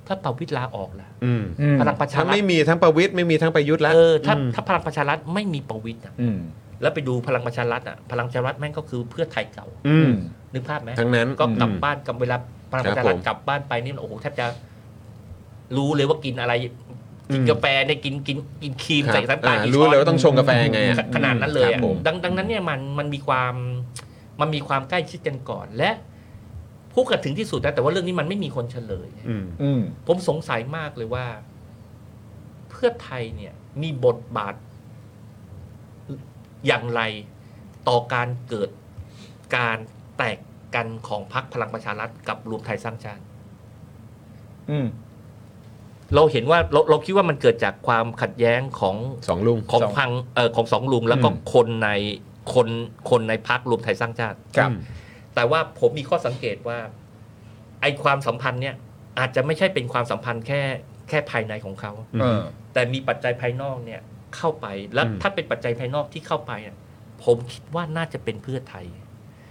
[SPEAKER 5] ถ้าเป่าวิทย์ลาออกล่ะ
[SPEAKER 1] อืม
[SPEAKER 2] อืม
[SPEAKER 5] พลังประชา
[SPEAKER 1] ถ้า
[SPEAKER 5] รัฐ
[SPEAKER 1] ไม่มีทั้งประวิทย์ไม่มีทั้งประยุทธ์แล้ว
[SPEAKER 5] เออถ้า
[SPEAKER 1] อืม
[SPEAKER 5] ถ้าพลังประชารัฐไม่มีประวิทย์อะ
[SPEAKER 2] อืม
[SPEAKER 5] แล้วไปดูพลังประชารัฐอ่ะพลังประชารัฐแม่งก็คือเพื่อไทยเก่า
[SPEAKER 1] อืม
[SPEAKER 5] นึกภาพไหม
[SPEAKER 1] ทั้งนั้น
[SPEAKER 5] ก็กลับ
[SPEAKER 1] อืม
[SPEAKER 5] บ้านกับเวลาพลังประชา
[SPEAKER 1] ครั
[SPEAKER 5] รับ ฐ
[SPEAKER 1] ผม
[SPEAKER 5] กลับบ้านไปนี่โอ้โหแทบจะรู้เลยว่ากินอะไร
[SPEAKER 1] อื
[SPEAKER 5] กิ
[SPEAKER 1] ม
[SPEAKER 5] นกาแฟเนี่ยกินกินกินครีม
[SPEAKER 1] ครับ
[SPEAKER 5] ใส่น้ำตาล
[SPEAKER 1] อ่า
[SPEAKER 5] กี่
[SPEAKER 1] รู้
[SPEAKER 5] ช้อน
[SPEAKER 1] เลยว่าต้องชงกาแฟยังไงอะ
[SPEAKER 5] ขนาดนั้นเล
[SPEAKER 1] ค
[SPEAKER 5] ย
[SPEAKER 1] รั
[SPEAKER 5] อะ
[SPEAKER 1] บผม
[SPEAKER 5] ดังดังนั้นเนี่ยมันมันมีความมันมีความใกล้ชิดกันก่อนและพูดกันถึงที่สุดนะแต่ว่าเรื่องนี้มันไม่มีคนเฉลย
[SPEAKER 1] อืม
[SPEAKER 2] อืม
[SPEAKER 5] ผมสงสัยมากเลยว่า เพื่อไทยเนี่ย มีบทบาท อย่างไรต่อการเกิดการแตกกันของพรรคพลังประชารัฐกับรวมไทยสร้างชาติ
[SPEAKER 2] อืม
[SPEAKER 5] เราเห็นว่าเราเราคิดว่ามันเกิดจากความขัดแย้งของ
[SPEAKER 1] สองลุง
[SPEAKER 5] ของ
[SPEAKER 2] สอง
[SPEAKER 5] พังเอ่อของสองลุงแล้วก็
[SPEAKER 2] อืม
[SPEAKER 5] คนในคนคนในพรรครวมไทยสร้างชาติ
[SPEAKER 2] ครับ
[SPEAKER 5] แต่ว่าผมมีข้อสังเกตว่า ไอความสัมพันธ์เนี่ย อาจจะไม่ใช่เป็นความสัมพันธ์แค่แค่ภายในของเขา
[SPEAKER 1] อืม
[SPEAKER 2] เออ
[SPEAKER 5] แต่มีปัจจัยภายนอกเนี่ยเข้าไปแล้ว
[SPEAKER 1] อืม
[SPEAKER 5] ถ้าเป็นปัจจัยภายนอกที่เข้าไปอะผมคิดว่าน่าจะเป็นเพื่อไทย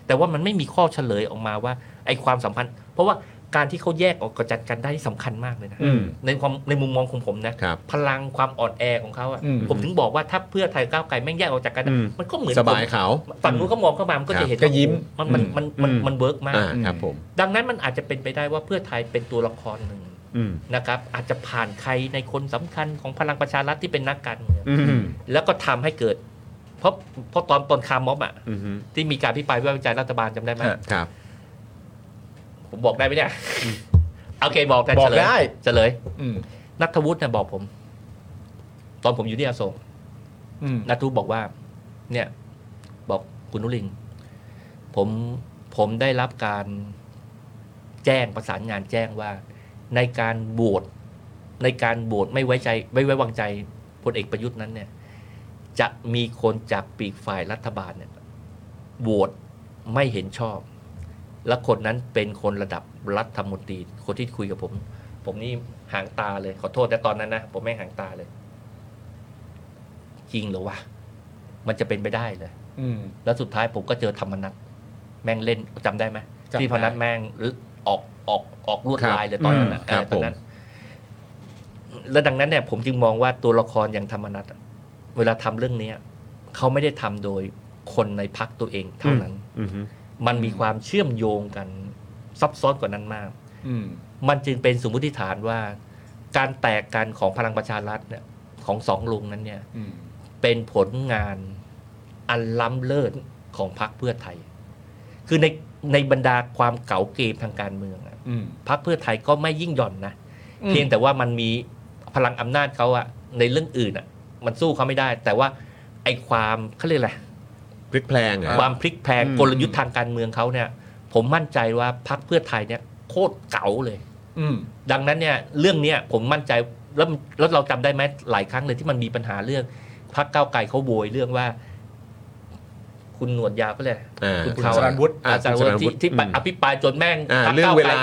[SPEAKER 5] แต่ว่ามันไม่มีข้อเฉลยออกมาว่าไอ้ความสัมพันธ์ เพราะว่าการที่เขาแยกออกกจัดกันได้สำคัญมากเลยนะ
[SPEAKER 2] อืม
[SPEAKER 5] ในความในมุมมองของผมนะครับ พลังความอ่อนแอของเขาอะ
[SPEAKER 2] อืม
[SPEAKER 5] ผมถึงบอกว่าถ้าเพื่อไทยก้าวไกลแม่งแยกออกจากกันอะ
[SPEAKER 1] อืม
[SPEAKER 5] มันก็เหมือน
[SPEAKER 1] สบายเขา
[SPEAKER 5] ฝั่งนู้นเขามองเข้ามามันก็
[SPEAKER 1] ครั
[SPEAKER 5] จะ
[SPEAKER 1] บ
[SPEAKER 5] เห็น
[SPEAKER 2] ก็ยิ้ม
[SPEAKER 5] มันมันมันมัน
[SPEAKER 1] อืม
[SPEAKER 5] มันเวิร์กมาก
[SPEAKER 1] อ่าครับผม
[SPEAKER 5] ดังนั้นมันอาจจะเป็นไปได้ว่าเพื่อไทยเป็นตัวละครหนึ่ง
[SPEAKER 1] อืม
[SPEAKER 5] นะครับอาจจะผ่านใครในคนสำคัญของพลังประชารัฐที่เป็นนักการเมือง
[SPEAKER 1] อืมอืม
[SPEAKER 5] แล้วก็ทำให้เกิด เพราะเพราะตอนตอนคาร์ม็อบอ่ะ
[SPEAKER 1] อืม
[SPEAKER 5] ที่มีการพิปรายวิพากษ์วิจารณ์รัฐบาลจำได้ไหม
[SPEAKER 1] ครับ
[SPEAKER 5] ผมบอกได้ไหมเนี่ย โอเคบอกแต่
[SPEAKER 2] บอ
[SPEAKER 5] เฉ
[SPEAKER 2] ก
[SPEAKER 5] ลย
[SPEAKER 2] ได้
[SPEAKER 5] เฉลย
[SPEAKER 2] อืม
[SPEAKER 5] นัทวุฒิเนี่ยบอกผม ตอนผมอยู่ที่อโศก
[SPEAKER 2] อืม
[SPEAKER 5] นัทวุฒิบอกว่า เนี่ย บอกคุณนุลินทร์ผมผมได้รับการแจ้งประสานงานแจ้งว่า ในการโหวตในการโหวตไม่ไว้ใจ ไม่ไว้วางใจพลเอกประยุทธ์นั้นเนี่ย จะมีคนจากปีกฝ่ายรัฐบาลเนี่ยโหวตไม่เห็นชอบ และคนนั้นเป็นคนระดับรัฐมนตรีคนที่คุยกับผม ผมนี่หางตาเลย ขอโทษแต่ตอนนั้นนะผมไม่หางตาเลย จริงเหรอวะมันจะเป็นไปได้เลย
[SPEAKER 2] อืม
[SPEAKER 5] แล้วสุดท้ายผมก็เจอธรรมนัตแม่งเล่นจำได้ไหม
[SPEAKER 2] จำได้
[SPEAKER 5] ที่พนัทแม่งหรือออกออกออกลวดลายเลยตอนนั้นนะ
[SPEAKER 1] อืมครับ
[SPEAKER 5] เออตอนนั้น และดังนั้นเนี่ยผมจึงมองว่าตัวละครอย่างธรรมนัตเวลาทำเรื่องเนี้ยเขาไม่ได้ทำโดยคนในพักตัวเองเท่านั้น
[SPEAKER 1] อืม
[SPEAKER 5] มันมีความเชื่อมโยงกันซับซ้อนกว่านั้นมาก
[SPEAKER 2] อืม
[SPEAKER 5] มันจึงเป็นสมมติฐานว่า การแตกกันของพลังประชารัฐเนี่ย ของสองลุงนั้นเนี่ย
[SPEAKER 2] อืม
[SPEAKER 5] เป็นผลงานอันล้ำเลิศของพรรคเพื่อไทย คือในในบรรดาความเก๋าเกมทางการเมืองอะ
[SPEAKER 2] อืม
[SPEAKER 5] พรรคเพื่อไทยก็ไม่ยิ่งหย่อนนะ
[SPEAKER 2] อืม
[SPEAKER 5] เพียงแต่ว่ามันมีพลังอำนาจเขาอะในเรื่องอื่นอะมันสู้เขาไม่ได้ แต่ว่าไอความเขาเรียกอะไร
[SPEAKER 1] พลิกแพลงเหรอ
[SPEAKER 5] ความพลิกแพลง
[SPEAKER 2] อืม
[SPEAKER 5] กลยุทธ์ทางการเมืองเขาเนี่ย ผมมั่นใจว่าพรรคเพื่อไทยเนี่ยโคตรเก๋าเลย
[SPEAKER 2] อืม
[SPEAKER 5] ดังนั้นเนี่ยเรื่องเนี้ยผมมั่นใจแล้วแล้วเราจำได้ไหมหลายครั้งเลยที่มันมีปัญหาเรื่องพรรคก้าวไกลเขาโวยเรื่องว่า คุณหนวดยาวก็เลย
[SPEAKER 1] อ่า
[SPEAKER 5] คุณ
[SPEAKER 1] คุณ
[SPEAKER 5] เขา
[SPEAKER 1] สราญวุฒิอ่า
[SPEAKER 5] อาจารย์วุ
[SPEAKER 1] คุณส
[SPEAKER 5] ฒิ
[SPEAKER 1] ราญวุ
[SPEAKER 5] ที่
[SPEAKER 1] ฒิ
[SPEAKER 5] ที่ไป
[SPEAKER 1] อืม
[SPEAKER 5] อภิปรายจนแม่ง
[SPEAKER 1] อ่า
[SPEAKER 5] พค
[SPEAKER 1] เรื่อง
[SPEAKER 5] ก้
[SPEAKER 1] เว
[SPEAKER 5] ไก
[SPEAKER 1] ลา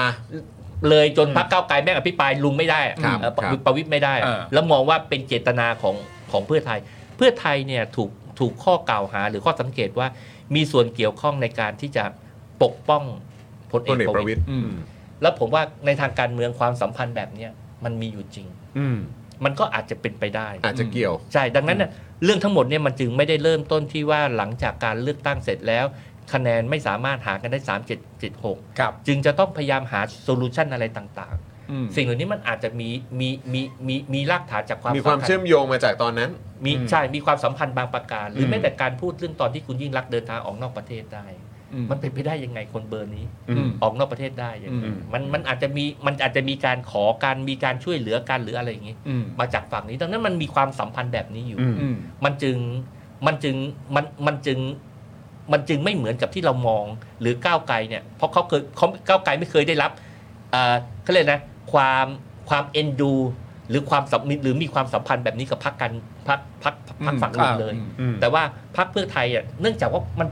[SPEAKER 5] เลยจนพรรคก้าวไกลแม่งอภิปรายลุงไม่ได้อะ
[SPEAKER 1] ครับ
[SPEAKER 5] เอ่อปะ
[SPEAKER 1] ครับ
[SPEAKER 5] ประวิตรไม่ได้อะ
[SPEAKER 2] อ่า
[SPEAKER 5] แล้วมองว่าเป็นเจตนาของของเพื่อไทย เพื่อไทยเนี่ยถูกถูกข้อกล่าวหา หรือข้อสังเกตว่ามีส่วนเกี่ยวข้องในการที่จะปกป้องพล
[SPEAKER 1] พลเอ
[SPEAKER 5] เอก ก
[SPEAKER 1] ป
[SPEAKER 5] ประ ระวิ
[SPEAKER 1] วิ
[SPEAKER 5] ต
[SPEAKER 1] ต
[SPEAKER 5] ย
[SPEAKER 1] ร
[SPEAKER 2] อืม
[SPEAKER 5] แล้วผมว่าในทางการเมืองความสัมพันธ์แบบเนี้ยมันมีอยู่จริง
[SPEAKER 1] อืม
[SPEAKER 5] มันก็อาจจะเป็นไปได้
[SPEAKER 1] อาจจะเกี่ยว
[SPEAKER 5] ใช่ ดังนั้นน่ะเรื่องทั้งหมดเนี่ยมันจึงไม่ได้เริ่มต้นที่ว่าหลังจากการเลือกตั้งเสร็จแล้ว คะแนนไม่สามารถหากันได้ 3 7 7 6
[SPEAKER 2] ครับ
[SPEAKER 5] จึงจะต้องพยายามหาโซลูชันอะไรต่าง
[SPEAKER 2] อืม
[SPEAKER 5] ๆ สิ่งเหล่านี้มันอาจจะมีมีมีมีมีรากฐานจากความ
[SPEAKER 1] มีความ
[SPEAKER 5] สัพันธ์
[SPEAKER 1] เชื่อมโยงมาจากตอนนั้น
[SPEAKER 5] มีใช่มีความสัมพันธ์บางประการ หรืออ
[SPEAKER 2] ม
[SPEAKER 5] แม้แต่การพูดเรื่องตอนที่คุณยิ่งรักษณ์เดินทางออกนอกประเทศได้
[SPEAKER 2] อืม
[SPEAKER 5] มันเป็นไปได้ยังไงคนเบอร์นี้
[SPEAKER 2] อืม
[SPEAKER 5] ออกนอกประเทศได้อย่าง
[SPEAKER 2] อื
[SPEAKER 5] นี้
[SPEAKER 2] ม
[SPEAKER 5] มันมันอาจจะมีมันอาจจะมีการขอการมีการช่วยเหลือกันหรืออะไรอย่างนี้
[SPEAKER 2] อืม
[SPEAKER 5] มาจากฝั่งนี้ดังนั้นมันมีความสัมพันธ์แบบนี้อยู่
[SPEAKER 1] อืม
[SPEAKER 2] อืม
[SPEAKER 5] มันจึงมันจึงมันมันจึงมันจึงไม่เหมือนกับที่เรามองหรือก้าวไกลเนี่ยเพราะเขาเคยเขาก้าวไกลไม่เคยได้รับเอ่อเขาเรียกนะความความเอ็นดู หรือความสัมหรือมีความสัมพันธ์แบบนี้กับพรรคการพรรคพรรคพรรคฝั่งนู้นเลย
[SPEAKER 1] อืม
[SPEAKER 5] แต่ว่าพรรคเพื่อไทยอ่ะเนื่องจากว่ามัน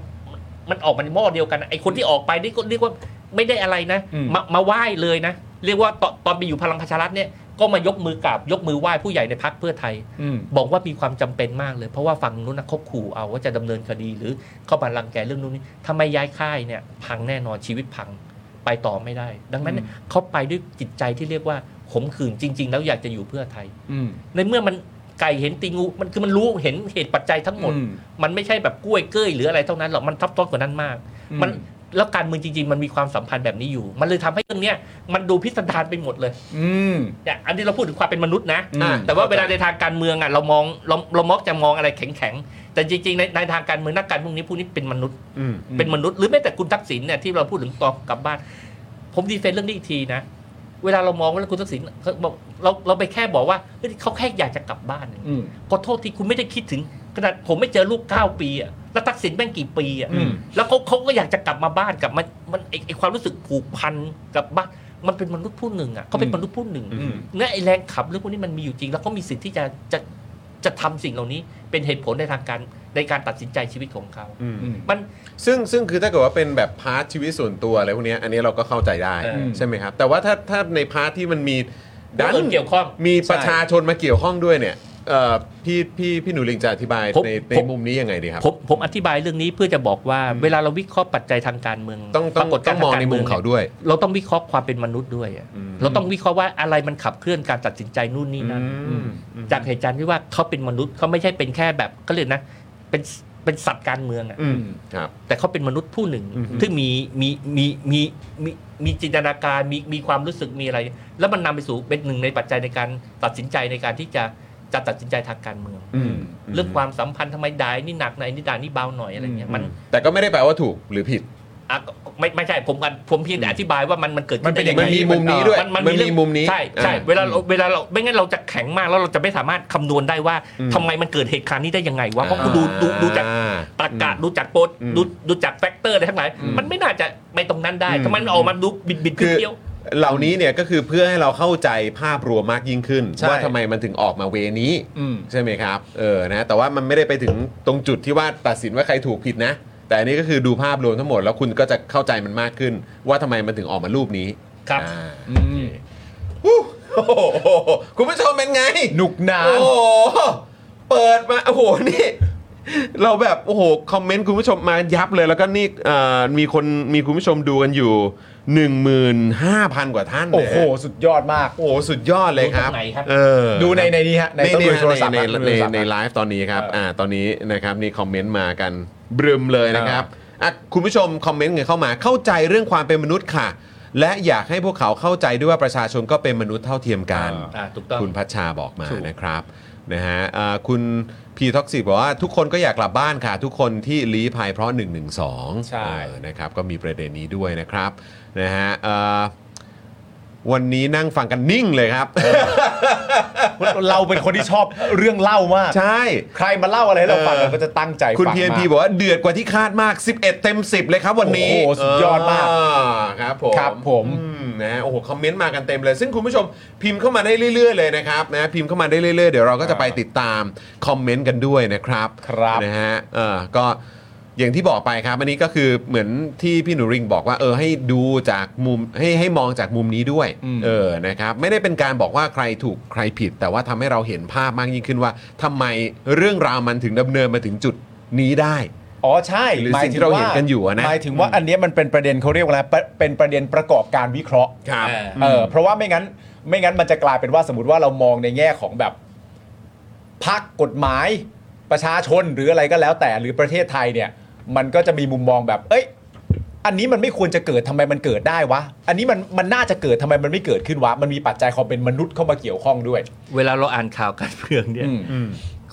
[SPEAKER 5] มันออกมาในหม้อเดียวกันอะไอคนที่ออกไปนี่ก็เรียกว่าไม่ได้อะไรนะ
[SPEAKER 2] อืม
[SPEAKER 5] มามาไหว้เลยนะ เรียกว่าตอนตอนไปอยู่พลังประชารัฐเนี่ยก็มายกมือกราบยกมือไหว้ผู้ใหญ่ในพรรคเพื่อไทย
[SPEAKER 2] อืม
[SPEAKER 5] บอกว่ามีความจำเป็นมากเลย เพราะว่าฝั่งนู้นนะเขาขู่เอาว่าจะดำเนินคดีหรือเข้ามารังแกเรื่องนู้นนี่ทำไมย้ายค่ายเนี่ย พังแน่นอนชีวิตพังไปต่อไม่ได้ ดังนั้นเนี่ยเขาไปด้วยจิตใจที่เรียกว่าขมขื่นจริง ๆ แล้วอยากจะอยู่เพื่อไทย
[SPEAKER 2] อืม
[SPEAKER 5] ในเมื่อมันไก่เห็นตีงูมันคือมันรู้เห็นเหตุปัจจัยทั้งหมด
[SPEAKER 2] อืม
[SPEAKER 5] มันไม่ใช่แบบกล้วยเก้ยหรืออะไรเท่านั้นหรอกมันทับซ้อนกว่านั้นมาก
[SPEAKER 2] อืม
[SPEAKER 5] มัน แล้วการเมืองจริง ๆ มันมีความสัมพันธ์แบบนี้อยู่ มันเลยทำให้เรื่องเนี้ยมันดูพิสดารไปหมดเลย
[SPEAKER 2] อืม
[SPEAKER 5] เนี่ยอันนี้เราพูดถึงความเป็นมนุษย์นะ
[SPEAKER 2] อ่า
[SPEAKER 5] แต่ว่าเวลาในทางการเมืองอ่ะเรามองเราเรามอกจะมองอะไรแข็งๆแต่จริงๆในในทางการเมืองนักการเมืองนี้พวกนี้เป็นมนุษย์
[SPEAKER 1] อืม
[SPEAKER 5] เป็นมนุษย์หรือแม้แต่คุณทักษิณเนี่ยที่เราพูดถึงตอนกลับบ้าน ผมดีเฟนต์เรื่องนี้อีกทีนะ เวลาเรามองว่าคุณทักษิณเขาบอกเราเราไปแค่บอกว่าเฮ้ยเขาแค่อยากจะกลับบ้าน
[SPEAKER 2] อืม
[SPEAKER 5] ขอโทษที่คุณไม่ได้คิดถึงขนาดผมไม่เจอลูกเก้าปีอะแล้วทักษิณแม่งกี่ปีอะ
[SPEAKER 2] อืม
[SPEAKER 5] แล้วเขาเขาก็อยากจะกลับมาบ้านกลับมันมันไอ้ไอความรู้สึกผูกพันกับบ้านมันเป็นมนุษย์ผู้หนึ่งอะเขาเป็นมนุษย์ผู้หนึ่ง
[SPEAKER 1] อืม
[SPEAKER 5] เนี่ยไอแรงขับเรื่องพวกนี้มันมีอยู่จริง แล้วก็มีสิทธิ์ที่จะจะจะทำสิ่งเหล่านี้เป็นเหตุผลในทางการในการตัดสินใจชีวิตของเขา
[SPEAKER 1] อืม
[SPEAKER 2] อืม
[SPEAKER 5] มัน
[SPEAKER 1] ซึ่งซึ่งคือถ้าเกิดว่าเป็นแบบพาร์ทชีวิตส่วนตัวอะไรพวกเนี้ยอันนี้เราก็เข้าใจได้
[SPEAKER 5] เออ
[SPEAKER 1] ใช่ไหมครับ แต่ว่าถ้าถ้าในพาร์ทที่มันมี
[SPEAKER 5] ดันเกี่ยวข้อง
[SPEAKER 1] มีประชาชนมาเกี่ยวข้องด้วยเนี่ยเอ่อพี่พี่พี่หนูลิงจะอธิบาย
[SPEAKER 5] ผม
[SPEAKER 1] ในใน
[SPEAKER 5] ผม
[SPEAKER 1] มุมนี้ยังไงดีครับ
[SPEAKER 5] ผมผมอธิบายเรื่องนี้เพื่อจะบอกว่าเวลาเราวิเคราะห์ปัจจัยทางการเมือง
[SPEAKER 1] ต้องต้
[SPEAKER 5] ป
[SPEAKER 1] อง
[SPEAKER 5] รากฏ
[SPEAKER 1] ต้
[SPEAKER 5] กา
[SPEAKER 1] อ
[SPEAKER 5] รง
[SPEAKER 1] มองในมุมเขาด้วย
[SPEAKER 5] เราต้องวิเคราะห์ความเป็นมนุษย์ด้วยอะ
[SPEAKER 1] อืม
[SPEAKER 5] เราต้องวิเคราะห์ว่าอะไรมันขับเคลื่อนการตัดสินใจนู่นนี่นั่น
[SPEAKER 1] อืม
[SPEAKER 5] จากเหตุการณ์ที่ว่าเขาเป็นมนุษย์เขาไม่ใช่เป็นแค่แบบก็เลยกนะเป็นเป็นสัตว์การเมืองอะ
[SPEAKER 1] อืม ครับ
[SPEAKER 5] แต่เขาเป็นมนุษย์ผู้หนึ่ง
[SPEAKER 1] อืม
[SPEAKER 5] ที่มีมีมีมีมีมีจินตนาการมีมีความรู้สึกมีอะไร แล้วมันนำไปสู่เป็นหนึ่งในปัจจัยในการตัดสินใจในการที่จะจะตัดสินใจทางการเมือง
[SPEAKER 1] อืม
[SPEAKER 5] เรื่องความสัมพันธ์ทำไมด่ายนี่หนักหน่อยนี่ด่านี่เบาหน่อยอะไรเงี้ยมัน
[SPEAKER 1] แต่ก็ไม่ได้แปลว่าถูกหรือผิด
[SPEAKER 5] อ่ะไม่ไม่ใช่ผมกันผมเพียงแต่อธิบายว่ามันมันเกิดขึ้
[SPEAKER 2] มันเป็นอ
[SPEAKER 5] ได้
[SPEAKER 2] ย่าง
[SPEAKER 1] มันมีมุมนี้ด้วย
[SPEAKER 5] มัน
[SPEAKER 1] มันมี
[SPEAKER 5] เรื่อง
[SPEAKER 1] มุมนี้
[SPEAKER 5] ใช่ใช่
[SPEAKER 1] อ่า
[SPEAKER 5] เวลาเราเวลาเราไม่งั้นเราจะแข็งมากแล้วเราจะไม่สามารถคำนวณได้ว่า
[SPEAKER 1] อืม
[SPEAKER 5] ทำไมมันเกิดเหตุการณ์นี้ได้ยังไงวะเพราะกูดูดูดูจาก
[SPEAKER 1] อ่
[SPEAKER 5] ตรรกะดูจากโพส
[SPEAKER 1] อืม
[SPEAKER 5] ดูดูจากแฟกเตอร์อะไรทั้งหลาย
[SPEAKER 1] อืม
[SPEAKER 5] มันไม่น่าจะไปตรงนั้นได้
[SPEAKER 1] อืม
[SPEAKER 5] ทำไมมันออกมาดูบิดบิดๆ
[SPEAKER 1] คือ
[SPEAKER 5] เพี้ยว
[SPEAKER 1] เหล่านี้เนี่ยก็คือเพื่อให้เราเข้าใจภาพรวมมากยิ่งขึ้น
[SPEAKER 2] ใช่
[SPEAKER 1] ว่าทำไมมันถึงออกมาเวนี้
[SPEAKER 2] อืม
[SPEAKER 1] ใช่ไหมครับ เออ นะ แต่ว่ามันไม่ได้ไปถึงตรงจุดที่ว่าตัดสินว่าใครถูกผิดนะ แต่อันนี้ก็คือดูภาพรวมทั้งหมด แล้วคุณก็จะเข้าใจมันมากขึ้น ว่าทำไมมันถึงออกมารูปนี้
[SPEAKER 5] ครับ
[SPEAKER 1] อ่า
[SPEAKER 2] อื
[SPEAKER 1] โอ
[SPEAKER 2] ม
[SPEAKER 1] เคอู้โอ้โหคุณผู้ชมเป็นไง
[SPEAKER 2] หนุกหนาน
[SPEAKER 1] โอ้โห เปิดมา โอ้โห นี่ เราแบบ โอ้โห คอมเมนต์คุณผู้ชมมายับเลย แล้วก็นี่เอ่อมีคน มีคุณผู้ชมดูกันอยู่ 15,000 กว่าท่าน
[SPEAKER 2] โอ้โห
[SPEAKER 1] นะฮะ
[SPEAKER 2] สุดยอดมาก
[SPEAKER 1] โอ้โห สุดยอดเลยครับ
[SPEAKER 5] ดูตรงไหนครับ
[SPEAKER 1] เออ
[SPEAKER 2] ดูในในนี้ฮะ ใน
[SPEAKER 1] ใน
[SPEAKER 2] ต้อง
[SPEAKER 1] ใน
[SPEAKER 2] ดู
[SPEAKER 1] ใน
[SPEAKER 2] โทรศัพท์
[SPEAKER 1] ในใน
[SPEAKER 2] นะดูโทรศัพท์
[SPEAKER 1] ใน
[SPEAKER 2] นะ
[SPEAKER 1] ไลฟ์ตอนนี้ครับ
[SPEAKER 2] เอออ่
[SPEAKER 1] อ่าตอนนี้นะครับนี่คอมเมนต์มากันบรึมเลยนะครับอ่ะคุณผู้ชมคอมเมนต์กันเข้ามาเข้าใจเรื่องความเป็นมนุษย์ค่ะ และอยากให้พวกเขาเข้าใจด้วยว่าประชาชนก็เป็นมนุษย์เท่าเทียมกัน
[SPEAKER 2] เออ
[SPEAKER 5] ๆอ่าถูกต้อง
[SPEAKER 1] คุณพัชชาบอกมา
[SPEAKER 2] ถูก
[SPEAKER 1] นะครับนะฮะอ่าคุณพีท็อกซิบอกว่าทุกคนก็อยากกลับบ้านค่ะ ทุกคนที่ลี้ภัยเพราะ 1 1 2
[SPEAKER 2] ใช่
[SPEAKER 1] เออนะครับก็มีประเด็นนี้ด้วยนะครับนะฮะเอ่อวันนี้นั่งฟังกันนิ่งเลยครับ
[SPEAKER 2] เราเป็นคนที่ชอบเรื่องเล่ามาก
[SPEAKER 1] ใช่
[SPEAKER 2] ใครมาเล่าอะไรให้เราฟัง
[SPEAKER 1] เออ
[SPEAKER 2] เราก็จะตั้งใจฟัง
[SPEAKER 1] คุณพีเอ็นพี
[SPEAKER 2] มา
[SPEAKER 1] บอกว่าเดือดกว่าที่คาดมาก 11 เต็ม 10 เลยครับวันนี้
[SPEAKER 2] โอ้โหสุดยอดมาก
[SPEAKER 1] ครับผม
[SPEAKER 2] ครับผม
[SPEAKER 1] อืนะโอ้โหคอมเมนต์มากันเต็มเลย ซึ่งคุณผู้ชมพิมพ์เข้ามาได้เรื่อย ๆ เลยนะครับนะพิมพ์เข้ามาได้เรื่อย ๆ เดี๋ยวเราก็จะไปติดตามคอมเมนต์กันด้วยนะครับ
[SPEAKER 2] ครับ
[SPEAKER 1] นะฮะเออก็อย่างที่บอกไปครับ อันนี้ก็คือเหมือนที่พี่หนูริงบอกว่าเออให้ดูจากมุมให้ให้มองจากมุมนี้ด้วย
[SPEAKER 2] อืม
[SPEAKER 1] เออนะครับไม่ได้เป็นการบอกว่าใครถูกใครผิด แต่ว่าทำให้เราเห็นภาพมากยิ่งขึ้นว่าทำไมเรื่องราวมันถึงดำเนินมาถึงจุดนี้ได้
[SPEAKER 2] อ๋อใช่
[SPEAKER 1] หรือ
[SPEAKER 2] มย
[SPEAKER 1] สิ่งที่
[SPEAKER 2] ถึ
[SPEAKER 1] เรา
[SPEAKER 2] ว่
[SPEAKER 1] เห็นกันอยู่อะนะ
[SPEAKER 2] หมายถึงว่าอันเนี้ยมันเป็นประเด็นเขาเรียกว่าอะไรเป็นเป็นประเด็นประกอบการวิเคราะห์
[SPEAKER 1] ครับ
[SPEAKER 2] เออเพราะว่าไม่งั้นไม่งั้นมันจะกลายเป็นว่าสมมติว่าเรามองในแง่ของแบบพักกฎหมายประชาชนหรืออะไรก็แล้วแต่หรือประเทศไทยเนี่ย มันก็จะมีมุมมองแบบ เอ้ย อันนี้มันไม่ควรจะเกิดทำไมมันเกิดได้วะ อันนี้มันมันน่าจะเกิดทำไมมันไม่เกิดขึ้นวะมันมีปัจจัยความเป็นมนุษย์เข้ามาเกี่ยวข้องด้วย
[SPEAKER 5] เวลาเราอ่านข่าวการเมืองเนี่ย
[SPEAKER 2] อืม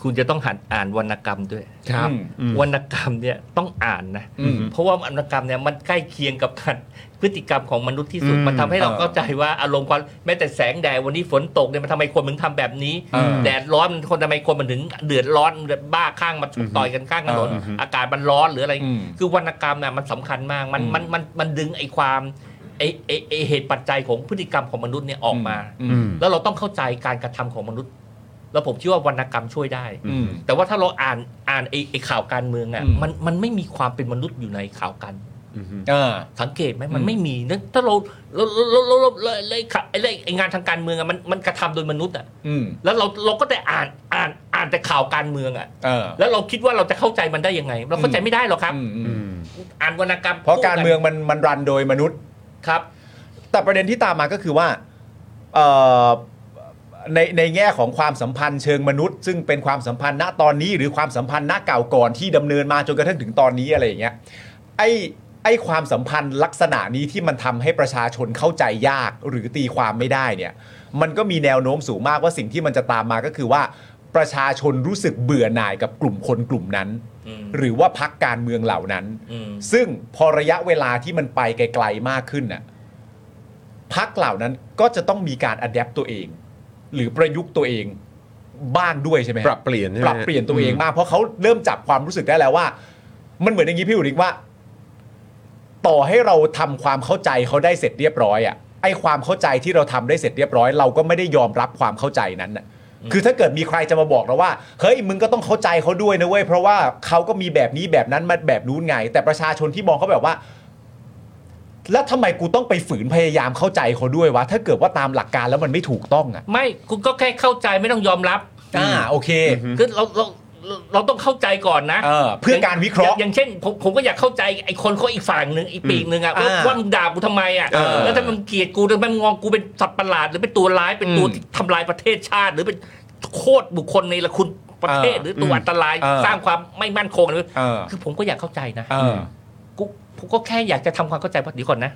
[SPEAKER 5] คุณจะต้องหันอ่านวรรณกรรมด้วย
[SPEAKER 1] ครับ
[SPEAKER 2] อืม
[SPEAKER 5] วรรณกรรมเนี่ยต้องอ่านนะ
[SPEAKER 2] อืม
[SPEAKER 5] เพราะว่าวรรณกรรมเนี่ยมันใกล้เคียงกับ การพฤติกรรมของมนุษย์ที่สุด
[SPEAKER 1] อืม
[SPEAKER 5] มันทำให้เรา
[SPEAKER 2] เออ
[SPEAKER 5] เข้าใจว่าอารมณ์ความแม้แต่แสงแดดวันนี้ฝนตกเนี่ยมันทำไมคนมึงทำแบบนี้
[SPEAKER 2] เออ
[SPEAKER 5] แดดร้อนมันคนทำไมคนมันถึงเดือดร้อนเดือดบ้าข้างมาชกต่อยกันข้างถนน
[SPEAKER 2] เอออือฮึ
[SPEAKER 5] อากาศมันร้อนหรืออะไร
[SPEAKER 2] อืม
[SPEAKER 5] คือวรรณกรรมน่ะมันสำคัญมากมัน
[SPEAKER 2] อืม
[SPEAKER 5] มันมันมันดึงไอ้ความไอ้ไอ้ไอ้เหตุปัจจัยของพฤติกรรมของมนุษย์เนี่ยออกมา
[SPEAKER 2] อืม
[SPEAKER 5] แล้วเราต้องเข้าใจการกระทำของมนุษย์ แล้วผมเชื่อว่าวรรณกรรมช่วยได้
[SPEAKER 2] อืม
[SPEAKER 5] แต่ว่าถ้าเราอ่านอ่านไอ้ไอ้ข่าวการเมืองอ่ะ
[SPEAKER 2] อืม
[SPEAKER 5] มันมันไม่มีความเป็นมนุษย์อยู่ในข่าวการ
[SPEAKER 2] อ่า
[SPEAKER 5] สังเกตไหม
[SPEAKER 2] อื
[SPEAKER 5] มัน
[SPEAKER 2] ม
[SPEAKER 5] ไม่มีนะถ้าเราเราเราเราเราเราเราไอ้ข่าวไอ้เรื่องไอ้งานทางการเมืองอ่ะมันมันกระทำโดยมนุษย์อ่ะ
[SPEAKER 2] อืม
[SPEAKER 5] แล้วเราเราก็แต่อ่านอ่านอ่านแต่ข่าวการเมืองอ่ะ
[SPEAKER 2] เออ
[SPEAKER 5] แล้วเราคิดว่าเราจะเข้าใจมันได้ยังไง เราเข้าใจไม่ได้หรอกครับ
[SPEAKER 2] อืมอืม
[SPEAKER 5] อ่านวรรณกรรม
[SPEAKER 2] เพราะการเมืองมันมันรันโดยมนุษย์
[SPEAKER 5] ครับ
[SPEAKER 2] แต่ประเด็นที่ตามมาก็คือว่าเอ่อในในแง่ของความสัมพันธ์เชิงมนุษย์ ซึ่งเป็นความสัมพันธ์ณตอนนี้ หรือความสัมพันธ์ณเก่าก่อนที่ดำเนินมาจนกระทั่งถึงตอนนี้อะไรอย่างเงี้ยไอ ไอ้ความสัมพันธ์ลักษณะนี้ที่มันทำให้ประชาชนเข้าใจยากหรือตีความไม่ได้เนี่ย มันก็มีแนวโน้มสูงมากว่าสิ่งที่มันจะตามมาก็คือว่า ประชาชนรู้สึกเบื่อหน่ายกับกลุ่มคนกลุ่มนั้น
[SPEAKER 5] อืม
[SPEAKER 2] หรือว่าพักการเมืองเหล่านั้น
[SPEAKER 5] อืม
[SPEAKER 2] ซึ่งพอระยะเวลาที่มันไปไกลๆมากขึ้นน่ะพักเหล่านั้นก็จะต้องมีการอัดแอปตัวเอง หรือประยุกต์ตัวเองบ้างด้วยใช่ไหมฮะ
[SPEAKER 1] ปรับเปลี่ยนใช่ไหม
[SPEAKER 2] ปรับเปลี่ยนตัวเองมากเพราะเขาเริ่มจับความรู้สึกได้แล้วว่า มันเหมือนอย่างนี้พี่อุริกว่า ต่อให้เราทำความเข้าใจเขาได้เสร็จเรียบร้อยอะไอความเข้าใจที่เราทำได้เสร็จเรียบร้อย เราก็ไม่ได้ยอมรับความเข้าใจนั้นน่ะ คือถ้าเกิดมีใครจะมาบอกเราว่าเฮ้ยมึงก็ต้องเข้าใจเขาด้วยนะเว้ยเพราะว่าเขาก็มีแบบนี้แบบนั้นมาแบบนู้นไง แต่ประชาชนที่มองเขาแบบว่า แล้วทำไมกูต้องไปฝืนพยายามเข้าใจเขาด้วยวะถ้าเกิดว่าตามหลักการแล้วมันไม่ถูกต้องอ่ะ
[SPEAKER 5] ไม่คุณก็แค่เข้าใจไม่ต้องยอมรับ
[SPEAKER 2] อ่าโอเค
[SPEAKER 5] คือเราเราเราเราต้องเข้าใจก่อนนะ
[SPEAKER 2] เออเพื่อการวิเคราะห์
[SPEAKER 5] อย่งอย่างเช่นผมผมก็อยากเข้าใจไอ้คนเขาอีกฝั่งหนึ่งอีกปีกหนึ่งอะว่า
[SPEAKER 2] อ่า
[SPEAKER 5] ว่ามึงด่ากูทำไมอะ
[SPEAKER 2] เออ
[SPEAKER 5] แล้วถ้ามันเกลียดกูทำไมมึงมองกูเป็นสัตว์ประหลาดหรือเป็นตัวร้ายเป็นตัว
[SPEAKER 2] อืม
[SPEAKER 5] ที่ทำลายประเทศชาติ หรือเป็นโคตรบุคคลในละคุณประเทศ
[SPEAKER 2] เออ
[SPEAKER 5] หรือตัวอันตราย
[SPEAKER 2] เออ
[SPEAKER 5] สร้างความไม่มั่นคงหรือ
[SPEAKER 2] เออ
[SPEAKER 5] คือผมก็อยากเข้าใจนะ
[SPEAKER 2] เออ
[SPEAKER 5] กูผมก็แค่อยากจะทำความเข้าใจว่าเดี๋ยวก่อนนะ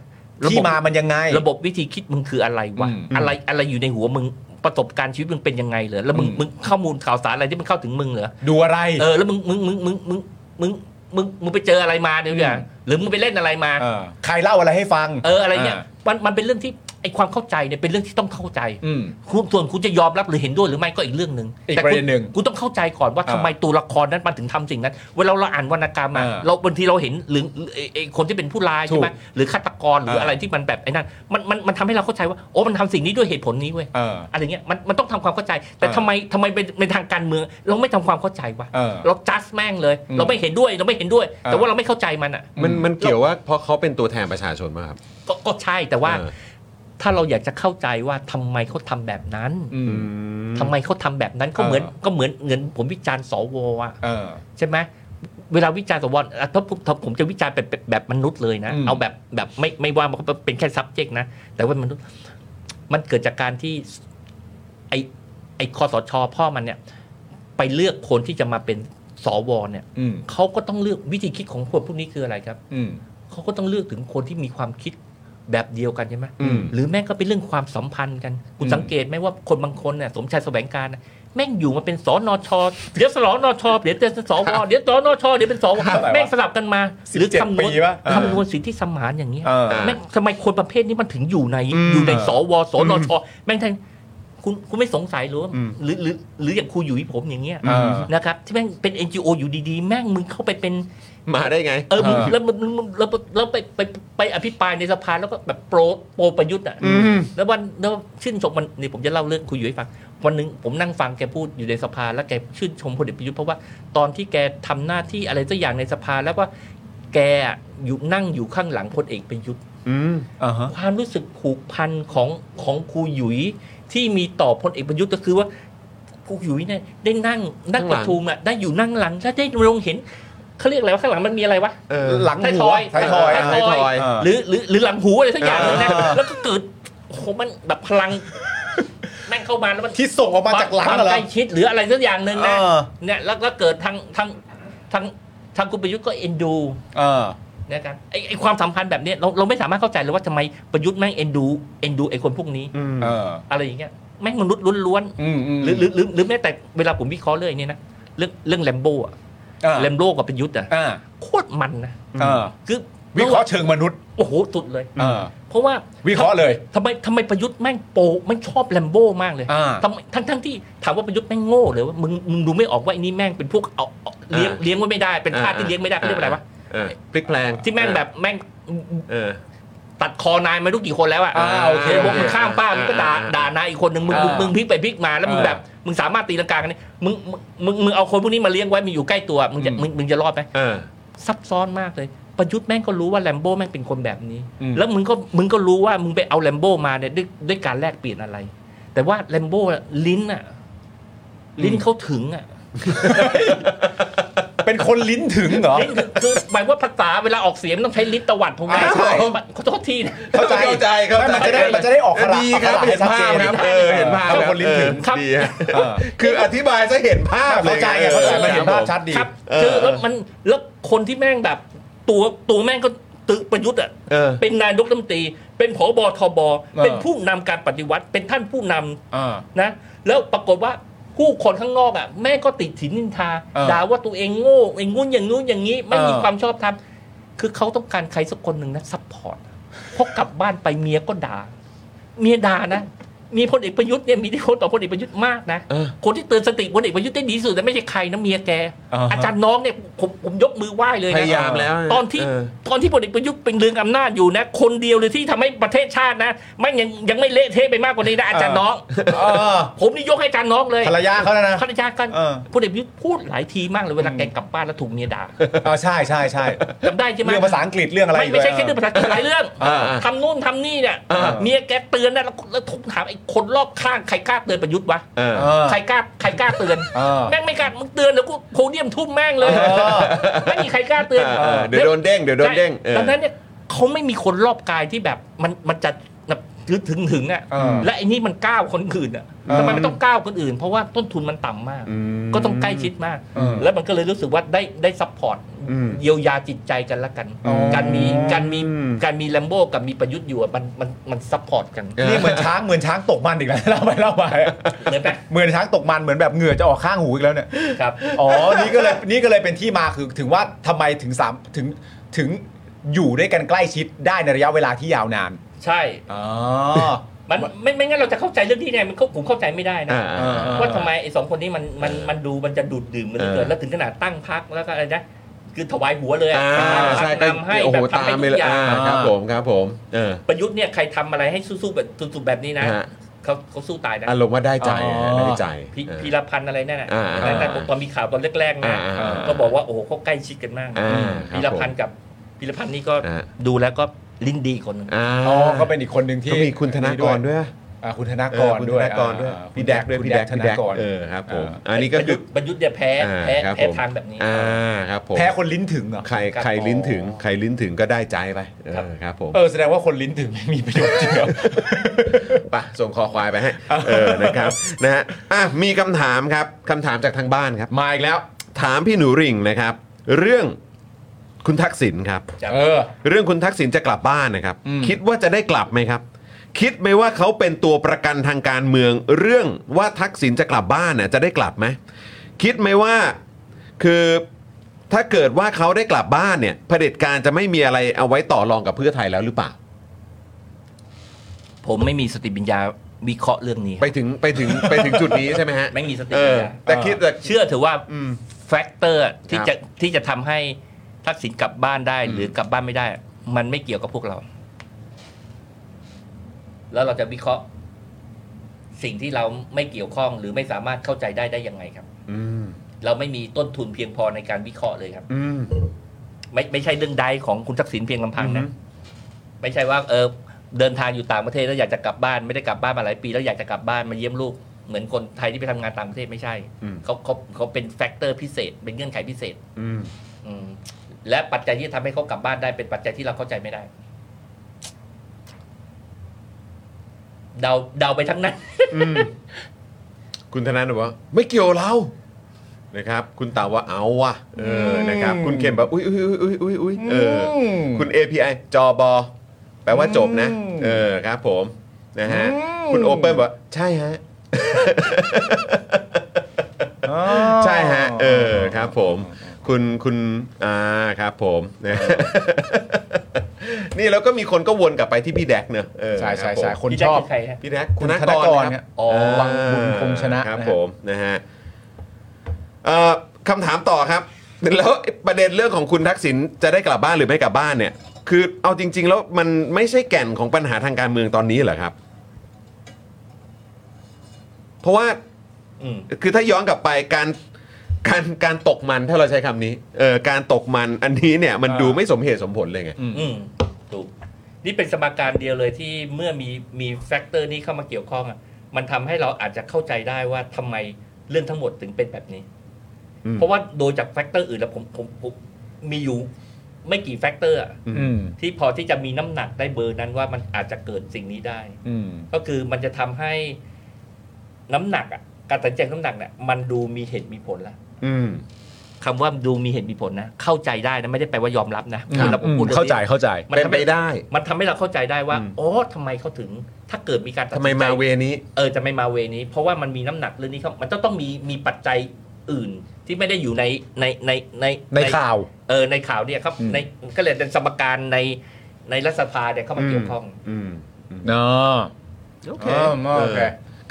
[SPEAKER 5] ระบบ
[SPEAKER 2] ที่มามันยังไง
[SPEAKER 5] ระบบวิธีคิดมึงคืออะไรวะ
[SPEAKER 2] อืม
[SPEAKER 5] อะไรอะไรอยู่ในหัวมึงประสบการณ์ชีวิตมึงเป็นยังไงเหรอแล้วมึง
[SPEAKER 2] อืม
[SPEAKER 5] มึงข้อมูลข่าวสารอะไรที่มันเข้าถึงมึงเหรอ
[SPEAKER 2] ดูอะไร
[SPEAKER 5] เออแล้วมึงมึงมึงมึงมึงมึงมึงมึงไปเจออะไรมาเดี๋ยวเนี่ย
[SPEAKER 2] อืม
[SPEAKER 5] หรือมึงไปเล่นอะไรมา
[SPEAKER 2] เออใครเล่าอะไรให้ฟัง
[SPEAKER 5] เอออะไรเนี่ย
[SPEAKER 2] อ่า
[SPEAKER 5] มันมันเป็นเรื่องที่ไอความเข้าใจเนี่ยเป็นเรื่องที่ต้องเข้าใจ
[SPEAKER 2] อืม
[SPEAKER 5] คุณส่วนคุณจะยอมรับหรือเห็นด้วยหรือไม่ก็อีกเรื่องหนึ่ง
[SPEAKER 2] อีก
[SPEAKER 5] แต่
[SPEAKER 2] ประ
[SPEAKER 5] คุ
[SPEAKER 2] เด็
[SPEAKER 5] ณ
[SPEAKER 2] นหนึ่ง
[SPEAKER 5] คุณต้องเข้าใจก่อนว่าทำไมตัวละครนั้นมันถึงทำสิ่งนั้น เวลาเราอ่านวรรณกรรมอะ
[SPEAKER 2] เออ
[SPEAKER 5] เราบางทีเราเห็นหรือหรือไอ้ไอคนที่เป็นผู้ร้ายใช่ไหม
[SPEAKER 2] ถูก
[SPEAKER 5] หรือฆาตกรหรือ
[SPEAKER 2] เอออ
[SPEAKER 5] อะไรที่มันแบบไอ้นั่นมันมันมันทำให้เราเข้าใจว่าโอ้มันทำสิ่งนี้ด้วยเหตุผลนี้เว้ย
[SPEAKER 2] เออ
[SPEAKER 5] อะไรเงี้ยมันมันต้องทำความเข้าใจ แต่
[SPEAKER 2] เออ
[SPEAKER 5] ทำไมทำไมเป็นเป็นทางการเมืองเราไม่ทำความเข้าใจวะ
[SPEAKER 2] เออ
[SPEAKER 5] เราจัดแม่งเลย
[SPEAKER 2] อืม
[SPEAKER 5] เราไม่เห็นด้วยเราไม่เห็นด้วย แต่
[SPEAKER 2] เออ
[SPEAKER 5] ว่าเราไม่เข้าใจมันอ่ะ
[SPEAKER 1] มันมันเกี่ยวว่าเพราะเขาเป็นตัวแทนประชาชนมากครับ
[SPEAKER 5] ก็ก็ใช่แต่ว่า
[SPEAKER 1] เออ
[SPEAKER 5] ถ้าเราอยากจะเข้าใจว่าทำไมเขาทำแบบนั้น
[SPEAKER 2] อืม
[SPEAKER 1] อืม
[SPEAKER 5] ทำไมเขาทำแบบนั้นก็เหมือน
[SPEAKER 2] เออ
[SPEAKER 5] ก็เหมือนเหมือนผมวิจารณ์สวอะ
[SPEAKER 2] เออ
[SPEAKER 5] ใช่ไหมเวลาวิจารณ์สวอ่ะถ้าผมถ้าผมจะวิจารณ์แบบแบบแบบมนุษย์เลยนะ
[SPEAKER 2] อืม
[SPEAKER 5] เอาแบบแบบไม่ไม่ว่ามันเป็นแค่ subject นะ แต่ว่ามนุษย์มันเกิดจากการที่ ไอไอคอสชพ่อมันเนี่ย ไปเลือกคนที่จะมาเป็นสวเนี่ย
[SPEAKER 2] อืม
[SPEAKER 5] เขาก็ต้องเลือกวิธีคิดของคนพวกนี้คืออะไรครับ
[SPEAKER 2] อืม
[SPEAKER 5] เขาก็ต้องเลือกถึงคนที่มีความคิดแบบเดียวกันใช่ไหม
[SPEAKER 2] อืม
[SPEAKER 5] หรือแม่งก็เป็นเรื่องความสัมพันธ์กัน คุณ
[SPEAKER 2] อืม
[SPEAKER 5] สังเกตไหมว่าคนบางคนเนี่ยสมชายแสวงการน่ะแม่งอยู่มาเป็นสนช เดี๋ยวสนชเดี๋ยวเป็นสวเดี๋ยวสนชเดี๋ยวเป็นสวแม่งสลับกันมาหรื
[SPEAKER 2] เจ็ด
[SPEAKER 5] คำน
[SPEAKER 2] ปี
[SPEAKER 5] วณ
[SPEAKER 2] ป่ะเออ
[SPEAKER 5] คำนวณสิทธิสมานอย่างเงี้ย
[SPEAKER 2] เออ
[SPEAKER 1] อ่า
[SPEAKER 5] แม่งทำไมคนประเภทนี้มันถึงอยู่ใน
[SPEAKER 2] อืม
[SPEAKER 5] อยู่ใน
[SPEAKER 2] เออ
[SPEAKER 5] สวสนชแม่งแทงคุณคุณไม่สงสัยเหรือ
[SPEAKER 2] อืม
[SPEAKER 5] หรือหรือหรืออย่างครูอยู่ที่ผมอย่างเงี้ย
[SPEAKER 2] เออ
[SPEAKER 5] นะครับที่แม่งเป็น NGO อยู่ดีๆ แม่งมึงเข้าไปเป็น
[SPEAKER 1] มาได้ไง
[SPEAKER 5] เออมึง
[SPEAKER 2] เออ
[SPEAKER 5] แล้วมึงมึงแล้วแล้วไปไปไปไปอภิปรายในสภาแล้วก็แบบโปรโปรประยุทธ์อ่ะแล้ววันแล้วชื่นชมมันนี่ผมจะเล่าเรื่องคุยอยู่ให้ฟัง วันหนึ่งผมนั่งฟังแกพูดอยู่ในสภา แล้วแกชื่นชมพลเอกประยุทธ์เพราะว่าตอนที่แกทำหน้าที่อะไรสักอย่างในสภาแล้วว่าแกอยู่นั่งอยู่ข้างหลังพลเอกประยุทธ์
[SPEAKER 1] อืม
[SPEAKER 2] อ่าฮะ
[SPEAKER 5] ความรู้สึกผูกพันของของครูหยุยที่มีต่อพลเอกประยุทธ์ก็คือว่าครูหยุยเนี่ยได้นั่งนั่ง
[SPEAKER 1] ข้างหลั
[SPEAKER 5] ป
[SPEAKER 1] ง
[SPEAKER 5] ระชุมอ่ะได้อยู่นั่งหลังแล้วได้ลงเห็นเขาเรียกอะไรว่าข้างหลังมันมีอะไรวะ
[SPEAKER 1] เออ
[SPEAKER 2] หลัง
[SPEAKER 5] ท้าย
[SPEAKER 2] หั
[SPEAKER 5] ท
[SPEAKER 2] ว
[SPEAKER 5] อย
[SPEAKER 2] ท้ายทอย
[SPEAKER 5] ท้ายท
[SPEAKER 1] ท้า
[SPEAKER 5] อย
[SPEAKER 1] ยทอย
[SPEAKER 2] เ
[SPEAKER 5] หรือหรือหรือหลังหูอะไรสักอย่าง
[SPEAKER 1] เออ
[SPEAKER 5] นะแล้วก็เกิดโอ้โหมันแบบพลังแม่งเข้ามาแล้วมัน
[SPEAKER 2] ที่ส่งออกมาจากหลัง
[SPEAKER 5] ความ
[SPEAKER 2] เหรอ
[SPEAKER 5] ใกล้ชิดหรืออะไรสักอย่างหนึ่งนะ
[SPEAKER 2] เออ
[SPEAKER 5] เนี่ยแล้วแล้วเกิดทางทางทางทางคุณประยุทธ์ก็เอ็นดู
[SPEAKER 2] เออ
[SPEAKER 5] นะครับไอไอความสัมพันธ์แบบเนี้ยเราเราไม่สามารถเข้าใจเลยว่าทำไมประยุทธ์แม่งเอ็นดูเอ็นดูไอคนพวกนี้
[SPEAKER 1] อืม
[SPEAKER 2] เออ
[SPEAKER 5] อะไรอย่างเงี้ยแม่งมนุษย์ล้วน
[SPEAKER 2] อืมอืม
[SPEAKER 5] ๆหรือหรือหรือหรือแม้แต่เวลาผมวิเคราะห์เรื่องไอ้นี้นะเรื่องเรื่องแลมโบ้อะ
[SPEAKER 2] เออ
[SPEAKER 5] แลมโบ้กับประยุทธ์อะ
[SPEAKER 2] เออ
[SPEAKER 5] โคตรมันนะ
[SPEAKER 2] เออ
[SPEAKER 5] คือ
[SPEAKER 2] วิเคราะห์เชิงมนุษย์
[SPEAKER 5] โอ้โหสุดเลย
[SPEAKER 2] เออ
[SPEAKER 5] เพราะว่า
[SPEAKER 2] วิเคราะห์เลย
[SPEAKER 5] ทำไมทำไมประยุทธ์แม่งโปแม่งชอบแลมโบ้มากเลย
[SPEAKER 2] อ่า
[SPEAKER 5] ทำไมทั้งทั้งที่ถามว่าประยุทธ์แม่งโง่เลยว่ามึงมึงดูไม่ออกว่าไอ้นี่แม่งเป็นพวกเอาเอาเลี้ยง
[SPEAKER 1] อ่า
[SPEAKER 5] เลี้ยงไว้ไม่ได้เป็นทาสที่เลี้ยงไม่ได้เขาเรียกว่าอะไรวะ
[SPEAKER 1] เออพลิกแพลง
[SPEAKER 5] ที่แม่งแบบแม่ง
[SPEAKER 1] เออ
[SPEAKER 5] ตัดคอนายมารู้กี่คนแล้วอะ
[SPEAKER 2] อ่าโอเค
[SPEAKER 5] บอกมึงข้ามป้า
[SPEAKER 1] อ่า
[SPEAKER 5] มึงก็ด่า
[SPEAKER 1] อ่า
[SPEAKER 5] ด่านายอีกคนหนึ่งมึงมึง
[SPEAKER 2] อ่ามึ
[SPEAKER 5] มึงพลิกไปพลิกมาแล้วมึง
[SPEAKER 2] อ่า
[SPEAKER 5] แบบมึงสามารถตีลังกากันเนี่ยมึงมึงมึงมึงเอาคนพวกนี้มาเลี้ยงไว้มึงอยู่ใกล้ตัวมึงจะ
[SPEAKER 2] อืม
[SPEAKER 5] มึงมึงจะรอดไหม
[SPEAKER 1] เออ
[SPEAKER 5] ซับซ้อนมากเลย ประยุทธ์แม่งก็รู้ว่าแลมโบ้แม่งเป็นคนแบบนี้
[SPEAKER 2] อืม
[SPEAKER 5] แล้วมึงก็มึงก็รู้ว่ามึงไปเอาแลมโบ้มาเนี่ยด้วยด้วยการแลกเปลี่ยนอะไร แต่ว่าแลมโบ้อะลิ้นอะลิ้นเขาถึงอะ
[SPEAKER 2] เป็นคนลิ้นถึงเหรอ
[SPEAKER 5] ลิ้นถึงคือหมายว่าภาษาเวลาออกเสียงมันต้องใช้ลิ้นตวัดผมไง
[SPEAKER 2] อ่าใช่
[SPEAKER 5] ขอโทษทีนะ
[SPEAKER 2] เข้าใจ
[SPEAKER 1] เข้าใจเข้าใจ
[SPEAKER 2] ไม่มันจะได้มันจะได้ออกขลัก
[SPEAKER 1] ดีครับ
[SPEAKER 2] ออกขลัก
[SPEAKER 1] เห็นภาพครับ
[SPEAKER 2] ให้ชัดจ
[SPEAKER 1] เออเห็นภาพ
[SPEAKER 2] เป็
[SPEAKER 1] รั
[SPEAKER 2] น
[SPEAKER 1] บ
[SPEAKER 2] คนลิ้นถึง
[SPEAKER 1] เออ
[SPEAKER 5] ครับ
[SPEAKER 1] ดีฮะ
[SPEAKER 2] เออ
[SPEAKER 1] คืออธิบายซะเห็นภาพล
[SPEAKER 2] เข้าย ใจไงเข้าใจมันเห็นภาพชัดดี
[SPEAKER 5] ครับ
[SPEAKER 1] เออ
[SPEAKER 5] คือแล้วมันแล้วคนที่แม่งแบบ ตัวตัวแม่งก็ ตึกประยุทธ์อ่ะ
[SPEAKER 1] เออ
[SPEAKER 5] เป็นนายกรัฐมนตรี เป็นผบทบ
[SPEAKER 2] ออ
[SPEAKER 5] เป็นผู้นำการปฏิวัติ เป็นท่านผู้นำ
[SPEAKER 2] อ่า
[SPEAKER 5] นะแล้วปรากฏว่าผู้คนข้างนอกอ่ะแม่ก็ติดถินนินทา
[SPEAKER 2] เออ
[SPEAKER 5] ด่าว่าตัวเองโง่เองงุ้นอย่างนู้นอย่างนี้ไม่มี
[SPEAKER 2] เออ
[SPEAKER 5] ความชอบธรรมคือเขาต้องการใครสักคนหนึ่งนะซัพพอร์ตเพราะกลับบ้านไปเมียก็ด่า เมียด่านะ มีพลเอกประยุทธ์เนี่ยมีอิที่คนต่อพลเอกประยุทธ์มากนะ
[SPEAKER 1] เออ
[SPEAKER 5] คนที่เตือนสติพลเอกประยุทธ์ได้ดีที่สุดแต่ไม่ใช่ใครนะเมียแก
[SPEAKER 2] อ่าฮะ
[SPEAKER 5] อาจารย์น้องเนี่ยผมผมยกมือไหว้เลยนะ
[SPEAKER 1] พยายามแล้ว
[SPEAKER 5] ตอนที่
[SPEAKER 1] เอ
[SPEAKER 5] ตอนที่พลเอกประยุทธ์เป็นเรืองอำนาจอยู่นะ คนเดียวเลยที่ทำให้ประเทศชาตินะไม่ยังยังไม่เละเทะไปมากกว่านี้นะอาจารย์น้อง
[SPEAKER 2] เออ
[SPEAKER 5] ผมนี่ยกให้อาจารย์น้องเลย
[SPEAKER 2] ภรรยาเขาแล้วนะ
[SPEAKER 5] ภรรยากัน
[SPEAKER 2] เออ
[SPEAKER 5] พลเอกประยุทธ์พูดหลายทีมากเลยเวลาแกกลับบ้านแล้วถูกเมียด่า
[SPEAKER 2] อ่าใช่ใช่ใช่
[SPEAKER 5] จำได้ใช่ไหม
[SPEAKER 2] เรื่องภาษาอังกฤษเรื่องอะไร
[SPEAKER 5] ไม่
[SPEAKER 2] อีก
[SPEAKER 5] ไม่ใช่
[SPEAKER 2] ด้ว
[SPEAKER 5] แค่
[SPEAKER 2] ย
[SPEAKER 5] เรื่องภาษาหลายเรื่อง
[SPEAKER 1] อ่าอ่า
[SPEAKER 5] ทำนู่นทำนี่เนี่ย
[SPEAKER 1] อ่า
[SPEAKER 5] เมียแกเตือนนะแล้วแล้วทุกถามไอ้คนรอบข้างใครกล้าเตือนประยุทธ์วะ
[SPEAKER 1] เออ
[SPEAKER 2] เออ
[SPEAKER 5] ใครกล้าใครกล้าเตือน
[SPEAKER 2] เออ
[SPEAKER 5] แม่งไม่กล้ามึงเตือนเดี๋ยวกูโพเดียมทุ่มแม่งเลย
[SPEAKER 2] เออ
[SPEAKER 5] ไม่มีใครกล้าเตือน
[SPEAKER 1] เออเดี๋ยวโดนเด้งเดี๋ยวโดนเด้งเออ
[SPEAKER 5] ใช่ดังนั้นเนี่ยเขาไม่มีคนรอบกายที่แบบมันมันจะแบบถึงถึงถึงอ่ะ
[SPEAKER 2] เออ
[SPEAKER 5] และไอ้นี่มันก้าวคนอื่นอ่ะ
[SPEAKER 2] เออ
[SPEAKER 5] ทำไมมันต้องก้าวคนอื่น เพราะว่าต้นทุนมันต่ำมาก
[SPEAKER 1] อืม
[SPEAKER 5] ก็ต้องใกล้ชิดมาก
[SPEAKER 2] เออ
[SPEAKER 5] แล้วมันก็เลยรู้สึกว่าได้ได้ซัพพอร์ต
[SPEAKER 1] อืม
[SPEAKER 5] เยียวยาจิตใจกันละกัน
[SPEAKER 2] อ๋อ
[SPEAKER 5] การมีการมี
[SPEAKER 1] อืม
[SPEAKER 5] การมีแลมโบ้กับมีประยุทธ์อยู่อะมันมันมันซัพพอร์ตกัน
[SPEAKER 1] เออ
[SPEAKER 2] นี่เหมือนช้างเหมือนช้างตกมันอีกแล้วเล่าไปเล่าไป
[SPEAKER 5] เหมือนไหม
[SPEAKER 2] เหมือนช้างตกมันเหมือนแบบเหงื่อจะออกข้างหูอีกแล้วเนี่ย
[SPEAKER 5] ครับ
[SPEAKER 2] อ๋อ นี่ก็เลย นี่ก็เลยเป็นที่มาคือถึงว่าทำไมถึงสามถึงถึงอยู่ด้วยกันใกล้ชิดได้ในระยะเวลาที่ยาวนาน
[SPEAKER 5] ใช่
[SPEAKER 2] อ๋อ
[SPEAKER 5] มันไม่ไม่งั้นเราจะเข้าใจเรื่องนี้ไงมันเข้าผมเข้าใจไม่ได้นะ
[SPEAKER 1] อ่าอ่าอ่า
[SPEAKER 5] ว่าทำไมไอ้สองคนนี้มันมันมันดูมันจะดูดดื่มกันเหลือเกิ
[SPEAKER 1] เอนอ
[SPEAKER 5] แล้วถึงขนาดตั้งพักแล้วก็อะไรนะคือถวายหัวเลยอะ
[SPEAKER 1] อ่าใช่
[SPEAKER 5] ตั้งพรร
[SPEAKER 1] ก็
[SPEAKER 5] คนำให้
[SPEAKER 1] โอ้
[SPEAKER 5] แบ
[SPEAKER 1] โห
[SPEAKER 5] บทำ
[SPEAKER 1] ตาม
[SPEAKER 5] ให้
[SPEAKER 1] ไป
[SPEAKER 5] ทุ
[SPEAKER 1] เลย
[SPEAKER 5] กอย่าง
[SPEAKER 1] อ่าครับผมครับผมเออ
[SPEAKER 5] ประยุทธ์เนี่ยใครทำอะไรให้สู้ๆแบบสุดๆแบบนี้นะ
[SPEAKER 1] ฮะ
[SPEAKER 5] เขาเขาสู้ตายนะ
[SPEAKER 1] อารมณ์ว่าได้ใจ
[SPEAKER 2] อ๋อ
[SPEAKER 1] ได้ใจ
[SPEAKER 5] พี
[SPEAKER 1] เออ
[SPEAKER 5] พีรพันธ์อะไรนั่นน่ะ
[SPEAKER 1] อ่า
[SPEAKER 5] แต่แต่ผมตอนมีข่าวตอนแรกๆนะ
[SPEAKER 1] อ่าอ่า
[SPEAKER 5] ก็บอกว่าโอ้โหเขาใกล้ชิดกันมาก
[SPEAKER 1] อ่าครับ
[SPEAKER 5] พีรพันธ์กับพีรพันธ์นี่ก็
[SPEAKER 1] อ่า
[SPEAKER 5] ดูแล้วก็ลิ้นดีคนหนึ่ง
[SPEAKER 1] อ่า
[SPEAKER 2] อ๋อ ก็เป็นอีกคนหนึ่งที่
[SPEAKER 1] ก็มีคุณธนากรด้วย
[SPEAKER 2] อ่าคุณธนาก
[SPEAKER 1] เออ
[SPEAKER 2] ร
[SPEAKER 1] คุณธ
[SPEAKER 2] ด้วย
[SPEAKER 1] นากรด้วย
[SPEAKER 2] อ่า
[SPEAKER 1] พี่แดกด้วย
[SPEAKER 2] คุณ
[SPEAKER 1] พี่แดก
[SPEAKER 2] ธ
[SPEAKER 1] พี่
[SPEAKER 2] นา
[SPEAKER 1] แดก
[SPEAKER 2] กร
[SPEAKER 1] เออครับผม
[SPEAKER 2] อ่า
[SPEAKER 1] อันนี้ก็
[SPEAKER 5] ประ
[SPEAKER 1] คื
[SPEAKER 5] ยุ
[SPEAKER 1] อ
[SPEAKER 5] ทธ์ประยุทธ์เนี่ยแพ้
[SPEAKER 1] อ่า
[SPEAKER 5] แพ้
[SPEAKER 1] ครับ
[SPEAKER 5] แพ้
[SPEAKER 1] ผม
[SPEAKER 5] ทางแบบนี้
[SPEAKER 1] อ่าครับผม
[SPEAKER 2] แพ้คนลิ้นถึงเหรอ
[SPEAKER 1] ใคร
[SPEAKER 5] ครับ
[SPEAKER 1] ใครลิ้นถึงใครลิ้นถึงก็ได้ใจไปเออ
[SPEAKER 5] ครับ
[SPEAKER 1] ครับผม
[SPEAKER 2] เออ แสดงว่าคนลิ้นถึงไม่มีประโยชน์จริงเหรอ
[SPEAKER 1] ไปส่งคอควายไปให้ เออนะครับ นะฮะอ่ะมีคำถามครับคำถามจากทางบ้านครับ
[SPEAKER 2] มาอีกแล้ว
[SPEAKER 1] ถามพี่หนูริ่งนะครับ เรื่องคุณทักษิณครับ
[SPEAKER 2] เออ
[SPEAKER 1] เรื่องคุณทักษิณจะกลับบ้านนะครับ
[SPEAKER 2] อืม
[SPEAKER 1] คิดว่าจะได้กลับไหมครับ คิดไหมว่าเขาเป็นตัวประกันทางการเมือง เรื่องว่าทักษิณจะกลับบ้านน่ะจะได้กลับไหมคิดไหมว่าคือถ้าเกิดว่าเขาได้กลับบ้านเนี่ยเผด็จการจะไม่มีอะไรเอาไว้ต่อรองกับเพื่อไทยแล้วหรือเปล่า
[SPEAKER 5] ผมไม่มีสติปัญญาวิเคราะห์เรื่องนี้
[SPEAKER 1] ไปถึงไปถึงไปถึงจุดนี้ใช่ไหมฮะ
[SPEAKER 5] ไม่มีสติ
[SPEAKER 1] เอ
[SPEAKER 5] ปัญ
[SPEAKER 1] อ
[SPEAKER 5] ญา
[SPEAKER 1] แต่คิดแต่
[SPEAKER 5] เชื่อเถือะว่า
[SPEAKER 1] อืม
[SPEAKER 5] แฟกเตอร์ที่
[SPEAKER 1] ครับ
[SPEAKER 5] จะที่จะทำให้ทักษิณกลับบ้านได้
[SPEAKER 1] อืม
[SPEAKER 5] หรือกลับบ้านไม่ได้ มันไม่เกี่ยวกับพวกเรา แล้วเราจะวิเคราะห์ สิ่งที่เราไม่เกี่ยวข้องหรือไม่สามารถเข้าใจได้ได้ยังไงครับ
[SPEAKER 1] อืม
[SPEAKER 5] เราไม่มีต้นทุนเพียงพอในการวิเคราะห์เลยครับ
[SPEAKER 1] อืม
[SPEAKER 5] ไม่ไม่ใช่เรื่องใดของคุณทักษิณเพียงลำพังนะ
[SPEAKER 1] อือฮึ
[SPEAKER 5] ไม่ใช่ว่าเออเดินทางอยู่ต่างประเทศแล้วอยากจะกลับบ้านไม่ได้กลับบ้านมาหลายปีแล้วอยากจะกลับบ้านมาเยี่ยมลูกเหมือนคนไทยที่ไปทำงานต่างประเทศไม่ใช่
[SPEAKER 1] อืม
[SPEAKER 5] เขาเขาเขาเป็นแฟกเตอร์พิเศษ เป็นเงื่อนไขพิเศษ
[SPEAKER 1] อืม
[SPEAKER 5] อืมและปัจจัยที่ทำให้เขากลับบ้านได้เป็นปัจจัยที่เราเข้าใจไม่ได้ เดาเดาไปทั้งนั้น
[SPEAKER 1] อืมคุณธนาบอกว่าไม่เกี่ยวเรานะครับ คุณตาว่าเอาว่ะเออ
[SPEAKER 2] ม
[SPEAKER 1] นะครับ คุณเข็มแบบอุ้ยอุ้ยอุ้ยอุ้ยอุ้ยเอออ
[SPEAKER 2] ม
[SPEAKER 1] คุณ API จอบอแปลว่าจบนะ
[SPEAKER 2] อืม
[SPEAKER 1] เออครับผมนะฮะ
[SPEAKER 2] อืม
[SPEAKER 1] คุณโอเปิลบอกว่าใช่ฮะ
[SPEAKER 2] อ๋อ
[SPEAKER 1] ใช่ฮะ เออครับผม คุณคุณอ่าครับผมนะ นี่แล้วก็มีคนก็วนกลับไปที่พี่แดกเนอะเออ
[SPEAKER 2] ใช่ใช่
[SPEAKER 1] รับผม
[SPEAKER 2] ใช่คนช
[SPEAKER 5] พี่แจ๊ค
[SPEAKER 2] อบ
[SPEAKER 5] คือใครฮะ
[SPEAKER 1] พี่แดก
[SPEAKER 2] คุณ
[SPEAKER 1] ธ
[SPEAKER 2] ธนากร
[SPEAKER 1] ครับ
[SPEAKER 2] เนี่ยอ๋อวังบุญคงชนะ
[SPEAKER 1] ครับ
[SPEAKER 2] นะ
[SPEAKER 1] ผ
[SPEAKER 2] ฮะ
[SPEAKER 1] มนะฮะเอ่อคำถามต่อครับ แล้วประเด็นเรื่องของคุณทักษิณจะได้กลับบ้านหรือไม่กลับบ้านเนี่ย คือเอาจริง ๆ แล้วมันไม่ใช่แก่นของปัญหาทางการเมืองตอนนี้เหรอครับ เพราะว่า
[SPEAKER 5] อืม
[SPEAKER 1] คือถ้าย้อนกลับไปการการการตกมันถ้าเราใช้คำนี้เออการตกมันอันนี้เนี่ยมัน
[SPEAKER 2] อ่า
[SPEAKER 1] ดูไม่สมเหตุสมผลเลยไง
[SPEAKER 5] อืมถูกนี่เป็นสมการเดียวเลยที่เมื่อมีมีแฟกเตอร์นี้เข้ามาเกี่ยวข้องอ่ะมันทำให้เราอาจจะเข้าใจได้ว่าทำไมเรื่องทั้งหมดถึงเป็นแบบนี้
[SPEAKER 1] อืม
[SPEAKER 5] เพราะว่าโดยจากแฟกเตอร์อื่นแล้วผมผมผมมีอยู่ไม่กี่แฟกเตอร์อะ
[SPEAKER 2] อืม
[SPEAKER 5] ที่พอที่จะมีน้ำหนักได้เบอร์นั้นว่ามันอาจจะเกิดสิ่งนี้ได้
[SPEAKER 2] อืม
[SPEAKER 5] ก็คือมันจะทำให้น้ำหนักอ่ะการตัดสินใจน้ำหนักเนี่ยมันดูมีเหตุมีผลละ
[SPEAKER 1] อืม
[SPEAKER 5] คำว่าดูมีเหตุมีผลนะ เข้าใจได้นะไม่ได้แปลว่ายอมรับนะ
[SPEAKER 2] อืม
[SPEAKER 5] เราพูดรื่องนี้
[SPEAKER 2] เข้าใจเข้าใจ
[SPEAKER 5] มัน
[SPEAKER 1] เป็น
[SPEAKER 5] ทำ
[SPEAKER 1] ไป
[SPEAKER 5] ให้
[SPEAKER 1] ได้
[SPEAKER 5] มันทำให้เราเข้าใจได้ว่า
[SPEAKER 1] อืม
[SPEAKER 5] อ๋อทำไมเขาถึง ถ้าเกิดมีการตัด
[SPEAKER 1] ทำ
[SPEAKER 5] สิน
[SPEAKER 1] ไม
[SPEAKER 5] ใจ
[SPEAKER 1] มาเวนี้
[SPEAKER 5] เออจะไม่มาเวนี้ เพราะว่ามันมีน้ำหนักเรื่องนี้เขามันจะต้องมีมีปัจจัยอื่นที่ไม่ได้อยู่ในในในใน
[SPEAKER 2] ในข่าว
[SPEAKER 5] เออในข่าวเนี่ยครับ
[SPEAKER 2] อืม
[SPEAKER 5] ในก็เลยเป็นสมการในในรัฐสภาเนี่ยเข้ามาเกี่ยวข้อง
[SPEAKER 1] อืม
[SPEAKER 2] เนาะ
[SPEAKER 5] โอเค
[SPEAKER 2] โอเค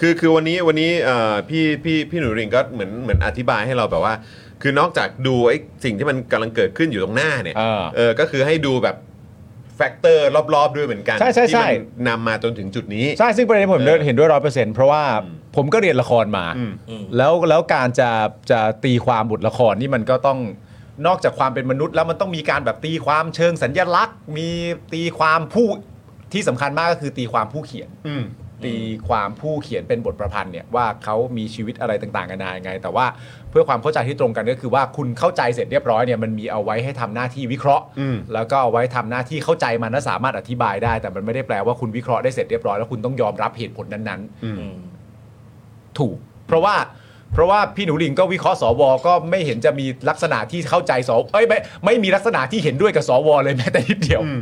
[SPEAKER 1] คือคือวันนี้วันนี้เอ่อพี่พี่พี่หนูริงก็เหมือนเหมือนอธิบายให้เราแบบว่า คือนอกจากดูไอ้สิ่งที่มันกำลังเกิดขึ้นอยู่ตรงหน้าเนี่ย
[SPEAKER 2] เออ
[SPEAKER 1] เออก็คือให้ดูแบบแฟกเตอร์รอบๆด้วยเหมือนกัน
[SPEAKER 2] ใช่ใช่ใช่
[SPEAKER 1] ที่มันนำมาจนถึงจุดนี้
[SPEAKER 2] ใช่ซึ่งประเด็นนผม
[SPEAKER 1] เออ
[SPEAKER 2] เห็นด้วยร้อยเปอร์เซ็นต์เพราะว่า
[SPEAKER 1] อืม
[SPEAKER 2] ผมก็เรียนละครมา
[SPEAKER 1] อืม
[SPEAKER 5] อืม
[SPEAKER 2] แล้วแล้วการจะจะตีความบทละครนี่มันก็ต้องนอกจากความเป็นมนุษย์ แล้วมันต้องมีการแบบตีความเชิงสัญญลักษณ์ มีตีความผู้ที่สำคัญมากก็คือตีความผู้เขียน
[SPEAKER 1] อืม
[SPEAKER 2] ตีความผู้เขียนเป็นบทประพันธ์เนี่ยว่าเขามีชีวิตอะไรต่างๆกันายังไง แต่ว่าเพื่อความเข้าใจที่ตรงกันก็คือว่าคุณเข้าใจเสร็จเรียบร้อยเนี่ยมันมีเอาไว้ให้ทำหน้าที่วิเคราะห์
[SPEAKER 1] อืม
[SPEAKER 2] แล้วก็เอาไว้ทำหน้าที่เข้าใจมันและสามารถอธิบายได้ แต่มันไม่ได้แปลว่าคุณวิเคราะห์ได้เสร็จเรียบร้อยแล้วคุณต้องยอมรับเหตุผลนั้นๆ
[SPEAKER 1] อืม
[SPEAKER 2] ถูก เพราะว่าเพราะว่าพี่หนูหลิงก็วิเคราะห์สวก็ไม่เห็นจะมีลักษณะที่เข้าใจสวเอ้ยไม่ไม่มีลักษณะที่เห็นด้วยกับสวเลยแม้แต่นิดเดียว
[SPEAKER 1] อืม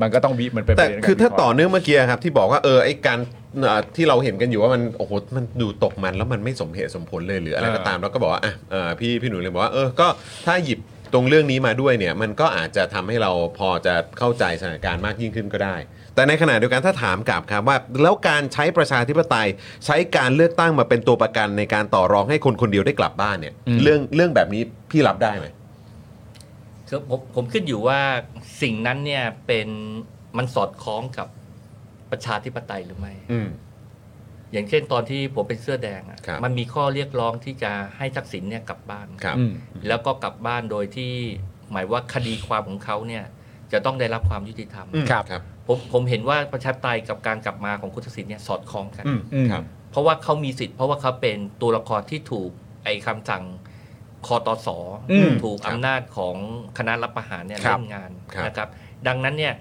[SPEAKER 2] มันก็ต้องวิมันเป็นป
[SPEAKER 1] แต่
[SPEAKER 2] ระเด็นในกร
[SPEAKER 1] คือถ้า
[SPEAKER 2] วิเระห์
[SPEAKER 1] ต่อเนื่องเมื่อกี้ครับที่บอกว่าเออไอ้การเอ่อที่เราเห็นกันอยู่ว่ามันโอ้โหมันดูตกมันแล้วมันไม่สมเหตุสมผลเลยหรืออะไรก็ตามเราก็บอกว่าอ่ะเอ่อพี่พี่หนูเลยบอกว่าเออก็ถ้าหยิบตรงเรื่องนี้มาด้วยเนี่ย มันก็อาจจะทำให้เราพอจะเข้าใจสถานการณ์มากยิ่งขึ้นก็ได้ แต่ในขณะเดียวกันถ้าถามกลับครับว่า แล้วการใช้ประชาธิปไตยใช้การเลือกตั้งมาเป็นตัวประกันในการต่อรองให้คนคนเดียวได้กลับบ้านเนี่ย เรื่องเรื่องแบบนี้พี่รับได้ไหม
[SPEAKER 5] คือผมผมขึ้นอยู่ว่าสิ่งนั้นเนี่ยเป็นมันสอดคล้องกับประชาธิปไตยหรือไม่
[SPEAKER 1] อืม
[SPEAKER 5] อย่างเช่นตอนที่ผมเป็นเสื้อแดงอะ
[SPEAKER 1] ครับ
[SPEAKER 5] มันมีข้อเรียกร้องที่จะให้ทักษิณเนี่ยกลับบ้าน
[SPEAKER 1] ครับ
[SPEAKER 2] อืม
[SPEAKER 5] แล้วก็กลับบ้านโดยที่หมายว่าคดีความของเขาเนี่ยจะต้องได้รับความยุติธรรม
[SPEAKER 1] อืม
[SPEAKER 2] ครับ
[SPEAKER 1] ครับ
[SPEAKER 5] ผมผมเห็นว่าประชาธิปไตยกับการกลับมาของคุณทักษิณเนี่ยสอดคล้องกัน
[SPEAKER 1] อืม
[SPEAKER 2] อืม
[SPEAKER 1] ครับ
[SPEAKER 5] เพราะว่าเขามีสิทธิ์เพราะว่าเขาเป็นตัวละครที่ถูกไอ้คำสั่งคอตส
[SPEAKER 1] อืม
[SPEAKER 5] ถูกอำนาจของคณะรับประหารเนี่ย
[SPEAKER 1] ครับ
[SPEAKER 5] เล่นงาน
[SPEAKER 1] ครับ
[SPEAKER 5] นะครับ ดังนั้นเนี่ย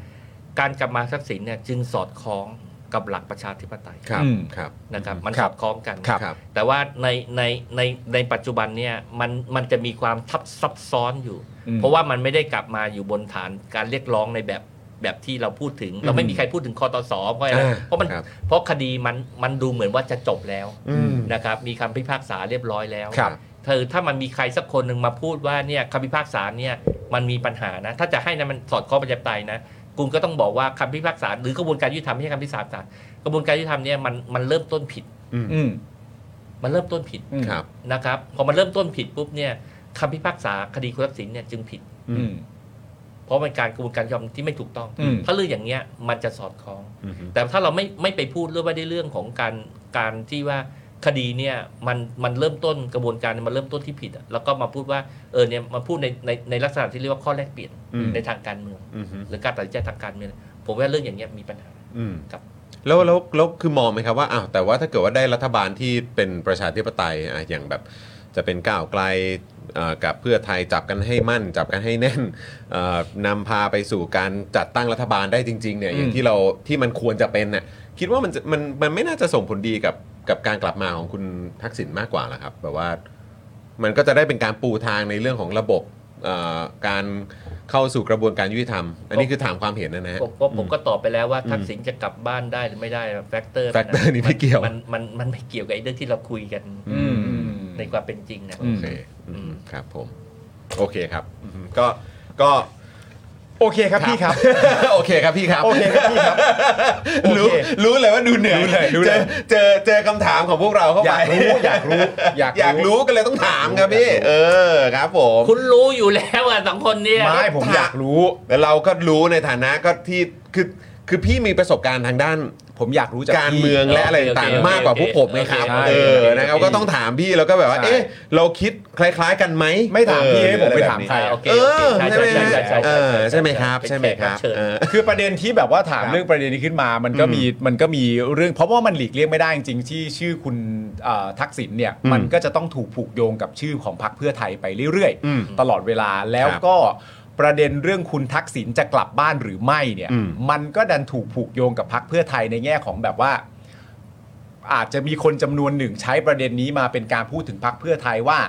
[SPEAKER 5] การกลับมาทักษิณเนี่ยจึงสอดคล้องกับหลักประชาธิปไตย
[SPEAKER 1] ครับครับ
[SPEAKER 5] นะครับมัน
[SPEAKER 2] ค
[SPEAKER 5] ส
[SPEAKER 2] รั
[SPEAKER 5] อบ ดคล้องกัน
[SPEAKER 2] ครับ
[SPEAKER 5] แต่ว่าในในในในปัจจุบันเนี่ยมันมันจะมีความทับซับซ้อนอยู่
[SPEAKER 2] อืม
[SPEAKER 5] เพราะว่ามันไม่ได้กลับมาอยู่บนฐานการเรียกร้องในแบบแบบที่เราพูดถึง เราไม่มีใครพูดถึงคอตสเพราะอะไร
[SPEAKER 1] อ่า
[SPEAKER 5] เพราะมัน
[SPEAKER 1] ครับ
[SPEAKER 5] เพราะคดีมันมันดูเหมือนว่าจะจบแล้ว
[SPEAKER 1] อืม
[SPEAKER 5] นะครับมีคำพิพากษาเรียบร้อยแล้ว
[SPEAKER 2] ครับ
[SPEAKER 5] เธอถ้ามันมีใครสักคนหนึ่งมาพูดว่าเนี่ยคำพิพากษาเนี่ยมันมีปัญหานะ ถ้าจะให้นะมันสอดคล้องประชาธิปไตยนะคุณก็ต้องบอกว่าคำพิพากษาหรือกระบวนการยุติธรรมไม่ใช่คำพิพากษากระบวนการยุติธรรมเนี่ยมันมันเริ่มต้นผิด
[SPEAKER 2] อืม
[SPEAKER 5] มันเริ่มต้นผิด
[SPEAKER 2] อืม
[SPEAKER 1] ครับ
[SPEAKER 5] นะครับพอมันเริ่มต้นผิดปุ๊บเนี่ยคำพิพากษาคดีคุณทักษิณเนี่ยจึงผิด
[SPEAKER 2] อืม
[SPEAKER 5] เพราะเป็นการกระบวนการยอมที่ไม่ถูกต้อง
[SPEAKER 2] อืม
[SPEAKER 5] ถ้าเรื่องอย่างเงี้ยมันจะสอดคล้อง แต่ถ้าเราไม่ไม่ไปพูดเรื่องว่าในเรื่องของการการที่ว่าคดีเนี่ยมันมันเริ่มต้นกระบวนการมันเริ่มต้นที่ผิดอะแล้วก็มาพูดว่าเออเนี่ยมาพูดในในในลักษณะที่เรียกว่าข้อแลกเปลี่ยน
[SPEAKER 1] อืม
[SPEAKER 5] ในทางการเมือง
[SPEAKER 1] อืม
[SPEAKER 5] หรือการตัดสินใจทางการเมืองผมว่าเรื่องอย่างเงี้ยมีปัญหา
[SPEAKER 1] อืม
[SPEAKER 5] ครับ
[SPEAKER 1] แล้วแล้วแล้วคือมองไหมครับว่าอ้าวแต่ว่าถ้าเกิดว่าได้รัฐบาลที่เป็นประชาธิปไตยอ่ะอย่างแบบจะเป็นก้าวไกลเอ่อกับเพื่อไทยจับกันให้มั่น จับกันให้แน่นเอ่อนำพาไปสู่การจัดตั้งรัฐบาลได้จริงๆเนี่ยอย่าง
[SPEAKER 2] อืม
[SPEAKER 1] ที่เราที่มันควรจะเป็นน่ะคิดว่ามันจะมันมันไม่น่าจะส่งผลดีกับกับการกลับมาของคุณทักษิณมากกว่าเหรอครับแบบว่า มันก็จะได้เป็นการปูทางในเรื่องของระบบเอ่อการเข้าสู่กระบวนการยุติธรรม อันนี้คือถามความเห็นนะนะฮะ
[SPEAKER 5] ผมผมผมก็ตอบไปแล้วว่าทักษิณจะกลับบ้านได้หรือไม่ได้แฟกเตอร์
[SPEAKER 1] factor นี่ไม่เกี่ยว
[SPEAKER 5] มันมันมันไม่เกี่ยวกับไอ้เรื่องที่เราคุยกัน
[SPEAKER 2] อืมอืม
[SPEAKER 5] ในความเป็นจริงนะ
[SPEAKER 2] อืม
[SPEAKER 1] โอเค
[SPEAKER 5] อืม
[SPEAKER 1] ครับผม โอเคครับอืมก็ก็
[SPEAKER 2] โอเคครับพี่ครับ
[SPEAKER 1] โอเคครับพี่ครับ
[SPEAKER 2] โอเคครับพี่ครับ โอเค
[SPEAKER 1] รู้รู้เลยว่าดูเหนื่อย
[SPEAKER 2] รู้เลยรู้เลย
[SPEAKER 1] เจอเจอเจอคำถามของพวกเราเข้า
[SPEAKER 2] อ
[SPEAKER 1] ไป
[SPEAKER 2] ยากรู้อยากรู้
[SPEAKER 1] อยากรู้กันเลยต้องถามครับพี่
[SPEAKER 2] อยากรู้
[SPEAKER 1] เออครับผม
[SPEAKER 5] คุณรู้อยู่แล้วอ่ะสองคนเนี่ย
[SPEAKER 2] ไม่ผมอยากรู้
[SPEAKER 1] แล้วเราก็รู้ในฐานะก็ที่คือคือพี่มีประสบการณ์ทางด้าน
[SPEAKER 2] ผมอยากรู้จาก
[SPEAKER 1] การ
[SPEAKER 2] พี่
[SPEAKER 1] เมืองและอะไรต่างๆมากกว่าพวกผมไงครับ
[SPEAKER 2] ใช่
[SPEAKER 1] เออนะครับก็ต้องถามพี่แล้วก็แบบว่า
[SPEAKER 2] ใช่
[SPEAKER 1] เอ๊ะเราคิดคล้าย ๆ กันไหม
[SPEAKER 2] ไม่ถามพี่ให้ผมไป
[SPEAKER 1] เออ
[SPEAKER 2] ถาม
[SPEAKER 1] อะรแบบนี้เออ
[SPEAKER 2] ใครอะ
[SPEAKER 5] โอเคโอเค
[SPEAKER 1] ใช่ไหม
[SPEAKER 5] ใช่
[SPEAKER 1] ฮะ
[SPEAKER 5] ใช่ใช่
[SPEAKER 1] เออใช่ไหมครับ
[SPEAKER 5] เป็น
[SPEAKER 1] ใช่ไหมครับ
[SPEAKER 5] แขกเชิญ
[SPEAKER 1] เออ
[SPEAKER 2] คือประเด็นที่แบบว่าถาม
[SPEAKER 1] ครับ
[SPEAKER 2] เรื่องประเด็นนี้ขึ้นมามันก็มีมันก็มีเรื่องเพราะว่ามันหลีกเลี่ยงไม่ได้จริงๆที่ชื่อคุณเอ่อทักษิณเนี่ย
[SPEAKER 1] อืม
[SPEAKER 2] มันก็จะต้องถูกผูกโยงกับชื่อของพรรคเพื่อไทยไปเรื่อย
[SPEAKER 1] อืม
[SPEAKER 2] ตลอดเวลาแล้ว
[SPEAKER 1] ครับ
[SPEAKER 2] ก็ประเด็นเรื่องคุณทักษิณจะกลับบ้านหรือไม่เนี่ย
[SPEAKER 1] อืม
[SPEAKER 2] มันก็ดันถูกผูกโยงกับพรรคเพื่อไทยในแง่ของแบบว่า อาจจะมีคนจำนวนหนึ่งใช้ประเด็นนี้มาเป็นการพูดถึงพรรคเพื่อไทยว่า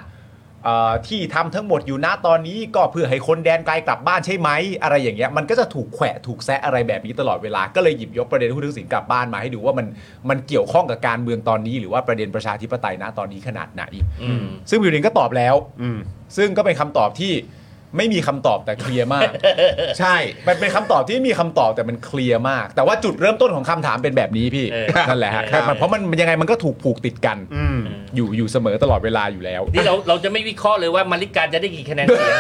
[SPEAKER 2] เอ่อที่ทำทั้งหมดอยู่ณตอนนี้ก็เพื่อให้คนแดนไกลกลับบ้านใช่ไหม อะไรอย่างเงี้ยมันก็จะถูกแขวะถูกแซะอะไรแบบนี้ตลอดเวลาก็เลยหยิบยกประเด็นผู้ทุกสินกลับบ้านมาให้ดูว่ามันมันเกี่ยวข้องกับการเมืองตอนนี้ หรือว่าประเด็นประชาธิปไตยณตอนนี้ขนาดไหน
[SPEAKER 5] อืม
[SPEAKER 2] ซึ่งบิวดินก็ตอบแล้ว
[SPEAKER 1] อืม
[SPEAKER 2] ซึ่งก็เป็นคำตอบที่ไม่มีคำตอบแต่เคลียร์มาก
[SPEAKER 1] ใช่
[SPEAKER 2] มันเป็นคำตอบที่ไม่มีคำตอบแต่มันเคลียร์มาก แต่ว่าจุดเริ่มต้นของคำถามเป็นแบบนี้พี่
[SPEAKER 5] เออ
[SPEAKER 2] นั่นแหละฮะ
[SPEAKER 5] ครับ
[SPEAKER 2] มันเพราะมันมันยังไงมันก็ถูกผูกติดกัน
[SPEAKER 1] อืม
[SPEAKER 2] อยู่อยู่เสมอตลอดเวลาอยู่แล้ว
[SPEAKER 5] นี่เราเราจะไม่วิเคราะห์เลยว่ามาริการจะได้กี่คะแนนเสียง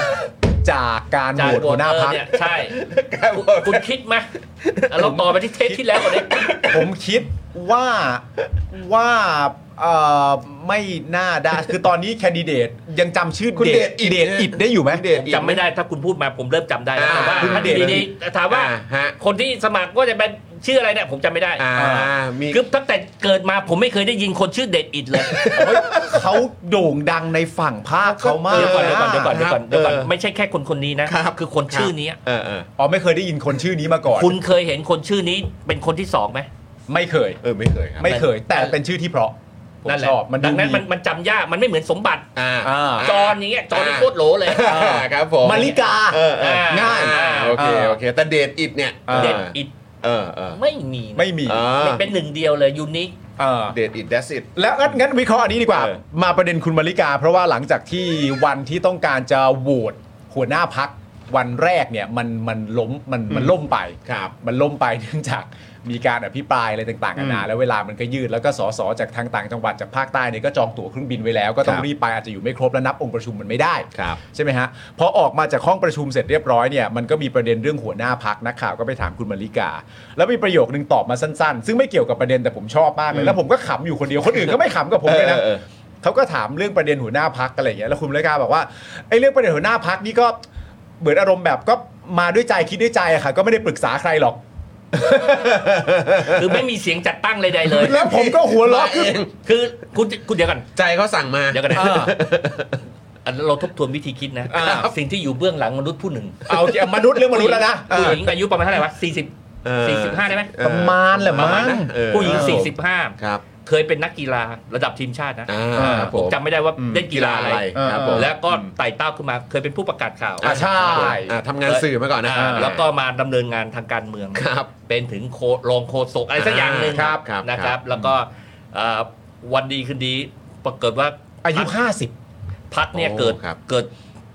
[SPEAKER 2] จากการ
[SPEAKER 5] จา
[SPEAKER 2] โห
[SPEAKER 5] ก
[SPEAKER 2] วต
[SPEAKER 5] โหว
[SPEAKER 2] หั
[SPEAKER 5] ต
[SPEAKER 2] วหน้า
[SPEAKER 5] เออ
[SPEAKER 2] พัก
[SPEAKER 5] เนี่ยใช่คุณคุณคิดไหมเอาเราต่อไปที่เทปที่แล้วก่อนเลย
[SPEAKER 2] ผมคิดว่าว่าเอ่อไม่น่าได้ คือตอนนี้แคนดิเดตยังจำชื่อ
[SPEAKER 1] คุณเดชอิ
[SPEAKER 2] เด
[SPEAKER 1] ฐ
[SPEAKER 2] ชอิดได้อยู่ไหม
[SPEAKER 1] คุณเดช
[SPEAKER 5] จำไม่ได้ถ้าคุณพูดมาผมเริ่มจำได้แล้ว
[SPEAKER 1] อ่า
[SPEAKER 5] ว่า
[SPEAKER 1] คุณ
[SPEAKER 5] ท่าน
[SPEAKER 1] เดช
[SPEAKER 5] ดีๆถามว่า
[SPEAKER 1] อ่าฮะ
[SPEAKER 5] คนที่สมัครว่าจะเป็นชื่ออะไรเนี่ยผมจำไม่ได้
[SPEAKER 1] อ่ามี
[SPEAKER 5] คือตั้งแต่เกิดมาผมไม่เคยได้ยินคนชื่อเดดอิดเลย
[SPEAKER 2] เฮ้ยเขาโด่งดังในฝั่งภาคเขามาก
[SPEAKER 5] เดี๋ยวก่อนเดี๋ยวก่อนเดี๋ยวก่อนเดี๋ยวก่อนเดี๋ยวก่อน
[SPEAKER 1] เออ
[SPEAKER 5] ไม่ใช่แค่คนคนนี้นะ
[SPEAKER 1] รับ
[SPEAKER 5] คือคนชื่อนี้
[SPEAKER 1] เออเออ
[SPEAKER 2] อ๋อไม่เคยได้ยินคนชื่อนี้มาก่อน
[SPEAKER 5] คุณเคยเห็นคนชื่อนี้เป็นคนที่สองไหม
[SPEAKER 2] ไม่เคย
[SPEAKER 1] เออไม่เคยครับ
[SPEAKER 2] ไม่เคย แต่เป็นชื่อที่เพราะผม
[SPEAKER 5] นั่น
[SPEAKER 2] ช
[SPEAKER 5] แหละ
[SPEAKER 2] อบมัน
[SPEAKER 5] ดังนั้น
[SPEAKER 2] ดี
[SPEAKER 5] มันมันจำยากมันไม่เหมือนสมบัติ
[SPEAKER 1] อ่า
[SPEAKER 2] อ่า
[SPEAKER 5] จอนอย่างเงี้ยจอนนี่โคตรโหลเลย
[SPEAKER 1] อ่าครับผม
[SPEAKER 2] มาริกา
[SPEAKER 1] เออเออง่าย
[SPEAKER 5] อ่า
[SPEAKER 1] โอเคโอเคแต่เดทอิดเนี่ย
[SPEAKER 2] อ่า
[SPEAKER 5] เดดอิด
[SPEAKER 1] เออเออ
[SPEAKER 5] ไม่มีนะ
[SPEAKER 2] ไม่มี
[SPEAKER 1] อ่า
[SPEAKER 5] เป็นหนึ่งเดียวเลยยูนิค
[SPEAKER 2] เออ
[SPEAKER 1] เดทอิด that's it
[SPEAKER 2] แล้วงั้นงั้นวิเคราะห์อันนี้ดีกว่า
[SPEAKER 1] เออ
[SPEAKER 2] มาประเด็นคุณมาริกา เพราะว่าหลังจากที่วันที่ต้องการจะโหวตหัวหน้าพักวันแรกเนี่ยมันมันล้มมันมันล่มไป
[SPEAKER 1] ครับ
[SPEAKER 2] มันล่มไป เนื่องจากมีการอภิปรายอะไรต่างๆกันานาแล้วเวลามันก็ยืดแล้วก็สสจากทางต่างจังหวัดจากภาคใต้เนี่ยก็จองตั๋วเครื่องบินไว้แล้ว ก็ต้
[SPEAKER 1] ค
[SPEAKER 2] อง
[SPEAKER 1] รับ
[SPEAKER 2] รีบไปอาจจะอยู่ไม่ครบแล้วนับองค์ประชุมมันไม่ได้
[SPEAKER 1] ครับ
[SPEAKER 2] ใช่ไหมฮะพอออกมาจากห้องประชุมเสร็จเรียบร้อยเนี่ยมันก็มีประเด็นเรื่องหัวหน้าพักนักข่าวก็ไปถามคุณมาริกา แล้วมีประโยคนึงตอบมาสั้นๆ ซึ่งไม่เกี่ยวกับประเด็นแต่ผมชอบมากเล
[SPEAKER 1] อื
[SPEAKER 2] ย
[SPEAKER 1] ม
[SPEAKER 2] แล้วผมก็ขำอยู่คนเดียวคนอื่นก็ไม่ขำกับผมเลยนะ
[SPEAKER 1] ออออ
[SPEAKER 2] เขาก็ถามเรื่องประเด็นหัวหน้าพักอะไรอย่างเงี้ยแล้วคุณเลกาบอกว่าไอ้เรื่องประเด็นหัวหน้าพักนี่ก็เหมือนอารมณ์แบบก็มาด้วยใจคิดด้วยใจอะค่ะ ก็ไม่ได้ปรึกษาใครหรอก
[SPEAKER 5] คือไม่มีเสียงจัดตั้งใดๆเลย
[SPEAKER 2] แล้วผมก็หัวเราะคือ
[SPEAKER 5] คือคุณคุณเดี๋ยวก่อน
[SPEAKER 1] ใจเขาสั่งมา
[SPEAKER 5] เดี๋ยวก่อนนะ
[SPEAKER 2] อ่า
[SPEAKER 5] อันเราทบทวนวิธีคิดนะ
[SPEAKER 2] อ่า
[SPEAKER 5] สิ่งที่อยู่เบื้องหลังมนุษย์ผู้หนึ่ง
[SPEAKER 2] เอามนุษย์เรื่องมนุษย์แล้วนะ
[SPEAKER 5] ผู้หญิงอายุประมาณเท่าไหร่วะสี่สิบ
[SPEAKER 1] เออ
[SPEAKER 5] สี่สิบห้าได้ไหม
[SPEAKER 1] เออ
[SPEAKER 2] ประมาณแหละ
[SPEAKER 5] ประมา
[SPEAKER 2] มั้
[SPEAKER 5] ณ
[SPEAKER 2] ง
[SPEAKER 5] นั้น
[SPEAKER 1] เออ
[SPEAKER 5] ผู้หญิงสี่สิบห้า
[SPEAKER 1] ครับ
[SPEAKER 5] เคยเป็นนักกีฬาระดับทีมชาตินะ
[SPEAKER 1] อ่าครับ
[SPEAKER 5] ผมจำไม่ได้ว่าเล่นกีฬาอะไร
[SPEAKER 1] ครับผม
[SPEAKER 5] แล้วก็ไต่เต้าขึ้นมาเคยเป็นผู้ประกาศข่าว
[SPEAKER 2] อ่ะใช่
[SPEAKER 1] อ่าทำงานสื่อมาก่อนนะ
[SPEAKER 5] อ่าแล้วก็มาดำเนินงานทางการเมือง
[SPEAKER 1] ครับ
[SPEAKER 5] เป็นถึงโครองโคศกอะไรสักอย่างหนึ่ง
[SPEAKER 1] ครับครับ
[SPEAKER 5] นะ
[SPEAKER 1] ค
[SPEAKER 5] ค
[SPEAKER 1] รั
[SPEAKER 5] รับ บ แล้วก็เอ่อวันดีคืนดีปรากฏว่า
[SPEAKER 2] อายุ
[SPEAKER 5] พัก
[SPEAKER 2] 50
[SPEAKER 5] พักเนี่ย
[SPEAKER 1] โอ้
[SPEAKER 5] เกิด
[SPEAKER 1] ครับ
[SPEAKER 5] เกิด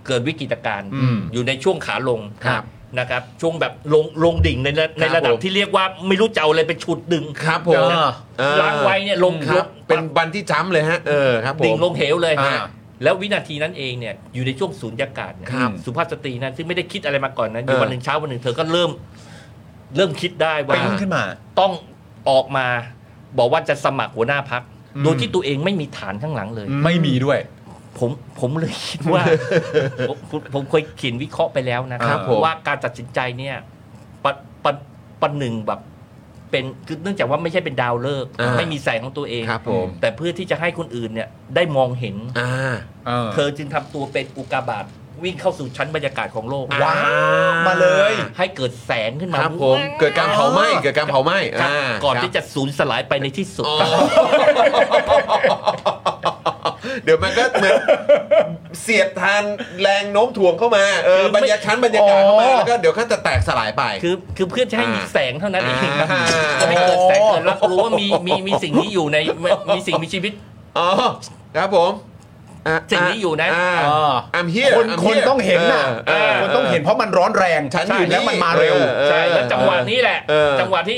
[SPEAKER 5] เกิดวิกฤตการณ์
[SPEAKER 2] อืม
[SPEAKER 5] อยู่ในช่วงขาลง
[SPEAKER 1] ครับ
[SPEAKER 5] นะครับ ช่วงแบบลงลงดิ่งในระในระดั
[SPEAKER 1] ผ
[SPEAKER 5] บ
[SPEAKER 1] ม
[SPEAKER 5] ที่เรียกว่าไม่รู้จะเอาอะไรไปฉุดดึง
[SPEAKER 1] ครับผม
[SPEAKER 5] เออล้างไว้เนี่ยลง
[SPEAKER 1] ครับ
[SPEAKER 5] ลง
[SPEAKER 1] เป็นบันที่จ้ำเลยฮะ เออครับผม
[SPEAKER 5] ดิ่งลงเหวเลย
[SPEAKER 1] อ่า
[SPEAKER 5] แล้ววินาทีนั้นเองเนี่ยอยู่ในช่วงสูญญากาศเนี่ย
[SPEAKER 1] ครับ
[SPEAKER 5] สุภาพสตรีนั้นซึ่งไม่ได้คิดอะไรมาก่อนนะอ
[SPEAKER 1] เอยู่ อ
[SPEAKER 5] วันหนึ่งเช้าวันหนึ่งเธอก็เริ่ม เริ่มคิดได้
[SPEAKER 2] ไป
[SPEAKER 5] ว่า
[SPEAKER 2] รุ่นขึ้นมา
[SPEAKER 5] ต้องออกมาบอกว่าจะสมัครหัวหน้าพัก
[SPEAKER 2] อืม
[SPEAKER 5] โดยที่ตัวเองไม่มีฐานข้างหลังเลย
[SPEAKER 2] ไม่มีด้วย
[SPEAKER 5] ผมผมเลยคิดว่า ผมผมผมเคยเขียนวิเคราะห์ไปแล้วนะค
[SPEAKER 1] ครั
[SPEAKER 5] รั
[SPEAKER 1] บบ ผม
[SPEAKER 5] ว่าการตัดสินใจเนี่ยปะปะปะหนึ่งแบบ เป็นคือเนื่องจากว่าไม่ใช่เป็นดาวเลิกษ์
[SPEAKER 1] อ่า
[SPEAKER 5] ไม่มีแสงของตัวเอง
[SPEAKER 1] ครับผม
[SPEAKER 5] แต่เพื่อที่จะให้คนอื่นเนี่ย ได้มองเห็น
[SPEAKER 1] อ่า
[SPEAKER 5] เธอจึงทำตัวเป็นอุกกาบาตวิ่งเข้าสู่ชั้นบรรยากาศของโลก
[SPEAKER 2] ว้าว มาเลย
[SPEAKER 5] ให้เกิดแสงขึ้นมา
[SPEAKER 1] ครับผมเกิดการเผาไหม้เกิดการเผาไหม้
[SPEAKER 5] ครับ
[SPEAKER 1] า
[SPEAKER 5] ก่อน
[SPEAKER 1] ครับ
[SPEAKER 5] ที่จะสูญสลายไปในที่สุด
[SPEAKER 1] อ๋อเดี๋ยวมันก็เหมือนเสียดทานแรงโน้มถ่วงเข้ามาเออ
[SPEAKER 5] คือบ ไม่
[SPEAKER 1] รรยากาศชั้นบรรยากาศเข้ามา
[SPEAKER 2] อ๋อ
[SPEAKER 1] แล้วก็เดี๋ยวก็จะแตกสลายไป
[SPEAKER 5] คือคือเพื่อจะให้มีแสงเท่านั้นเองครับ
[SPEAKER 1] อ่า
[SPEAKER 5] จะให้เกิดแสงเกิดรับรู้ว่ามีมีมีสิ่งนี้อยู่ในมีสิ่งมีชีวิต
[SPEAKER 1] อ๋อครับผมอ่ะ
[SPEAKER 5] สิ่งนี้อยู่นะ
[SPEAKER 1] า
[SPEAKER 2] อ่า
[SPEAKER 1] I'm here
[SPEAKER 2] คน
[SPEAKER 1] I'm
[SPEAKER 2] คน
[SPEAKER 1] here
[SPEAKER 2] ต้องเห็นน่ะ
[SPEAKER 1] เออ
[SPEAKER 2] คนต้องเห็นเพราะมันร้อนแรง
[SPEAKER 1] ฉันอยู่นี่
[SPEAKER 2] แล้วมันมาเร็ว
[SPEAKER 1] เออ
[SPEAKER 5] ใช่แล้วจังหวะนี้แหละ
[SPEAKER 1] เออ
[SPEAKER 5] จังหวะที่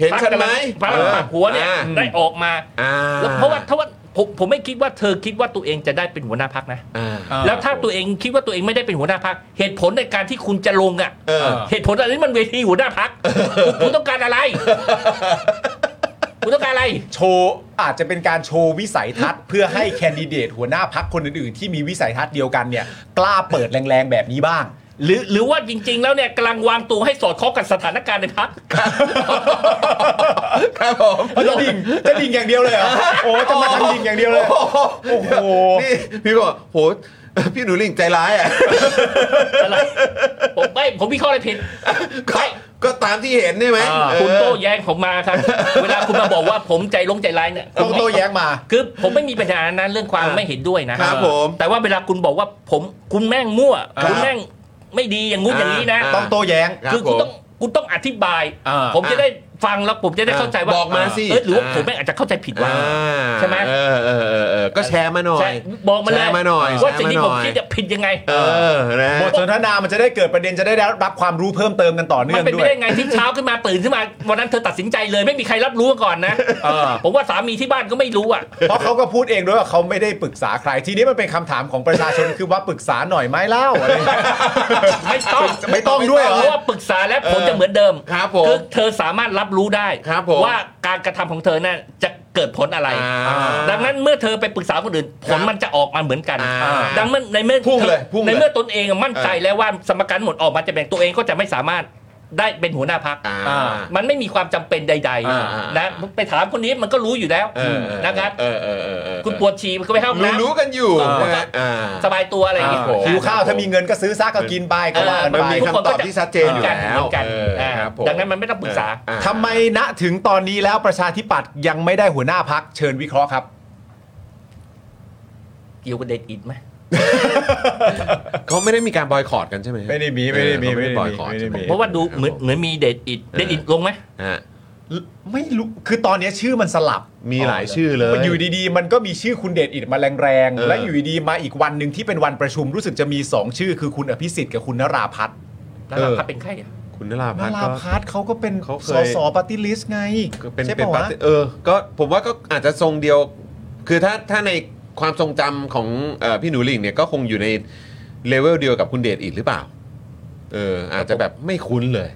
[SPEAKER 1] เห็นฉันไหม
[SPEAKER 5] พระ
[SPEAKER 1] เออ
[SPEAKER 5] ปักหัวเนี่ย
[SPEAKER 1] อ่า
[SPEAKER 5] ได้ออกมา
[SPEAKER 1] อ่า
[SPEAKER 5] แล้วเพราะว่าถ้าว่าผมผมไม่คิดว่าเธอคิดว่าตัวเองจะได้เป็นหัวหน้าพักนะ
[SPEAKER 1] อ่า
[SPEAKER 2] อ่า
[SPEAKER 5] แล้วถ้าตัวเองคิดว่าตัวเองไม่ได้เป็นหัวหน้าพักเหตุผลในการที่คุณจะลงอ่ะ
[SPEAKER 1] เออ
[SPEAKER 5] เหตุผลอันนี้มันเวทีหัวหน้าพักคุณต้องการอะไร คุณต้องการอะไร
[SPEAKER 2] โชว์อาจจะเป็นการโชว์วิสัยทัศน์ เพื่อให้แคนดิเดตหัวหน้าพักคนอื่นๆ ที่มีวิสัยทัศน์เดียวกันเนี่ย กล้าเปิดแรงๆ แบบนี้บ้าง
[SPEAKER 5] หรือหรือว่าจริง ๆ แล้วเนี่ยกำลังวางตัวให้สอดคล้องกับสถานการณ์ในพัก
[SPEAKER 1] ครับผม
[SPEAKER 2] จะดิ่งจะดิ่งอย่างเดียวเลยเหรอโอ้จะมาทำดิ่งอย่างเดียวเลย โอ้โห
[SPEAKER 1] นี่พี่บอกโห พี่หนูลิงใจร้ายอ่ะ
[SPEAKER 5] อะไรผมไม่ผมวิเคราะห์อะไรผิด
[SPEAKER 1] ก็ก็ตามที่เห็นใช่ไหม
[SPEAKER 5] อ่า
[SPEAKER 1] เออ
[SPEAKER 5] คุณโต้แย้งผมมาครับ เวลาคุณมาบอกว่าผมใจลงใจร้ายเนี่ย
[SPEAKER 2] ต้องโต้แย้งมา
[SPEAKER 5] คือผมไม่มีปัญหานะเรื่องความ
[SPEAKER 2] อ่า
[SPEAKER 5] ไม่เห็นด้วยนะครับ
[SPEAKER 1] ผม
[SPEAKER 5] แต่ว่าเวลาคุณบอกว่าผมคุณแม่งมั่ว
[SPEAKER 2] ครับ
[SPEAKER 5] คุณแม่งไม่ดีอย่างงู้นอย่างนี้นะ
[SPEAKER 1] อ่า
[SPEAKER 2] ต้องโต้แย้ง
[SPEAKER 1] ครับ
[SPEAKER 5] คือคุณ
[SPEAKER 1] ผม
[SPEAKER 5] ต้องคุณต้องอธิบาย
[SPEAKER 2] อ่า
[SPEAKER 5] ผมจะได้ฟังแล้วผมจะได้เข้าใจว่า
[SPEAKER 1] บอกมาสิ
[SPEAKER 5] เออหรือว่า
[SPEAKER 1] อ่า
[SPEAKER 5] ผมแม่งอาจจะเข้าใจผิดว่า
[SPEAKER 1] อ่า
[SPEAKER 5] ใช่ไหม
[SPEAKER 1] เออเออเออเออก็แชร์มาหน่อ
[SPEAKER 5] ใช่
[SPEAKER 1] ย
[SPEAKER 5] บอกมาเลย
[SPEAKER 1] แชร์มาหน่อย
[SPEAKER 5] ว่า
[SPEAKER 1] แชร์
[SPEAKER 5] สิ่งที่
[SPEAKER 1] มาหน่
[SPEAKER 5] ผ
[SPEAKER 1] อย
[SPEAKER 5] มคิดจะผิดยังไง
[SPEAKER 1] เออนะฮะ
[SPEAKER 2] บทสนทนามันจะได้เกิดประเด็นจะได้รับความรู้เพิ่มเติมกันต่อเนื่
[SPEAKER 5] มั
[SPEAKER 2] อง
[SPEAKER 5] นเป็น
[SPEAKER 2] ด้
[SPEAKER 5] ไป
[SPEAKER 2] วย
[SPEAKER 5] ได้ไงที่เช้าขึ้นมาตื่นขึ้นมาวันนั้นเธอตัดสินใจเลยไม่มีใครรับรู้ก่อนนะ
[SPEAKER 2] เออ
[SPEAKER 5] ผมว่าสามีที่บ้านก็ไม่รู้อ่ะ
[SPEAKER 2] เพราะเขาก็พูดเองด้วยว่าเขาไม่ได้ปรึกษาใคร ทีนี้มันเป็นคำถามของประชาชน คือว่าปรึกษาหน่อยไหมเล่าอะไร
[SPEAKER 5] ไม่ต้อง
[SPEAKER 2] ไม่ต้องด้วยเหรอ
[SPEAKER 5] เพราะว่าปรึกษาแล้วผลจะเหมือนเดิม
[SPEAKER 1] ครับผม
[SPEAKER 5] อเธอสามารถรับรู้ได้
[SPEAKER 1] ครับผม
[SPEAKER 5] ว่าการกระทำของเธอน่ะจะเกิดผลอะไร
[SPEAKER 1] อ่า
[SPEAKER 5] ดังนั้นเมื่อเธอไปปรึกษาคนอื่น ผล
[SPEAKER 1] ครับ
[SPEAKER 5] มันจะออกมาเหมือนกัน
[SPEAKER 1] อ่า
[SPEAKER 5] ดังนั้นในเมื่อ
[SPEAKER 1] พุ่งเลยพุ่งเลย
[SPEAKER 5] ในเมื่อตนเองมั่นใจแล้วว่าสมการหมดออกมาจะแบ่งตัวเองก็จะไม่สามารถได้เป็นหัวหน้าพัก
[SPEAKER 1] อ่า
[SPEAKER 5] มันไม่มีความจำเป็นใด
[SPEAKER 1] อ่า
[SPEAKER 5] ๆ
[SPEAKER 1] น
[SPEAKER 5] นะไปถามคนนี้มันก็รู้อยู่แล้ว
[SPEAKER 1] เออเออ
[SPEAKER 5] นะครับ
[SPEAKER 1] เออเออเออเออ
[SPEAKER 5] คุณปวดฉี่มันก็ไปเข้าห้อง
[SPEAKER 1] รู้
[SPEAKER 5] น้ำ
[SPEAKER 1] รู้กันอยู่
[SPEAKER 2] อ่า
[SPEAKER 1] นะฮะอ่า
[SPEAKER 5] สบายตัวอะไรอย่างเงี้ย
[SPEAKER 1] อ่า
[SPEAKER 2] หิวข้าวถ้ามีเงินก็ซื้อซะก็กินไปก็ว่ากัน
[SPEAKER 1] มัน
[SPEAKER 2] ไป
[SPEAKER 1] มี
[SPEAKER 5] ทุกคน
[SPEAKER 1] คำตอบ
[SPEAKER 5] ก็จะ
[SPEAKER 1] ที่ชัดเจนอยู่แล้ว
[SPEAKER 5] เหมือนกัน
[SPEAKER 1] เออ
[SPEAKER 5] อ่า
[SPEAKER 1] ครับผม
[SPEAKER 5] ดังนั้นมันไม่ต้องปรึกษา
[SPEAKER 1] อ่า
[SPEAKER 2] ทำไมณถึงตอนนี้แล้วประชาธิปัตย์ยังไม่ได้หัวหน้าพักเชิญวิเคราะห์ครับ
[SPEAKER 5] เกี่ยวกับเดทอิดไหม
[SPEAKER 1] เขาไม่ได้มีการบอยคอรดกันใช่ไหม
[SPEAKER 2] ไม่ได้มีไม่ได้มี
[SPEAKER 1] เออเขาไม่ได้
[SPEAKER 2] ไม่ได้มี
[SPEAKER 1] บอยคอรด
[SPEAKER 2] ไม่ได้
[SPEAKER 1] ใช่ไหม
[SPEAKER 2] มี
[SPEAKER 5] เพราะว่าดูเหมือนเหมือนมีเดทอิด
[SPEAKER 1] เออ
[SPEAKER 5] เดทอิดลงไหม
[SPEAKER 1] ฮะ
[SPEAKER 2] ไม่รู้ คือตอนนี้ชื่อมันสลับ
[SPEAKER 1] มีหลายชื่อเลย
[SPEAKER 2] อยู่ดีๆ มันก็มีชื่อคุณเดชอิดมาแรง
[SPEAKER 1] เอ
[SPEAKER 2] ๆ
[SPEAKER 1] อ
[SPEAKER 2] และอยู่ดีๆมาอีกวันหนึ่งที่เป็นวันประชุมรู้สึกจะมี 2 ชื่อ คือคุณอภิสิทธิ์กับคุณนราพัฒน์
[SPEAKER 5] แล้วเราพับเป็นใครอ่ะ
[SPEAKER 1] คุณนรา
[SPEAKER 2] น
[SPEAKER 1] พัฒน์
[SPEAKER 2] รา
[SPEAKER 1] ก็
[SPEAKER 2] พัฒน์เขาก็เป็น
[SPEAKER 1] เขาเค
[SPEAKER 2] ส
[SPEAKER 1] ย
[SPEAKER 2] สปฏิลิสไง
[SPEAKER 1] ก็เป็น
[SPEAKER 2] ใช่
[SPEAKER 1] เป็นปาว
[SPEAKER 2] ปะะ
[SPEAKER 1] ร์ตี้เออ ก็ผมว่าก็อาจจะทรงเดียว คือถ้าถ้าในความทรงจำของเอ่อพี่หนูหลิงเนี่ยก็คงอยู่ในเลเวลเดียวกับคุณเดชอิดหรือเปล่า เออ อาจจะแบบไม่คุ้นเลย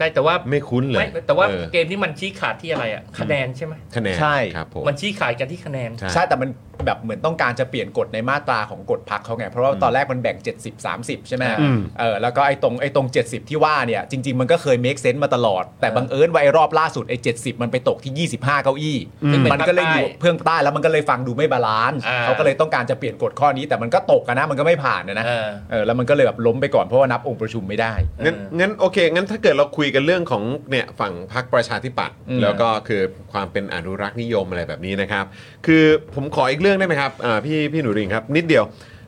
[SPEAKER 5] ใช่แต่ว่า
[SPEAKER 1] ไม่คุ้นเลย
[SPEAKER 5] ไม่แต่ว่า
[SPEAKER 1] เออ
[SPEAKER 5] เกมนี้มันชี้ขาดที่อะไรอ่ะคะแนนใช่ไหม
[SPEAKER 1] คะแนน
[SPEAKER 2] ใช่
[SPEAKER 1] ครับผม
[SPEAKER 5] มันชี้ขาดกันที่คะแนน
[SPEAKER 1] ใช่
[SPEAKER 2] ใช่แต่มันแบบเหมือนต้องการจะเปลี่ยนกฎในมาตราของกฎพักเขาไง เพราะว่าตอนแรกมันแบ่ง 70 30 ใช่ไหม
[SPEAKER 1] อืม
[SPEAKER 2] เออแล้วก็ไอ้ตรงไอ้ตรง 70 ที่ว่าเนี่ยจริง ๆ มันก็เคย make sense มาตลอด แต่บังเอิญว่าไอ้รอบล่าสุดไอ้70 มันไปตกที่ 25 เก้าอี้
[SPEAKER 5] ซึ่งเป็น
[SPEAKER 2] มันก็เลยอยู่
[SPEAKER 5] ภาคใต้
[SPEAKER 2] เพื่องใต้แล้วมันก็เลยฟังดูไม่บาลานซ์
[SPEAKER 5] อ่า
[SPEAKER 2] เขาก็เลยต้องการจะเปลี่ยนกฎข้อนี้แต่มันก็ตกกันนะมันก็ไม่ผ่านนะนะ
[SPEAKER 5] เออ
[SPEAKER 2] เออแล้วมันก็เลยแบบล้มไปก่อนเพราะว่านับองค์ประชุมไม่ได้
[SPEAKER 1] งั้น
[SPEAKER 5] เออ
[SPEAKER 1] งั้นโอเค งั้นถ้าเกิดเราคุยกันเรื่องของเนี่ยฝั่งพรรคประชาธิปัตย์
[SPEAKER 2] อืม
[SPEAKER 1] แล้วก็คือความเป็นอนุรักษ์นิยมอะไรแบบนี้นะครับ คือผมขออีกเรื่องได้ไหมครับอ่าพี่พี่หนูริงครับ นิดเดียว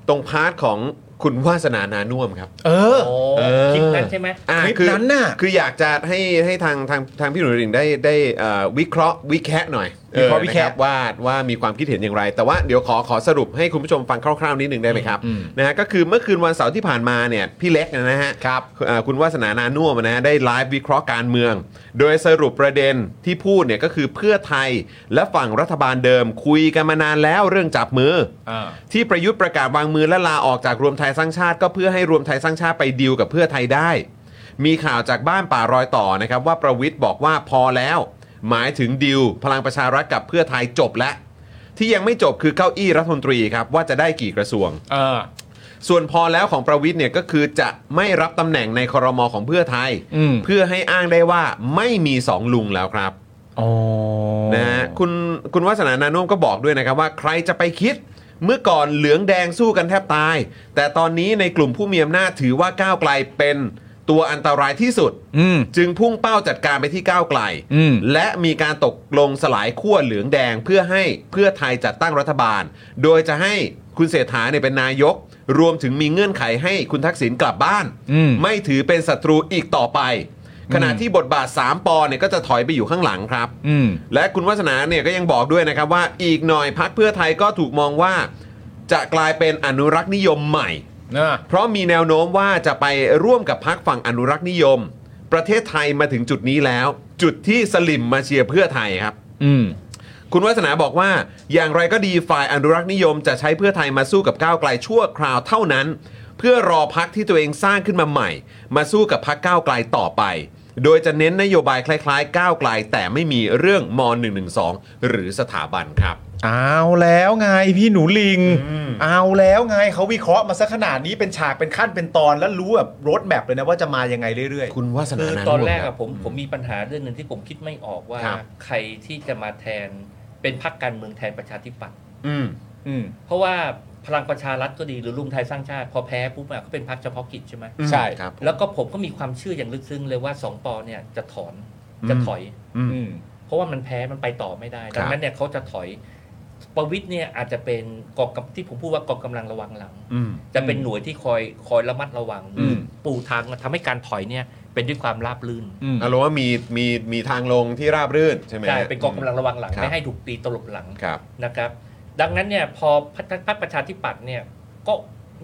[SPEAKER 1] ตรงพาร์ทของคุณวาสนานานุ่วมครับ
[SPEAKER 2] เออ
[SPEAKER 5] โอ้
[SPEAKER 1] เออ
[SPEAKER 5] คลิปนั้นใช่ไหม
[SPEAKER 1] อ่า
[SPEAKER 2] คลิป
[SPEAKER 1] อ
[SPEAKER 2] นั้นน่ะ
[SPEAKER 1] คืออยากจะให้ให้ทางทางทางพี่หนูริงได้ได้เอ่อวิเคราะห์วิแคะหน่อย
[SPEAKER 2] วิเคราะห์
[SPEAKER 1] ออน
[SPEAKER 2] วิแคะ
[SPEAKER 1] บว่าว่ามีความคิดเห็นอย่างไร แต่ว่าเดี๋ยวขอขอสรุปให้คุณผู้ชมฟังคร่าวๆนิดนึงได้ไหมครับ
[SPEAKER 2] อืม
[SPEAKER 1] นะฮะก็คือเมื่อคืนวันเสาร์ที่ผ่านมาเนี่ยพี่เล็กเนยนะฮะ
[SPEAKER 2] ครับ
[SPEAKER 1] เอ่อคุณวาสนานานุ่วมนะฮะได้ไลฟ์วิเคราะห์การเมือง โดยสรุปประเด็นที่พูดเนี่ยก็คือเพื่อไทยและฝั่งรัฐบาลเดิมคุยกันมานานแล้วเรื่องจับมือ ที่ประยุทธ์ประกาศวางมือและลาออกจากรวมไทยสร้างชาติ ก็เพื่อให้รวมไทยสร้างชาติไปดีลกับเพื่อไทยได้ มีข่าวจากบ้านป่ารอยต่อนะครับว่าประวิทย์บอกว่าพอแล้ว หมายถึงดิวพลังประชารัฐกับเพื่อไทยจบแล้วที่ยังไม่จบคือเก้าอี้รัฐมนตรีครับว่าจะได้กี่กระทรวง
[SPEAKER 2] เออ
[SPEAKER 1] ส่วนพอแล้วของประวิทย์เนี่ยก็คือจะไม่รับตำแหน่งในครมของเพื่อไทย
[SPEAKER 2] อืม
[SPEAKER 1] เพื่อให้อ้างได้ว่าไม่มีสองลุงแล้วครับ
[SPEAKER 2] อ๋อ
[SPEAKER 1] นะฮะคุณคุณวัฒนานานุ่มก็บอกด้วยนะครับว่าใครจะไปคิด เมื่อก่อนเหลืองแดงสู้กันแทบตาย แต่ตอนนี้ในกลุ่มผู้มีอำนาจถือว่าก้าวไกลเป็นตัวอันตรายที่สุด
[SPEAKER 2] อืม
[SPEAKER 1] จึงพุ่งเป้าจัดการไปที่ก้าวไกล
[SPEAKER 2] อืม
[SPEAKER 1] และมีการตกลงสลายขั้วเหลืองแดงเพื่อให้เพื่อไทยจัดตั้งรัฐบาล โดยจะให้คุณเศรษฐาเนี่ยเป็นนายก รวมถึงมีเงื่อนไขให้คุณทักษิณกลับบ้าน
[SPEAKER 2] อืม
[SPEAKER 1] ไม่ถือเป็นศัตรูอีกต่อไป ขณะที่บทบาท 3ปอเนี่ยก็จะถอยไปอยู่ข้างหลังครับ
[SPEAKER 2] อืม
[SPEAKER 1] และคุณวัฒนาเนี่ยก็ยังบอกด้วยนะครับว่าอีกหน่อยพักเพื่อไทยก็ถูกมองว่า จะกลายเป็นอนุรักษ์นิยมใหม่
[SPEAKER 2] นะ
[SPEAKER 1] เพราะมีแนวโน้มว่าจะไปร่วมกับพักฝั่งอนุรักษ์นิยม ประเทศไทยมาถึงจุดนี้แล้ว จุดที่สลิมมาเชียร์เพื่อไทยครับ
[SPEAKER 2] อืม
[SPEAKER 1] คุณวัฒนาบอกว่า อย่างไรก็ดีฝ่ายอนุรักษ์นิยมจะใช้เพื่อไทยมาสู้กับก้าวไกลชั่วคราวเท่านั้น เพื่อรอพักที่ตัวเองสร้างขึ้นมาใหม่ มาสู้กับพักก้าวไกลต่อไป โดยจะเน้นนโยบายคล้ายๆ ก้าวไกล แต่ไม่มีเรื่องม .112 หรือสถาบันครับ
[SPEAKER 2] เอาแล้วไงพี่หนูลิง เอาแล้วไงเขาวิเคราะห์มาซะขนาดนี้เป็นฉากเป็นขั้นเป็นตอนแล้วรู้แบบรถแมพเลยนะว่าจะมายังไงเรื่อย
[SPEAKER 1] คุณวัฒนา
[SPEAKER 5] คือ
[SPEAKER 1] นา
[SPEAKER 5] ตอน
[SPEAKER 1] วม
[SPEAKER 5] แรก
[SPEAKER 1] ค
[SPEAKER 5] อะ
[SPEAKER 1] บ
[SPEAKER 5] ผมผมมีปัญหาเรื่องหนึ่งที่ผมคิดไม่ออกว่า
[SPEAKER 1] ครับ
[SPEAKER 5] ใครที่จะมาแทนเป็นพรรคการเมืองแทนประชาธิปัตย์
[SPEAKER 1] อืม
[SPEAKER 2] ๆ อืม
[SPEAKER 5] เพราะว่า พลังประชารัฐก็ดีหรือรวมไทยสร้างชาติ พอแพ้ปุ๊บอ่ะก็เป็นพรรคเฉพาะกิจใช่ไหม
[SPEAKER 2] ใช่
[SPEAKER 1] ครับผม
[SPEAKER 5] แล้วก็ผมก็มีความเชื่ออย่างลึกซึ้งเลยว่าสองปอเนี่ยจะถอน
[SPEAKER 1] อืม
[SPEAKER 5] จะถอย
[SPEAKER 1] อืม
[SPEAKER 2] อืม
[SPEAKER 5] เพราะว่ามันแพ้มันไปต่อไม่ได้
[SPEAKER 1] ครับ
[SPEAKER 5] ดังนั้นเนี่ยเขาจะถอยประวิทย์เนี่ยอาจจะเป็นกองกำที่ผมพูดว่ากองกำลังระวังหลัง
[SPEAKER 1] อืม
[SPEAKER 5] จะเป็นหน่วยที่คอยคอยระมัดระวัง
[SPEAKER 1] อืม
[SPEAKER 5] ปูทางทำให้การถอยเนี่ยเป็นด้วยความราบรื่น
[SPEAKER 2] อืม
[SPEAKER 1] อารมณ์ว่ามีมีมีทางลงที่ราบรื่นใช่ไหม
[SPEAKER 5] ใช่
[SPEAKER 1] ฮะ
[SPEAKER 5] เป็นกองกำลังระวังหลัง
[SPEAKER 1] ครับ
[SPEAKER 5] ไม่ให้ถูกตีตลบหลัง
[SPEAKER 1] ครับ
[SPEAKER 5] นะครับ ดังนั้นเนี่ยพอพรรคพรรคประชาธิปัตย์เนี่ยก็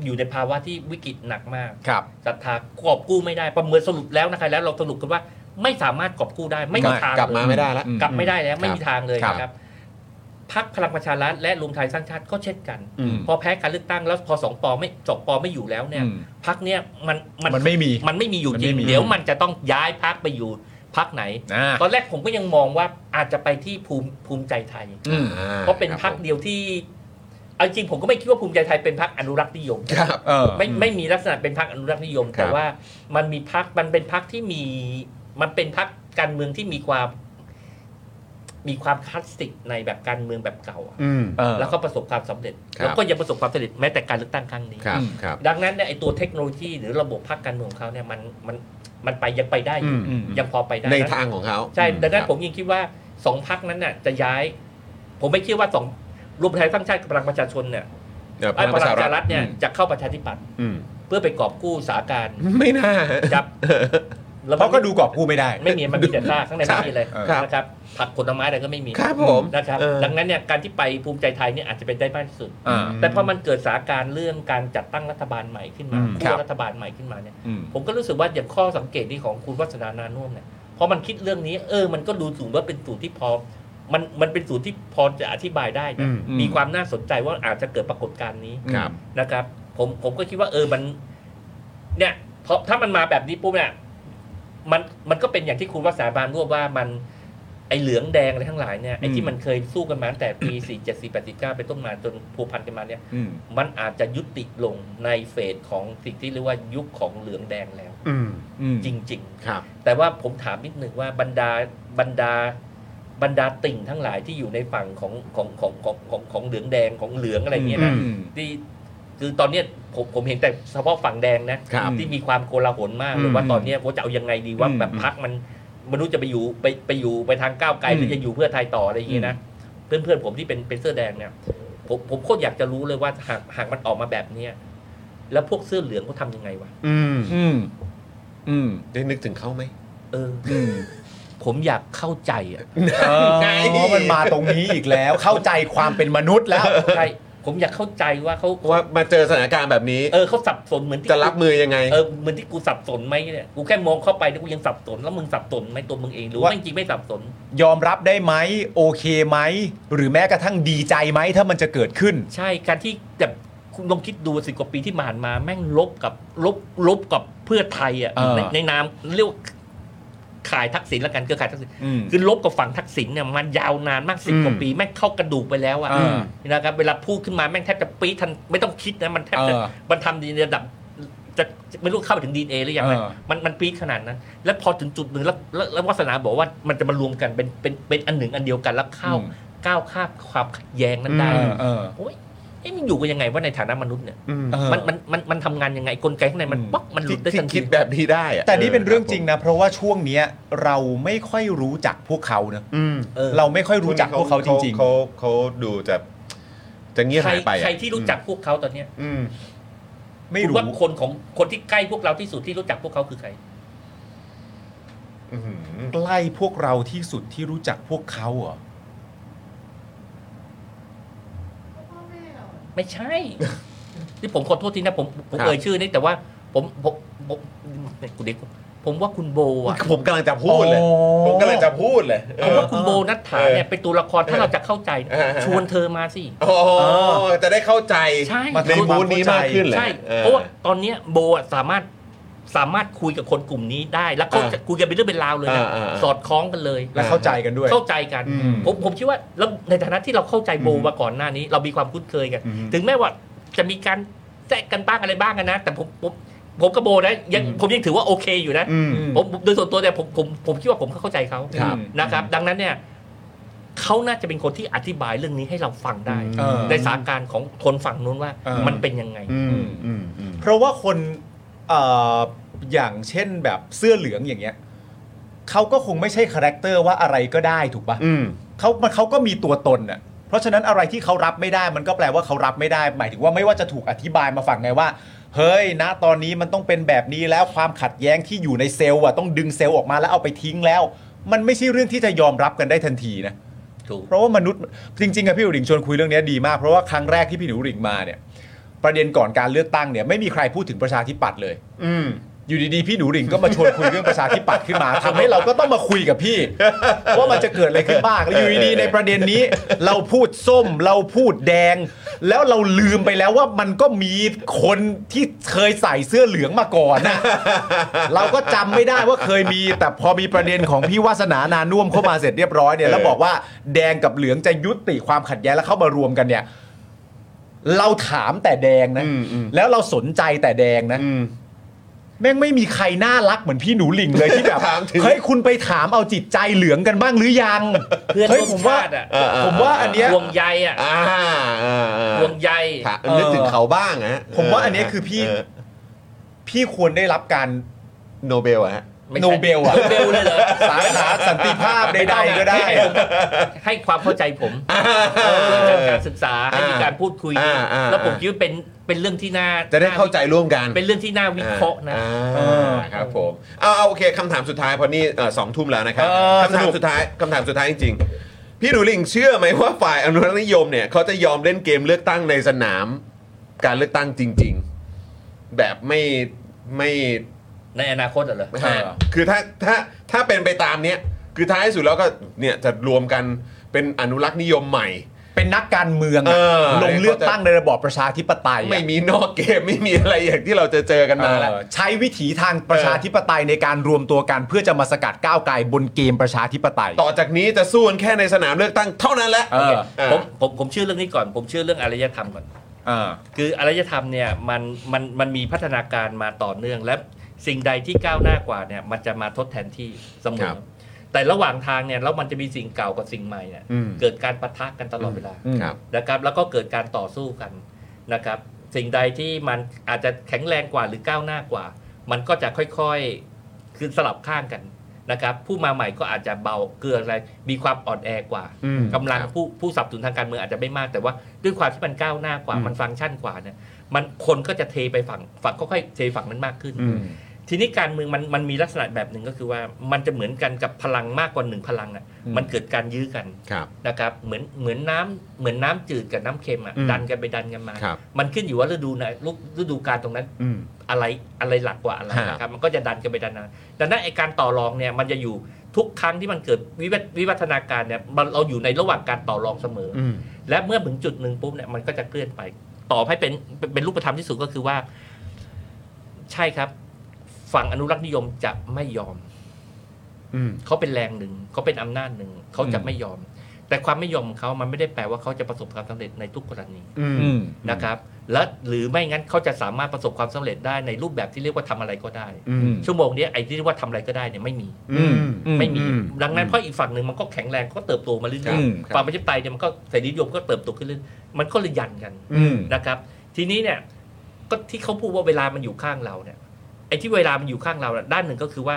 [SPEAKER 5] อยู่ในภาวะที่วิกฤตหนักมาก
[SPEAKER 2] ครับ
[SPEAKER 5] ศรัทธากอบกู้ไม่ได้ ประเมินสรุปแล้วนะครับแล้วเราสรุปกันว่าไม่สามารถกอบกู้ได้ ไม่มีทาง
[SPEAKER 1] กลับมา
[SPEAKER 5] เย
[SPEAKER 1] ไม่ได้ละ
[SPEAKER 2] อืม
[SPEAKER 5] กลับไม่ได้แล้วไม่มีทางเลย
[SPEAKER 1] ครับ
[SPEAKER 5] นะครับพักพลังประชารัฐและรวมไทยสร้างชาติก็เช่นกัน
[SPEAKER 1] อืม
[SPEAKER 5] พอแพ้การเลือกตั้งแล้วพอสองปอไม่สองปอไม่อยู่แล้วเนี่ย
[SPEAKER 2] อืม
[SPEAKER 5] พักเนี่ยมัน
[SPEAKER 2] มันไม่มี
[SPEAKER 5] มันไม่มีอยู่
[SPEAKER 2] มัน
[SPEAKER 5] จริ
[SPEAKER 2] ไม่
[SPEAKER 5] ง
[SPEAKER 2] มี
[SPEAKER 5] เดี๋ยวมันจะต้องย้ายพักไปอยู่พักไหน
[SPEAKER 2] อ่า
[SPEAKER 5] ตอนแรกผมก็ยังมองว่าอาจจะไปที่ภูมิภูมิใจไทย
[SPEAKER 2] อืม
[SPEAKER 1] อ่
[SPEAKER 5] เพราะเป็นพักเดียวที่เอาจริงผมก็ไม่คิดว่าภูมิใจไทยเป็นพักอนุรักษ์นิยม
[SPEAKER 1] ครับ
[SPEAKER 2] เออ
[SPEAKER 5] ไม่ไม่มีลักษณะเป็นพรรคอนุรักษ์นิยม
[SPEAKER 1] ครับ
[SPEAKER 5] แต่ว่ามันมีพรรคมันเป็นพรรคที่มีมันเป็นพรรคการเมืองที่มีความ มีความคลาสสิกในแบบการเมืองแบบเก่าอะ
[SPEAKER 1] ืม
[SPEAKER 2] เออ
[SPEAKER 5] แล้วก็ประสบความสำเร็จ
[SPEAKER 1] ครับ
[SPEAKER 5] แล้วก็ยังประสบความสำเร็จแม้แต่การเลือกตั้งครั้งนี้
[SPEAKER 1] ครับครับ
[SPEAKER 5] ดังนั้นเนี่ยไอตัวเทคโนโลยีหรือระบบพรรคการเมืองของเขาเนี่ยมันมันมันไปยังไปได้อ
[SPEAKER 1] อื
[SPEAKER 5] ยู่
[SPEAKER 1] มอืม
[SPEAKER 5] ยังพอไปได้
[SPEAKER 1] ใน
[SPEAKER 5] นะ
[SPEAKER 1] ทางของเขา
[SPEAKER 5] ใช่ ดังนั้
[SPEAKER 1] คน รับ
[SPEAKER 5] ผมยังคิดว่าสองพักนั้นน่ะจะย้าย ผมไม่คิดว่าสองรวมไทยสร้างชาติกับพลังประชาชนเนี่ย
[SPEAKER 1] เดี๋ยวพ
[SPEAKER 5] ไอ้
[SPEAKER 1] ลัง
[SPEAKER 5] พ
[SPEAKER 1] ประ
[SPEAKER 5] ลัง
[SPEAKER 1] ชา
[SPEAKER 5] ประ
[SPEAKER 1] รัฐ
[SPEAKER 5] ชารัฐเนี่ย
[SPEAKER 2] อืม
[SPEAKER 5] จะเข้าประชาธิปัตย์
[SPEAKER 1] อืม
[SPEAKER 5] เพื่อไปกอบกู้สถานการณ์
[SPEAKER 1] ไม่น่า
[SPEAKER 5] ครับ แล้ว
[SPEAKER 2] เพราะก็ดูกรอบกู้ไม่ได้
[SPEAKER 5] ไม่มีมันมีแต่ ซากข้างในไม่มีเลย
[SPEAKER 1] ครับ
[SPEAKER 5] นะครับผักผลไม้อะไรก็ไม่มี
[SPEAKER 1] ครับผม
[SPEAKER 5] นะครับ
[SPEAKER 1] เออ
[SPEAKER 5] ดังนั้นเนี่ยการที่ไปภูมิใจไทยเนี่ยอาจจะเป็นได้มากที่สุด
[SPEAKER 2] อ่า
[SPEAKER 5] แต่พอมันเกิดสถานการณ์เรื่องการจัดตั้งรัฐบาลใหม่ขึ้นมา
[SPEAKER 1] อืม
[SPEAKER 2] ครั
[SPEAKER 5] คู่
[SPEAKER 2] บ
[SPEAKER 5] รัฐบาลใหม่ขึ้นมาเนี่ย
[SPEAKER 2] อืม
[SPEAKER 5] ผมก็รู้สึกว่าอย่างข้อสังเกตนี่ของคุณวัฒนานานุ่วมเนี่ยพอมันคิดเรื่องนี้ เออ มันก็ดูสูตรว่าเป็นสูตรที่พอ มันมันเป็นสูตรที่พอจะอธิบายได้นะ
[SPEAKER 1] อืม
[SPEAKER 2] อืม
[SPEAKER 5] มีความน่าสนใจว่าอาจจะเกิดปรากฏการณ์นี้
[SPEAKER 1] ครับ
[SPEAKER 5] นะครับผมผมก็คิดว่าเออมัน เนี่ยเพราะถ้ามันมาแบบนี้ปุ๊บเนี่ยมันมันก็เป็นอย่างที่คุณวาสนาบานรวบว่ามันไอเหลืองแดงอะไรทั้งหลายเนี่ยไอที่มันเคยสู้กันมาตั้งแต่ ปี 4 7 4 8 9 เป็นต้นมาจนพัวพันกันมาเนี่ย
[SPEAKER 2] อืม
[SPEAKER 5] มันอาจจะยุติลงในเฟสของสิ่งที่เรียกว่ายุคของเหลืองแดงแล้ว
[SPEAKER 1] อืม
[SPEAKER 2] อืม
[SPEAKER 5] จริง
[SPEAKER 1] ครับ
[SPEAKER 5] ๆ แต่ว่าผมถามนิดหนึ่งว่าบรรดาบรรดาบรรดาติ่งทั้งหลายที่อยู่ในฝั่งของของของของของของเหลืองแดงของเหลืองอะไรอย่างเงี้ยนะ
[SPEAKER 2] อืม
[SPEAKER 5] ที่คือตอนเนี้ยผมผมเห็นแต่เฉพาะฝั่งแดงนะครับ ที่มีความโกลาหลมากเลยว่าตอนเนี้ยว่าจะเอายังไงดีว่า
[SPEAKER 2] อืม
[SPEAKER 5] แบบพักมันไมันรู้จะไปอยู่ไปไปอยู่ไปทางก้าวไกล
[SPEAKER 2] อืม
[SPEAKER 5] หรือจะอยู่เพื่อไทยต่ออะไรอย่างงี้นะเพื่อนเพื่อนผมที่เป็นเป็นเสื้อแดงเนี่ยผมผมโคตรอยากจะรู้เลยว่าหากหากมันออกมาแบบเนี้ยแล้วพวกเสื้อเหลืองเขาทำยังไงวะ
[SPEAKER 1] อืม
[SPEAKER 2] อืมอืม
[SPEAKER 1] ได้นึกถึงเขาไหม
[SPEAKER 5] เออ
[SPEAKER 2] อืม
[SPEAKER 5] ผมอยากเข้าใจอ่ะ
[SPEAKER 2] อ๋อมันมาตรงนี้อีกแล้ว เข้าใจความเป็นมนุษย์แล้ว
[SPEAKER 5] ใช่ผมอยากเข้าใจว่าเขา
[SPEAKER 1] ว่ามาเจอสถานการณ์แบบนี้
[SPEAKER 5] เออเขาสับสนเหมือนที่
[SPEAKER 1] จะรับมือยังไง
[SPEAKER 5] เออเหมือนที่กูสับสนไหมเนี่ยกูแค่มองเข้าไปเนี่ยกูยังสับสนแล้วมึงสับสนไหมตัวมึงเองหรือว่า
[SPEAKER 2] ว่า
[SPEAKER 5] จริงๆไม่สับสน
[SPEAKER 2] ยอมรับได้ไหมโอเคไหม หรือแม้กระทั่งดีใจไหมถ้ามันจะเกิดขึ้น
[SPEAKER 5] ใช่การที่แบบคุณลองคิดดูสิบกว่าปีที่ผ่านมา แม่งลบกับลบลบกับเพื่อไทยอ่ะ
[SPEAKER 2] เออ
[SPEAKER 5] ในในนามเรียกว่าขายทักษิณละกันเครือขายทักษิณ
[SPEAKER 2] อืม
[SPEAKER 5] คือลบกับฝั่งทักษิณเนี่ยมันยาวนานมากสิบกว่าปีแม่งเข้ากระดูกไปแล้วอ่ะ
[SPEAKER 2] เออ
[SPEAKER 5] นะครับเวลาพูดขึ้นมาแม่งแทบจะปี๊ดทันไม่ต้องคิดนะมันแทบจะ
[SPEAKER 2] เออ
[SPEAKER 5] มันทำดีในระดับจะจะไม่รู้เข้าไปถึงดีเอหรือยังนะ
[SPEAKER 2] เออ
[SPEAKER 5] มันมันปี๊ดขนาดนั้น แล้วพอถึงจุดหนึ่งแล้วแล้วแล้ววาสนาบอกว่ามันจะมารวมกันเป็นเป็นเป็นอันหนึ่งอันเดียวกันแล้วเข้าก้าวข้ามความขัดแย้งนั้นได้
[SPEAKER 2] เออเออ
[SPEAKER 5] โอ้ยเอ๊ะมันอยู่กันยังไงว่าในฐานะมนุษย์เนี่ย
[SPEAKER 1] อืม
[SPEAKER 2] เออ
[SPEAKER 5] มันมันมันมันทำงานยังไงกลไกข้างในมัน
[SPEAKER 2] อืม
[SPEAKER 5] ป๊อกมันหลุ
[SPEAKER 1] ที่
[SPEAKER 5] ดได้
[SPEAKER 1] ที่
[SPEAKER 5] ทันที
[SPEAKER 1] คิดแบบนี้ได้อะ
[SPEAKER 2] แต่นี่เป็นเรื่องจริงนะ เพราะว่าช่วงเนี้ยเราไม่ค่อยรู้จักพวกเขาเนอะ
[SPEAKER 1] อืม
[SPEAKER 5] เออ
[SPEAKER 2] เราไม่ค่อยรู้จักพวกเขาจริง
[SPEAKER 1] เขาเขาดูจะจะเงียบ
[SPEAKER 5] ใคร
[SPEAKER 1] หายไปอะ
[SPEAKER 5] ใครที่รู้จักพวกเขาตอนเนี้ย
[SPEAKER 1] อืม
[SPEAKER 2] ๆ ไม่
[SPEAKER 5] คุณ
[SPEAKER 2] รู้
[SPEAKER 5] ว่าคนของคนที่ใกล้พวกเราที่สุดที่รู้จักพวกเขาคือใคร
[SPEAKER 1] อื้อหือ
[SPEAKER 2] ใกล้พวกเราที่สุดที่รู้จักพวกเขาเหรอ
[SPEAKER 5] ไม่ใช่ ที่ผมขอโทษทีนะผมผม
[SPEAKER 1] ครับ
[SPEAKER 5] เอ่ยชื่อนี่แต่ว่าผมผมผมผมกูเด็กผมว่าคุณโบอ่ะ
[SPEAKER 1] ผมกำลังจะพูดเลย
[SPEAKER 2] อ๋อ
[SPEAKER 1] ผมกำลังจะพูดเลยเอ
[SPEAKER 5] ผม
[SPEAKER 1] อ
[SPEAKER 5] ว่าคุณโบนัทถาเนี่ยเป็นตัวละครถ้าเราจะเข้าใจ
[SPEAKER 1] เออ
[SPEAKER 5] ชวนเธอมาสิ
[SPEAKER 1] อ๋อจะได้เข้าใจ
[SPEAKER 5] ใช่
[SPEAKER 1] ในมูดนี้มากขึ้นเลย
[SPEAKER 5] ใช่
[SPEAKER 1] ออ
[SPEAKER 5] เพราะว่าตอนเนี้ยโบอะสามารถสามารถคุยกับคนกลุ่มนี้ได้ แล้วก็จะ
[SPEAKER 1] อ่า
[SPEAKER 5] คุยกันเป็นเรื่องเป็นราวเลยนะ
[SPEAKER 1] อ่าอ่าอ่า
[SPEAKER 5] สอดคล้องกันเลย
[SPEAKER 2] และเข้าใจกันด้วย
[SPEAKER 5] เข้าใจกัน
[SPEAKER 1] อืม
[SPEAKER 5] ผมผมคิดว่าแล้วในฐานะที่เราเข้าใจโบ
[SPEAKER 2] อืม
[SPEAKER 5] มาก่อนหน้านี้ เรามีความคุ้นเคยกัน
[SPEAKER 1] อืม
[SPEAKER 5] ถึงแม้ว่าจะมีการแทรกกันบ้างอะไรบ้างกันนะ แต่ผมผมผมกับโบนะยังผมยังถือว่าโอเคอยู่นะ
[SPEAKER 1] อืม
[SPEAKER 5] ผมผมโดยส่วนตัวเนี่ยผมผมผมคิดว่าผมเข้าใจเขา
[SPEAKER 1] ครับ
[SPEAKER 5] นะครับ ดังนั้นเนี่ย เขาน่าจะเป็นคนที่อธิบายเรื่องนี้ให้เราฟังได้
[SPEAKER 2] เออ
[SPEAKER 5] ในสถานการณ์ของคนฝั่งนู้นว่า
[SPEAKER 2] เออ
[SPEAKER 5] มันเป็นยังไง
[SPEAKER 1] อืมอืมอืม
[SPEAKER 2] เพราะว่าคนเอ่ออย่างเช่นแบบเสื้อเหลืองอย่างเงี้ยเขาก็คงไม่ใช่คาแรคเตอร์ว่าอะไรก็ได้ถูกปะ
[SPEAKER 1] อืม
[SPEAKER 2] เขามันเขาก็มีตัวตนอ่ะเพราะฉะนั้นอะไรที่เขารับไม่ได้ มันก็แปลว่าเขารับไม่ได้ หมายถึงว่าไม่ว่าจะถูกอธิบายมาฝั่งไงว่า เฮ้ยนะตอนนี้มันต้องเป็นแบบนี้แล้วความขัดแย้งที่อยู่ในเซลล์อ่ะต้องดึงเซลล์ออกมาแล้วเอาไปทิ้งแล้ว มันไม่ใช่เรื่องที่จะยอมรับกันได้ทันทีนะ
[SPEAKER 5] ถูก
[SPEAKER 2] เพราะว่ามนุษย์จริงๆอะพี่หนูหริงชวนคุยเรื่องเนี้ยดีมาก เพราะว่าครั้งแรกที่พี่หนูหริงมาเนี่ย ประเด็นก่อนการเลือกตั้งเนี่ยไม่มีใครพูดถึงประชาธิปัตย์เลย
[SPEAKER 1] อืม
[SPEAKER 2] อยู่ดีๆ พี่หนูหริงก็มาชวนคุยเรื่องประชาธิปัตย์ขึ้นมาทำให้เราก็ต้องมาคุยกับ พี่ ว่ามันจะเกิดอะไรขึ้นบ้างแล้วอยู่ดีๆในประเด็นนี้ เราพูดส้มเราพูดแดง แล้วเราลืมไปแล้วว่ามันก็มีคนที่เคยใส่เสื้อเหลืองมาก่อนนะ เราก็จำไม่ได้ว่าเคยมี แต่พอมีประเด็นของพี่วาสนานานุ่วมเข้ามาเสร็จเรียบร้อยเนี่ยแล้วบอกว่าแดงกับเหลืองจะยุติความขัดแย้งแล้วเข้ามารวมกันเนี่ย เราถามแต่แดงนะ
[SPEAKER 1] อืมอืม
[SPEAKER 2] แล้วเราสนใจแต่แดงนะ
[SPEAKER 1] อืม
[SPEAKER 2] แม่งไม่มีใครน่ารักเหมือนพี่หนูหลิงเลยที่แบบ
[SPEAKER 1] ถามถึง
[SPEAKER 2] เฮ้ยคุณไปถามเอาจิตใจเหลืองกันบ้างหรือยัง
[SPEAKER 5] เพื่อน
[SPEAKER 2] เฮ้ย
[SPEAKER 5] ร่วม
[SPEAKER 2] ผมว่า
[SPEAKER 5] ชาติอะ
[SPEAKER 1] เออเออ
[SPEAKER 2] ผมว่าอันเนี้ย
[SPEAKER 5] ห่วงใยอ่ะ
[SPEAKER 1] อ่าอ่าอ่า
[SPEAKER 5] ห่วงใย
[SPEAKER 1] ค่ะนึกถึงเขาบ้างนะฮะ
[SPEAKER 2] ผมว่าอันเนี้ยคือพี่
[SPEAKER 1] เ
[SPEAKER 2] พี่ควรได้รับการ
[SPEAKER 1] โนเบลอะฮะ
[SPEAKER 5] ไม่ใช่
[SPEAKER 2] โนเบลอะ
[SPEAKER 5] โนเบลเลยเหรอ
[SPEAKER 2] สาขาสันติภาพใดๆก็ได้
[SPEAKER 5] ให้ผมให้ความเข้าใจผมเรื่องการศึกษาให้มีการพูดคุย
[SPEAKER 1] อ่าอ่า
[SPEAKER 5] แล้วผมคิดว่าเป็นเป็นเรื่องที่น่า
[SPEAKER 1] จะได้เข้าใจร่วมกัน
[SPEAKER 5] เป็นเรื่องที่น่าวิเคราะห์นะ
[SPEAKER 1] อ่าครับผมเอาเอาโอเคคำถามสุดท้ายเพอนี่เอ่อสองทุ่มแล้วนะครับ
[SPEAKER 2] เออ
[SPEAKER 1] คำ
[SPEAKER 2] ส
[SPEAKER 1] ถา
[SPEAKER 2] นุ
[SPEAKER 1] ม
[SPEAKER 2] ก
[SPEAKER 1] สุดท้ายคำถามสุดท้ายจริงๆ พี่หนูลิงเชื่อไหมว่าฝ่ายอนุรักษนิยมเนี่ยเขาจะยอมเล่นเกมเลือกตั้งในสนามการเลือกตั้งจริง ๆ แบบไม่ไม่
[SPEAKER 5] ในอนาคตอะเหรอ
[SPEAKER 1] ไม่ใช่คือถ้าถ้าถ้าเป็นไปตามเนี้ยคือท้ายสุดแล้วก็เนี่ยจะรวมกันเป็นอนุรักษ์นิยมใหม่
[SPEAKER 2] เป็นนักการเมืองอะ
[SPEAKER 1] เออ
[SPEAKER 2] ลงเลือกตั้งในระบอบประชาธิปไตยอะ
[SPEAKER 1] ไม่มีนอกเกมไม่มีอะไรอย่างที่เราจะเจอกันมาแล้ว
[SPEAKER 2] เออใช้วิถีทางประชาธิปไตยในการรวมตัวกันเพื่อจะมาสกัดก้าวไกลบนเกมประชาธิปไตย
[SPEAKER 1] ต่อจากนี้จะสู้กันแค่ในสนามเลือกตั้งเท่านั้นแหละ
[SPEAKER 2] เออ
[SPEAKER 1] เออ
[SPEAKER 5] ผมผมผมเชื่อเรื่องนี้ก่อน ผมเชื่อเรื่องอารยธรรมก่อน
[SPEAKER 2] เออ
[SPEAKER 5] คืออารยธรรมเนี่ยมันมันมันมีพัฒนาการมาต่อเนื่อง และสิ่งใดที่ก้าวหน้ากว่าเนี่ยมันจะมาทดแทนที่เสม
[SPEAKER 1] ครั
[SPEAKER 5] อบ แต่ระหว่างทางเนี่ยแล้วมันจะมีสิ่งเก่ากับสิ่งใหม่เนี่ย
[SPEAKER 1] อืม
[SPEAKER 5] เกิดการปะทะกันตลอดเวลา
[SPEAKER 2] อืม
[SPEAKER 1] ครับ
[SPEAKER 5] นะครับแล้วก็เกิดการต่อสู้กันนะครับสิ่งใดที่มันอาจจะแข็งแรงกว่าหรือก้าวหน้ากว่า มันก็จะค่อยๆคือสลับข้างกันนะครับผู้มาใหม่ก็อาจจะเบาเกลืออะไรมีความอ่อนแอกว่า
[SPEAKER 1] อืม
[SPEAKER 5] กำลัง
[SPEAKER 1] ครับ
[SPEAKER 5] ผู้ผู้สนับสนุนทางการเมืองอาจจะไม่มากแต่ว่าด้วยความที่มันก้าวหน้ากว่า
[SPEAKER 1] อืม
[SPEAKER 5] มันฟังก์ชันกว่าเนี่ยมันคนก็จะเทไปฝั่งฝั่งก็ค่อยๆเทฝั่งนั้นมากขึ้น
[SPEAKER 1] อืม
[SPEAKER 5] ทีนี้การเมืองมันมันมีลักษณะแบบหนึ่งก็คือว่ามันจะเหมือนกันกับพลังมากกว่าหนึ่งพลังอ่ะ
[SPEAKER 1] อืม
[SPEAKER 5] มันเกิดการยื้อกัน
[SPEAKER 1] ครับ
[SPEAKER 5] นะครับเหมือนเหมือนน้ำเหมือนน้ำจืดกับน้ำเค็มอ่ะ
[SPEAKER 1] อืม
[SPEAKER 5] ดันกันไปดันกันมา
[SPEAKER 1] ครับ
[SPEAKER 5] มันขึ้นอยู่ว่าฤดูไหนฤฤดูกาลตรงนั้น
[SPEAKER 1] อืม
[SPEAKER 5] อะไรอะไรหลักกว่าอะไร
[SPEAKER 1] ฮะ
[SPEAKER 5] นะครับมันก็จะดันกันไปดันมาดังนั้นไอการต่อรองเนี่ยมันจะอยู่ทุกครั้งที่มันเกิดวิวัฒวิวัฒนาการเนี่ยมันเราอยู่ในระหว่างการต่อรองเสมออ
[SPEAKER 1] อืม
[SPEAKER 5] และเมื่อถึงจุดหนึ่งปุ๊บเนี่ยมันก็จะเคลื่อนไป ต่อให้เป็นเป็นเป็นรูปธรรมที่สุดก็คือว่า ใช่ครับ ฝั่งอนุรักษ์นิยมจะไม่ยอม
[SPEAKER 1] อืม
[SPEAKER 5] เขาเป็นแรงหนึ่งเขาเป็นอำนาจหนึ่งเขาจะ
[SPEAKER 2] อืม
[SPEAKER 5] ไม่ยอม แต่ความไม่ยอมของเขามันไม่ได้แปลว่าเขาจะประสบความสำเร็จในทุกกรณี
[SPEAKER 1] อืม
[SPEAKER 2] อืม
[SPEAKER 5] นะครับและหรือไม่งั้นเขาจะสามารถประสบความสำเร็จได้ในรูปแบบที่เรียกว่าทำอะไรก็ได้
[SPEAKER 1] อืม
[SPEAKER 5] ชั่วโมงเนี้ยไอ้ที่เรียกว่าทำอะไรก็ได้เนี่ยไม่มี
[SPEAKER 1] อืม
[SPEAKER 2] อืม
[SPEAKER 5] ไม่มี
[SPEAKER 1] อืม
[SPEAKER 5] ดังนั้นเพราะอีกฝั่งหนึ่งมันก็แข็งแรงก็เติบโตมาเรื่อย
[SPEAKER 2] อืม
[SPEAKER 5] ๆความประชาธิปไตยเนี่ยมันก็เสรีนิยมก็เติบโตขึ้นเรื่อยๆมันก็เลยยันกัน
[SPEAKER 2] อืม
[SPEAKER 5] นะครับทีนี้เนี่ยก็ที่เขาพูดว่าเวลามันอยู่ข้างเราเนี่ยไอ้ที่เวลามันอยู่ข้างเราน่ะด้านหนึ่งก็คือว่า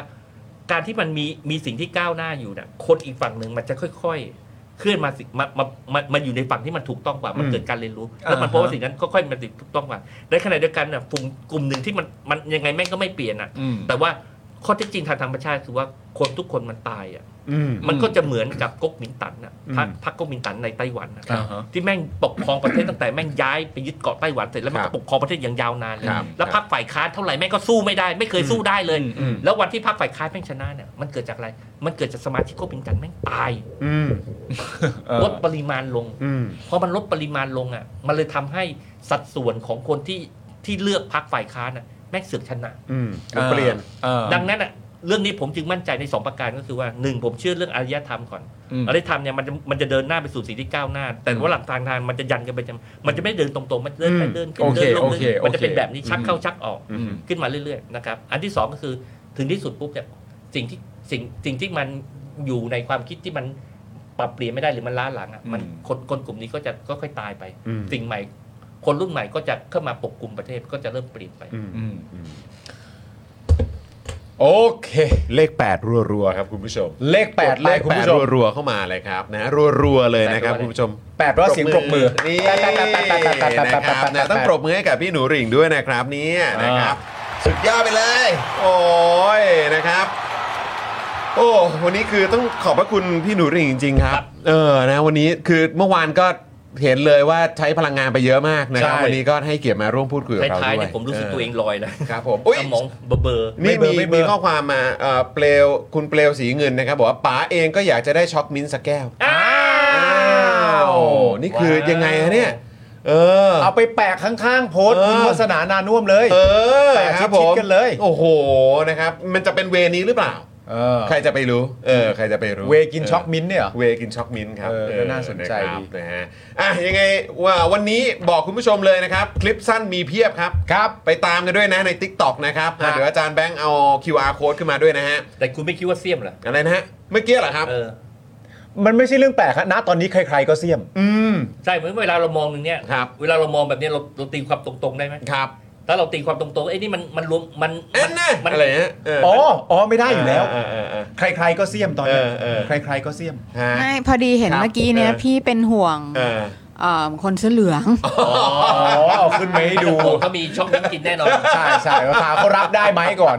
[SPEAKER 5] การที่มันมีมีสิ่งที่ก้าวหน้าอยู่เนี่ยคนอีกฝั่งหนึ่งมันจะค่อยๆ เคลื่อนมาสิมามามามาอยู่ในฝั่งที่มันถูกต้องกว่ามัน
[SPEAKER 1] อืม
[SPEAKER 5] เกิดการเรียนรู้ แล้วมั
[SPEAKER 2] อ่า
[SPEAKER 5] น
[SPEAKER 2] ฮะ
[SPEAKER 5] เพราะว่าสิ่งนั้นก็ค่อยๆมันถูกต้องกว่าในขณะเดียวกันเนี่ยกลุ่มกลุ่มหนึ่งที่มันมันยังไงแม่งก็ไม่เปลี่ยนอ่ะ
[SPEAKER 2] อืม
[SPEAKER 5] แต่ว่าข้อเที่จริงทางธรรมชาติคือว่าคนทุกคนมันตายอ่ะ
[SPEAKER 1] อืม
[SPEAKER 5] มันก็จะเหมือนกับก๊กมินตันน่ะพรรค
[SPEAKER 1] อืม
[SPEAKER 5] พรรคก๊กมินตันในไต้หวันน่ะ
[SPEAKER 2] อ่าฮะ
[SPEAKER 5] ที่แม่งปกครองประเทศตั้งแต่แม่งย้ายไปยึดเกาะไต้หวันเสร็จแล้วมัน
[SPEAKER 1] ครั
[SPEAKER 5] ก็
[SPEAKER 1] บ
[SPEAKER 5] ปกครองประเทศอย่างยาวนานเลย
[SPEAKER 1] ครับ
[SPEAKER 5] แล้วพรรคฝ่ายค้านเท่าไหร่แม่งก็สู้ไม่ได้ ไม่เคยสู้ได้เลย
[SPEAKER 2] อืมอืม
[SPEAKER 5] แล้ววันที่พรรคฝ่ายค้านแม่งชนะเนี่ยมันเกิดจากอะไร มันเกิดจากสมาชิกก๊กมินตันแม่งตาย
[SPEAKER 1] อืม
[SPEAKER 2] เออ
[SPEAKER 5] ลดปริมาณลง
[SPEAKER 1] อืม
[SPEAKER 5] พอมันลดปริมาณลงอ่ะมันเลยทำให้สัดส่วนของคนที่ที่เลือกพรรคฝ่ายค้านน่ะแม่งเสือกชนะ
[SPEAKER 1] อืมมันเปลี่ยน
[SPEAKER 2] ออ
[SPEAKER 5] ดังนั้นอ่ะเรื่องนี้ผมจึงมั่นใจในสองประการก็คือว่าหนึ่งผมเชื่อเรื่องอารยธรรมก่อน
[SPEAKER 2] อืม
[SPEAKER 5] อารยธรรมเนี่ยมันจะมันจะเดินหน้าไปสู่สิ่งที่ก้าวหน้า แต่ว่าหลังทางทางมันจะยันกันไปจำมันจะไม่เดินตรงๆ มันเดินไป
[SPEAKER 1] อืม
[SPEAKER 5] เดินขึ้น
[SPEAKER 2] โอเค
[SPEAKER 5] เดินลง
[SPEAKER 2] โอ
[SPEAKER 5] เดิน
[SPEAKER 2] เค
[SPEAKER 5] ขึ้นมันจะเป็น
[SPEAKER 2] โอเค
[SPEAKER 5] แบบนี้ชักเข้าชักออก
[SPEAKER 1] อืม
[SPEAKER 5] ขึ้นมาเรื่อยๆนะครับอันที่สองก็คือถึงที่สุดปุ๊บเนี่ยสิ่งที่สิ่งสิ่งที่มันอยู่ในความคิดที่มัน ปรับเปลี่ยนไม่ได้หรือมันล้าหลังอ่ะมัน
[SPEAKER 2] อืม
[SPEAKER 5] คนคนกลุ่มนี้ก็จะก็ค่อยตายไป
[SPEAKER 1] อืม
[SPEAKER 5] สิ่งใหม่ คนรุ่นใหม่ก็จะเข้ามาปกคลุมประเทศก็จะเริ่มเปลี่ยนไป
[SPEAKER 1] อืม
[SPEAKER 2] อืม
[SPEAKER 1] อืม
[SPEAKER 2] โอเค เลข 8 รัวๆครับคุณผู้ชม เลข 8
[SPEAKER 1] เล
[SPEAKER 2] เล
[SPEAKER 1] ขแป
[SPEAKER 2] ขคุณ
[SPEAKER 1] ด
[SPEAKER 2] ผู้ชม
[SPEAKER 1] รัวๆเข้ามาเลยครับนะรัวๆเลยนะครับคุณผู้ชม
[SPEAKER 2] แปดว่าเสียงปรบมือ
[SPEAKER 1] นี่
[SPEAKER 2] แปดแปดแปดแปดแปดแปดแปด
[SPEAKER 1] นะค
[SPEAKER 2] แปดแป
[SPEAKER 1] รับ
[SPEAKER 2] ดแป
[SPEAKER 1] นะ
[SPEAKER 2] ด
[SPEAKER 1] ต้องปรบมือให้กับพี่หนูหริ่งด้วยนะครับเนี่ยนะครับ สุดยอดไปเลย โอ้ยนะครับ โอ้วันนี้คือต้องขอบพระคุณพี่หนูหริ่งจริงๆครับ เออนะวันนี้คือเมื่อวานก็เห็นเลยว่าใช้พลังงานไปเยอะมากนะครับ
[SPEAKER 2] ใช่
[SPEAKER 1] วันนี้ก็ให้เกียรติมาร่วมพูดคุยกับเรา
[SPEAKER 5] ท้ายๆ
[SPEAKER 1] ด้ว
[SPEAKER 5] เนี่ย ยผมรู้สึกตัวเองลอยนะครับ
[SPEAKER 1] ผมอุ้ย
[SPEAKER 5] สมองเบลอ
[SPEAKER 1] นี่
[SPEAKER 2] ไม่
[SPEAKER 1] มี
[SPEAKER 2] เบลอไม่เบล
[SPEAKER 1] มี
[SPEAKER 2] อ
[SPEAKER 1] ข้อความมาเอ่อเปลวคุณเปลวสีเงินนะครับ บอกว่าป๋าเองก็อยากจะได้ช็อกมิ้นท์สักแก้ว
[SPEAKER 5] ๆอ้า
[SPEAKER 1] อ้าว วนี่คือยังไงฮะเนี่ย เออ
[SPEAKER 2] เอาไปแปะข้างๆ โพสต์
[SPEAKER 1] เออ
[SPEAKER 2] คุณวาสนานานุ่วมเลย
[SPEAKER 1] เออ
[SPEAKER 2] แปะ
[SPEAKER 1] ครับผ
[SPEAKER 2] ชิดๆ
[SPEAKER 1] ม
[SPEAKER 2] กันเลย
[SPEAKER 1] โอ้โหนะครับ มันจะเป็นเวนี้หรือเปล่า
[SPEAKER 2] เออ
[SPEAKER 1] ใครจะไปรู้ เออ ใครจะไปรู้
[SPEAKER 2] เวกินช็อกมิ้นท์เนี่ยเหรอ
[SPEAKER 1] เวกินช็อกมิ้นท์ครับ
[SPEAKER 2] เออก็น่าสนใจ
[SPEAKER 1] ะครับ
[SPEAKER 2] ดี
[SPEAKER 1] นะฮะอ่ะยังไงว่าวันนี้บอกคุณผู้ชมเลยนะครับ คลิปสั้นมีเพียบครับ
[SPEAKER 2] ครับ
[SPEAKER 1] ไปตามกันด้วยนะใน Tik t o อกนะครับอ่ะ
[SPEAKER 2] ครับ
[SPEAKER 1] เดี๋ยวอาจารย์แบงค์เอา QR code ขึ้นมาด้วยนะฮะ
[SPEAKER 5] แต่คุณไม่คิดว่าเสียมเหรอ
[SPEAKER 1] อะไรนะฮะเมื่อกี้เหรอครับ
[SPEAKER 5] เออ
[SPEAKER 2] มันไม่ใช่เรื่องแปลกครับณตอนนี้ใครๆก็เสี่ยม
[SPEAKER 1] อืม
[SPEAKER 5] ใช่เหมือนเวลาเรามองหนึ่งเนี่ย
[SPEAKER 1] ครับ
[SPEAKER 5] เวลาเรามองแบบเนี้ยเราเราตีความตรงๆได้ไหม
[SPEAKER 1] ครับ
[SPEAKER 5] ถ้าเราตีความตรงๆไอ้ยนี่มันมันรวมมัน
[SPEAKER 1] เอ็นนะ
[SPEAKER 5] มัน
[SPEAKER 1] อะไรฮะเ
[SPEAKER 2] อ๋อ อ๋อ ไม่ได้อยู่แล้ว
[SPEAKER 1] เเออเออ
[SPEAKER 2] ใครๆก็เสี่ยมตอนนี้
[SPEAKER 1] เออเออ
[SPEAKER 2] ใครๆก็เสี่ยม
[SPEAKER 1] ฮะ
[SPEAKER 3] ไม่พอดีเห็
[SPEAKER 1] ค
[SPEAKER 3] น
[SPEAKER 1] รับ
[SPEAKER 3] เมื่อกี้เนี่ย
[SPEAKER 1] เออ
[SPEAKER 3] พี่เป็นห่วง
[SPEAKER 1] เออ
[SPEAKER 3] เอ่อคนเสื้อเหลือง
[SPEAKER 2] อ๋อ เอาขึ้นมาให้ดู
[SPEAKER 5] โอ้เขามีช่องนี้กินแน่นอน
[SPEAKER 2] ใช่ใช่ว่าถามเขารับได้ไหมก่อน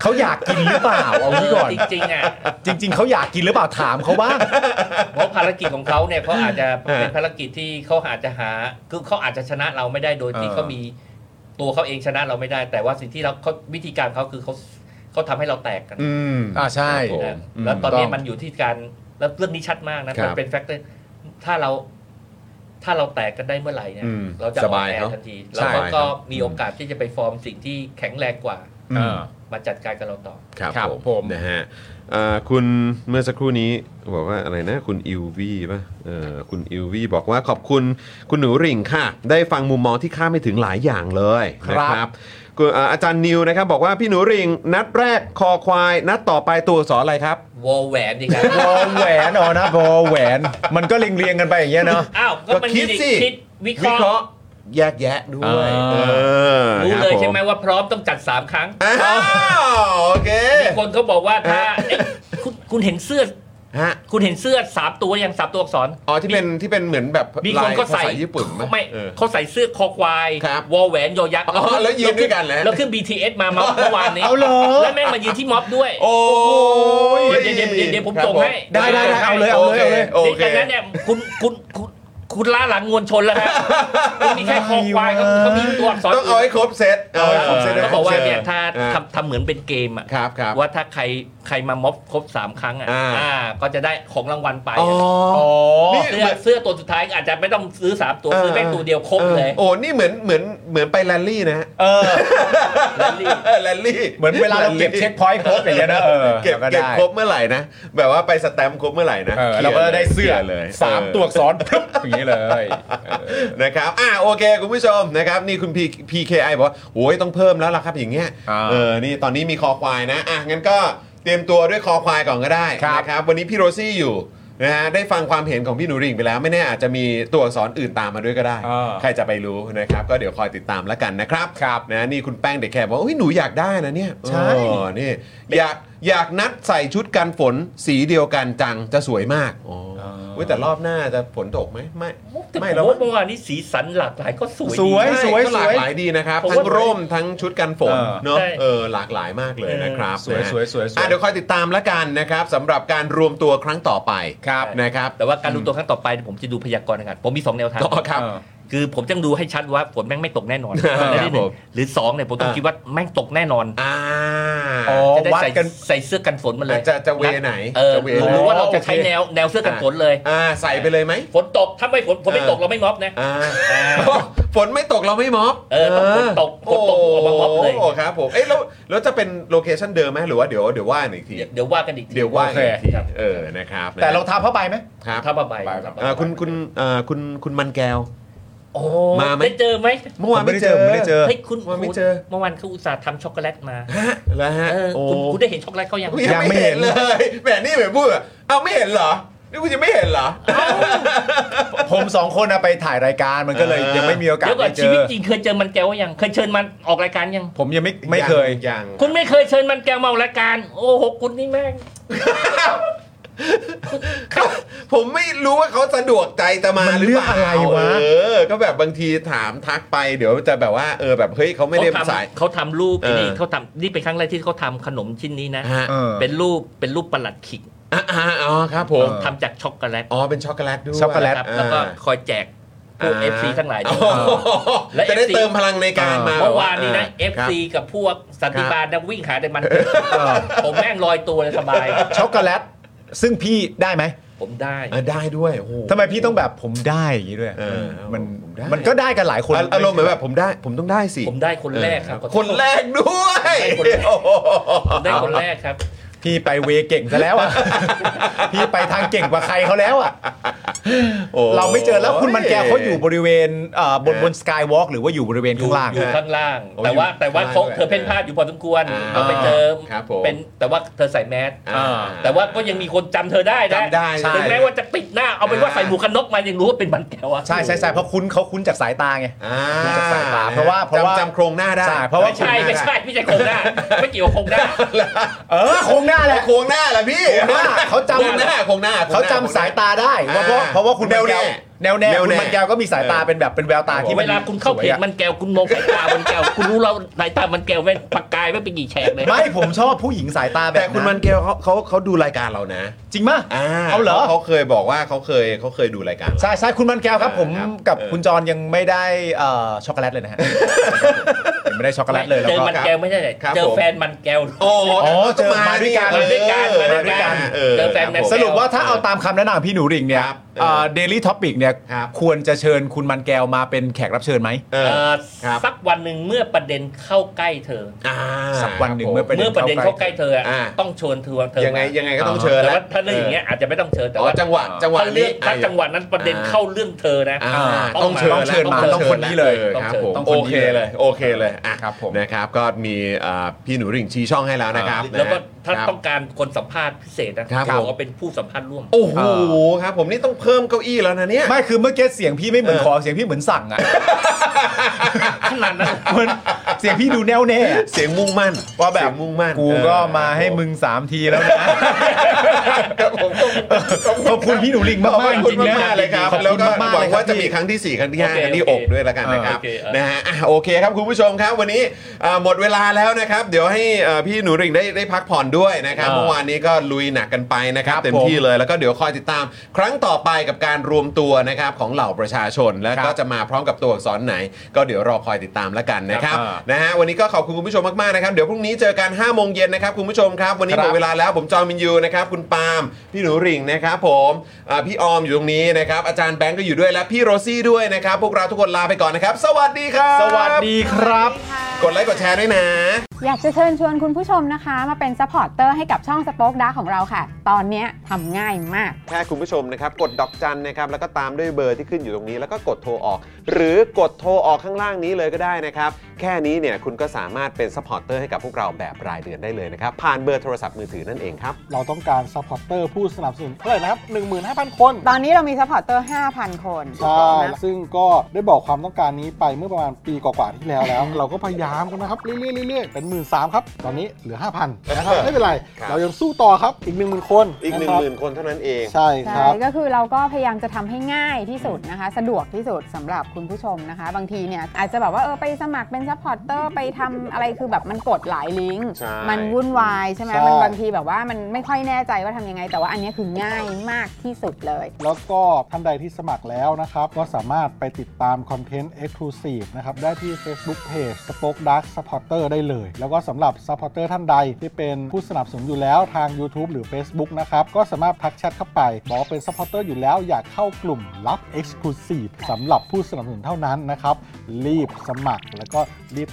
[SPEAKER 2] เขาอยากกินหรือเปล่า เอางี้ก่อน
[SPEAKER 5] จริงๆอ่ะ
[SPEAKER 2] จริง ๆ เขาอยากกินหรือเปล่า ถามเขาบ้าง
[SPEAKER 5] เพราะภารกิจของเขาเนี่ยเขาอาจจะ
[SPEAKER 1] เออ
[SPEAKER 5] เป็นภารกิจที่เขาอาจจะหาคือเขาอาจจะชนะเราไม่ได้โดยที่
[SPEAKER 2] เออ
[SPEAKER 5] เขามีตัวเขาเองชนะเราไม่ได้ แต่ว่าสิ่งที่เราเขาวิธีการเขาคือเขาเขาทำให้เราแตกกัน
[SPEAKER 1] ืม
[SPEAKER 2] อ่าใช่
[SPEAKER 1] ครับผม
[SPEAKER 5] นะแล้วตอนนี้
[SPEAKER 2] ต้อง
[SPEAKER 5] มันอยู่ที่การแล้วเรื่องนี้ชัดมากนะครับมันเป็นแฟกเตอร์ถ้าเราถ้าเราแตกกันได้เมื่อไหร่เนี่ย
[SPEAKER 1] อืม
[SPEAKER 5] เราจะ
[SPEAKER 1] สบาย
[SPEAKER 5] อ่อนแอ
[SPEAKER 1] เนอะ
[SPEAKER 5] ทันที
[SPEAKER 1] ใช่ครั
[SPEAKER 5] แล้วก็
[SPEAKER 1] บ
[SPEAKER 5] ก็มีโอกาสที่จะไปฟอร์มสิ่งที่แข็งแรงกว่า
[SPEAKER 2] เออ
[SPEAKER 5] มาจัดการกับเราต่อ
[SPEAKER 1] ครับ
[SPEAKER 2] ครับ
[SPEAKER 1] ผม
[SPEAKER 2] ผม
[SPEAKER 1] นะฮะเอ่อคุณเมื่อสักครู่นี้บอกว่าอะไรนะ คุณอิววี่ป่ะเอ่อคุณอิววี่บอกว่าขอบคุณคุณหนูหริ่งค่ะ ได้ฟังมุมมองที่คาดไม่ถึงหลายอย่างเลย
[SPEAKER 2] ครับ
[SPEAKER 1] นะครับคุณอ่าอาจารย์นิวนะครับ บอกว่าพี่หนูหริ่งนัดแรกคอควาย นัดต่อไปตัวอักษรอะไรครับ
[SPEAKER 5] วอลแหวนดีครับ
[SPEAKER 2] วอแหวนอ๋อนะวอแหวน มันก็เรียงๆกันไปอย่างเงี้ยเนาะ
[SPEAKER 5] อ้าว ก็มัน
[SPEAKER 1] ก็คิด
[SPEAKER 5] มี
[SPEAKER 1] สิ
[SPEAKER 5] คิดวิเคราะห์
[SPEAKER 1] แยกแยะด้วย
[SPEAKER 2] อ่า
[SPEAKER 1] เออ
[SPEAKER 5] รู้
[SPEAKER 1] คบ
[SPEAKER 5] เลย
[SPEAKER 1] ผ
[SPEAKER 5] ใช่ไหมว่าพร้อมต้องจัด 3 ครั้ง
[SPEAKER 1] อ้าวโอเค
[SPEAKER 5] มีคนเขาบอกว่าถ้าเอ๊ะคุณคุณเห็นเสื้อ
[SPEAKER 1] ฮะ
[SPEAKER 5] คุณเห็นเสื้อสามตัวยังสามตัวอักษร
[SPEAKER 1] อ๋อที่เป็นที่เป็นเหมือนแบบ
[SPEAKER 5] มีคน
[SPEAKER 1] ลาย
[SPEAKER 5] ก็ใส่
[SPEAKER 1] ภาษาญี่ปุ่นไหม
[SPEAKER 5] ไม่
[SPEAKER 1] เออ
[SPEAKER 5] เขาใส่เสื้อคอควาย
[SPEAKER 1] ครับ
[SPEAKER 5] วอลแหวนยอยักษ์
[SPEAKER 1] อ๋อแล้วยืนด้วยกันเหรอ
[SPEAKER 5] แล้วขึ้น BTS มาเมื่อวานนี้
[SPEAKER 2] เอาเหรอ
[SPEAKER 5] แล้วแม่งมายืนที่ม็อบด้วย
[SPEAKER 1] โอ้ย
[SPEAKER 5] เดี๋ยวเดี๋ยวเดี๋ยวเดี๋ยวผมส่งให้
[SPEAKER 2] ได้ได้ได้เอาเลยเอาเลยเอาเลย
[SPEAKER 1] โอเค
[SPEAKER 5] ดังนั้นเนี่ยคุณคุณคุณคุณล้าหลังมวลชนแล้วฮะคุณมีแค่คอควายเขาเขามีตัวอักษร
[SPEAKER 1] ต้องเอาให้ครบเซต
[SPEAKER 2] เอาให้ครบเซต
[SPEAKER 1] ให้
[SPEAKER 5] เขาบอกว่าเนี่ยถ้า
[SPEAKER 1] อ่
[SPEAKER 5] ทำทำเหมือนเป็นเกมอะ
[SPEAKER 1] ครับครับ
[SPEAKER 5] ว่าถ้าใครใครมาม็อบครบสามครั้งอะ
[SPEAKER 1] อ่า
[SPEAKER 5] อ่าก็จะได้ของรางวัลไป
[SPEAKER 1] อ๋อ
[SPEAKER 2] อ๋อ
[SPEAKER 1] นี่
[SPEAKER 5] เสื้อเสื้อตัวสุดท้ายอาจจะไม่ต้องซื้อสามตัวซื้อแม่งตัวเดียวครบเลย
[SPEAKER 1] โอ้นี่เหมือนเหมือนเหมือนไปแรลลี่นะฮะ
[SPEAKER 2] เออ
[SPEAKER 5] แล้วรีบ
[SPEAKER 1] แรลลี่
[SPEAKER 2] เหมือนเวลาเราเก็บเช็คพอยต์ครบอย่างเงี้ยนะเออ
[SPEAKER 1] เก็บ
[SPEAKER 2] รา
[SPEAKER 1] เก็บ
[SPEAKER 2] ได้
[SPEAKER 1] ครบเมื่อไหร่นะ แบบว่าไปสแตมป์ครบเมื่อไหร่นะ
[SPEAKER 2] เออเราก็จะได้เสื้อ
[SPEAKER 1] ขียนเลย
[SPEAKER 2] สาม
[SPEAKER 1] เออ
[SPEAKER 2] ตัวอักษรพรึบอย่างนี้เลยเออ
[SPEAKER 1] นะครับ อ่ะโอเค คุณผู้ชมนะครับ นี่คุณ P- PKI บอกว่าโอ้ยต้องเพิ่มแล้วล่ะครับอย่างเงี้ย
[SPEAKER 2] อ่า
[SPEAKER 1] เออ นี่ตอนนี้มีคอควายนะ อ่ะ งั้นก็เตรียมตัวด้วยคอควายก่อนก็ได้
[SPEAKER 2] ครับ
[SPEAKER 1] นะครับ วันนี้พี่โรซี่อยู่นะฮะ ได้ฟังความเห็นของพี่หนูริ่งไปแล้ว ไม่แน่อาจจะมีตัวอักษรอื่นตามมาด้วยก็ได้
[SPEAKER 2] อ่า
[SPEAKER 1] ใครจะไปรู้นะครับ ก็เดี๋ยวคอยติดตามแล้วกันนะครับ
[SPEAKER 2] ครับ
[SPEAKER 1] นะนี่คุณแป้งเด็กแคร์บอกว่าอุ้ยหนูอยากได้นะเนี่ย
[SPEAKER 2] ใช่
[SPEAKER 1] เออนี่อยากอยากนัดใส่ชุดกันฝนสีเดียวกันจังจะสวยมากอ๋อเว้ยแต่รอบหน้าจะฝนตกไหมไม่
[SPEAKER 5] แต่
[SPEAKER 1] ไม่
[SPEAKER 5] ผม
[SPEAKER 1] แล้วมั้
[SPEAKER 5] ว่าง เมื่อวานนี้สีสันหลากหลายก็สวยดี
[SPEAKER 2] สวย
[SPEAKER 1] ใช่ก็หลากหลายดีนะครับ
[SPEAKER 5] ผม
[SPEAKER 1] ทั้
[SPEAKER 5] ว่าง
[SPEAKER 1] ร่มทั้งชุดกันฝน
[SPEAKER 2] เออ
[SPEAKER 1] เนาะ
[SPEAKER 5] ใช่
[SPEAKER 1] เออหลากหลายมากเลยนะครับ
[SPEAKER 2] สวย
[SPEAKER 1] นะ
[SPEAKER 2] สวยสวยสว
[SPEAKER 1] อ่ะ
[SPEAKER 2] ย
[SPEAKER 1] เดี๋ยวคอยติดตามแล้วกันนะครับสำหรับการรวมตัวครั้งต่อไป
[SPEAKER 2] ครับ
[SPEAKER 1] นะครับ
[SPEAKER 5] แต่ว่าการดูตัวครั้งต่อไปเนี่ยผมจะดูพยากรณ์อากาศผมมี 2 แนวทาง
[SPEAKER 1] ต่อครับ
[SPEAKER 2] เออ
[SPEAKER 5] คือผมต้องดูให้ชัดว่าฝนแม่งไม่ตกแน่นอน
[SPEAKER 1] ครับ
[SPEAKER 5] อันที่หนึ่
[SPEAKER 1] ผม
[SPEAKER 5] งหรือ 2 เนี่ยผมต้อง
[SPEAKER 1] อ่า
[SPEAKER 5] คิดว่าแม่งตกแน่นอน
[SPEAKER 1] อ่า
[SPEAKER 2] อ๋อ
[SPEAKER 5] จะได้
[SPEAKER 2] วัด
[SPEAKER 5] ใส่
[SPEAKER 2] กัน
[SPEAKER 5] ใส่เสื้อกันฝนมาเลย
[SPEAKER 1] จะจะเวไหน
[SPEAKER 5] เออ
[SPEAKER 1] จะเวไหน
[SPEAKER 5] ผมรู้ว่าเราจะใช้
[SPEAKER 2] โอเค
[SPEAKER 5] แนวแนวเสื้อกันฝนเลย
[SPEAKER 1] อ่าใส่ไปเลยไหม
[SPEAKER 5] ฝนตกถ้าไม่ฝนฝนไม่
[SPEAKER 1] อ่า
[SPEAKER 5] ตกเราไม่ม็อบนะ
[SPEAKER 1] อ่าฝนไม่ตกเราไม่ม็อบ
[SPEAKER 5] เออต้องฝนตกฝนตกออกมาม็อบเลย
[SPEAKER 1] โอ้ครับผมเอ้ยแล้วแล้วจะเป็นโลเคชั่นเดิมไหมหรือว่าเดี๋ยวเดี๋ยวว่ากันอีกที
[SPEAKER 5] เดี๋ยวเดี๋ยวว่ากันอีกที
[SPEAKER 1] เดี๋ยวว่ากันอีกที
[SPEAKER 5] ครับ
[SPEAKER 1] เออนะครับ
[SPEAKER 2] แต่รองเท้าผ้าใบไหม
[SPEAKER 1] ครับ
[SPEAKER 5] ถ้ามาใบ
[SPEAKER 2] ไปครับ
[SPEAKER 1] เอ่อคุณคุณเอ่อคุณคุณมันแก้ว
[SPEAKER 5] โอ้
[SPEAKER 1] มาไหม
[SPEAKER 5] ได้เจอไหม
[SPEAKER 1] เมื่อวานไม่เจอ
[SPEAKER 2] ผมไม่ได้เจอ
[SPEAKER 5] เฮ้ยคุณ
[SPEAKER 1] ว่าไม่เจอ
[SPEAKER 5] เมื่อวานเขาอุตส่าห์ทำช็อกโกแลตมา
[SPEAKER 1] ฮะแล้วฮะ
[SPEAKER 5] เออ
[SPEAKER 1] โอ้
[SPEAKER 5] คุณคุณได้เห็นช็อกโกแลตเขายัง
[SPEAKER 1] ยังไม่เห็นเลยแหมนี่เหมือนพูดแบบเอ้าไม่เห็นเหรอ นี่คุณยังไม่เห็นเหรอ
[SPEAKER 2] ผมสองคนน่ะไปถ่ายรายการมันก็เลย
[SPEAKER 1] เออ
[SPEAKER 2] ยังไม่มีโอกาส
[SPEAKER 5] เดี๋ยวก่อน
[SPEAKER 2] ได้เจ
[SPEAKER 5] ชีวิต
[SPEAKER 2] อ
[SPEAKER 5] จริงเคยเจอมันแก้วยัง เคยเชิญมันออกรายการยัง
[SPEAKER 2] ผมยังไม่ไม่เคย
[SPEAKER 1] ยัง
[SPEAKER 5] คุณไม่เคยเชิญมันแก้วมาออกรายการ โอ้โหคุณนี่แม่ง
[SPEAKER 1] ผมไม่รู้ว่าเขาสะดวกใจจะมา
[SPEAKER 2] มัน
[SPEAKER 1] หรือ
[SPEAKER 2] เรื่
[SPEAKER 1] เป
[SPEAKER 2] อง
[SPEAKER 1] ล่า
[SPEAKER 2] อะไรวะ
[SPEAKER 1] เออ ก็แบบบางทีถามทักไปเดี๋ยวจะแบบว่าเออแบบเฮ้ยเขาไม่ได้
[SPEAKER 5] เขา
[SPEAKER 1] สาย
[SPEAKER 5] ทำเขาทำรูป
[SPEAKER 1] เออ
[SPEAKER 5] นี่เขาทำนี่เป็นครั้งแรกที่เขาทำขนมชิ้นนี้นะ
[SPEAKER 1] ฮะ
[SPEAKER 2] เออ
[SPEAKER 5] เป็นรูปเป็นรูปประหลัดขิก
[SPEAKER 1] อ่ะอ่ะอ๋อครับผม
[SPEAKER 2] เออ
[SPEAKER 5] ทำจากช็อกโกแลต
[SPEAKER 1] อ๋อเป็นช็อกโกแลตด้วย
[SPEAKER 2] ช็อกโกแลต
[SPEAKER 5] นะครับแล้วก็คอยแจกพวก FC ทั้งหลาย
[SPEAKER 1] อ๋อ
[SPEAKER 5] ด้วย
[SPEAKER 1] จะ
[SPEAKER 5] และ
[SPEAKER 1] ได้
[SPEAKER 5] FC
[SPEAKER 1] เติมพลังในการมา
[SPEAKER 5] เมื่อวานนี้
[SPEAKER 1] แบ
[SPEAKER 5] นะ
[SPEAKER 1] บว่า
[SPEAKER 5] FC กับพวกสันติบาลนะวิ่งหาแต่มัน ผมแม่งลอยตัวเลยสบาย
[SPEAKER 2] ช็อกโกแลต ซึ่งพี่ได้ไหม
[SPEAKER 5] ผมได้
[SPEAKER 1] เออได้ด้วยโอ้โห
[SPEAKER 2] ทำไมพี่ต้องแบบผมได้อย่างนี้ด้วย
[SPEAKER 1] เออ
[SPEAKER 2] มัน
[SPEAKER 1] ผมได้
[SPEAKER 2] มันก็ได้กันหลายคน
[SPEAKER 1] อารอารมณ์เหมือนแบบผมได้ผมต้องได้สิ
[SPEAKER 5] ผมได้คนแรกครับ
[SPEAKER 1] เออคนแรกด้วย
[SPEAKER 5] คนแรก ผมได้คนแรกครับ
[SPEAKER 2] พี่ไปเวเก่งซะแล้วอ่ะ พี่ไปทางเก่งกว่าใครเขาแล้วอ่ะ
[SPEAKER 1] โอ้
[SPEAKER 2] เราไม่เจอแล้วคุณมันแก้วเขาอยู่บริเวณเอ่อบน
[SPEAKER 1] เออ
[SPEAKER 2] บนสกายวอล์กหรือว่าอยู่บริเวณข้างล่าง
[SPEAKER 5] อยู่ข้างล่าง
[SPEAKER 1] โอ้
[SPEAKER 5] แต่ว่า
[SPEAKER 1] อยู่
[SPEAKER 5] แต่ว่า
[SPEAKER 1] ข้างล่างด้
[SPEAKER 5] เขา
[SPEAKER 1] วย
[SPEAKER 5] เธอเพ่นพลาดอยู่พอสมควร
[SPEAKER 1] อ่า
[SPEAKER 5] เราไปเจอ
[SPEAKER 1] ครับผม
[SPEAKER 5] เป็นแต่ว่าเธอใส่แมส
[SPEAKER 1] อ่า
[SPEAKER 5] แต่ว่าก็ยังมีคนจำเธอได้นะ
[SPEAKER 1] จำได้ใช่
[SPEAKER 5] ถึงแม้ว่าจะปิดหน้าเอาเป็นว่า
[SPEAKER 1] อ่า
[SPEAKER 5] ใส่หมวกกันน็อกมายังรู้ว่าเป็นมันแก้วอะ
[SPEAKER 2] ใช่ใช่ใช่เพราะคุ้นเขาคุ้นจากสายตาไง
[SPEAKER 1] อ่า
[SPEAKER 2] ดูจากสายตาเพราะว่าเพราะว่า
[SPEAKER 1] จำจำโครงหน้าได้
[SPEAKER 2] ใช่เพราะว่า
[SPEAKER 5] ไม่ใช่ไม่ใช่ไม่ใช่โครงหน้า ไม่เกี่ยวกับโครงหน้า
[SPEAKER 2] เออโครงหน้าแหละ
[SPEAKER 1] โค้งหน้าแหละพี่
[SPEAKER 2] โค้งหน้าเขาจำ
[SPEAKER 1] โค้งหน้าโค้งหน้า
[SPEAKER 2] เขาจำสายตาได้ว่าเพราะ
[SPEAKER 1] อ่า
[SPEAKER 2] เพราะว่าคุณ
[SPEAKER 1] แน
[SPEAKER 2] แน
[SPEAKER 1] ว
[SPEAKER 2] ว
[SPEAKER 1] แน่
[SPEAKER 2] แน่แนวแน่
[SPEAKER 1] แนว
[SPEAKER 2] คุณ
[SPEAKER 1] แน่
[SPEAKER 2] มันแก้วก็มีสายตา
[SPEAKER 1] เออ
[SPEAKER 2] เป็นแบบเป็นแววตาที่
[SPEAKER 5] เวลาคุณเข้าเพ
[SPEAKER 2] สวย
[SPEAKER 5] จ
[SPEAKER 2] อะ
[SPEAKER 5] มันแก้วคุณมองสายตามันแก้วคุณรู้เราสายตามันแก้วแม่งปากกายไม่งเป็นกี่แฉกเลย
[SPEAKER 2] ไม่ผมชอบผู้หญิงสายตาแบบ
[SPEAKER 1] แต่คุณมันเกลเขาเขาเขาดูรายการเรานะ
[SPEAKER 2] จริงป่ะ
[SPEAKER 1] อ่
[SPEAKER 2] เอาเหรอ
[SPEAKER 1] เขาเคยบอกว่าเขาเคยเขาเคยดูรายการเรา
[SPEAKER 2] ใช่ใช่คุณมันแก้วครับ ผม
[SPEAKER 1] ครับ
[SPEAKER 2] กับ
[SPEAKER 1] เออ
[SPEAKER 2] คุณจรยังไม่ได้เอ่อช็อกโกแลตเลยนะฮะ ยังไม่ได้ช็อกโกแลตเลยแล้ว
[SPEAKER 5] เจอ
[SPEAKER 2] ก็
[SPEAKER 5] มันแก้วไม่ใช่
[SPEAKER 1] ครับ
[SPEAKER 5] เจอ
[SPEAKER 1] ผม
[SPEAKER 5] แฟนมันแก้ว
[SPEAKER 1] โอ้
[SPEAKER 2] อ๋อเจอมาด้วยกัน
[SPEAKER 5] มาด้วยกัน
[SPEAKER 1] เออ
[SPEAKER 5] มาด้วยกัน
[SPEAKER 1] เออ
[SPEAKER 5] เจอแฟน
[SPEAKER 1] ครับผม
[SPEAKER 5] แมน
[SPEAKER 2] สรุปว่าถ้าเอาตามคำแนะนำพี่หนูริ่งเนี่ย
[SPEAKER 1] ครับ
[SPEAKER 2] เดลี่ท็อปิกเนี่ย
[SPEAKER 1] ครับ
[SPEAKER 2] ควรจะเชิญคุณมันแก้วมาเป็นแขกรับเชิญไหม
[SPEAKER 1] เออ
[SPEAKER 5] เอ่อ
[SPEAKER 1] ครับ
[SPEAKER 5] สักวันหนึ่งเมื่อประเด็นเข้าใกล้เธอ
[SPEAKER 1] อ่า
[SPEAKER 2] สักวันหนึ่งเมื่อ ประเด็น
[SPEAKER 5] เมื่อประเด็นเข้าใกล้เธออะ
[SPEAKER 1] อ่า
[SPEAKER 5] ต้องชวนเธอเธอ
[SPEAKER 1] ยังไงยังไงก็ต้อง
[SPEAKER 2] อ่า
[SPEAKER 1] เชิญ
[SPEAKER 5] แต่
[SPEAKER 1] แล้ว
[SPEAKER 5] ว่าถ้าเรื่องอย่างเงี้ยอาจจะไม่ต้องเชิญแต่
[SPEAKER 1] อ๋อ
[SPEAKER 5] ว่า
[SPEAKER 1] จังหวะจังหวะ
[SPEAKER 5] ถ้าเรื่
[SPEAKER 1] นี้
[SPEAKER 5] องถ้าจังหวะนั้นประเด็นเข้าเรื่องเธอนะ
[SPEAKER 1] อ่า
[SPEAKER 5] ต้อง
[SPEAKER 1] ต้องเชิญ
[SPEAKER 2] ต้องเชิญ
[SPEAKER 1] แล้ว
[SPEAKER 2] มาต้องคนนี้เลย
[SPEAKER 1] ออครับผม
[SPEAKER 2] ต้อง
[SPEAKER 1] โอ
[SPEAKER 2] คนนี้
[SPEAKER 1] เค
[SPEAKER 2] เลย
[SPEAKER 1] เลยโอเคเลยอ่ะ
[SPEAKER 2] ครับผม
[SPEAKER 1] นะครับ ก็มีอ่าพี่หนูริ่งชี้ช่องให้แล้วนะครับ
[SPEAKER 5] แล้วก็
[SPEAKER 1] นะ
[SPEAKER 5] ถ้า
[SPEAKER 1] ครับ
[SPEAKER 5] ต้องการคนสัมภาษณ์พิเศษนะครับ เขา
[SPEAKER 1] ผม
[SPEAKER 5] เป็นผู้สัมภาษณ์ร่วม
[SPEAKER 1] โอ้โหครับ ผมนี่ต้องเพิ่มเก้าอี้แล้วนะเนี่ย
[SPEAKER 2] ไม่ คือเมื่อกี้เสียงพี่ไม่เหมือนขอเสียงพี่เหมือนสั่งอ่ะ
[SPEAKER 5] ขนาดนั้น
[SPEAKER 2] เหมือนเสียงพี่ดูแน่วแน่อะ
[SPEAKER 1] เสียงมุ่งมั่น
[SPEAKER 2] ว่าแบ
[SPEAKER 1] เสี
[SPEAKER 2] บ
[SPEAKER 1] ยงมุ่งมั่น
[SPEAKER 2] กูก็มาให้มึงสามทีแล้วนะครับ
[SPEAKER 1] ผม
[SPEAKER 2] ขอบคุณพี่หนูลิง
[SPEAKER 1] ข
[SPEAKER 2] มา
[SPEAKER 1] อบ
[SPEAKER 2] กๆจ
[SPEAKER 1] คุณ
[SPEAKER 2] ริงๆนะ
[SPEAKER 1] มากๆเลยครับ
[SPEAKER 2] ขอบ
[SPEAKER 1] แล้ว
[SPEAKER 2] คุณ
[SPEAKER 1] ก็
[SPEAKER 2] มาก
[SPEAKER 1] ห
[SPEAKER 2] ๆ
[SPEAKER 1] วั
[SPEAKER 2] เล
[SPEAKER 1] ง
[SPEAKER 2] ย
[SPEAKER 1] ว่าจะมี
[SPEAKER 2] พี่
[SPEAKER 1] ครั้งที่สี่ครั้งที่ห้า
[SPEAKER 5] โอเค
[SPEAKER 1] อันนี้
[SPEAKER 5] โอ
[SPEAKER 1] อ
[SPEAKER 5] เค
[SPEAKER 1] กด้วยแล้วกันนะครับ
[SPEAKER 5] โอเคเออ
[SPEAKER 1] นะฮะอ่ะโอเคครับคุณผู้ชมครับ วันนี้อ่าหมดเวลาแล้วนะครับ เดี๋ยวให้อ่าพี่หนูริ่งได้ได้พักผ่อนด้วยนะครับ
[SPEAKER 2] เออ
[SPEAKER 1] เมื่อวานนี้ก็ลุยหนักกันไปนะครับ
[SPEAKER 2] ครับ
[SPEAKER 1] เต็มที่เลยแล้วก็เดี๋ยวคอยติดตาม ครั้งต่อไปกับการรวมตัวนะครับของเหล่าประชาชนแล้ว
[SPEAKER 2] ครับ
[SPEAKER 1] ก็จะมาพร้อมกับตัวอักษรไหน ก็เดี๋ยวรอคอยติดตามแล้วกันนะครับ
[SPEAKER 2] ครับ
[SPEAKER 1] นะฮะวันนี้ก็ขอบคุณคุณผู้ชมมากๆนะครับเดี๋ยวพรุ่งนี้เจอกัน5้าโมงเย็นนะครับคุณผู้ชมครับ วันนี้
[SPEAKER 2] ครั
[SPEAKER 1] ห
[SPEAKER 2] บ
[SPEAKER 1] มดเวลาแล้วผมจอมินยูนะครับคุณปาล์มพี่หนูหริ่งนะครับผมอ่าพี่ออมอยู่ตรงนี้นะครับอาจารย์แบงก์ก็อยู่ด้วยและพี่โรซี่ด้วยนะครับ พวกเราทุกคนลาไปก่อนนะครับ สวัสดีครับ
[SPEAKER 2] สวัสดีครับ
[SPEAKER 1] กดไลค์กดแชร์ด้วยนะ
[SPEAKER 6] อยากจะเชิญชวนคุณผู้ชมนะคะ มาเป็นซัพพอร์ตเตอร์ให้กับช่องสป็อคดาของเราค่ะ ตอนเนี้ยทำง่ายมาก
[SPEAKER 1] แค่คุณผู้ชมนะครับ กดดอกจันนะครับ แล้วก็ตามด้วยเบอร์ที่ขึ้นอยู่ตรงนี้ แล้วก็กดโทรออก หรือกดโทรออกข้างล่างนี้เลยก็ได้นะครับ แค่นี้เนี่ยคุณก็สามารถเป็นซัพพอร์ตเตอร์ให้กับพวกเราแบบรายเดือนได้เลยนะครับ ผ่านเบอร์โทรศัพท์มือถือนั่นเองครับ
[SPEAKER 7] เราต้องการซัพพอร์ตเตอร์ผู้สนับสนุนเท่าไหร่นะครับ 15,000 คน
[SPEAKER 6] ตอนนี้เรามีซัพพอร์ตเตอร์5,000 คน
[SPEAKER 7] ใช่
[SPEAKER 6] นะ
[SPEAKER 7] ซึ่งก็ได้บอกความต้องการนี้ไปเมื่อประมาณปีกว่าๆที่แล้ว แล้ว เราก็พยายามกันนะครับ เรื่อยๆเรื่อยๆเป็น 1 3ื่นครับ ตอนนี้เหลือ 5,000นะครับ ไม่เป็นไร
[SPEAKER 1] ครับ
[SPEAKER 7] เรายังสู้ต่อครับอีก 10,000 คน
[SPEAKER 1] อีก1
[SPEAKER 7] ะครับ
[SPEAKER 1] 0,000คนเท่านั้นเอง
[SPEAKER 7] ใช่ค
[SPEAKER 6] ใช่
[SPEAKER 7] รับ
[SPEAKER 6] ก็คือเราก็พยายามจะทำให้ง่ายที่สุดนะคะ สะดวกที่สุดสำหรับคุณผู้ชมนะคะ บางทีเนี่ยอาจจะแบบว่าเออไปสมัครเป็นซัพพอร์ตเตอร์ไปทำอะไรคือแบบมันกดหลายลิงก์
[SPEAKER 1] ใช่
[SPEAKER 6] มันวุ่นวายใช่ไหม
[SPEAKER 7] ใช่
[SPEAKER 6] มันบางทีแบบว่ามันไม่ค่อยแน่ใจว่าทำยังไง แต่ว่าอันเนี้ยคือง่ายมากที่สุดเลย
[SPEAKER 7] แล้วก็ท่านใดที่สมัครแล้วนะครับ ก็สามารถไปติดตามคอนเทนต์ Exclusive นะครับ ได้ที่ Facebook Page Spoke Dark Supporter ได้เลย แล้วก็สำหรับ Supporter ท่านใดที่เป็นผู้สนับสนุนอยู่แล้วทาง YouTube หรือ Facebook นะครับ ก็สามารถทักแชทเข้าไป บอกว่าเป็น Supporter อยู่แล้วอยากเข้ากลุ่มลับ Exclusive สำหรับผู้สนับสนุนเท่านั้นนะครับ รีบสมัคร แล้วก็รีบ